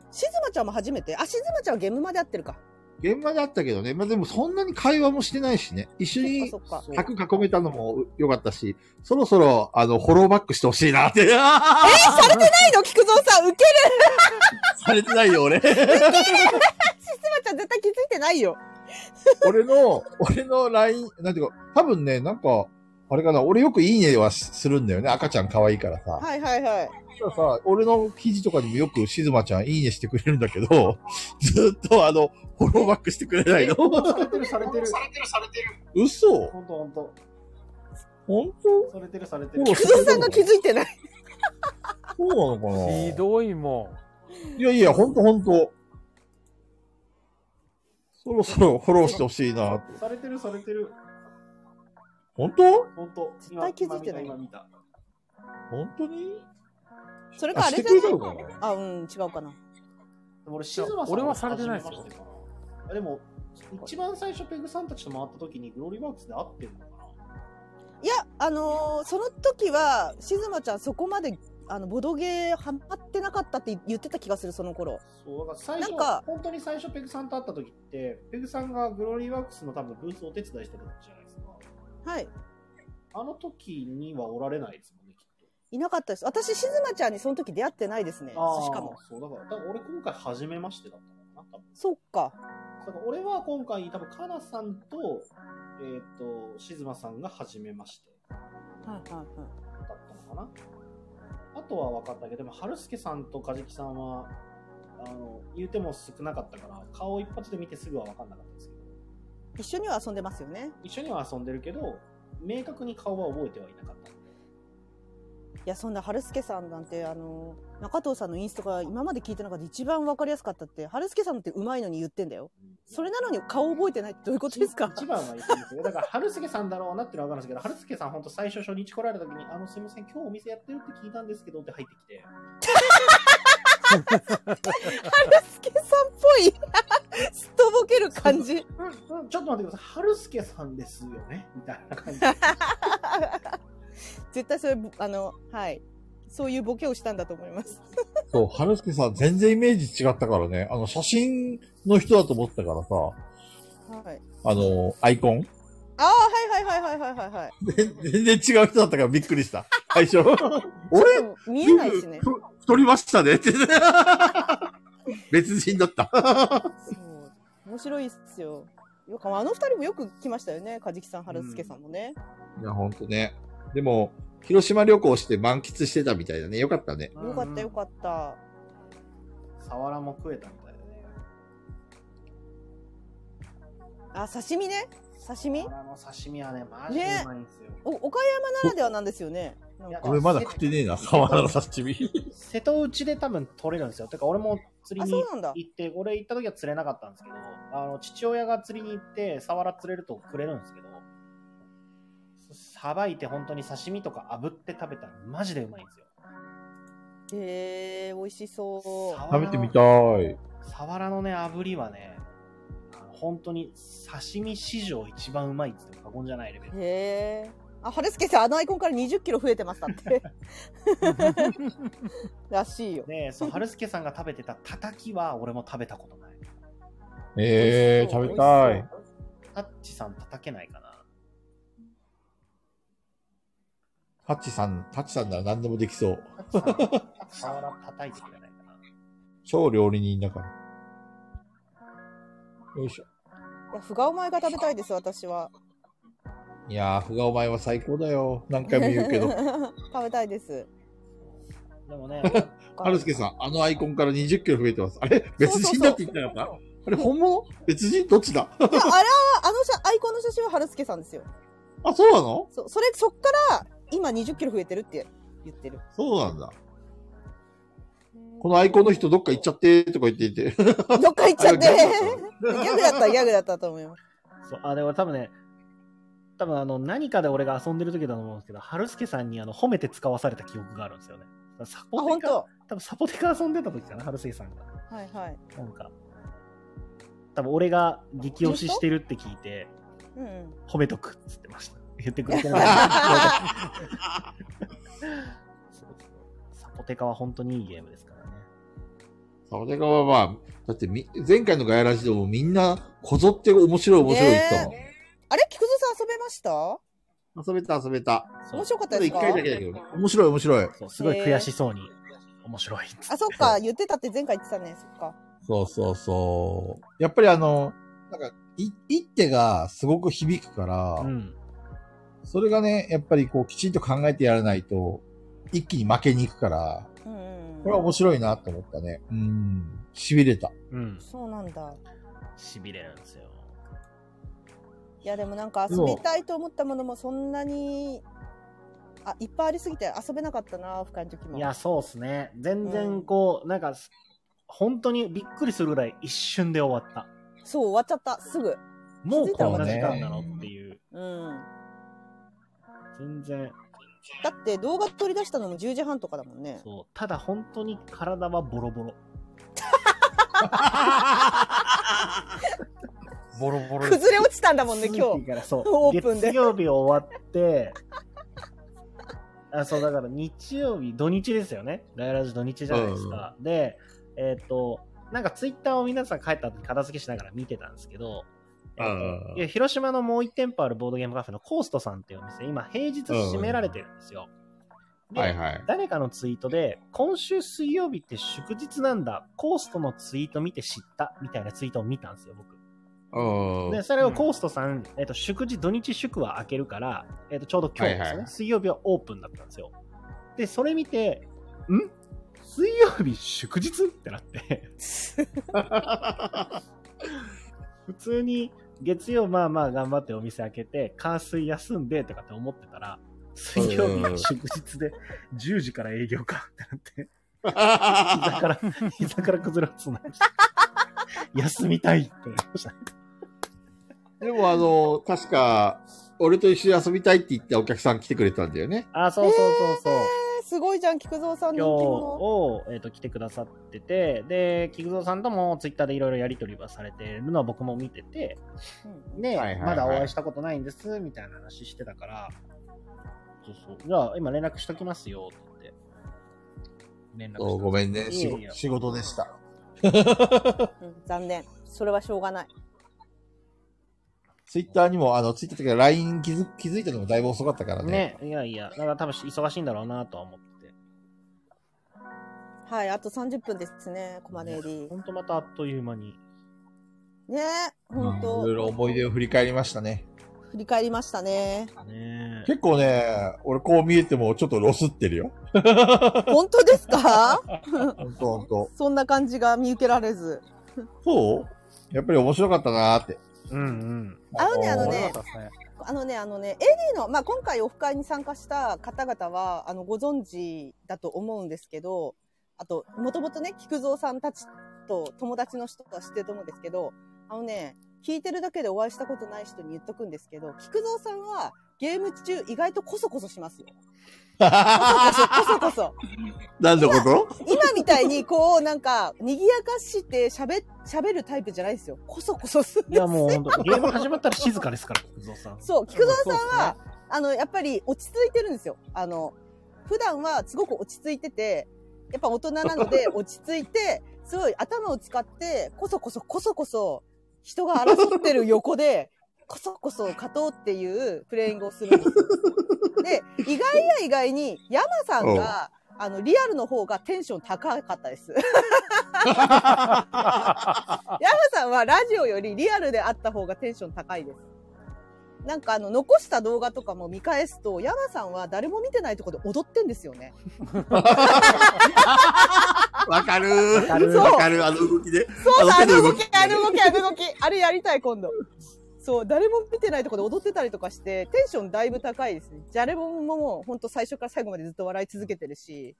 Speaker 3: しずまちゃんも初めてあしずまちゃんはゲームまで会ってるか
Speaker 4: 現場で会ったけどね、まあでもそんなに会話もしてないしね、一緒に
Speaker 3: そっかそっか
Speaker 4: 100囲めたのも良かったし、そろそろ、あの、フォローバックしてほしいなっ
Speaker 3: さ
Speaker 4: て。
Speaker 3: れてないの菊蔵さん受ける
Speaker 4: されてないよ、俺。
Speaker 3: しずまちゃん絶対気づいてないよ
Speaker 4: [laughs] 俺の、俺の LINE、なんていうか、多分ね、なんか、あれかな、俺よくいいねはしするんだよね。赤ちゃん可愛いからさ。
Speaker 3: はいはいはい
Speaker 4: たださ、俺の記事とかにもよくしずまちゃんいいねしてくれるんだけど、 [laughs] ずっとあの、フォローバックしてくれないの
Speaker 1: た。 [laughs] されてるされてる。
Speaker 4: 嘘
Speaker 1: 本当本当。
Speaker 4: 本当
Speaker 1: されてるされてる。
Speaker 4: そう
Speaker 3: 菊蔵さんが気づいてない
Speaker 4: そうなのかな
Speaker 2: ひどいも
Speaker 4: いやいや、ほんとほんと。そろそろフォローしてほしいな。
Speaker 1: されてるされてる。
Speaker 4: ほんと
Speaker 1: 本当。絶
Speaker 3: 対気づいてない
Speaker 1: 今見た。
Speaker 4: ほんとに
Speaker 3: それか
Speaker 4: あ、
Speaker 3: あ
Speaker 4: し
Speaker 3: れじ
Speaker 4: てくれた
Speaker 3: ゃ
Speaker 4: の
Speaker 3: ない
Speaker 4: かな
Speaker 3: あうん違うかな
Speaker 1: でも俺、静馬さん
Speaker 2: 俺はされてないですよ
Speaker 1: 初めましてかなあでも、一番最初、ペグさんたちと回った時に、グローリーワークスで会ってるのか
Speaker 3: いや、あのーその時は、しずまちゃんそこまで、あの、ボドゲーハマってなかったって言ってた気がする、その頃。
Speaker 1: なそう、だから最初、
Speaker 3: なんか
Speaker 1: 本当に最初、ペグさんと会った時って、ペグさんがグローリーワークスの多分ブースをお手伝いしてた時じゃないですか。
Speaker 3: はい。
Speaker 1: あの時にはおられないですもんね、きっ
Speaker 3: いなかったです。私、しずまちゃんにその時出会ってないですね。し
Speaker 1: と。ー
Speaker 3: かも。。
Speaker 1: そう、だから、だから俺今回初めましてだったのかな、多分。
Speaker 3: そっか。
Speaker 1: だから俺は今回、多分カナさんと、えっ、と、静馬さんが初めまして。
Speaker 3: はいはいはい。
Speaker 1: だったのかなあとは分かったけど、でも、春輔さんと梶木さんは、あの、言うても少なかったから、顔一発で見てすぐは分かんなかったですけど、
Speaker 3: 一緒には遊んでますよね。
Speaker 1: 一緒には遊んでるけど、明確に顔は覚えてはいなかった。
Speaker 3: いや、そんな、春輔さんなんて、あのー中藤さんのインストが今まで聞いた中で一番わかりやすかったって、春輔さんってうまいのに言ってんだよ。それなのに顔覚えてないってどういうことですか
Speaker 1: 一番は言ってるんですよ。だから、春輔さんだろうなってのは分かるんですけど、春輔さんほんと最初初日来られた時に、あの、すいません、今日お店やってるって聞いたんですけどって入ってきて、
Speaker 3: 春輔さんっぽい、すっとぼける感じ。
Speaker 1: うん、うん、ちょっと待ってください、春輔さんですよねみたいな感じ。
Speaker 3: 絶対それあのはいそういうボケをしたんだと思います
Speaker 4: そう、春輔さん全然イメージ違ったからね。あの、写真の人だと思ったからさ、
Speaker 3: はい
Speaker 4: あの、アイコン [laughs]
Speaker 3: ああ、はいはいはいはいはいはい。
Speaker 4: 全然違う人だったからびっくりした。最初。 [laughs] 俺
Speaker 3: ちょっと見えないしね。
Speaker 4: ふ太りましたねって。別人だった。
Speaker 3: そう面白いっすよ。よくあの二人もよく来ましたよね。カジキさん、原助さんもね。
Speaker 4: いや、ほんとね。でも、広島旅行して満喫してたみたいだね。よかったね。
Speaker 3: よかったよか
Speaker 1: っ
Speaker 3: った。
Speaker 1: た。サワラも食えたみたいだね。
Speaker 3: あ、刺身ね。刺身
Speaker 1: サワラの刺身はね、マジでうまいんですよ。
Speaker 3: お岡山ならではなんですよね。なんか
Speaker 1: いや
Speaker 4: 俺まだ食ってね
Speaker 3: [laughs]
Speaker 4: えな。サワラの刺身。
Speaker 1: 瀬戸内で多分取れるんですよ。てか、俺も釣り
Speaker 3: あ、
Speaker 1: に
Speaker 3: そうなんだ。
Speaker 1: 行って、俺行った時は釣れなかったんですけど、あの、父親が釣りに行って、サワラ釣れるとくれるんですけど、さばいて本当に刺身とか炙って食べたらマジでうまいんですよ。
Speaker 3: へえ、美味しそう。
Speaker 4: 食べてみた
Speaker 1: い。
Speaker 4: い。
Speaker 1: サワラのね、炙りはね、あの本当に刺身史上一番うまいって言っても過言じゃないレベル。
Speaker 3: へえ。あ、ハルスケさん、あのアイコンから20キロ増えてました
Speaker 1: [laughs]
Speaker 3: って。らしいよ。
Speaker 1: で、
Speaker 3: [laughs]
Speaker 1: そう、春介さんが食べてたたたきは俺も食べたことない。
Speaker 4: ええー、
Speaker 3: 美味しそう
Speaker 4: 食べた。
Speaker 3: 美味
Speaker 4: い
Speaker 3: し。そう
Speaker 1: タッチさん叩けないかな。
Speaker 4: タッチさん、タッチさんなら何でもできそう。
Speaker 1: タッチ
Speaker 3: [laughs]
Speaker 1: さんサワラ叩いてくれないかな。
Speaker 4: 超料理人だから。よいしょ。
Speaker 3: いや、ふがお前が食べたいです、私は。
Speaker 4: いやー、ふがお前は最高だよ。何回も言
Speaker 3: [laughs]
Speaker 4: うけど。
Speaker 3: 食べたいです。
Speaker 1: でもね、
Speaker 4: はるすけさん、あのアイコンから20キロ増えてます。あれ別人だって言ってなかったあれ本物別人どっちだ
Speaker 3: いや、あれは、あの写アイコンの写真はハルスケさんですよ。
Speaker 4: あ、そうなの
Speaker 3: そそれ、そっから、今20キロ増えてるって言ってる。
Speaker 4: そうなんだ。このアイコンの人どっか行っちゃってとか言っていて。
Speaker 3: どっか行っちゃって。ギ
Speaker 4: あれギャグだ
Speaker 3: ャグだった、ギャグだったと思います。
Speaker 1: そう、あ、でも多分ね、多分あの、何かで俺が遊んでる時だと思うんですけど、春介さんにあの、褒めて使わされた記憶があるんですよね。サ
Speaker 3: あ、
Speaker 1: ポ
Speaker 3: 本
Speaker 1: テカ、
Speaker 3: 当。
Speaker 1: 多分サポテカ遊んでた時かな、春介さんが。
Speaker 3: はいはい。
Speaker 1: なんか、多分俺が激推ししてるって聞いて、
Speaker 3: うんうん。
Speaker 1: 褒めとくっつってました。言ってくれてない。
Speaker 3: [laughs]
Speaker 1: そうそうサポテカは本当にいいゲームですからね。
Speaker 4: サオテカはまあ、だってみ、前回のガヤラジでもみんなこぞって面白い面白い言ってたもん。
Speaker 3: あれ、菊蔵さん遊べました
Speaker 4: 遊べた遊べた。
Speaker 1: そう
Speaker 3: 面白かった
Speaker 4: ただ
Speaker 3: で
Speaker 4: 一
Speaker 3: すか
Speaker 4: 回だけだけどね。面白い面白い。
Speaker 1: そうすごい悔しそうに、面白いっつって
Speaker 3: あ、そっか、言ってたって前回言ってたね、そっか。
Speaker 4: そうそうそう。やっぱりあの、なんか、い一手がすごく響くから、
Speaker 1: うん。
Speaker 4: それがね、やっぱりこうきちんと考えてやらないと、一気に負けに行くから、
Speaker 3: うん
Speaker 4: これは
Speaker 3: うん。
Speaker 4: 面白いなと思ったね。うん。痺れた。
Speaker 1: うん。
Speaker 3: そうなんだ。
Speaker 1: 痺れるんですよ。
Speaker 3: いや、でもなんか遊びたいと思ったものもそんなに、あ、いっぱいありすぎて遊べなかったな、深い時も。
Speaker 1: いや、そうっすね。全
Speaker 3: うん
Speaker 1: 然こう、なんかす、本当にびっくりするぐらい一瞬で終わった。
Speaker 3: そう、終わっちゃった、すぐ。
Speaker 1: もうこん
Speaker 4: そ
Speaker 1: な
Speaker 4: うね
Speaker 1: 時間なのっていう。
Speaker 3: うん。
Speaker 1: 全然。
Speaker 3: だって動画取り出したのも10時半とかだもんね。
Speaker 1: そう。ただ本当に体はボロボロ。
Speaker 2: ボロボロです。
Speaker 3: 崩れ落ちたんだもんね、今
Speaker 1: 月曜日
Speaker 3: 日。。
Speaker 1: からそう
Speaker 3: [laughs] オープンで
Speaker 1: 月曜日終わって、あそう、だから日曜日、土日ですよね。ガヤラジ土日じゃないですか。で、えっ、と、なんかツイッターを皆さん帰った後に片付けしながら見てたんですけど、えーと
Speaker 4: うん
Speaker 1: いや広島のもう1店舗あるボードゲームカフェのコーストさんっていうお店、今平日閉められてるんですよ。で
Speaker 4: はいはい。
Speaker 1: 誰かのツイートで、今週水曜日って祝日なんだ、コーストのツイート見て知った、みたいなツイートを見たんですよ、僕。
Speaker 4: うん
Speaker 1: で、。それをコーストさん、えっと、祝日、土日祝は開けるから、えっと、ちょうど今日ですね、
Speaker 4: はいはい
Speaker 1: 水曜日はオープンだったんですよ。で、それ見て、ん水曜日祝日ってなって。 [laughs] 普通に月曜まあまあ頑張ってお店開けて、火水休んでとかって思ってたら、水曜日が祝日で10時から営業かってな
Speaker 4: [laughs]
Speaker 1: って、膝から、膝から崩れ落ちそうになりました。休みたいってなりました。
Speaker 4: [laughs] でもあの、確か、俺と一緒に遊びたいって言ったお客さん来てくれたんだよね。
Speaker 1: あ、そうそうそうそう。
Speaker 3: えーすごいじゃん、菊蔵さん人
Speaker 1: 今日
Speaker 3: 気者。
Speaker 1: を、えー、と来てくださってて、で、菊蔵さんともツイッターでいろいろやり取りはされてるのは僕も見てて、
Speaker 3: うん
Speaker 1: ね、
Speaker 4: はいはいはい
Speaker 1: まだお会いしたことないんです、みたいな話してたから、そうそう。じゃあ、今連絡しときますよ、って言って。連絡
Speaker 4: そうごめんね。
Speaker 1: い
Speaker 4: 仕
Speaker 1: やい
Speaker 4: 事
Speaker 1: や
Speaker 4: 仕事でした。
Speaker 3: うん残念。それはしょうがない。
Speaker 4: ツイッターにも、あの、ツイッターというか LINE 気づ気づいたのもだいぶ遅かったからね。
Speaker 1: ね、いやいや、だから多分忙しいんだろうなとは思って。
Speaker 3: はい、あと30分ですね、コマネリ
Speaker 1: ほんとまたあっという間に。
Speaker 3: ねえ、ほん
Speaker 4: いろい
Speaker 3: と、
Speaker 4: ろ思い出を振り返りましたね。
Speaker 3: 振り返りましたね。
Speaker 1: ね
Speaker 4: 結構ね、俺こう見えてもちょっとロスってるよ。
Speaker 3: 本当ですか [laughs]
Speaker 4: ほんとほんと。
Speaker 3: そんな感じが見受けられず。
Speaker 4: そうやっぱり面白かったなーって。
Speaker 1: うんうん。
Speaker 3: あのねあのね
Speaker 1: 面白かったですね
Speaker 3: あのね、あのね、エリーの、まあ、今回オフ会に参加した方々は、あの、ご存知だと思うんですけど、あと、もともとね、菊蔵さんたちと友達の人は知ってると思うんですけど、あのね、聞いてるだけでお会いしたことない人に言っとくんですけど、菊蔵さんはゲーム中意外とコソコソしますよ。
Speaker 4: [laughs]
Speaker 3: コソコソコソ。
Speaker 4: 何のこと
Speaker 3: 今みたいにこう、なんか、賑やかして喋、喋るタイプじゃないですよ。コソコソするん
Speaker 1: い
Speaker 3: です
Speaker 1: やもうほ
Speaker 3: [laughs]
Speaker 1: んと、ゲーム始まったら静かですから、菊蔵さん。
Speaker 3: そう、菊蔵さんは
Speaker 1: そ、
Speaker 3: あの、やっぱり落ち着いてるんですよ。あの、普段はすごく落ち着いてて、やっぱ大人なので落ち着いて、すごい頭を使って、こそこそこそこそ、人が争ってる横で、こそこそ勝とうっていうプレイングをするんですよ。で、意外や意外に、山さんが、あの、リアルの方がテンション高かったです。ヤマさんはラジオよりリアルであった方がテンション高いです。なんかあの、残した動画とかも見返すと、ヤマさんは誰も見てないところで踊ってんですよね。
Speaker 4: わかるー。わ
Speaker 1: かるー
Speaker 4: わかる、あの動きで。
Speaker 3: そうだ、
Speaker 4: あ
Speaker 3: あの
Speaker 4: の手の動
Speaker 3: 動き、
Speaker 4: き
Speaker 3: あの動き、あの動き、あれやりたい今度。そう、誰も見てないところで踊ってたりとかして、テンションだいぶ高いですね。ジャレボンももう、ほんと最初から最後までずっと笑い続けてるし。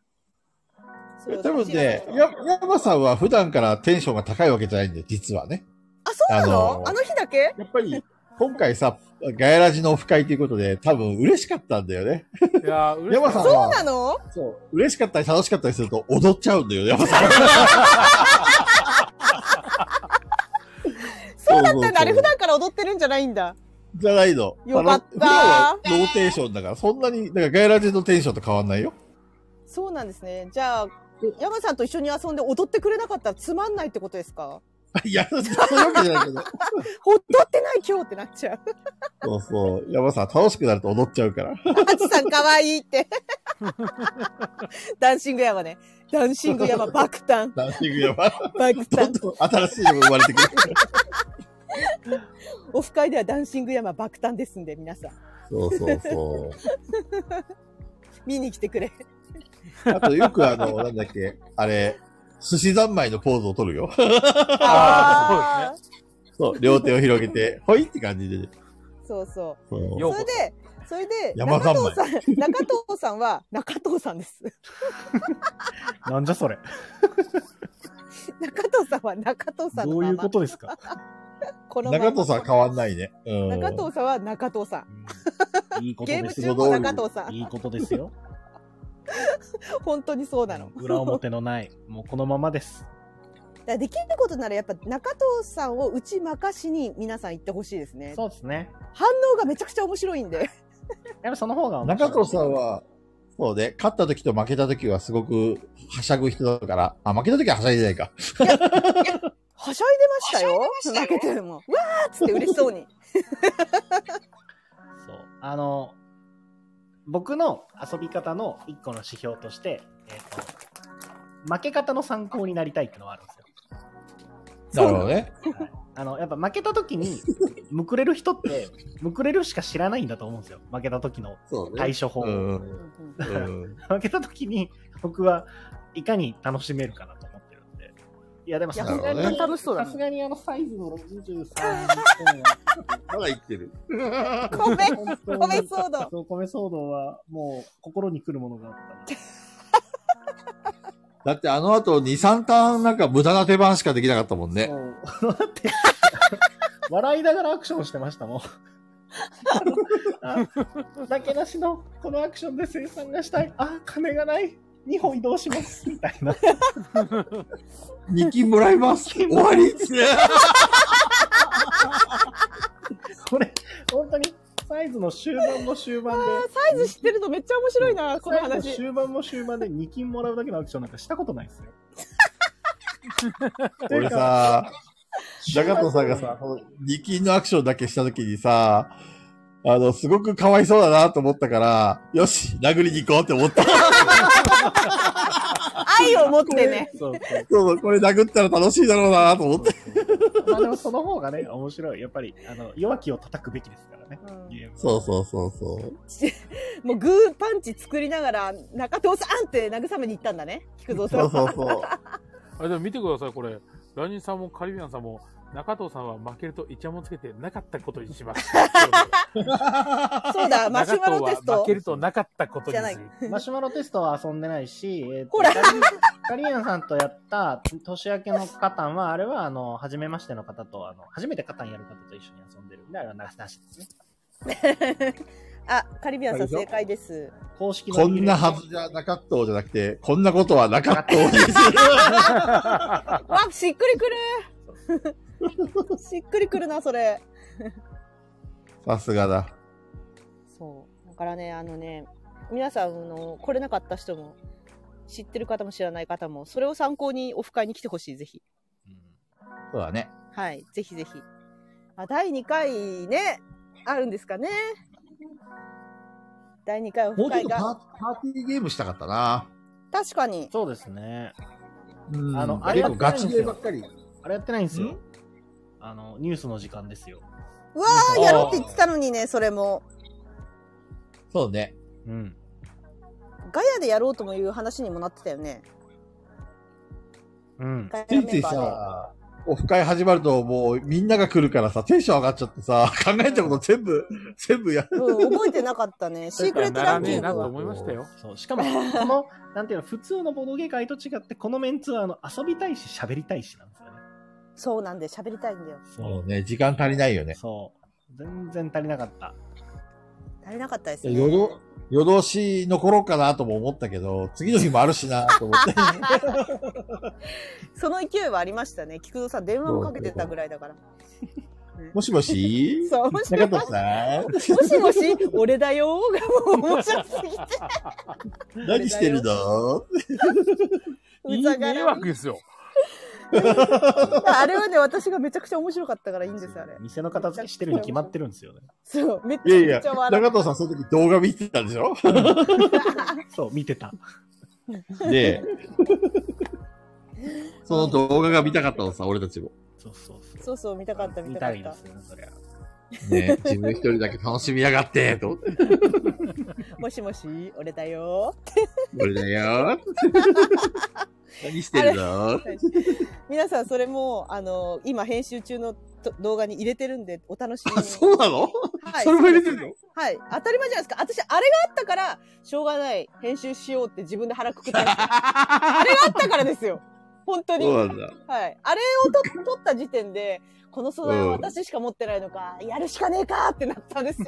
Speaker 3: それを
Speaker 4: 多分ね
Speaker 3: 差し、入れ
Speaker 4: や、山さんは普段からテンションが高いわけじゃないんで、実はね。
Speaker 3: あ、そうな
Speaker 4: あの
Speaker 3: の
Speaker 4: ー
Speaker 3: あの日だけ
Speaker 4: やっぱり、今回さ、ガヤラジのオフ会ということで、多分嬉しかったんだよね。
Speaker 2: いやー、嬉し
Speaker 4: 山さん
Speaker 2: い
Speaker 3: そう
Speaker 4: は、
Speaker 3: なの
Speaker 4: そう、嬉しかったり楽しかったりすると踊っちゃうんだよ、山さん。
Speaker 3: そうだったんだ。あれ
Speaker 4: そうそうそう
Speaker 3: 普段から踊ってるんじゃないんだ。
Speaker 4: じゃないの。
Speaker 3: よかった
Speaker 4: あの普段はローテーションだから、そんなに、だからガヤラジのテンションと変わんないよ。
Speaker 3: そうなんですね。じゃあ、山さんと一緒に遊んで踊ってくれなかったらつまんないってことですか
Speaker 4: い [laughs] や、そういうわけじゃないけど。
Speaker 3: 踊ってない今日ってなっちゃう。
Speaker 4: そうそう。山さん、楽しくなると踊っちゃうから。
Speaker 3: あちさん可愛いって。ダンシング山ね。ダンシング山爆誕。
Speaker 4: ダンシング山。
Speaker 3: 爆
Speaker 4: [laughs] どん
Speaker 3: 誕。
Speaker 4: どん新しいのが生まれてくる。
Speaker 3: オフ会ではダンシング山爆誕ですんで、皆さん。
Speaker 4: そうそうそう。
Speaker 3: 見に来てくれ。
Speaker 4: あとよくあの、なんだっけ、あれ、寿司三昧のポーズを取るよ。
Speaker 2: あー
Speaker 3: ー
Speaker 4: そう、両手を広げて、ほいって感じで。
Speaker 3: そうそう。
Speaker 4: そう
Speaker 2: よう
Speaker 3: そ
Speaker 2: こ
Speaker 3: れで、それで、
Speaker 4: 山三
Speaker 3: 中
Speaker 4: 昧
Speaker 3: 藤さん、中藤さんは、中藤さんです。
Speaker 1: なんじゃそ
Speaker 3: [laughs]
Speaker 1: れ。
Speaker 3: 中藤さんは中藤さん
Speaker 1: ど
Speaker 3: の
Speaker 1: うい
Speaker 3: ま
Speaker 1: う
Speaker 3: ま
Speaker 1: こ。とですか
Speaker 3: このまま
Speaker 4: 中藤さん変わんないね。うん。
Speaker 3: 中藤さんは中藤さん。
Speaker 1: いいこと
Speaker 3: ゲー
Speaker 1: で
Speaker 3: ム
Speaker 1: す
Speaker 3: 中
Speaker 1: よ。
Speaker 3: も中藤さん。
Speaker 1: いいことですよ。
Speaker 3: 本当にそうなの。
Speaker 1: 裏表のない、もうこのままです。
Speaker 3: だからできることならやっぱ中藤さんを打ち負かしに皆さん行ってほしいですね。
Speaker 1: そうですね。
Speaker 3: 反応がめちゃくちゃ面白いんで。
Speaker 1: やっぱその方が面白い
Speaker 4: 中藤さんは、そうね、勝った時と負けた時はすごくはしゃぐ人だから、あ、負けた時ははしゃいでないか。
Speaker 3: はしゃいでましたよ。負けてるもん。わーっつって嬉しそうに。
Speaker 1: そう。あの、僕の遊び方の一個の指標として、えっ、と、負け方の参考になりたいってのはあるんですよ。
Speaker 4: なるほどね。
Speaker 1: はいあの、やっぱ負けた時
Speaker 4: [laughs]
Speaker 1: に、むくれる人って、むくれるしか知らないんだと思うんですよ。負けた時の
Speaker 4: そうね
Speaker 1: 対。処法を。
Speaker 4: うん
Speaker 3: う
Speaker 4: うん
Speaker 3: んうん
Speaker 4: うん。
Speaker 1: 負けた時に、僕はいかに楽しめるかなと思ってるんで。いや、でもさすが
Speaker 4: なるほど
Speaker 1: に、
Speaker 3: ね楽しそうだね
Speaker 1: さすがにあのサイズの63
Speaker 4: まだ言ってる。
Speaker 3: ごめん。
Speaker 1: 本当に
Speaker 3: 米騒動
Speaker 1: そう、米騒動は、もう、心に来るものがあったな。
Speaker 4: だってあの後2、3ターンなんか無駄な手番しかできなかったもんね。
Speaker 1: そうだって、笑いながらアクションしてましたもん。あなけなしのこのアクションで生産がしたい。あ、金がない。2本移動します。みたいな。
Speaker 4: 2金もらいます。終わりっすね。
Speaker 1: これ、本当に、サイズの終盤も終盤で。
Speaker 3: サイズ知ってるのめっちゃ面白いな、この
Speaker 1: サイズの
Speaker 3: 話。
Speaker 1: 終盤も終盤で2金もらうだけのアクションなんかしたことないですよ。
Speaker 4: 俺さ、中藤さんがさ、この二金のアクションだけしたときにさ、あの、すごくかわいそうだなと思ったから、よし、殴りに行こうって思った。
Speaker 3: 愛を持ってね。
Speaker 1: そうそう
Speaker 4: そうそう、これ殴ったら楽しいだろうなと思って。
Speaker 1: まあでもその方がね、面白い。やっぱり、あの、弱きを叩くべきですからね。
Speaker 3: うん
Speaker 1: ゲーム
Speaker 4: そうそうそうそう。
Speaker 3: もうグーパンチ作りながら中藤さんって慰めに行ったんだね菊蔵さん
Speaker 4: そうそうそう。
Speaker 2: あれでも見てください、これ。ラニーさんもカリビアンさんも、中藤さんは負けるとイチャモンつけてなかったことにします。
Speaker 3: そうだマシュマロ
Speaker 2: 中
Speaker 3: テス
Speaker 2: 藤は
Speaker 3: ト
Speaker 2: 負けるとなかったことに
Speaker 3: じゃな
Speaker 2: す
Speaker 3: い
Speaker 2: る。
Speaker 1: マシュマロテストは遊んでないし、えーと
Speaker 3: ほら
Speaker 1: カリカリアンさんとやった年明けのカタンは、あれは、あの、初めましての方と、あの、初めてカタンやる方と一緒に遊んでるんで、あれはなしなしですね。
Speaker 3: あカリビアンさん正解です
Speaker 1: 公式の
Speaker 4: こんなはずじゃなかったじゃなくて、こんなことはなかったにする。
Speaker 3: わしっくりくるしっくりくるなそれ
Speaker 4: さすがだ。
Speaker 3: そうだからねあのね皆さんあの来れなかった人も知ってる方も知らない方もそれを参考にオフ会に来てほしいぜひ
Speaker 4: そうだね。
Speaker 3: はいぜひぜひあ第2回ねあるんですかね第2回オ
Speaker 4: も
Speaker 3: フ
Speaker 4: う
Speaker 3: 会
Speaker 4: ちょっとパー
Speaker 3: が
Speaker 4: パーティーゲームしたかったな。
Speaker 3: 確かに
Speaker 1: そうですね。
Speaker 4: うん
Speaker 1: あのあれ
Speaker 4: 結
Speaker 1: やっ
Speaker 4: 構
Speaker 1: てないんですよ
Speaker 4: ガチゲーばっかり。
Speaker 1: あれやってないんですよ
Speaker 4: ん。
Speaker 1: あの、ニュースの時間ですよ。
Speaker 3: うわーやろうって言ってたのにねそれも
Speaker 4: そうね。
Speaker 1: うん。
Speaker 3: ガヤでやろうともいう話にもなってたよね。
Speaker 1: うん。
Speaker 3: ガヤ
Speaker 4: ついつ
Speaker 3: メン
Speaker 4: い
Speaker 3: バーで。
Speaker 4: さ、オフ会始まるともうみんなが来るからさ、テンション上がっちゃってさ、 [laughs] 考えたこと全部、全部やる。
Speaker 3: うん、覚えてなかった
Speaker 4: [laughs]
Speaker 3: ね。シークレットランキング
Speaker 2: ならねえなと
Speaker 3: は。
Speaker 2: 思いましたよ。
Speaker 1: そう。しかも、この、 [laughs] なんていうの、普通のボドゲ会と違って、このメンツは、あの、遊びたいし、喋りたいしなんですよね。
Speaker 3: そうなんで喋りたいんだよ。
Speaker 4: そ
Speaker 1: そう
Speaker 4: ね、時間足りないよね
Speaker 1: う。。そう。全然足りなかった。
Speaker 3: 足りなかったですね。
Speaker 4: 夜ど、夜通し残ろうかなとも思ったけど、次の日もあるしな [laughs] と思って。
Speaker 3: その勢いはありましたね。菊蔵さん電話もかけてたぐらいだから。
Speaker 4: もし
Speaker 3: [laughs]
Speaker 4: もし
Speaker 3: そう、もし
Speaker 4: 中
Speaker 3: も
Speaker 4: 藤さん
Speaker 3: し、もしもし、俺だよーがもう面白すぎて。
Speaker 4: 何してるの
Speaker 2: いい
Speaker 3: ざが
Speaker 2: 迷
Speaker 3: ら
Speaker 2: 惑
Speaker 3: み
Speaker 2: ですよ。
Speaker 3: あれはね、私がめちゃくちゃ面白かったからいいんです、あれ。
Speaker 1: 店の片付けしてるに決まってるんですよね。
Speaker 3: そう、めっ
Speaker 4: いやい
Speaker 3: ちゃ
Speaker 4: や
Speaker 3: くちゃ、笑う。
Speaker 4: 中藤さんその時動画見てたんでしょ
Speaker 1: そう、見てた。
Speaker 4: で、 [laughs] その動画が見たかったのさ、俺たちも。
Speaker 1: そうそうそ
Speaker 3: そうそう、見たかった、
Speaker 1: う。
Speaker 3: 見
Speaker 1: 見
Speaker 3: た
Speaker 1: たい
Speaker 3: かっ
Speaker 1: で
Speaker 3: た。
Speaker 1: すよね、そりゃ。
Speaker 4: ね、自分一人だけ楽しみやがって、と思って。
Speaker 3: もしもし、俺だよー。
Speaker 4: 俺だ
Speaker 3: [laughs]
Speaker 4: よ。何してるの
Speaker 3: 皆さんそれもあの今編集中のと動画に入れてるんでお楽しみ
Speaker 4: あ、
Speaker 3: に。
Speaker 4: そうなの
Speaker 3: はい、
Speaker 4: それも入れてるの
Speaker 3: はい、当たり前じゃないですか。私あれがあったからしょうがない編集しようって自分で腹く
Speaker 4: [laughs]
Speaker 3: くったんですよ。あれがあったからですよ。本当に。
Speaker 4: そ
Speaker 3: は
Speaker 4: うなんだ。
Speaker 3: い、あれをと取った時点でこの素材は私しか持ってないのか、やるしかねえかってなったんですよ。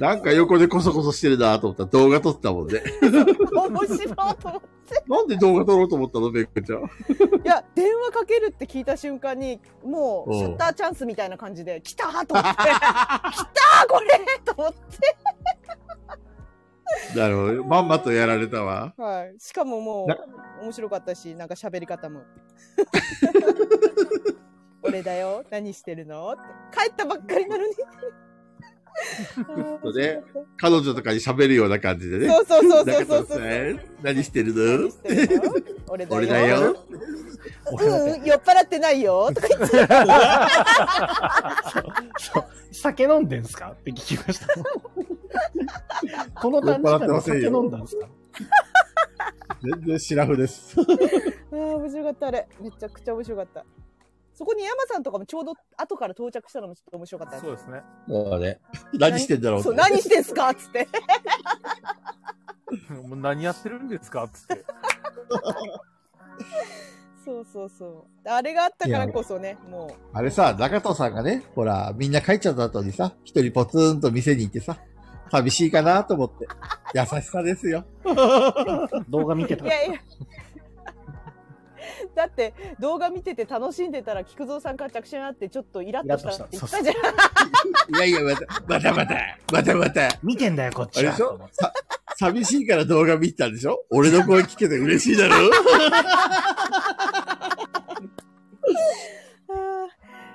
Speaker 4: なんか横でコソコソしてるなと思ったら動画撮ってたもんね。
Speaker 3: [laughs] 面白いと思っ
Speaker 4: なんで動画撮ろうと思ったのベックちゃん。
Speaker 3: て。いや電話かけるって聞いた瞬間にもうシャッターチャンスみたいな感じで来たーと思
Speaker 4: [laughs]
Speaker 3: って来たーこれと思って。
Speaker 4: なるほどね。まんまとやられたわ。
Speaker 3: はい。しかもも
Speaker 4: な
Speaker 3: う、面白かったし、なんか喋り方も。俺だよ、何してるのって。帰ったばっかりなのに。
Speaker 4: とね彼女とかに喋るような感じでね。
Speaker 3: [laughs] そうそうそうそう
Speaker 4: 中
Speaker 3: そう
Speaker 4: 藤
Speaker 3: そう。
Speaker 4: さん、何してる
Speaker 3: 何
Speaker 4: の
Speaker 3: してるの俺だよ。
Speaker 4: 俺だよ。
Speaker 1: 俺だ
Speaker 3: う
Speaker 1: け
Speaker 3: んうん、酔っ払ってないよ。とか言って [laughs]
Speaker 1: そう酒飲んでんすかって聞きま
Speaker 3: [laughs]
Speaker 1: した。この
Speaker 4: 酔っ
Speaker 1: 短時
Speaker 4: 払っ
Speaker 1: 間
Speaker 4: て
Speaker 1: で
Speaker 4: ません
Speaker 1: 酒
Speaker 4: よ
Speaker 1: 飲んだんすか [laughs]
Speaker 4: 全然シラ
Speaker 3: [laughs]
Speaker 4: フです。
Speaker 3: ああ、面白かった、あれ。めちゃくちゃ面白かった。そこに山さんとかもちょうど後から到着したのもちょっと面白かったです
Speaker 2: そうですね。
Speaker 4: そうね。何してんだろう
Speaker 3: そう、何してんすかっつって。
Speaker 2: もう何やってるんですかっつって。
Speaker 3: そうそうそう。あれがあったからこそね、もう。
Speaker 4: あれさ、中藤さんがね、ほら、みんな帰っちゃった後にさ、一人ポツンと店に行ってさ、寂しいかなと思って。優しさですよ。
Speaker 1: 動画見てた
Speaker 3: い。やいや。だって動画見てて楽しんでたら菊蔵さんから着信あってちょっとイラッとしたって言ったじゃん。
Speaker 4: いやいや、また、またまた、またまた。
Speaker 1: 見てんだよ、こっ
Speaker 4: あ
Speaker 1: ち
Speaker 4: れ
Speaker 1: は。
Speaker 4: でし
Speaker 1: と
Speaker 4: ょ
Speaker 1: 思って
Speaker 4: さ寂しいから動画見たんでしょ俺の声聞けて嬉しいだろ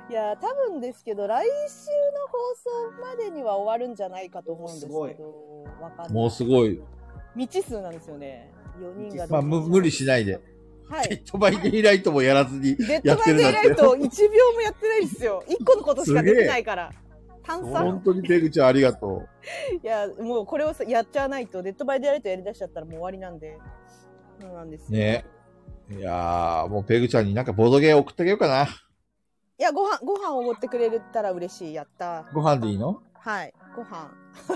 Speaker 3: いやー、多分ですけど、来週の放送までには終わるんじゃないかと思うんですけど、
Speaker 1: おーす
Speaker 3: わかんない。
Speaker 4: もうすごい。
Speaker 3: 未知数なんですよね。4人が。
Speaker 4: まあ、む無理しないで。
Speaker 3: は
Speaker 4: デ [laughs]
Speaker 3: い。
Speaker 4: ッドバイデイライトもやらずに
Speaker 3: デッド
Speaker 4: やっ
Speaker 3: バ
Speaker 4: て
Speaker 3: イ
Speaker 4: るな
Speaker 3: デ
Speaker 4: ん
Speaker 3: イライ
Speaker 4: て。
Speaker 3: ト1秒もやってないですよ。1個のことしか
Speaker 4: すげえ
Speaker 3: できないから。炭
Speaker 4: 本
Speaker 3: 酸。
Speaker 4: 当にペグちゃんありがと
Speaker 3: いや、もうこれをさやっちゃわないと、デッドバイデイライトやりだしちゃったらもう終わりなんで。そうなんです
Speaker 4: う。
Speaker 3: よ。
Speaker 4: ねいやー、もうペグちゃんになんかボードゲー送ってあげようかな。
Speaker 3: いや、ご飯、ご飯おごってくれたら嬉しい。やった。
Speaker 4: ご飯でいいの
Speaker 3: はい。ご飯。 [laughs]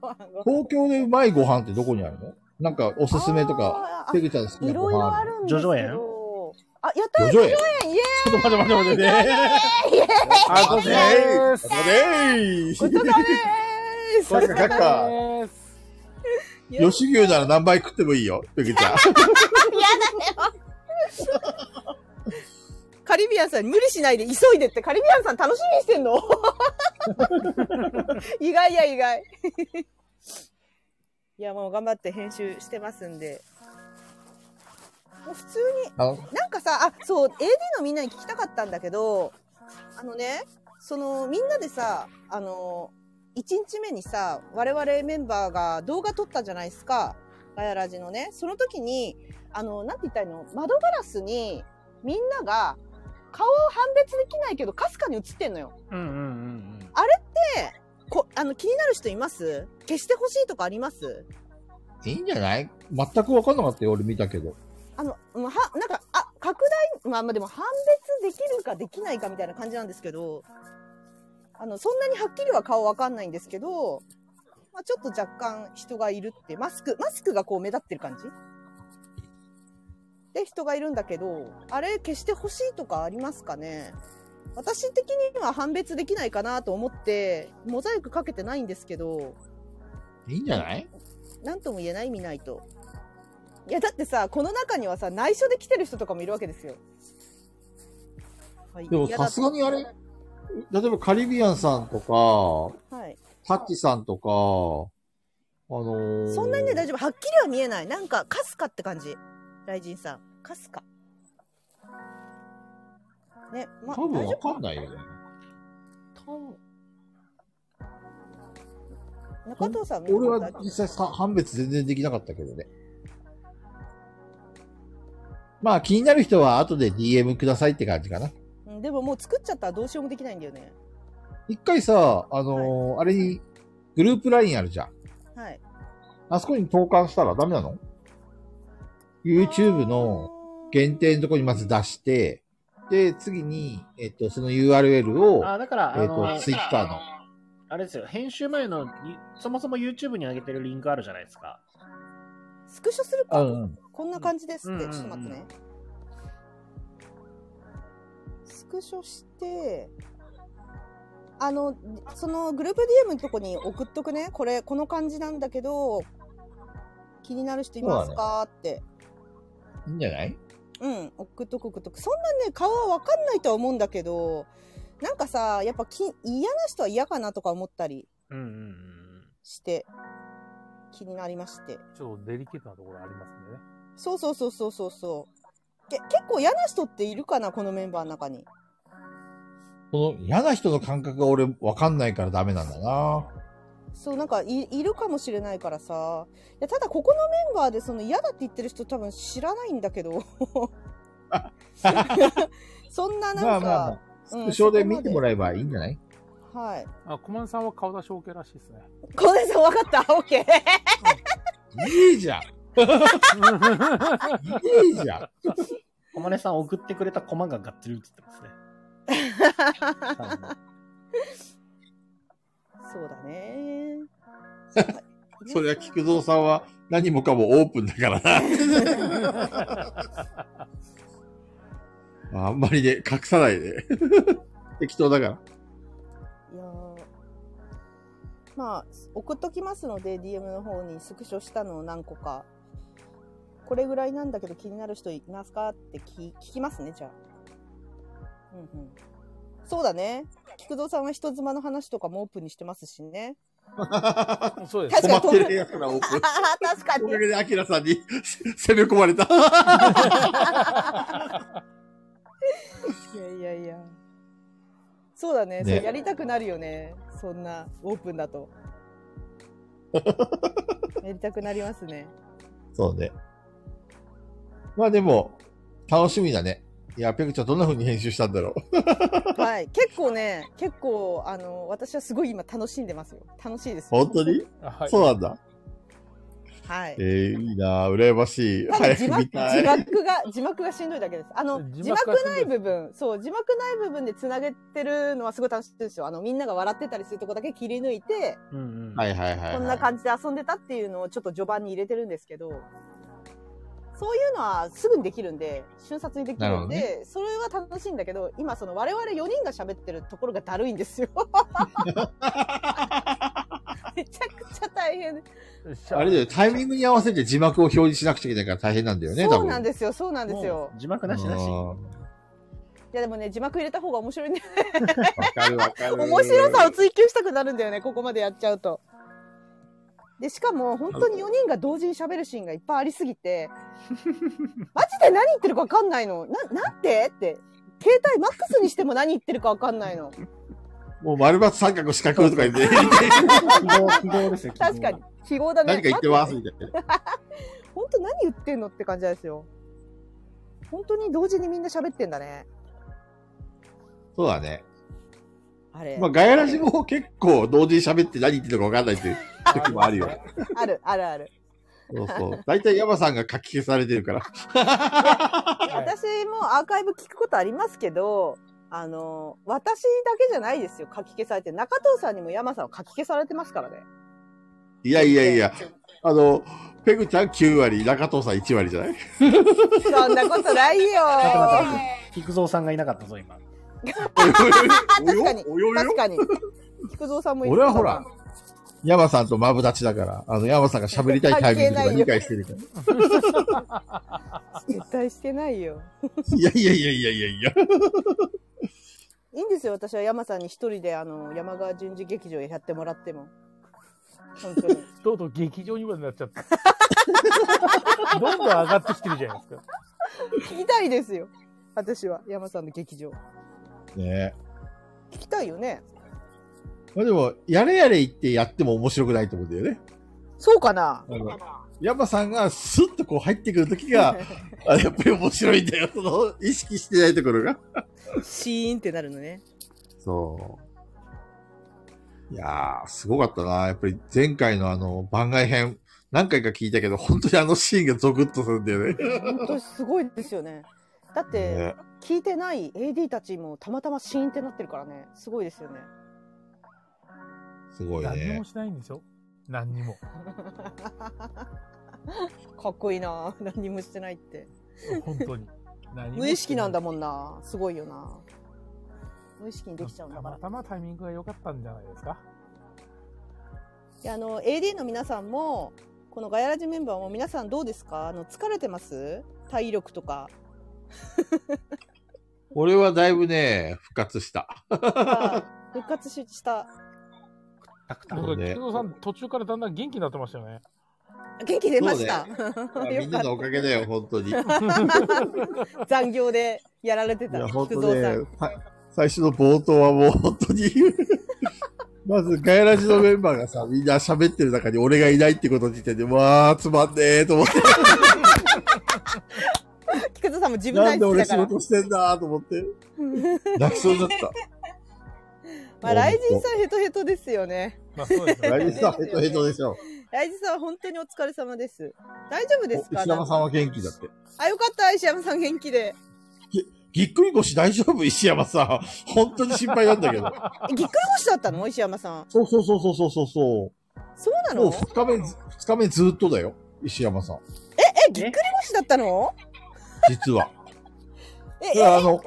Speaker 3: ご飯、ご飯。
Speaker 4: 東京でうまいご飯ってどこにあるのなんかおすすめとか
Speaker 3: あ、ー
Speaker 4: ペグちゃん好き
Speaker 3: い
Speaker 4: な
Speaker 3: ろ
Speaker 4: ご
Speaker 3: いろ
Speaker 4: 飯
Speaker 3: あるんですけど。
Speaker 1: 叙々苑
Speaker 3: あ、やった
Speaker 4: 叙々苑
Speaker 3: 園イエ
Speaker 4: ちょっと待って待って待ってね。
Speaker 2: あ、ごちそうで
Speaker 4: そ
Speaker 2: す。
Speaker 3: ーイごちそうさまです
Speaker 4: [laughs] なんか、なんか、
Speaker 2: で
Speaker 4: 吉牛なら何倍食ってもいいよ、ペグちゃん。
Speaker 3: カリビアンさん、無理しないで急いでって、カリビアンさん楽しみにしてんの [laughs] 意外や意外。いや、もう頑張って編集してますんで。もう普通に、
Speaker 4: あの、
Speaker 3: なんかさ、あ、そう、AD のみんなに聞きたかったんだけど、あのね、その、みんなでさ、あの、1日目にさ、我々メンバーが動画撮ったじゃないですか。ガヤラジのね。その時に、あの、なんて言ったらいいの窓ガラスに、みんなが、顔を判別できないけど、かすかに映ってんのよ。
Speaker 1: うんうんうん
Speaker 3: こあの気になる人います消してほしいとかあります
Speaker 4: [laughs] いいんじゃない全く分かんなかったよ、俺見たけど。
Speaker 3: あの、うんは、なんか、あ、拡大、まあまあでも判別できるかできないかみたいな感じなんですけど、あの、そんなにはっきりは顔わかんないんですけど、まあちょっと若干人がいるって、マスク、マスクがこう目立ってる感じで人がいるんだけど、あれ消してほしいとかありますかね私的には判別できないかなと思って、モザイクかけてないんですけど、
Speaker 4: いいんじゃない
Speaker 3: なんとも言えない見ないといやだってさこの中にはさ内緒で来てる人とかもいるわけですよ、はい
Speaker 4: でも
Speaker 3: 嫌だ
Speaker 4: さすがにあれ例えばカリビアンさんとか、
Speaker 3: はい、
Speaker 4: タッチさんとか、あのー、
Speaker 3: そんなにね大丈夫はっきりは見えないなんかかすかって感じ雷神さんかすかねま
Speaker 4: 多分
Speaker 3: 大丈
Speaker 4: 分
Speaker 3: 夫
Speaker 4: かんないよね。
Speaker 3: 中藤さん見
Speaker 4: 俺
Speaker 3: た
Speaker 4: は
Speaker 3: ことある
Speaker 4: 実際さ判別全然できなかったけどね。まあ気になる人は後で DM くださいって感じかな。
Speaker 3: うんでももう作っちゃったらどうしようもできないんだよね
Speaker 4: 一回さ、あのーあれに、グループラインあるじゃん。
Speaker 3: はい
Speaker 4: あそこに投函したらダメなの ?YouTube の限定のとこにまず出して、で、次に、えっと、その URL
Speaker 1: うん。あ
Speaker 4: を、
Speaker 1: だから、
Speaker 4: え
Speaker 1: あ
Speaker 4: っと
Speaker 1: の、、
Speaker 4: Twitter の。
Speaker 1: あれですよ、編集前の、いそもそも YouTube に上げてるリンクあるじゃないですか。
Speaker 3: スクショするか
Speaker 4: あうん。
Speaker 3: こんな感じですって、
Speaker 1: うん
Speaker 3: ちょっと待ってね。スクショして、あの、そのグループ DM のとこに送っとくね。これ、この感じなんだけど、気になる人いますか、って。
Speaker 4: いいんじゃない
Speaker 3: うん、送っとく送っとく。そんなね、顔はわかんないとは思うんだけど、なんかさ、やっぱき嫌な人は嫌かなとか思ったり
Speaker 1: うんうんうん。
Speaker 3: して、気になりまして。
Speaker 2: ちょっとデリケートなところありますんでね。
Speaker 3: そうそうそうそうそうそう。け結構嫌な人っているかなこのメンバーの中に。
Speaker 4: この嫌な人の感覚が俺わかんないからダメなんだな。
Speaker 3: そうなんかいいるかもしれないからさいやただここのメンバーでその嫌だって言ってる人多分知らないんだけ
Speaker 4: [laughs]
Speaker 3: どそんななんか、
Speaker 4: まあまあまあ、
Speaker 3: うん
Speaker 4: スクショで見てもらえばいいんじゃない
Speaker 3: はい
Speaker 2: あ、コマンさんは顔出し OK らしいですね。
Speaker 3: 小根さん分かった OK
Speaker 4: いいじゃんいいじゃん
Speaker 1: 小金さん送ってくれたコマががっつり映ってますね。多分
Speaker 3: そうだ
Speaker 4: [laughs]
Speaker 3: ね
Speaker 4: それは菊蔵さんは何もかもオープンだから
Speaker 3: [laughs]
Speaker 4: な。あんまりね、隠さないで。 [laughs] 適当だから。
Speaker 3: いやーまあ送っときますので DM の方にスクショしたのを何個かこれぐらいなんだけど気になる人いますかって聞聞きますねじゃあ、うんうん、そうだね菊蔵さんは人妻の話とかもオープンにしてますしね
Speaker 2: そうです。
Speaker 3: 確
Speaker 4: 困
Speaker 3: かに
Speaker 4: ってるやつらオープン。
Speaker 3: ああ [laughs] 確か
Speaker 4: おかげでアキラさんに攻め込まれた。
Speaker 3: いやいやいやそうだね
Speaker 4: ね
Speaker 3: そうやりたくなるよねそんなオープンだとやりたくなりますね
Speaker 4: そうね。まあでも、楽しみだね。いや、ペグちゃんどんな風に編集したんだろう。
Speaker 3: はい結構ね結構あの私はすごい今楽しんでますよ楽しいですよ
Speaker 4: 本当に、
Speaker 2: あはい。
Speaker 4: そうなんだ。
Speaker 3: はい
Speaker 4: えー、いいなぁ羨ましい。
Speaker 3: ただ
Speaker 4: 早
Speaker 3: 字
Speaker 4: く
Speaker 3: 幕
Speaker 4: 見た
Speaker 3: 字
Speaker 4: い。
Speaker 3: 幕が字幕がしんどいだけですあの字
Speaker 2: 字幕
Speaker 3: 幕
Speaker 2: がしんどい
Speaker 3: ない部分そう字幕ない部分でつなげてるのはすごい楽しいですよあのみんなが笑ってたりするとこだけ切り抜いて
Speaker 1: うんうん。
Speaker 4: はいはいはい、はい。
Speaker 3: こんな感じで遊んでたっていうのをちょっと序盤に入れてるんですけど、そういうのはすぐにできるんで、瞬殺にでき
Speaker 4: なる
Speaker 3: る
Speaker 4: ほど
Speaker 3: んで、
Speaker 4: ね
Speaker 3: それは楽しいんだけど、今その我々4人が喋ってるところがだるいんです
Speaker 4: [laughs]
Speaker 3: よ。めちゃくちゃ大変。
Speaker 4: あれだよ、タイミングに合わせて字幕を表示しなくちゃいけないから大変なんだよね、多分。
Speaker 3: そうなんですよ、そうなんですよ
Speaker 1: も。う字幕なしなし。
Speaker 4: うん
Speaker 3: いやでもね、字幕入れた方が面白いね。
Speaker 4: わかるわかる。
Speaker 3: [laughs] 面白さを追求したくなるんだよね、ここまでやっちゃうと。で、しかも、本当に4人が同時に喋るシーンがいっぱいありすぎて、マジで何言ってるか分かんないの。な、なんてって。携帯マックスにしても何言ってるか分かんないの。
Speaker 4: もう丸×三角四角とか言って、
Speaker 1: 記号、記号です
Speaker 3: [laughs]
Speaker 1: よ。記号
Speaker 3: 確かに。。記号だね。
Speaker 4: 何か言ってます
Speaker 3: 待
Speaker 4: みたいな。
Speaker 3: て本当何言ってんのって感じなんですよ。本当に同時にみんな喋ってんだね。
Speaker 4: そうだね。
Speaker 3: あれ。
Speaker 4: まあ、ガヤラジも結構同時に喋って何言ってるかわかんないっていう時もあるよ。
Speaker 3: ある、あるある。
Speaker 4: そうそう。大体山さんが書き消されてるから。
Speaker 2: はい。
Speaker 3: 私もアーカイブ聞くことありますけど、あの、私だけじゃないですよ、書き消されて。中藤さんにも山さんは書き消されてますからね。
Speaker 4: いやいやいや。あの、ペグちゃん9割、中藤さん1割じゃない
Speaker 3: そんなことないよ。
Speaker 4: [laughs]
Speaker 1: ちょっと待って待って。菊蔵さんがいなかったぞ、今。
Speaker 4: 確
Speaker 3: かに
Speaker 4: およおよ
Speaker 3: 確かに。菊蔵さんもいる
Speaker 4: 俺はほら、山さんとマブダチだから、あの、山さんが喋りたいタイミングとか理解してるから。
Speaker 3: 絶対してないよ。
Speaker 4: いやいやいやいやいやいや。
Speaker 3: いいんですよ、私は山さんに一人で、あの、山川淳二劇場やってもらっても。本当に。
Speaker 2: とうとう劇場にまでなっちゃ
Speaker 3: [laughs]
Speaker 2: った。どんどん上がってきてるじゃないですか。
Speaker 3: 聞きたいですよ。私は、山さんの劇場。
Speaker 4: ね
Speaker 3: 聞きたいよね。
Speaker 4: え。まあでも、やれやれ言ってやっても面白くないと思うんだよね。
Speaker 3: そうかな
Speaker 4: あの山さんがスッとこう入ってくるとき
Speaker 3: [laughs]
Speaker 4: が、あやっぱり面白いんだよ。その、意識してないところが。
Speaker 3: シーンってなるのね。
Speaker 4: そう。いやー、すごかったな。やっぱり前回のあの、番外編、何回か聞いたけど、本当にあのシーンがゾクッとするんだよね。
Speaker 3: 本当にすごいですよね。だって、
Speaker 4: ね
Speaker 3: 聞いてない AD たちもたまたまシーンってなってるからねすごいですよね
Speaker 4: すごい
Speaker 2: 何に
Speaker 4: ね
Speaker 2: も。しないんですよ。何にも。
Speaker 3: かっこいいな何もしてないって
Speaker 2: 本当に。何もしてない
Speaker 3: 無意識なんだもんなすごいよな無意識にできちゃうんだ
Speaker 2: た
Speaker 3: か
Speaker 2: ま
Speaker 3: ら
Speaker 2: たまタイミングが良かったんじゃないですか。
Speaker 3: いやあの AD の皆さんもこのガヤラジメンバーも皆さんどうですかあの疲れてます体力と
Speaker 4: [laughs]
Speaker 3: か
Speaker 4: 俺はだいぶね、復活した。
Speaker 3: はい復活しした
Speaker 4: タクタ
Speaker 2: なん
Speaker 4: ク
Speaker 2: か、
Speaker 4: ね
Speaker 2: 菊。蔵さん、途中からだんだん元気になってましたよね。
Speaker 3: 元気出ました、 [laughs]
Speaker 4: みんなのおかげだよ、本当に。い
Speaker 3: 残業でやられてた
Speaker 4: や、本
Speaker 3: 菊
Speaker 4: 当
Speaker 3: 蔵さ
Speaker 4: ね
Speaker 3: ん、
Speaker 4: さ最初の冒頭はもう本当に。 [laughs] まず、ガヤラジのメンバーがさ、みんな喋ってる中に俺がいないってこと時点で、わー、つまんねえと思って、
Speaker 3: 菊蔵さんも自分
Speaker 4: な
Speaker 3: 大
Speaker 4: んで
Speaker 3: 好き
Speaker 4: 俺
Speaker 3: だ
Speaker 4: 仕
Speaker 3: から
Speaker 4: 事してんだーと
Speaker 3: [laughs]
Speaker 4: 思って、泣きそうになった。
Speaker 3: まあ、雷神さんヘトヘトですよね
Speaker 2: まあそう
Speaker 4: [laughs]
Speaker 2: ですよ
Speaker 4: ライ
Speaker 2: ね
Speaker 4: ジ。さん、ヘトヘトでしょ。
Speaker 3: ライジさん、本当にお疲れ様です。大丈夫ですか
Speaker 4: 石山さんは元気だって。
Speaker 3: あ、よかった、石山さん元気で。
Speaker 4: ぎっくり腰大丈夫石山さん。本当に心配なんだけど。
Speaker 3: えぎっくり腰だったの石山さん。
Speaker 4: [laughs] そうそうそうそうそうそ
Speaker 3: そうな
Speaker 4: う。もう
Speaker 3: の
Speaker 4: 二日目、二日目ずっとだよ。石山さん。
Speaker 3: え、ぎっくり腰だったの
Speaker 4: 実は。
Speaker 3: え、
Speaker 4: そ
Speaker 3: え、
Speaker 4: れ
Speaker 3: は
Speaker 4: はあの、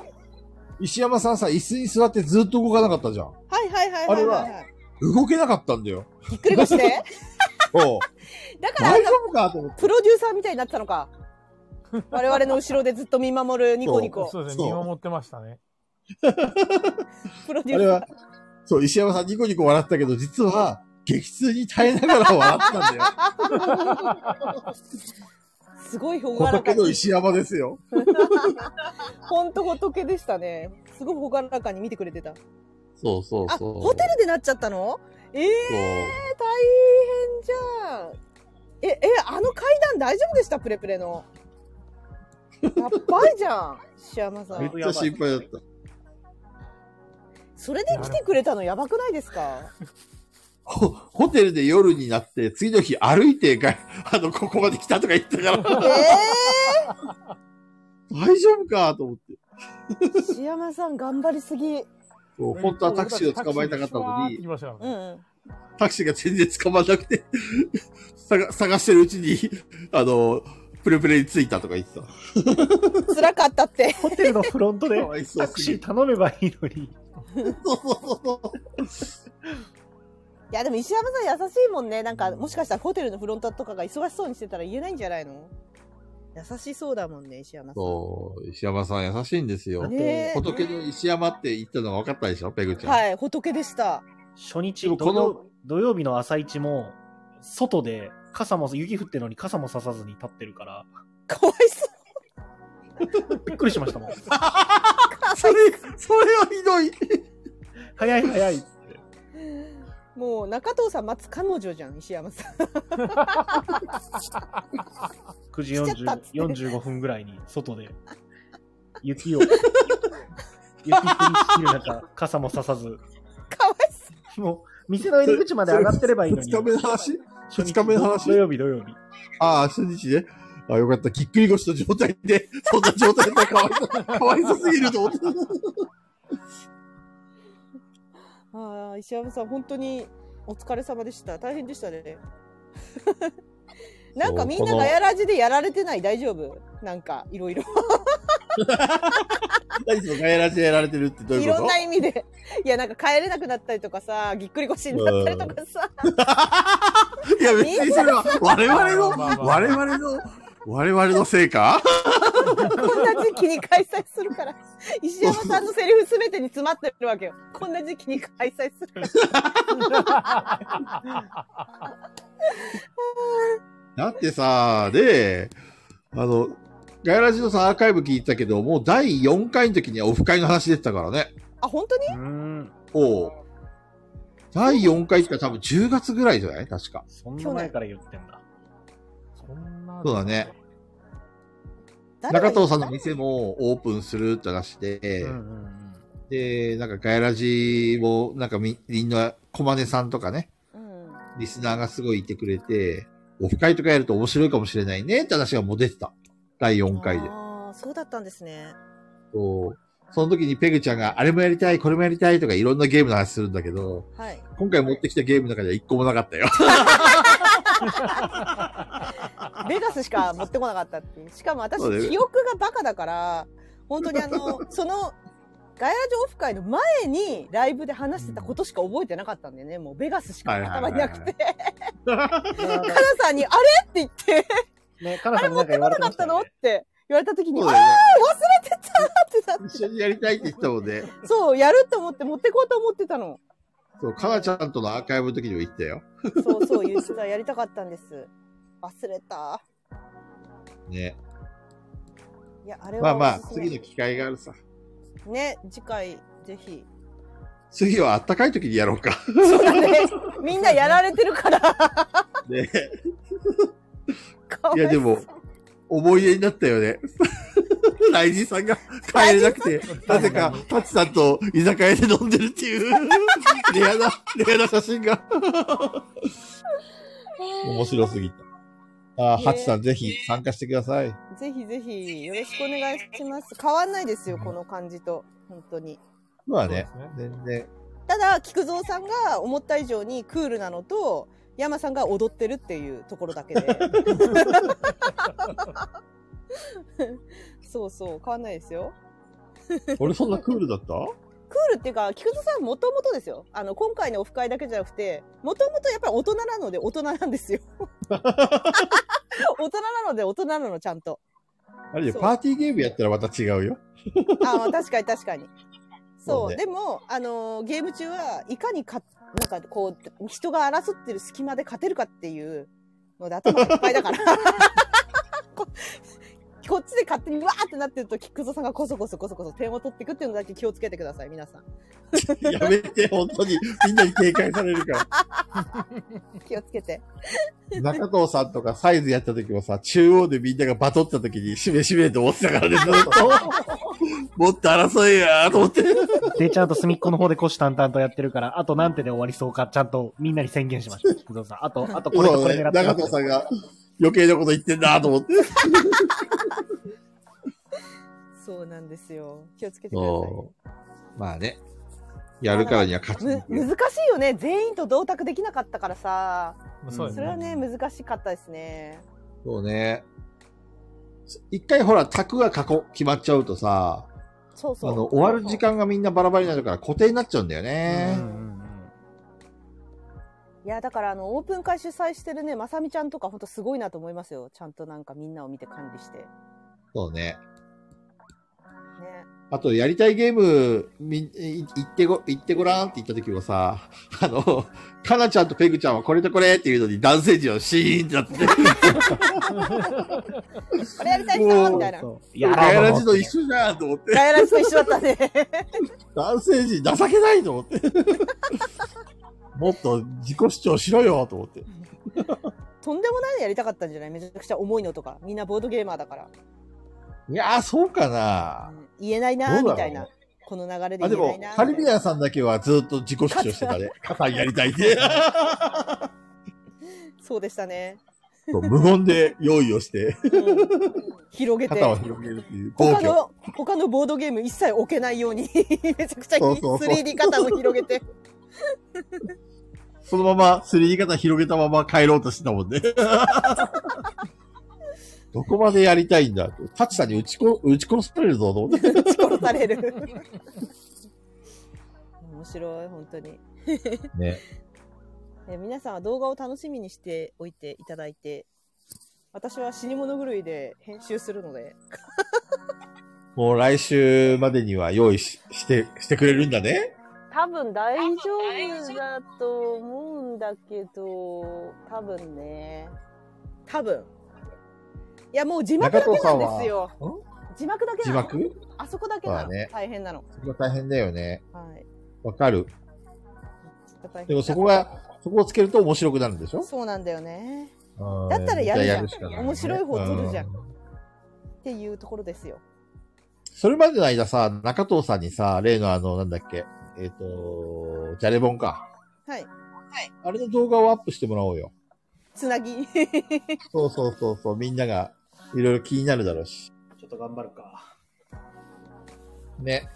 Speaker 4: 石山さんさ、椅子に座ってずっと動かなかったじゃん。
Speaker 3: いはいはい
Speaker 4: あ
Speaker 3: は
Speaker 4: れ
Speaker 3: い、
Speaker 4: は
Speaker 3: はい。
Speaker 4: 動けなかったんだよ。
Speaker 3: ぎっくり腰
Speaker 4: [laughs]
Speaker 3: で
Speaker 4: おう
Speaker 3: だから、あ
Speaker 4: 大
Speaker 3: の
Speaker 4: 丈夫かと思って。
Speaker 3: プロデューサーみたいになってたのか。我々の後ろでずっと見守るニコニコ。
Speaker 2: そうです
Speaker 4: そ
Speaker 2: ね。
Speaker 4: う
Speaker 2: 見守ってましたね。
Speaker 3: プロデ
Speaker 4: あ
Speaker 3: ュー
Speaker 4: れ
Speaker 3: サー。
Speaker 4: は、そう、石山さんニコニコ笑ったけど、実は、激痛に耐えながら笑ってたんだよ。
Speaker 3: すごいほがらか
Speaker 4: 仏
Speaker 3: に
Speaker 4: の。石山ですよ。
Speaker 3: ほんと仏でしたね。すごいほがらかに見てくれてた。
Speaker 4: そうそう
Speaker 3: あ、
Speaker 4: そう。
Speaker 3: ホテルでなっちゃったのええ
Speaker 4: そう
Speaker 3: ー、大変じゃん。え、え、あの階段大丈夫でしたプレプレの。やっばいじゃ [laughs] ん、シアマさ
Speaker 4: め
Speaker 3: ん。
Speaker 4: っちゃ心配だった。
Speaker 3: それで来てくれたのやばくないですか
Speaker 4: ほホテルで夜になって、次の日歩いてが、 [laughs] あの、ここまで来たとか言ったから、
Speaker 3: [laughs] ええ
Speaker 4: 大丈夫かと思って。
Speaker 3: ー、シアマさん頑張りすぎ。
Speaker 4: そう本当はタクシーを捕まえたかったの
Speaker 2: 行
Speaker 4: に
Speaker 2: き、ましたよ
Speaker 3: う
Speaker 2: ね。
Speaker 3: ん。
Speaker 4: タクシーが全然捕まらなくて、 [laughs] 探探してるうちに、あの、プレプレに着いたとか言ってた。
Speaker 3: 辛かったって。
Speaker 1: ホテルのフロントで
Speaker 4: かわいそう
Speaker 1: タクシー頼めばいいのに。
Speaker 3: いや、でも石山さん優しいもんね。なんか、もしかしたらホテルのフロントとかが忙しそうにしてたら言えないんじゃないの優しそうだもんね、石山さん。
Speaker 4: そう、石山さん優しいんですよ。
Speaker 3: ねえ
Speaker 4: 仏の石山って言ったの分かったでしょ、ペグちゃん。
Speaker 3: はい、仏でした。
Speaker 1: 初日
Speaker 4: でも
Speaker 1: 土
Speaker 4: この
Speaker 1: 曜、土曜日の朝一も、外で傘も、雪降ってるのに傘もささずに立ってるから、
Speaker 3: かわいそう。
Speaker 1: びっくりしましたもん。
Speaker 4: それ、それはひどい。
Speaker 1: 早い早いって。
Speaker 3: もう中藤さん待つ彼女じゃん石山さん
Speaker 1: 9時
Speaker 3: 来ちゃったっつって
Speaker 1: 40 45分ぐらいに外
Speaker 3: [laughs]
Speaker 1: で雪を雪降りしきる中傘もささず
Speaker 3: かわいそ
Speaker 1: もう店の入り口まで上がってればいいのに
Speaker 4: 二日目の話
Speaker 1: 初日
Speaker 4: 二日目の話
Speaker 1: 土曜日土曜日
Speaker 4: ああ、初日ね。ああよかった。ぎっくり腰の状態で、 [laughs] そんな状態でかわいそう、 [laughs] かわいそうすぎると思って。
Speaker 3: うああ石山さん本当にお疲れ様でした大変でしたねなんかみん
Speaker 4: そう
Speaker 3: な
Speaker 4: この
Speaker 3: ガヤラジでやられてない大丈夫なんかいろいろ
Speaker 4: 何そのガヤラジやられてるってどう
Speaker 3: い
Speaker 4: いう
Speaker 3: ろ
Speaker 4: こ
Speaker 3: んな意味でいやなんか帰れなくなったりとかさぎっくり腰になったりとか
Speaker 4: [laughs]
Speaker 3: さ
Speaker 4: といや、別にそれは、我々の、
Speaker 2: まあまあまあ
Speaker 4: 我々の、我々のせいか
Speaker 3: こんな時期に開催するから石山さんのセリフ全てに詰まってるわけよこんな時期に開催するから
Speaker 4: だってさ、で、あの、ガヤラジのさ、アーカイブ聞いたけど、もう第4回の時にはオフ会の話出てたからね。
Speaker 3: あ本当に
Speaker 1: うーん
Speaker 4: おう第4回って多分10月ぐらいじゃない確か。
Speaker 1: そんな前から言ってんだ
Speaker 2: そんな。
Speaker 4: そうだね。
Speaker 3: 誰が
Speaker 4: 中藤さんの店もオープンするって話で、
Speaker 1: うんうんうん
Speaker 4: で、なんかガヤラジも、なんかみみんな、コマネさんとかね、
Speaker 3: うん
Speaker 4: リスナーがすごいいてくれて、オフ会とかやると面白いかもしれないねって話がもう出てた。第4回で。
Speaker 3: ああそうだったんですね
Speaker 4: そうその時にペグちゃんがあれもやりたい、これもやりたいとかいろんなゲームの話するんだけど、
Speaker 3: はい
Speaker 4: 今回持ってきたゲームの中では一個もなかったよ。
Speaker 3: ベガスしか持ってこなかったっていう。しかも私
Speaker 4: そうだ、よ
Speaker 3: 記憶がバカだから、本当にあ
Speaker 4: [laughs]
Speaker 3: の、その、ガヤラジオフ会の前にライブで話してたことしか覚えてなかったんでね、もうベガスしか頭になくて、カナさんに、あれって言って、
Speaker 1: ねかな
Speaker 3: あ
Speaker 1: さ
Speaker 3: れ
Speaker 1: んな
Speaker 3: 持っ
Speaker 1: んか言
Speaker 3: て
Speaker 1: わ
Speaker 3: こ
Speaker 1: れ
Speaker 3: な
Speaker 1: てま
Speaker 3: かっ
Speaker 1: したた
Speaker 3: の
Speaker 1: よ
Speaker 4: よ
Speaker 3: っ
Speaker 4: ね
Speaker 3: て言われた時に、
Speaker 4: [laughs] そう
Speaker 3: あ
Speaker 4: だよね
Speaker 3: ー忘れてたってなって、
Speaker 4: [laughs] 一緒にやりたいって言ってたもんね。
Speaker 3: そう、やると思って持ってこうと思ってたの。
Speaker 4: そう、かなちゃんとのアーカイブの時にも言ったよ。
Speaker 3: そうそう、言ってた、やりたかったんです。忘れた。
Speaker 4: ね。
Speaker 3: いや、あれ
Speaker 4: ま
Speaker 3: は
Speaker 4: あまあ
Speaker 3: お、すすめ
Speaker 4: 次の機会があるさ。
Speaker 3: ね、次回、ぜひ。
Speaker 4: 次はあったかい時にやろう [laughs] か。
Speaker 3: そうだね。みんなやられてるから。
Speaker 4: ね。
Speaker 3: かわ
Speaker 4: [laughs] いやでも、思い出になったよね。 [laughs] ライジさんが帰れな [laughs] くて、なぜか、タチさんと居酒屋で飲んでるっていう、 [laughs] レアな、レアな写真が。面白すぎた。ああ、
Speaker 3: ね
Speaker 4: ハチさんぜひ参加してください。
Speaker 3: ぜひぜひよろしくお願いします。変わんないですよ、この感じと。本当に。
Speaker 4: まあ
Speaker 2: そうで
Speaker 4: ね
Speaker 2: すね、
Speaker 4: 全然。
Speaker 3: ただ、菊蔵さんが思った以上にクールなのと、山さんが踊ってるっていうところだけ
Speaker 4: [laughs]
Speaker 3: で。そうそう、変わんないですよ。
Speaker 4: 俺そんなクールだった
Speaker 3: クールっていうか、菊蔵さんもともとですよ。あの、今回のオフ会だけじゃなくて、もともとやっぱり大人なので大人なんです
Speaker 4: [laughs]
Speaker 3: よ。大人なので大人なの、ちゃんと。
Speaker 4: あれで
Speaker 3: そう
Speaker 4: パーティーゲームやったらまた違うよ。
Speaker 3: あ、まあ、確かに確かに。
Speaker 4: そ
Speaker 3: そうう、
Speaker 4: ね
Speaker 3: でも、あのーゲーム中はいかにか、なんかこう、人が争ってる隙間で勝てるかっていうので頭がいっぱいだから。ここっちで勝手にわーってなってると、菊蔵さんがこそこそこそこそ点を取っていくっていうのだけ気をつけてください、皆さん。
Speaker 4: [laughs] やめて、本当に。みんなに警戒されるから。
Speaker 3: 気をつけて。
Speaker 4: 中藤さんとかサイズやった時もさ、中央でみんながバトった時に、しめしめと思ってたから [laughs] ね、ずっと。もっと争えやーと思って。
Speaker 1: で、ちゃんと隅っこの方で虎視眈々とやってるから、あと何手で終わりそうか、ちゃんとみんなに宣言しましょう。
Speaker 3: [laughs]
Speaker 1: 工藤さん。あと、あとこれと
Speaker 4: そ
Speaker 1: こ
Speaker 4: う
Speaker 1: れ
Speaker 4: ね、
Speaker 1: 狙って
Speaker 4: 中
Speaker 1: ま
Speaker 4: 藤
Speaker 1: す
Speaker 4: さんが余計なこと言ってんなーと思って。
Speaker 3: そうなんですよ。気をつけてください。
Speaker 4: そう。まあね。やるからには勝ちに
Speaker 3: む
Speaker 4: 行く
Speaker 3: 難
Speaker 4: よ。
Speaker 3: しいよね全員と同卓できなかったからさ
Speaker 2: まあそうや
Speaker 3: それはね難しかったですね
Speaker 4: そうね。一回ほら、卓が囲決まっちゃうとさ、
Speaker 3: そう
Speaker 4: あ
Speaker 3: そう
Speaker 4: の、終わる時間がみんなバラバラになるから固定になっちゃうんだよね
Speaker 1: う。んうんうん
Speaker 3: いやだからあのオープン会主催してるねまさみちゃんとかほんとすごいなと思いますよちゃんとなんかみんなを見て管理してね
Speaker 4: そうね。あと、やりたいゲーム、み、いい言ってご、言ってごらんって言った時もさ、 [laughs] あの、かなちゃんとペグちゃんはこれとこれっていうのに男性陣はシーンってなってて、
Speaker 3: これやりたい人みたいな
Speaker 1: そうや
Speaker 4: ガヤ
Speaker 1: ら
Speaker 4: ラ
Speaker 1: うと
Speaker 4: ジと
Speaker 1: 思っ
Speaker 4: 一緒じゃんと思って、
Speaker 3: ガヤラジと一緒だったね [laughs]
Speaker 4: 男性陣情けないと思って。もっと自己主張しろよと思って。
Speaker 3: とんでもないのやりたかったんじゃないめちゃくちゃ重いのとかみんなボードゲーマーだから、
Speaker 4: いやー、そうかな
Speaker 3: うん言えないなー
Speaker 4: どう
Speaker 3: み
Speaker 4: だ
Speaker 3: た
Speaker 4: ろう
Speaker 3: いなこの流れで
Speaker 4: あ、で
Speaker 3: 言えな
Speaker 4: も
Speaker 3: いな、ー
Speaker 4: カ
Speaker 3: み
Speaker 4: リ
Speaker 3: たい
Speaker 4: ビ
Speaker 3: な
Speaker 4: アンさんだけはずっと自己主張してたね。カさんやりたいって。
Speaker 3: そうでした
Speaker 4: [laughs]
Speaker 3: ね、
Speaker 4: そう無言で用意をして、
Speaker 3: うん広げて
Speaker 4: 肩を広げるっていう暴
Speaker 3: 他
Speaker 4: 挙。
Speaker 3: の他のボードゲーム一切置けないように [laughs] めちゃくちゃ
Speaker 4: そうそうそう
Speaker 3: 3D 型を広げて
Speaker 4: そのまま 3D 型広げたまま帰ろうとしてたも [laughs] んね。どこまでやりたいんだって。タチさんに打ちこ打ち殺されるぞと思って。
Speaker 3: 打ち殺され
Speaker 4: [laughs]
Speaker 3: る面白い本当に
Speaker 4: ね。
Speaker 3: え皆さんは動画を楽しみにしておいていただいて私は死に物狂いで編集するので
Speaker 4: もう来週までには用意しして、してくれるんだね。
Speaker 3: 多分大丈夫だと思うんだけど多分ね多分いやもう字幕だけなんですよ
Speaker 4: 中藤さんは
Speaker 3: 字幕だけ
Speaker 4: 字
Speaker 3: なの
Speaker 4: 幕
Speaker 3: あそこだけな
Speaker 4: そう
Speaker 3: の、
Speaker 4: だね
Speaker 3: 大変なの
Speaker 4: それが大変だよね。
Speaker 3: はい
Speaker 4: わかる。
Speaker 3: ちょっと
Speaker 4: でもそこが、そこをつけると面白くなるんでしょ
Speaker 3: そうなんだよね
Speaker 4: うん
Speaker 3: だったらやるじゃん
Speaker 4: しかないね
Speaker 3: 面白い方取るじゃん
Speaker 4: う
Speaker 3: っていうところですよ
Speaker 4: それまでの間さ、中藤さんにさ、例のあの、なんだっけ、えっ、と、ジャレボンか。
Speaker 3: はい
Speaker 4: あれの動画をアップしてもらおうよ。
Speaker 3: つなぎ
Speaker 4: そうそうそうそう、みんながいろいろ気になるだろうし。
Speaker 1: ちょっと頑張るか。
Speaker 4: ね。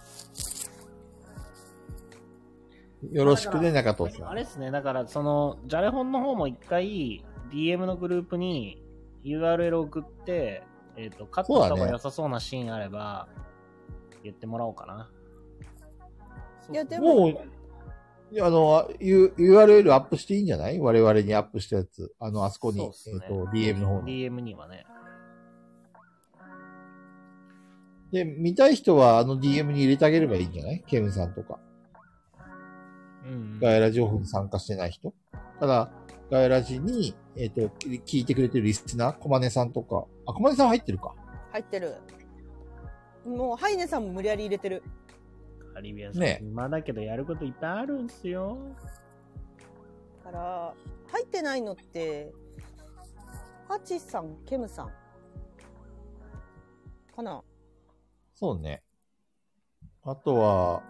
Speaker 4: よろしくね、中藤さ
Speaker 1: あ
Speaker 4: ん。
Speaker 1: れですね、だから、その、じゃれ本の方も一回、DM のグループに URL を送って、えっ、と、カットした
Speaker 4: そ
Speaker 1: 方
Speaker 4: うだ
Speaker 1: が
Speaker 4: ね
Speaker 1: 良さそうなシーンあれば、言ってもらおうかな。
Speaker 3: いやでも
Speaker 4: [laughs] もう、いやあの、U- URL アップしていいんじゃない我々にアップしたやつ。あの、あそこに、
Speaker 1: そうっす
Speaker 4: えっ、
Speaker 1: ね
Speaker 4: と、DM の方に。
Speaker 1: DM にはね。
Speaker 4: で、見たい人はあの DM に入れてあげればいいんじゃないケムさんとか。
Speaker 1: うん、う
Speaker 4: ガ
Speaker 1: ん。
Speaker 4: イラジオに参加してない人。ただ、ガイラジに、えっ、と、き聞いてくれてるリスナー、コマネさんとか。あ、コマネさん入ってるか。
Speaker 3: 入ってるもうハイネさんも無理やり入れてる
Speaker 1: カリビアさん、
Speaker 4: ね
Speaker 1: 暇だけどやることいっぱいあるんすよ。
Speaker 3: だから入ってないのってハチさんケムさんかな
Speaker 4: そうね。あとは、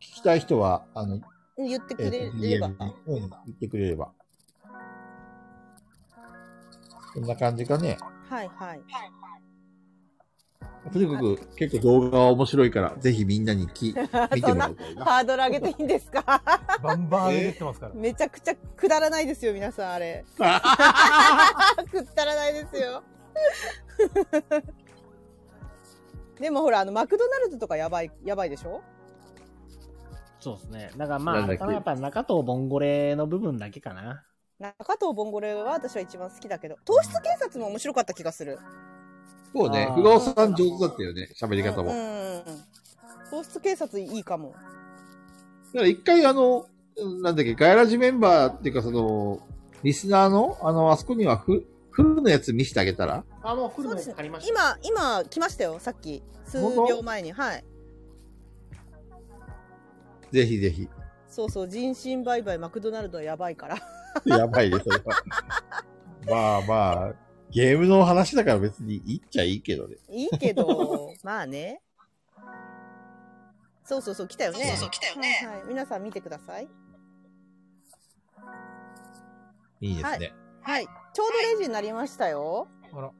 Speaker 4: 聞きたい人は、あの、
Speaker 3: 言って
Speaker 4: えっ、
Speaker 3: くれ
Speaker 4: と、
Speaker 3: れば
Speaker 4: DM に、うん、言ってくれれば。こんな感じかね。
Speaker 3: はいはい
Speaker 4: とにかく、結構動画は面白いから、ぜひみんなにき
Speaker 3: [laughs]
Speaker 4: [laughs] 見てもらいたいな。
Speaker 3: ハードル上げていいんですか
Speaker 2: [laughs]
Speaker 3: [laughs]
Speaker 2: バンバン上げてますから。
Speaker 3: めちゃくちゃくだらないですよ皆さんあ
Speaker 4: [laughs]
Speaker 3: れくだらないですよ [laughs] でもほらあのマクドナルドとかやばいやばいでしょ
Speaker 1: そうですね。だからま
Speaker 4: なん
Speaker 1: あ、
Speaker 4: だっけ
Speaker 1: ただやっぱ中藤ボンゴレの部分だけかな。
Speaker 3: 中藤ボンゴレは私は一番好きだけど糖質警察も面白かった気がする
Speaker 4: そうね
Speaker 1: あ。ー
Speaker 4: 不動さん上手だったよね。喋り方
Speaker 3: う
Speaker 4: も。
Speaker 3: ん糖質警察いいかも
Speaker 4: だから一回あの、なんだっけ、ガヤラジメンバーっていうかその、リスナーの、あの、あそこにはふ、古のやつ見せてあげたら
Speaker 1: あ、もうフルの
Speaker 3: そうで
Speaker 1: や
Speaker 3: す
Speaker 1: つ
Speaker 3: ね
Speaker 1: 借りました。
Speaker 3: 今、今来ましたよ、さっき。数秒前に。はい。
Speaker 4: ぜひぜひ。
Speaker 3: そうそう、人身売買、マクドナルドはやばいから。 [laughs]
Speaker 4: [laughs] やばいね、それは。まあまあ、ゲームの話だから別に言っちゃいいけどね。
Speaker 3: いいけど、まあね。そうそうそう、来たよね。
Speaker 4: そうそう
Speaker 3: 来たよね。はい、はい。皆さん見てください。
Speaker 4: いいですね。
Speaker 3: はいはい。ちょうど0時になりましたよ。
Speaker 2: あら。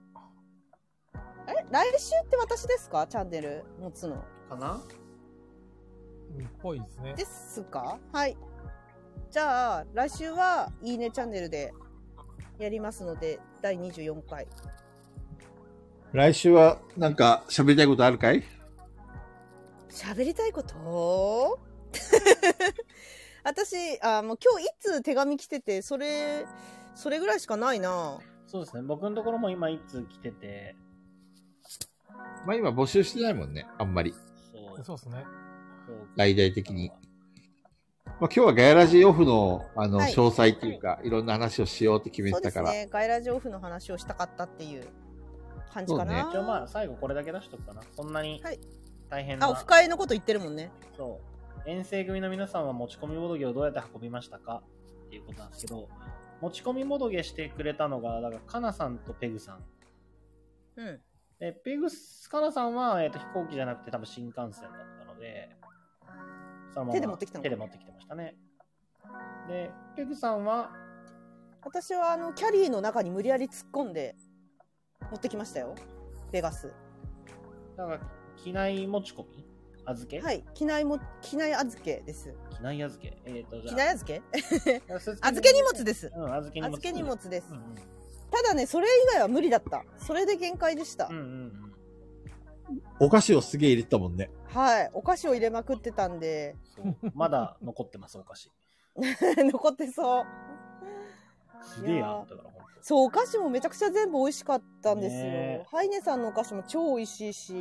Speaker 3: え、来週って私ですかチャンネル持つの。
Speaker 1: かな
Speaker 10: うんっぽいですね。
Speaker 3: ですかはい。じゃあ、来週は、いいねチャンネルでやりますので、第24回。
Speaker 4: 来週はなんか喋りたいことあるかい
Speaker 3: 喋りたいこと [laughs] 私、あ、もう今日一通手紙来てて、それ、それぐらいしかないな。
Speaker 1: そうですね。僕のところも今一通来てて、
Speaker 4: まあ今募集してないもんね、あんまり。
Speaker 1: そう。
Speaker 10: そうですね。
Speaker 1: そう
Speaker 4: 大々的に。まあ今日はガヤラジオフのあの
Speaker 3: はい
Speaker 4: 詳細っていうか、い、ろんな話をしようって決め
Speaker 3: そ
Speaker 4: て
Speaker 3: うで
Speaker 4: た
Speaker 3: す
Speaker 4: から。
Speaker 3: ね。ガイラジオフの話をしたかったっていう感じかな。
Speaker 4: そ
Speaker 1: 一応まあ、最後これだけ出しとくかな。そんなに
Speaker 3: はい
Speaker 1: 大変な。
Speaker 3: あ、オフ会のこと言ってるもんね。
Speaker 1: そう。遠征組の皆さんは持ち込みボドゲをどうやって運びましたかっていうことなんですけど、持ち込みボドゲしてくれたのが、だから、かなさんとペグさん。
Speaker 3: うん。
Speaker 1: で、ペグス、かなさんは、えー、と飛行機じゃなくて多分新幹線だったので、そのまま
Speaker 3: 手で持ってきたの
Speaker 1: 手で持ってきてましたね。で、ペグさんは、
Speaker 3: 私はあの、キャリーの中に無理やり突っ込んで、持ってきましたよ。ベガス。
Speaker 1: だから、機内持ち込み預け、
Speaker 3: はい。機内も、機内預けです。
Speaker 1: 機内預け。えっ、と、じ
Speaker 3: 機
Speaker 1: ゃ
Speaker 3: 内
Speaker 1: あ、
Speaker 3: 預け [laughs]
Speaker 1: 預
Speaker 3: 預け荷物です。
Speaker 1: うん、預け荷物。
Speaker 3: 預け荷物です
Speaker 1: う。んうん
Speaker 3: ただね、それ以外は無理だった。それで限界でした。
Speaker 1: うんうんうん。
Speaker 4: お菓子をすげえ入れてたもんね。
Speaker 3: はい。お菓子を入れまくってたんで、 [laughs]
Speaker 1: そうまだ残ってます、お菓子。
Speaker 3: 残ってそう。
Speaker 1: すげえあったから、ほんと。
Speaker 3: そう、お菓子もめちゃくちゃ全部美味しかったんですよ。
Speaker 1: ねえ
Speaker 3: ハイネさんのお菓子も超美味しいし、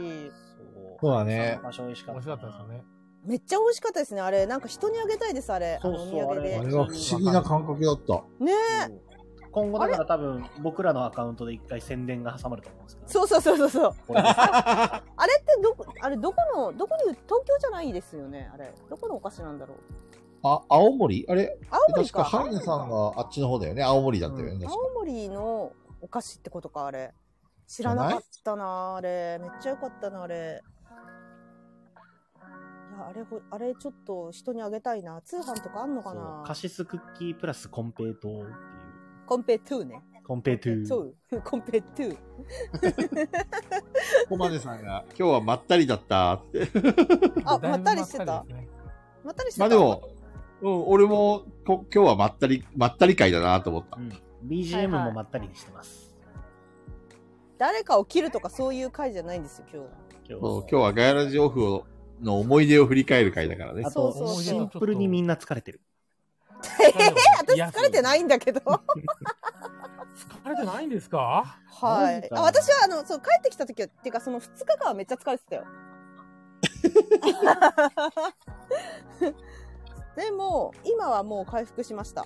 Speaker 1: そう
Speaker 4: そうだね
Speaker 1: 場所美味しか
Speaker 2: 面
Speaker 1: った。
Speaker 2: 白かったですよね。
Speaker 3: めっちゃ美味しかったですね。あれ、なんか人にあげたいです、あれ。
Speaker 1: そう
Speaker 3: あの
Speaker 1: そう
Speaker 3: お土産
Speaker 4: あ
Speaker 1: あ
Speaker 3: で
Speaker 4: れ。は不思議な感覚だった。
Speaker 3: ねえ。
Speaker 1: そう今後だから多分僕らのアカウントで一回宣伝が挟まると思うんですけど、
Speaker 3: そうそうそうそうそう。
Speaker 1: これです
Speaker 3: あれってどこ、あれどこの、どこに、東京じゃないですよね。あれ。どこのお菓子なんだろう。
Speaker 4: あ、青森あれ
Speaker 3: 青森
Speaker 4: 確
Speaker 3: か。
Speaker 4: かハイネさんがあっちの方だよね。青森だったよね。確か
Speaker 3: 青森のお菓子ってことか、あれ。知らなかったな、あれ。めっちゃ良かったな、あれ。いや、あれほ、あれちょっと人にあげたいな。通販とかあんのか
Speaker 1: そう
Speaker 3: な
Speaker 1: カシスクッキープラスコンペイトーっていう。
Speaker 3: コンペトゥーね。
Speaker 1: コンペイトゥー。
Speaker 3: トゥー。 [laughs] コンペトゥー。
Speaker 4: ここまでさんが、今日はまったりだったって。
Speaker 2: [laughs]
Speaker 3: あ
Speaker 10: だいぶ
Speaker 3: まったりしてた
Speaker 10: ですね
Speaker 3: またりしてた
Speaker 4: まあでも、うん、俺もこ今日はまったり、まったり会だなと思った
Speaker 1: う。ん、BGM もまったりしてます。
Speaker 3: 誰かを切るとかそういう回じゃないんですよ、今日は。
Speaker 1: 今
Speaker 4: そう今日はガヤラジオフをの思い出を振り返る会だからね
Speaker 1: あ。
Speaker 3: そうそうそ
Speaker 1: と、
Speaker 3: う
Speaker 1: シンプルにみんな疲れてる。
Speaker 3: 私疲れてないんだけど。
Speaker 2: 疲れてないんですか
Speaker 3: は
Speaker 1: マジ
Speaker 3: い。
Speaker 1: か
Speaker 3: あ、私は、あの、そう、帰ってきた時は、っていうか、その2日間はめっちゃ疲れてたよ。でも、今はもう回復しました。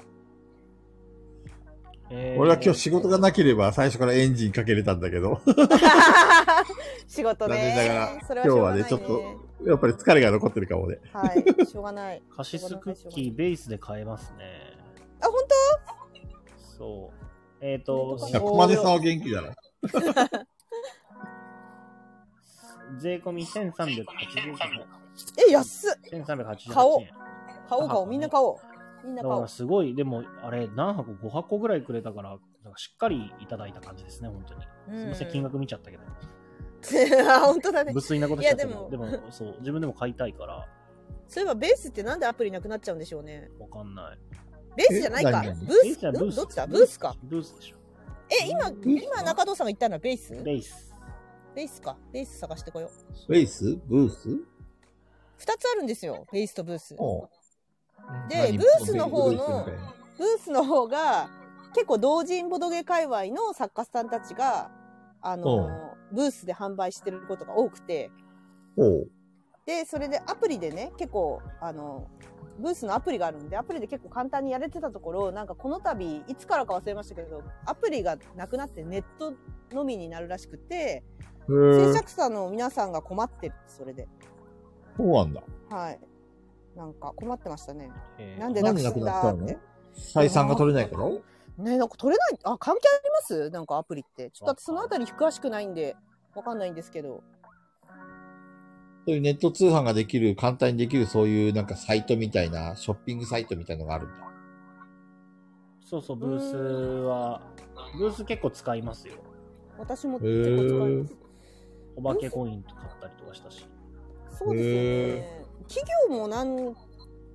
Speaker 1: えー
Speaker 4: 俺は今日仕事がなければ最初からエンジンかけれたんだけど、 [laughs]
Speaker 3: 仕事
Speaker 4: 残念なが
Speaker 3: ね
Speaker 4: ら。
Speaker 3: それはし
Speaker 4: 今日
Speaker 3: ょう
Speaker 4: は
Speaker 3: がない
Speaker 4: ね、
Speaker 3: ね。
Speaker 4: ちょっと、やっぱり疲れが残ってるかもね。
Speaker 3: はい。しょうがない。
Speaker 1: カシスクッキーベースで買えますね。
Speaker 3: あ、本
Speaker 1: そう。えっ、と、
Speaker 3: い
Speaker 4: いや、
Speaker 3: そう
Speaker 4: こまねさんは元気だな。
Speaker 1: 税込み1388
Speaker 3: 当え、安っ。
Speaker 1: 円。1388
Speaker 3: 買おう
Speaker 1: 円。
Speaker 3: 買おう買おう。みんな買おう。みん
Speaker 1: だ
Speaker 3: な買
Speaker 1: か
Speaker 3: おう
Speaker 1: ら。すごい、でも、あれ、何箱 ?5 箱ぐらいくれたから、なんかしっかりいただいた感じですね、本当に。すみません、金額見ちゃったけど。
Speaker 3: うん [laughs] あ、本当だね
Speaker 1: 無。粋なことしちゃったけ
Speaker 3: いや
Speaker 1: ど、で
Speaker 3: でも
Speaker 1: も、そう、自分でも買いたいから、
Speaker 3: そういえば、ベースってなんでアプリなくなっちゃうんでしょうね。
Speaker 1: わかんない。
Speaker 3: ベースじゃないか。
Speaker 4: え何
Speaker 3: ブー
Speaker 1: ベ
Speaker 3: ス
Speaker 1: じゃ
Speaker 3: うん
Speaker 1: ブ
Speaker 3: どっちだブースか。。
Speaker 1: ブースでしょ。
Speaker 3: え、今、今中藤さんが言ったのはベース
Speaker 1: ベース。
Speaker 3: ベースか。ベース探してこよう。
Speaker 4: ベースブース
Speaker 3: 二つあるんですよ。ベースとブース。ブ
Speaker 4: おう
Speaker 2: うん
Speaker 3: で
Speaker 4: 何
Speaker 3: ブースの方の
Speaker 4: ブースみたいな
Speaker 3: ースの方が、結構同人ボドゲ界隈の作家さんたちが、あの、ブースで販売してることが多くて、
Speaker 4: おう
Speaker 3: で、それでアプリでね、結構、あの、ブースのアプリがあるんで、アプリで結構簡単にやれてたところ、なんかこの度、いつからか忘れましたけど、アプリがなくなってネットのみになるらしくて、制作者の皆さんが困ってる、それで。
Speaker 4: そうなんだ。
Speaker 3: はい。なんか困ってましたね。
Speaker 1: えー
Speaker 3: なんでなくすんだ
Speaker 4: なん
Speaker 3: っ
Speaker 4: でなくな
Speaker 3: て
Speaker 4: っ。採算が取れないから
Speaker 3: ねなんか取れない、あ、関係ありますなんかアプリって。ちょっと私そのあたり詳しくないんで、わかんないんですけど。
Speaker 4: そういうネット通販ができる、簡単にできる、そういうなんかサイトみたいな、ショッピングサイトみたいのがあるんだ。
Speaker 1: そうそう、ブースは、ブース結構使いますよ。
Speaker 3: 私も結構使います。
Speaker 1: お化けコインとか買ったりとかしたし。
Speaker 3: そうですよ
Speaker 4: へ
Speaker 3: ね。企業も何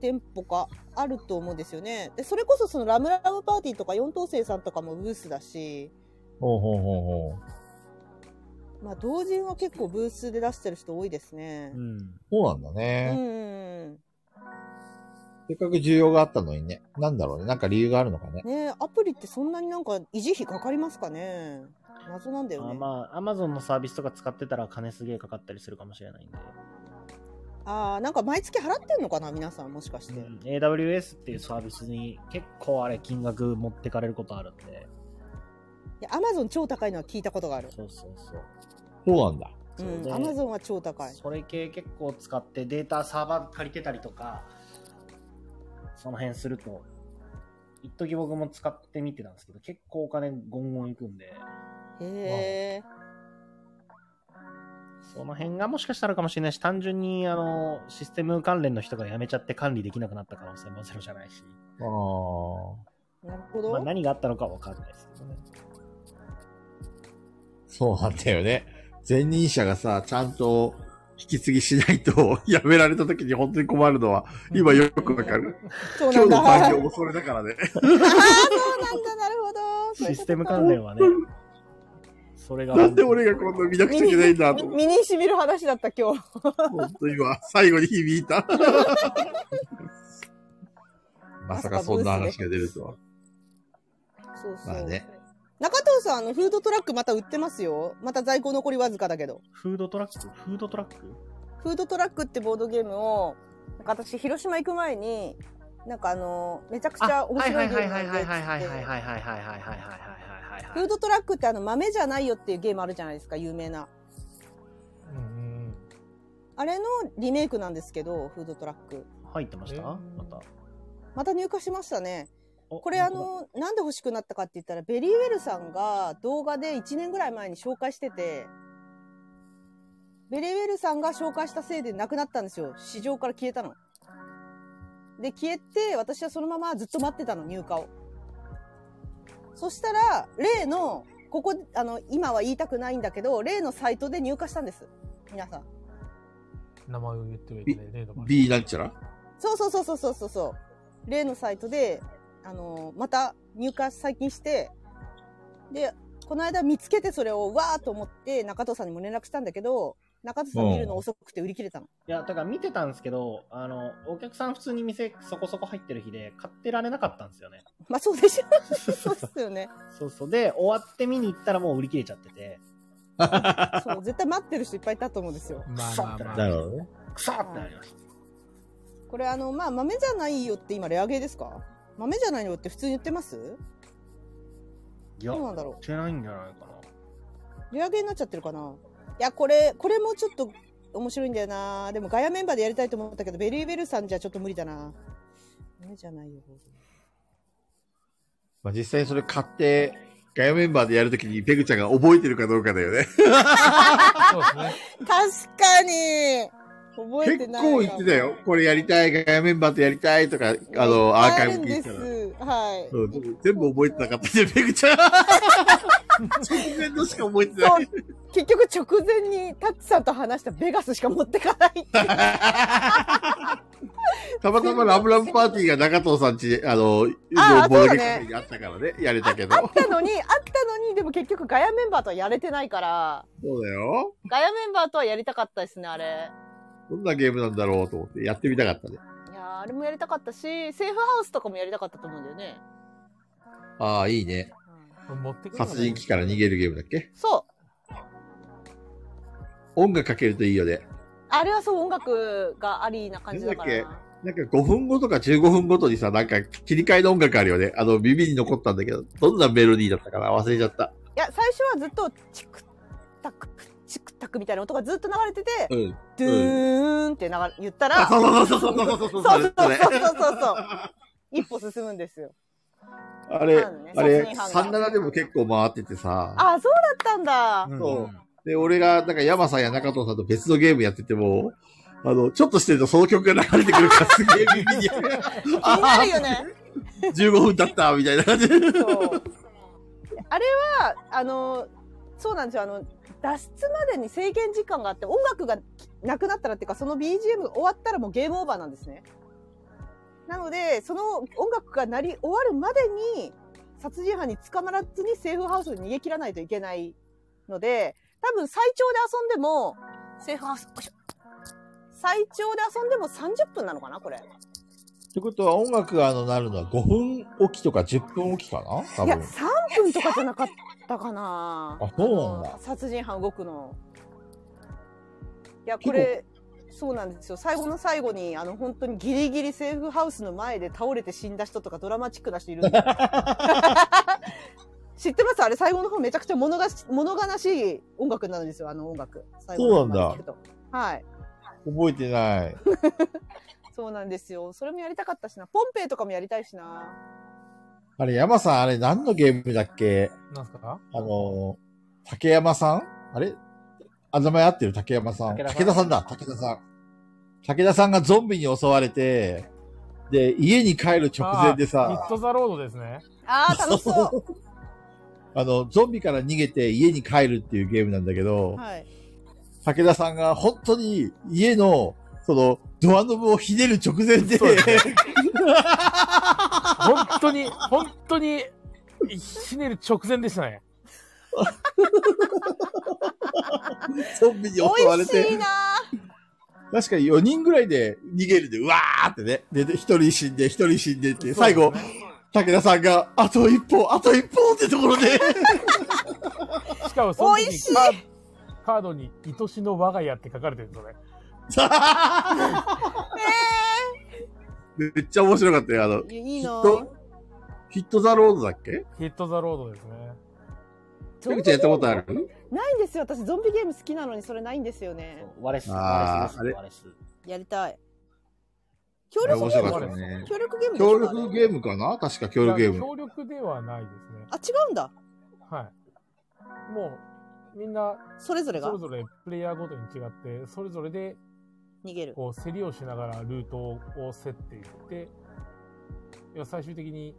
Speaker 3: 店舗かあると思うんですよね。で、それこそそのラムラムパーティーとか四等星さんとかもブースだし、
Speaker 4: ほうほうほうほう。
Speaker 3: まあ同人は結構ブースで出してる人多いですね
Speaker 1: う。ん。
Speaker 4: そうなんだ
Speaker 3: うん
Speaker 4: ね。
Speaker 3: うん
Speaker 4: せっかく需要があったのにね。なんだろうね。なんか理由があるのかね。
Speaker 3: うん。ねアプリってそんなになんか維持費かかりますかね謎なんだよ
Speaker 1: あ
Speaker 3: ね。
Speaker 1: まあ、アマゾンのサービスとか使ってたら金すげえかかったりするかもしれないんで。
Speaker 3: ああ、なんか毎月払ってんのかな皆さんもしかして。
Speaker 1: うん、AWS っていうサービスに結構あれ金額持ってかれることあるんで。
Speaker 3: いや、アマゾン超高いのは聞いたことがある。
Speaker 1: そうそうそう。
Speaker 4: そうなんだ。
Speaker 3: う、
Speaker 1: そうんで
Speaker 3: アマゾンは超高い。
Speaker 1: それ系結構使ってデータサーバー借りてたりとか、その辺すると、一時僕も使ってみてたんですけど、結構お金ゴンゴンいくんで、
Speaker 3: へえ。
Speaker 1: その辺がもしかしたらかもしれないし、単純にあのシステム関連の人が辞めちゃって管理できなくなった可能性もゼロじゃないし、
Speaker 3: なる
Speaker 4: ああ。
Speaker 3: ほ
Speaker 1: まあ、
Speaker 3: ど。
Speaker 1: 何があったのかわかんないですけどね。
Speaker 4: そうなんだよね。前任者がさ、ちゃんと引き継ぎしないと [laughs] 、やめられた時に本当に困るのは、今よくわかる。
Speaker 3: そうな
Speaker 4: 今日
Speaker 3: んだ。
Speaker 4: の
Speaker 3: ああ
Speaker 4: 環
Speaker 3: ー、 [laughs] そう
Speaker 4: 境もそれだからね。
Speaker 3: なんだ。なるほど。そう
Speaker 1: シ
Speaker 3: いうこ
Speaker 1: ス
Speaker 3: と
Speaker 1: テ
Speaker 3: か
Speaker 1: ム関連はね、それが。
Speaker 4: なんで俺がこんな見なくちゃいけないんだと思って。
Speaker 3: 身にしみる話だった今日。
Speaker 4: 本当今、最後に響いた。まさかそんな話が出るとは。
Speaker 3: そうそう。
Speaker 4: まあね
Speaker 3: 中藤さん、あの、フードトラックまた売ってますよ。また在庫残りわずかだけど。
Speaker 1: フードトラックフードトラック
Speaker 3: フードトラックってボードゲームを、なんか私、広島行く前に、なんかあの、めちゃくちゃ面白いゲームなんでっつ
Speaker 1: いは
Speaker 3: って。
Speaker 1: いはいはいはいはい
Speaker 3: フードトラックってあの、豆じゃないよっていうゲームあるじゃないですか、有名な。
Speaker 2: うん
Speaker 3: あれのリメイクなんですけど、フードトラック。
Speaker 1: 入ってました
Speaker 2: えー
Speaker 1: また。
Speaker 3: また入荷しましたね。
Speaker 1: お
Speaker 3: これあ、の、なんで欲しくなったかって言ったら、ベリーウェルさんが動画で1年ぐらい前に紹介してて、ベリーウェルさんが紹介したせいでなくなったんですよ。市場から消えたの。で、消えて、私はそのままずっと待ってたの、入荷を。そしたら、例の、ここ、あの、今は言いたくないんだけど、例のサイトで入荷したんです。皆さん。
Speaker 2: 名前を言ってはいけないね。だから
Speaker 4: B なんちゃら
Speaker 3: そうそうそうそうそうそうそう。例のサイトで、あのーまた入荷最近して、で、この間見つけてそれをわーっと思って中藤さんにも連絡したんだけど、中藤さん見るの遅くて売り切れたの。 [laughs]
Speaker 1: いや、だから見てたんですけど、あの、お客さん普通に店そこそこ入ってる日で、買ってられなかったんですよね。
Speaker 3: まあそうでしょ。そうっすよね。
Speaker 1: そうそう。で、終わって見に行ったらもう売り切れちゃってて、
Speaker 3: そう、絶対待ってる人いっぱいいたと思うんですよ。
Speaker 2: まあまあまあ。
Speaker 3: [laughs]
Speaker 4: なるほどね。
Speaker 1: くそってなりました。
Speaker 3: これあの、まあ豆じゃないよって今レアゲーですか豆じゃないよって普通に言ってます
Speaker 1: いや、
Speaker 3: どう
Speaker 1: 売
Speaker 3: なんだろ
Speaker 1: ってないんじゃないかな。
Speaker 3: う。レアゲーになっちゃってるかないや、これ、これもちょっと面白いんだよなでもガヤメンバーでやりたいと思ったけど、ベリーベルさんじゃちょっと無理だな豆じゃないよ。
Speaker 4: まあ、実際にそれ買って、ガヤメンバーでやるときにペグちゃんが覚えてるかどうかだよね。
Speaker 2: そうですね。
Speaker 3: 確かに覚え
Speaker 4: 結
Speaker 3: てない
Speaker 4: 構言ってたよ。これやりたい、ガヤメンバーとやりたいとか、あの、アーカイブ聞い
Speaker 3: で
Speaker 4: た
Speaker 3: す
Speaker 4: ら。
Speaker 3: はい
Speaker 4: そう全部覚えてなかったね、ペグち
Speaker 3: [laughs]
Speaker 4: ゃん。直前のしか覚えてない。
Speaker 3: 結局直前にタッチさんと話したベガスしか持ってか
Speaker 4: [laughs]
Speaker 3: ないっていう
Speaker 4: たまたまラブラブパーティーが中藤さんち、あの、
Speaker 3: あー
Speaker 4: ボード
Speaker 3: そうだね
Speaker 4: ゲームカフェにあったからね、やれたけど。
Speaker 3: あったのにあったのにでも結局ガヤメンバーとはやれてないから
Speaker 4: そうだよ。
Speaker 3: ガヤメンバーとはやりたかったですねあれ
Speaker 4: どんなゲームなんだろうと思って、やってみたかったね。
Speaker 3: いやーあれもやりたかったしセーフハウスとかもやりたかったと思うんだよね、
Speaker 4: ああ、いいね。
Speaker 2: 持ってくるのね
Speaker 4: 殺人鬼から逃げるゲームだっけ
Speaker 3: そう
Speaker 4: 音楽かけるといいよね。
Speaker 3: ああれはそう音楽がありな感じだから
Speaker 4: なんだなんか5分後とか15分ごとにさ、なんか切り替えの音楽あるよね。あの、耳に残ったんだけど、どんなメロディーだったかな忘れちゃった。
Speaker 3: いや最初はずっとチクタクチクタクみたいな音がずっと流れてて、
Speaker 4: うん。
Speaker 3: ドゥーンって流れ言ったら、
Speaker 4: あ、そうそうそうそうそうそ
Speaker 3: そううそうう
Speaker 4: そ
Speaker 3: そ
Speaker 4: そ
Speaker 3: うう
Speaker 4: そ
Speaker 3: そうう
Speaker 4: そ
Speaker 3: そううそう一歩進むんですよ。
Speaker 4: あれ、
Speaker 3: そうね
Speaker 4: あれ、
Speaker 3: 殺人犯が
Speaker 4: 37でも結構回っててさ。
Speaker 3: ああ、そうだったんだ。
Speaker 4: そうで、俺が、なんか山さんや中藤さんと別のゲームやってても、あの、ちょっとしてるとその曲が流れてくるからすげえ耳に、
Speaker 3: 気になるよね。
Speaker 4: 15分経った、みたいな感じ。うん。
Speaker 3: そう。あれは、あの、そうなんですよ。あの、脱出までに制限時間があって、音楽がなくなったらっていうか、その BGM が終わったらもうゲームオーバーなんですね。なので、その音楽が鳴り終わるまでに、殺人犯に捕まらずにセーフハウスに逃げ切らないといけないので、多分最長で遊んでも、セーフハウス、よいしょ最長で遊んでも30分なのかな、これ。
Speaker 4: ってことは音楽があのなるのは5分おきとか10分おきかない
Speaker 3: や、3分とかじゃなかったかな。
Speaker 4: あ、そうなんだ。
Speaker 3: 殺人犯動くのいやこれそうなんですよ最後の最後にあの本当にギリギリセーフハウスの前で倒れて死んだ人とかドラマチックな人いるんだ
Speaker 4: [laughs]
Speaker 3: よ知ってますあれ最後の方めちゃくちゃ物が物悲しい音楽になるんですよあの音楽最後の
Speaker 4: そうなんだ
Speaker 3: まで聞くとはい
Speaker 4: 覚えてない。
Speaker 3: そうなんですよそれもやりたかったしなポンペイとかもやりたいしな
Speaker 4: あれ、山さん、あれ何のゲームだっけ
Speaker 2: なんすか
Speaker 4: あのー、竹山さんあれあ、名前合ってる竹山さん。
Speaker 1: 武
Speaker 4: 武
Speaker 1: 田さん
Speaker 4: 田さんだ、武田さん。武田さんがゾンビに襲われて、で、家に帰る直
Speaker 2: あ
Speaker 4: 前で
Speaker 2: ーミッ
Speaker 4: さ、
Speaker 2: ドザロードですね。
Speaker 3: あー楽しそう
Speaker 4: あの、ゾンビから逃げて家に帰るっていうゲームなんだけど、
Speaker 3: はい
Speaker 4: 武田さんが本当に家の、その、ドアノブをひねる直前で、
Speaker 2: そうですね本当に、本当に、ひねる直前でしたね。
Speaker 4: [laughs] ゾンビに襲わ
Speaker 3: 美
Speaker 4: れ
Speaker 3: 味してい、な
Speaker 4: 確かに4人ぐらいで逃げるで、うわーってね。で、で一人死んで、一人死んでって、最後、武田さんが、あと一歩、あと一歩ってところ [laughs] で、
Speaker 2: しかもその
Speaker 3: 美味し
Speaker 2: 時
Speaker 3: い
Speaker 2: カーカードに「愛しの我が家」って書かれてるんですよね。
Speaker 4: めっちゃ面白かったよ、あの、
Speaker 3: いやいいな
Speaker 4: ヒットヒットザロードだっけ
Speaker 2: ヒット・ザ・ロードですね。
Speaker 4: ペグちゃんやったことある
Speaker 3: ないんですよ私ゾンビゲーム好きなのにそれないんですよね
Speaker 1: 割れす、
Speaker 4: あ
Speaker 1: 割
Speaker 4: ー
Speaker 1: れすです、割れす。
Speaker 3: やりたい。協
Speaker 4: あれ面
Speaker 3: 力ゲーム
Speaker 4: 白かったね。
Speaker 3: 協力ゲーム
Speaker 4: 協
Speaker 3: ですか
Speaker 4: 力ゲームかな確か協力ゲー
Speaker 2: いや
Speaker 4: ム。
Speaker 2: 協力ではないですね。
Speaker 3: あ、違うんだ。
Speaker 2: はい。もう、みんな、
Speaker 3: それぞれ
Speaker 2: そ
Speaker 3: が
Speaker 2: れぞれプレイヤーごとに違って、それぞれで、
Speaker 3: 逃げる。
Speaker 2: こう、競りをしながらルートを競っていって、いや最終的に、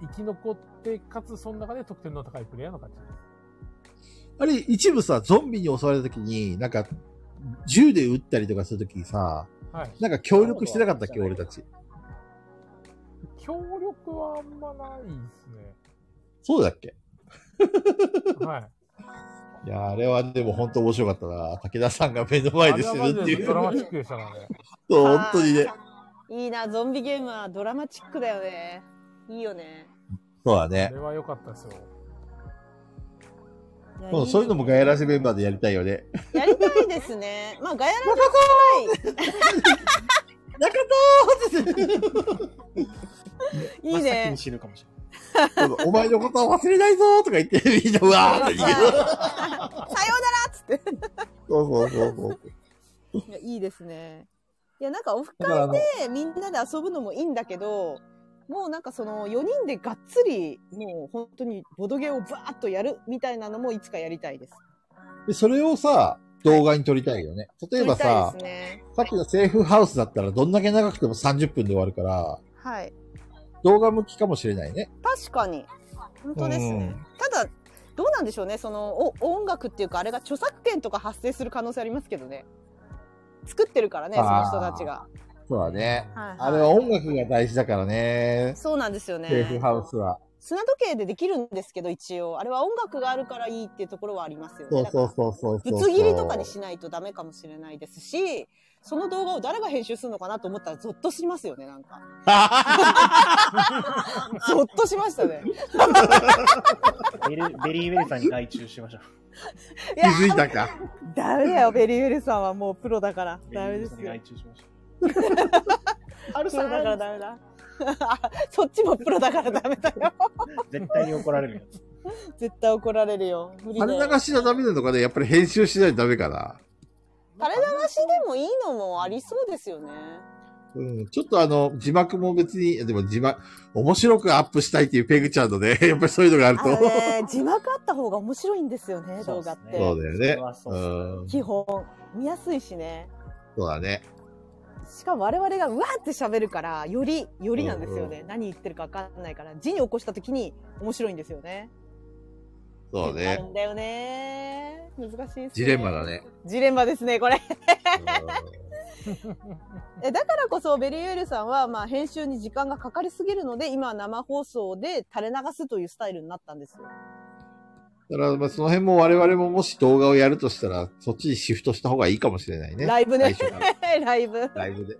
Speaker 2: 生き残って、かつ、その中で得点の高いプレイヤーの勝ちです。
Speaker 4: あれ、一部さ、ゾンビに襲われた時に、なんか、銃で撃ったりとかする時にさ、
Speaker 2: はい。
Speaker 4: なんか協力してなかったっけ俺たち。
Speaker 2: 協力はあんまないですね。
Speaker 4: そうだっけ [laughs]
Speaker 2: はい。
Speaker 4: いや、あれはでも本当面白かったな。武田さんが目の前で死ぬってい
Speaker 2: あれはマジで
Speaker 4: う。
Speaker 2: ドラマチックでしたからね。
Speaker 4: そう本当にね。
Speaker 3: いいな、ゾンビゲームはドラマチックだよね。いいよね。
Speaker 4: そうだ
Speaker 2: あ
Speaker 4: ね
Speaker 2: れ。は良かったですよ。
Speaker 3: や
Speaker 4: そうそういうのもガヤラジメンバーでやりたい
Speaker 3: [laughs]
Speaker 4: よね。
Speaker 3: やりたいですね。 [laughs] まあ、ガヤラジした
Speaker 4: 中藤
Speaker 3: [laughs] い。いい
Speaker 4: [laughs]
Speaker 1: 真っ先
Speaker 3: ね
Speaker 1: に。死ぬかもしれない。
Speaker 4: お前のことは忘れないぞとか言って、みんなうわーって逃
Speaker 3: さ
Speaker 4: げ
Speaker 3: よ
Speaker 4: る。
Speaker 3: うならっつって
Speaker 4: そうそうそうそう。
Speaker 3: いや。いいですね。いや、なんかオフ
Speaker 4: だからあ
Speaker 3: 会
Speaker 4: の、
Speaker 3: でみんなで遊ぶのもいいんだけど、もうなんかその4人でがっつり、もう本当にボドゲをバーッとやるみたいなのもいつかやりたいです。
Speaker 4: でそれをさ、動画に撮りたいよね。例えば
Speaker 3: や
Speaker 4: さ、
Speaker 3: りたいですね。
Speaker 4: さっきのセーフハウスだったらどんだけ長くても30分で終わるから、
Speaker 3: はい。
Speaker 4: 動画向きかもしれないね。
Speaker 3: 確かに本当ですね、ただどうなんでしょうねそのお音楽っていうかあれが著作権とか発生する可能性ありますけどね作ってるからねその
Speaker 4: あー
Speaker 3: 人たちが、
Speaker 4: そうだね。
Speaker 3: はいい
Speaker 4: あれは音楽が大事だからね。
Speaker 3: そうなんですよ
Speaker 4: セーフ
Speaker 3: ね
Speaker 4: ハウスは。
Speaker 3: 砂時計でできるんですけど一応あれは音楽があるからいいっていうところはありますよね
Speaker 4: そうそう
Speaker 3: だか
Speaker 4: そうそうそ
Speaker 3: ら
Speaker 4: う。
Speaker 3: ぶつ切りとかにしないとダメかもしれないですしその動画を誰が編集するのかなと思ったらゾッとしますよねなん [laughs] かゾッとしましたね
Speaker 1: ベリベリーウェルさんに外注しましょう。
Speaker 4: 気づいたか。
Speaker 3: ダメだよ、ベリーウェルさんはもうプロだから。
Speaker 1: ベリー
Speaker 3: ダ
Speaker 1: ウ
Speaker 3: メ
Speaker 1: ェル
Speaker 3: で
Speaker 1: さん
Speaker 3: す
Speaker 1: に
Speaker 3: よ
Speaker 1: 外。注しましょう。
Speaker 3: [laughs]
Speaker 1: ハル
Speaker 3: プ
Speaker 1: さ
Speaker 3: ロだから
Speaker 1: ん
Speaker 3: ダメだ。 [laughs] そっちもプロだからダメだよ。
Speaker 1: 絶対に怒られるやつ。
Speaker 3: [laughs] 絶対怒られるよ。無理
Speaker 4: あ
Speaker 3: だ
Speaker 4: れ
Speaker 3: よ。
Speaker 4: 流しじゃダメなのかねやっぱり編集しないとダメかな。
Speaker 3: 垂れ流しでもいいのもありそうですよね。
Speaker 4: うん、ちょっとあの、字幕も別に、でも字幕、面白くアップしたいっていうペグちゃんのね、 [laughs] やっぱりそういうのがある
Speaker 3: あ
Speaker 4: と。
Speaker 3: のね、字幕あった方が面白いんですよね、
Speaker 1: そう
Speaker 3: 動
Speaker 1: っす
Speaker 3: 画
Speaker 1: ね
Speaker 3: っ
Speaker 4: そ
Speaker 3: て。
Speaker 4: うだよ
Speaker 1: それ
Speaker 4: ね。
Speaker 1: はそうっすね
Speaker 4: うん。
Speaker 3: 基本、見やすいしね。
Speaker 4: そうだね。
Speaker 3: しかも我々がうわーって喋るから、より、よりなんですよね。何言ってるかわかんないから、字に起こした時に面白いんですよね。
Speaker 4: そう
Speaker 3: あ
Speaker 4: ね
Speaker 3: る。んだよね。難しいですね
Speaker 4: ジレンマだ。ね。
Speaker 3: ジレンマですね、これ。
Speaker 4: う
Speaker 3: えだからこそベリーウェルさんは、まあ、編集に時間がかかりすぎるので今は生放送で垂れ流すというスタイルになったんですよ。
Speaker 4: んだから、まあ、その辺も我々ももし動画をやるとしたら、そっちにシフトした方がいいかもしれないね。
Speaker 3: ライブね
Speaker 4: 最初から。
Speaker 3: [laughs] ライブ
Speaker 4: ライブで。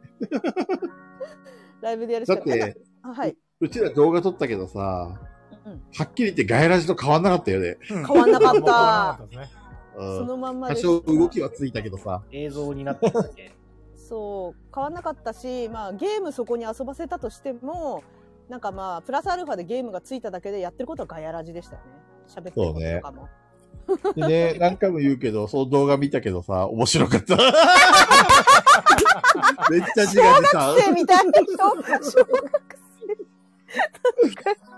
Speaker 3: ライブでやるし
Speaker 4: だ
Speaker 3: か
Speaker 4: っ
Speaker 3: ない。
Speaker 4: て、
Speaker 3: あはい、
Speaker 4: うちら動画撮ったけどさ、は
Speaker 3: うん
Speaker 4: っきり言ってガイラジと変わんなかったよね。
Speaker 11: 変
Speaker 3: 変わんなか
Speaker 2: もう変わらなか
Speaker 3: っ
Speaker 2: ったですね。
Speaker 4: [laughs]
Speaker 3: た。
Speaker 4: う
Speaker 3: そ
Speaker 4: ん。
Speaker 3: のまんま
Speaker 4: 多
Speaker 3: です。
Speaker 4: 少動きはついたけどさ。
Speaker 1: 映像になってただけ。
Speaker 3: そう変わんなかったし、まあ、ゲームそこに遊ばせたとしてもなんかまあプラスアルファでゲームがついただけでやってることはガヤラジでしたよね。喋ってることとかも。
Speaker 4: でね、何回も言うけど、その動画見たけどさ、面白
Speaker 3: [laughs]
Speaker 4: かった。めっちゃ字が出た。
Speaker 3: でみたいな人小学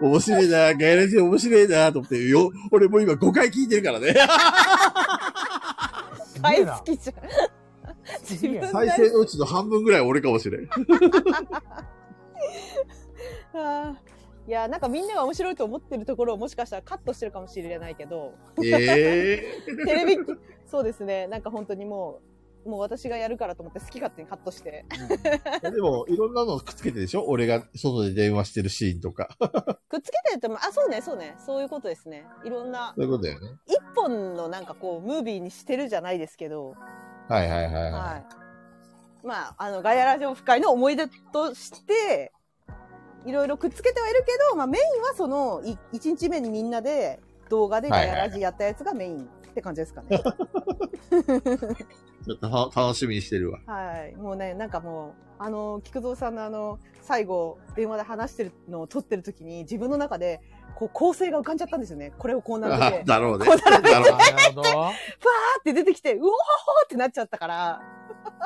Speaker 4: 面白いな、ガイラジ面白いな、と思って、よ、俺もう今5回聞いてるから
Speaker 3: [laughs]
Speaker 4: ね。
Speaker 2: すげえ
Speaker 3: 生
Speaker 2: な
Speaker 3: 好。きじゃん。自分
Speaker 4: 再
Speaker 3: で
Speaker 4: 生のうちの半分ぐらい俺かもし
Speaker 3: [laughs]
Speaker 4: れん。
Speaker 3: あーいやなんかみんなが面白いと思ってるところをもしかしたらカットしてるかもしれないけど
Speaker 4: ええ
Speaker 3: テレビそうですねなんか本当にもうもう私がやるからと思って好き勝手にカットして
Speaker 4: でも、いろんなのくっつけてでしょ俺が外で電話してるシーンとか。
Speaker 3: くっつけてるってもあそうねそうねそういうことですねいろんな
Speaker 4: そういうことだよね。
Speaker 3: 一本のなんかこうムービーにしてるじゃないですけど、
Speaker 4: はいはいはい、はい。
Speaker 3: はい、まああのガヤラジオフ会の思い出としていろいろくっつけてはいるけど、まあ、メインはそのい1日目にみんなで動画でガヤラジやったやつがメインって感じですかね。
Speaker 4: ちょっとた楽しみにしてるわ。
Speaker 3: はい。もうね、なんかもう、あの、菊蔵さんのあの、最後、電話で話してるのを撮ってる時に、自分の中で、こう、構成が浮かんじゃったんですよね。これをこう
Speaker 4: [laughs]
Speaker 3: な
Speaker 4: あ
Speaker 3: って、パー
Speaker 4: だろうね。
Speaker 3: こ
Speaker 4: だろうね
Speaker 2: なるほど。
Speaker 3: って出てきて、うおーってなっちゃったから、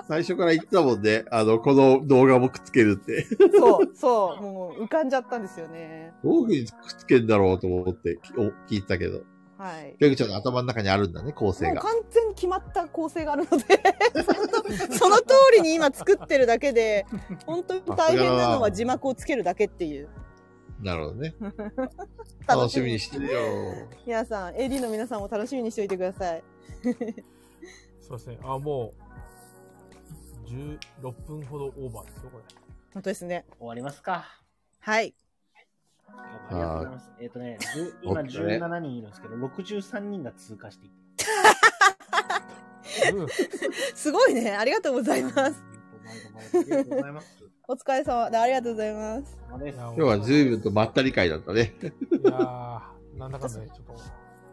Speaker 4: 最初から言ってたもんね。あの、この動画もくっつけるって。
Speaker 3: そう、そう、もう浮かんじゃったんですよね。
Speaker 4: どういうふうにくっつけるんだろうと思ってきお聞いてたけど。
Speaker 3: はい。
Speaker 4: ペグちゃんの頭の中にあるんだね、構
Speaker 3: も
Speaker 4: 成
Speaker 3: う
Speaker 4: が。
Speaker 3: 完全に決まった構成がある
Speaker 4: [laughs]
Speaker 3: のでその、その通りに今作ってるだけで、本当に大変なのは字幕をつけるだけっていう。
Speaker 4: なるほどね。楽しみにしてるよ。
Speaker 3: 皆さん、AD の皆さんも楽しみにしておいてください。
Speaker 2: そうですね。あ、もう、16分ほどオーバーですよ、これ。
Speaker 3: 本当ですね。
Speaker 1: 終わりますか。
Speaker 3: はい。
Speaker 1: ありがとうございます。えっ、とね、じゅ今
Speaker 4: お疲れ
Speaker 1: 17人いるんですけど、63人が通過していっ
Speaker 2: うん。
Speaker 3: すごいね。ありがとうござい
Speaker 1: た。
Speaker 3: ます。
Speaker 1: ありがとうございます。
Speaker 3: お疲れ様でありがとうございます。
Speaker 1: お疲れ様です
Speaker 2: 今
Speaker 4: [laughs] 今日は随分とまったり会だったね。
Speaker 2: いやー、なんだかんだで、ちょっと。
Speaker 1: [laughs]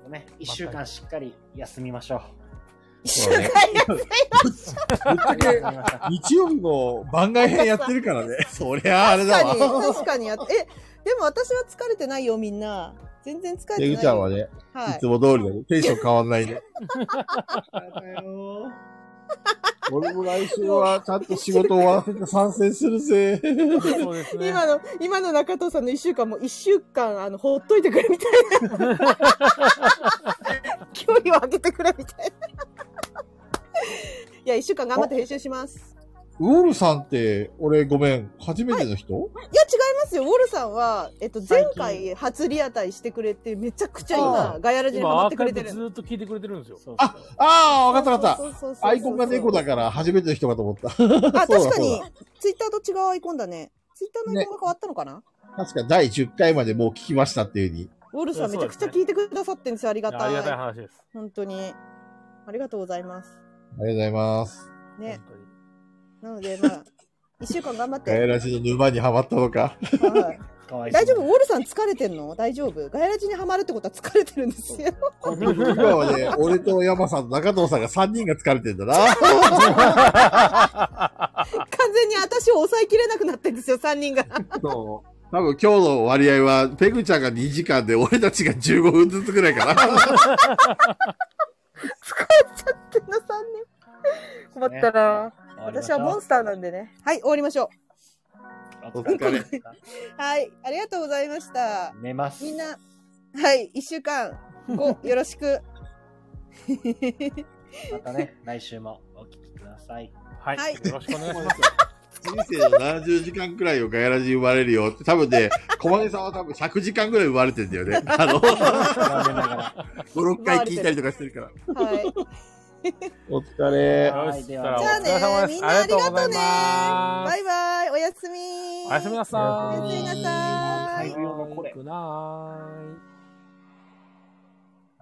Speaker 1: ね、1週間しっかり休みま
Speaker 3: [laughs]
Speaker 1: しょう。
Speaker 4: そうね
Speaker 1: ぶっちゃけ休みましょう
Speaker 4: 日曜日も番外編やってるからね。 [laughs] そりゃあれだ
Speaker 3: 確かに、
Speaker 4: わ。
Speaker 3: 確かにやっえ、でも私は疲れてないよ、みんな。全然疲れて
Speaker 4: ペ
Speaker 3: ない
Speaker 4: グ
Speaker 3: よ。
Speaker 4: ちゃんはね、
Speaker 3: はい
Speaker 4: いつも通りだね。テンション変わんないね。 [laughs] 俺も来週はちゃんと仕事終わらせて参戦するぜ。
Speaker 2: そうですね。
Speaker 3: 今の、今の中藤さんの一週間も一週間、あの、ほっといてくれみたい [laughs] な。距離を空けてくれみたいな。いや、一週間頑張って編集します。
Speaker 4: [laughs] ウォルさんって、俺ごめん、初めての人、
Speaker 3: いや、違いますよ。ウォルさんは、えっと、前回初リアタイしてくれて、めちゃくちゃ
Speaker 4: あ
Speaker 3: 今、ガヤラジにハマ
Speaker 2: 今、
Speaker 3: っ
Speaker 2: ア
Speaker 3: て
Speaker 2: ー
Speaker 3: く
Speaker 2: カ
Speaker 3: れ
Speaker 2: イ
Speaker 3: て
Speaker 2: ブ
Speaker 3: る
Speaker 2: ず。ーっと聞いてくれてるんですよ。
Speaker 1: そうそう
Speaker 4: ああ、わかったわかっ
Speaker 3: そうそうそうそう
Speaker 4: た。アイコンが猫だから初めての人かと思った。
Speaker 3: あ、
Speaker 4: [laughs] そうだ
Speaker 3: 確かに
Speaker 4: そ、
Speaker 3: ツイッターと違うアイコンだね。ツイッターのアイコンが変わったのかな、
Speaker 4: 確か第10回までもう聞きましたっていうふうに。
Speaker 3: ウォルさん
Speaker 2: そ
Speaker 3: め
Speaker 2: う
Speaker 3: ちゃくちゃ
Speaker 2: そうですね
Speaker 3: 聞いてくださってんですよ。ありが
Speaker 2: いや
Speaker 3: た
Speaker 2: あ
Speaker 3: い。
Speaker 2: りがたい話です。
Speaker 3: 本当に。ありがとうございます。
Speaker 4: ありがとうございます。
Speaker 3: ね。
Speaker 2: 本当に
Speaker 3: なので、まあ、一週間頑張っ [laughs]
Speaker 4: ガヤ
Speaker 3: て。
Speaker 4: ラジの沼にはまったのか。
Speaker 3: はい
Speaker 1: かわいそう
Speaker 3: 大
Speaker 1: に
Speaker 3: 丈夫ウォルさん疲れてんの大丈夫ガヤラジにはまるってことは疲れてるんですよ。
Speaker 4: 今はね、俺と山さんと中藤さんが3人が疲れてんだな。
Speaker 3: 完全に私を抑えきれなくなってんですよ、3人が。
Speaker 8: [laughs]
Speaker 4: そう。多分今日の割合は、ペグちゃんが2時間で俺たちが15分ずつぐらいかな。
Speaker 8: 3年。困ったな。
Speaker 1: 終わりまし
Speaker 8: 私
Speaker 1: た
Speaker 8: はモンスターなんでね。
Speaker 3: はい、終わりましょ
Speaker 1: お疲れ
Speaker 3: う。はい、ありがとうございました。
Speaker 1: 寝ます
Speaker 3: みんな、はい、1週間後、よろしく。
Speaker 2: [laughs]
Speaker 1: またね来週もお聞きください
Speaker 2: はい、
Speaker 3: はい
Speaker 2: よろしくお願いします。
Speaker 4: 人生の70時間くらいをガヤラジに生まれるよって。多分ね、小金さんは多分100時間くらい生まれてんだよね。あの、
Speaker 1: 残念ながら
Speaker 4: 5、6回聞いたりとかしてるから。
Speaker 3: はい。
Speaker 4: お疲れ
Speaker 1: はい
Speaker 2: よし
Speaker 1: で
Speaker 2: じ
Speaker 1: は
Speaker 2: ゃあお
Speaker 3: じゃあ
Speaker 2: 疲れ様
Speaker 3: ね、
Speaker 2: で
Speaker 3: みん
Speaker 2: す。
Speaker 3: な
Speaker 2: あ
Speaker 3: あ
Speaker 2: りが
Speaker 3: りが
Speaker 2: とうござ
Speaker 3: と
Speaker 2: いう
Speaker 3: ね。
Speaker 2: ま
Speaker 3: バ
Speaker 2: す
Speaker 3: イ。バイ、おやすみ。
Speaker 2: おやすみなさ
Speaker 3: おやすみなさ
Speaker 2: ー
Speaker 3: ーい
Speaker 2: い。
Speaker 1: 大量のこれ
Speaker 2: くない。